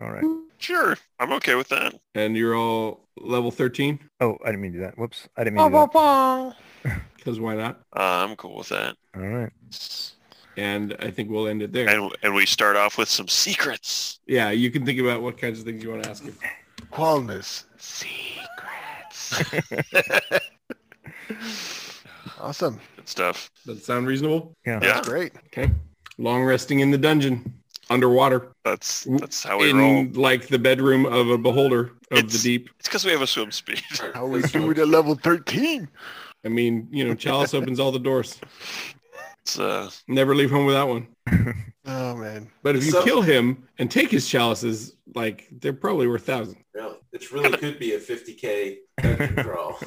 S4: All right.
S3: Sure, I'm okay with that.
S2: And you're all level 13,
S4: Oh, I didn't mean to do that. Whoops. I didn't mean to do that.
S1: Ba-ba-ba.
S2: because why not?
S3: Uh, I'm cool with that.
S4: All right.
S2: And I think we'll end it there.
S3: And and we start off with some secrets.
S2: yeah, you can think about what kinds of things you want to ask him.
S1: Qualness secrets. awesome.
S3: Good stuff.
S2: Does that sound reasonable?
S3: Yeah,
S1: Great.
S2: Okay. Long resting in the dungeon, underwater,
S3: that's
S2: W-
S3: that's how we
S2: in
S3: roll.
S2: like the bedroom of a beholder of
S3: It's-
S2: the deep.
S3: It's because we have a swim speed.
S1: How we do it at level 13?
S2: I mean, you know, Chalice opens all the doors.
S3: It's uh,
S2: Never leave home without one.
S1: Oh, man.
S2: But if you
S5: So-
S2: kill him and take his chalices, like they're probably worth thousands.
S5: Really, it really could be a 50k dungeon crawl.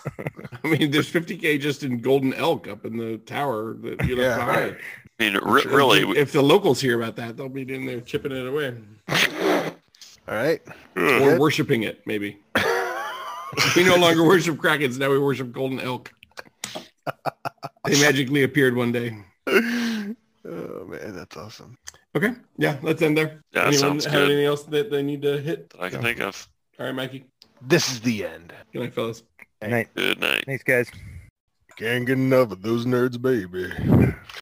S2: I mean, there's 50k just in golden elk up in the tower that you left
S1: Yeah.
S2: behind.
S3: I mean, re- really, Hmm.
S2: If,
S3: we-
S2: if the locals hear about that, they'll be in there chipping it away
S1: All right.
S3: Ugh.
S2: or worshiping it. Maybe we no longer worship krakens. Now we worship golden elk. They magically appeared one day.
S1: oh, man. That's awesome.
S2: Okay, yeah, let's end there.
S3: Yeah, that
S2: Anyone
S3: sounds
S2: have
S3: good.
S2: anything else that they need to hit?
S3: that I can
S2: No.
S3: think of.
S2: All right, Mikey.
S1: This is the end.
S2: Good night, fellas.
S4: Night.
S3: Good night.
S4: Thanks, guys.
S1: Can't get enough of those nerds, baby.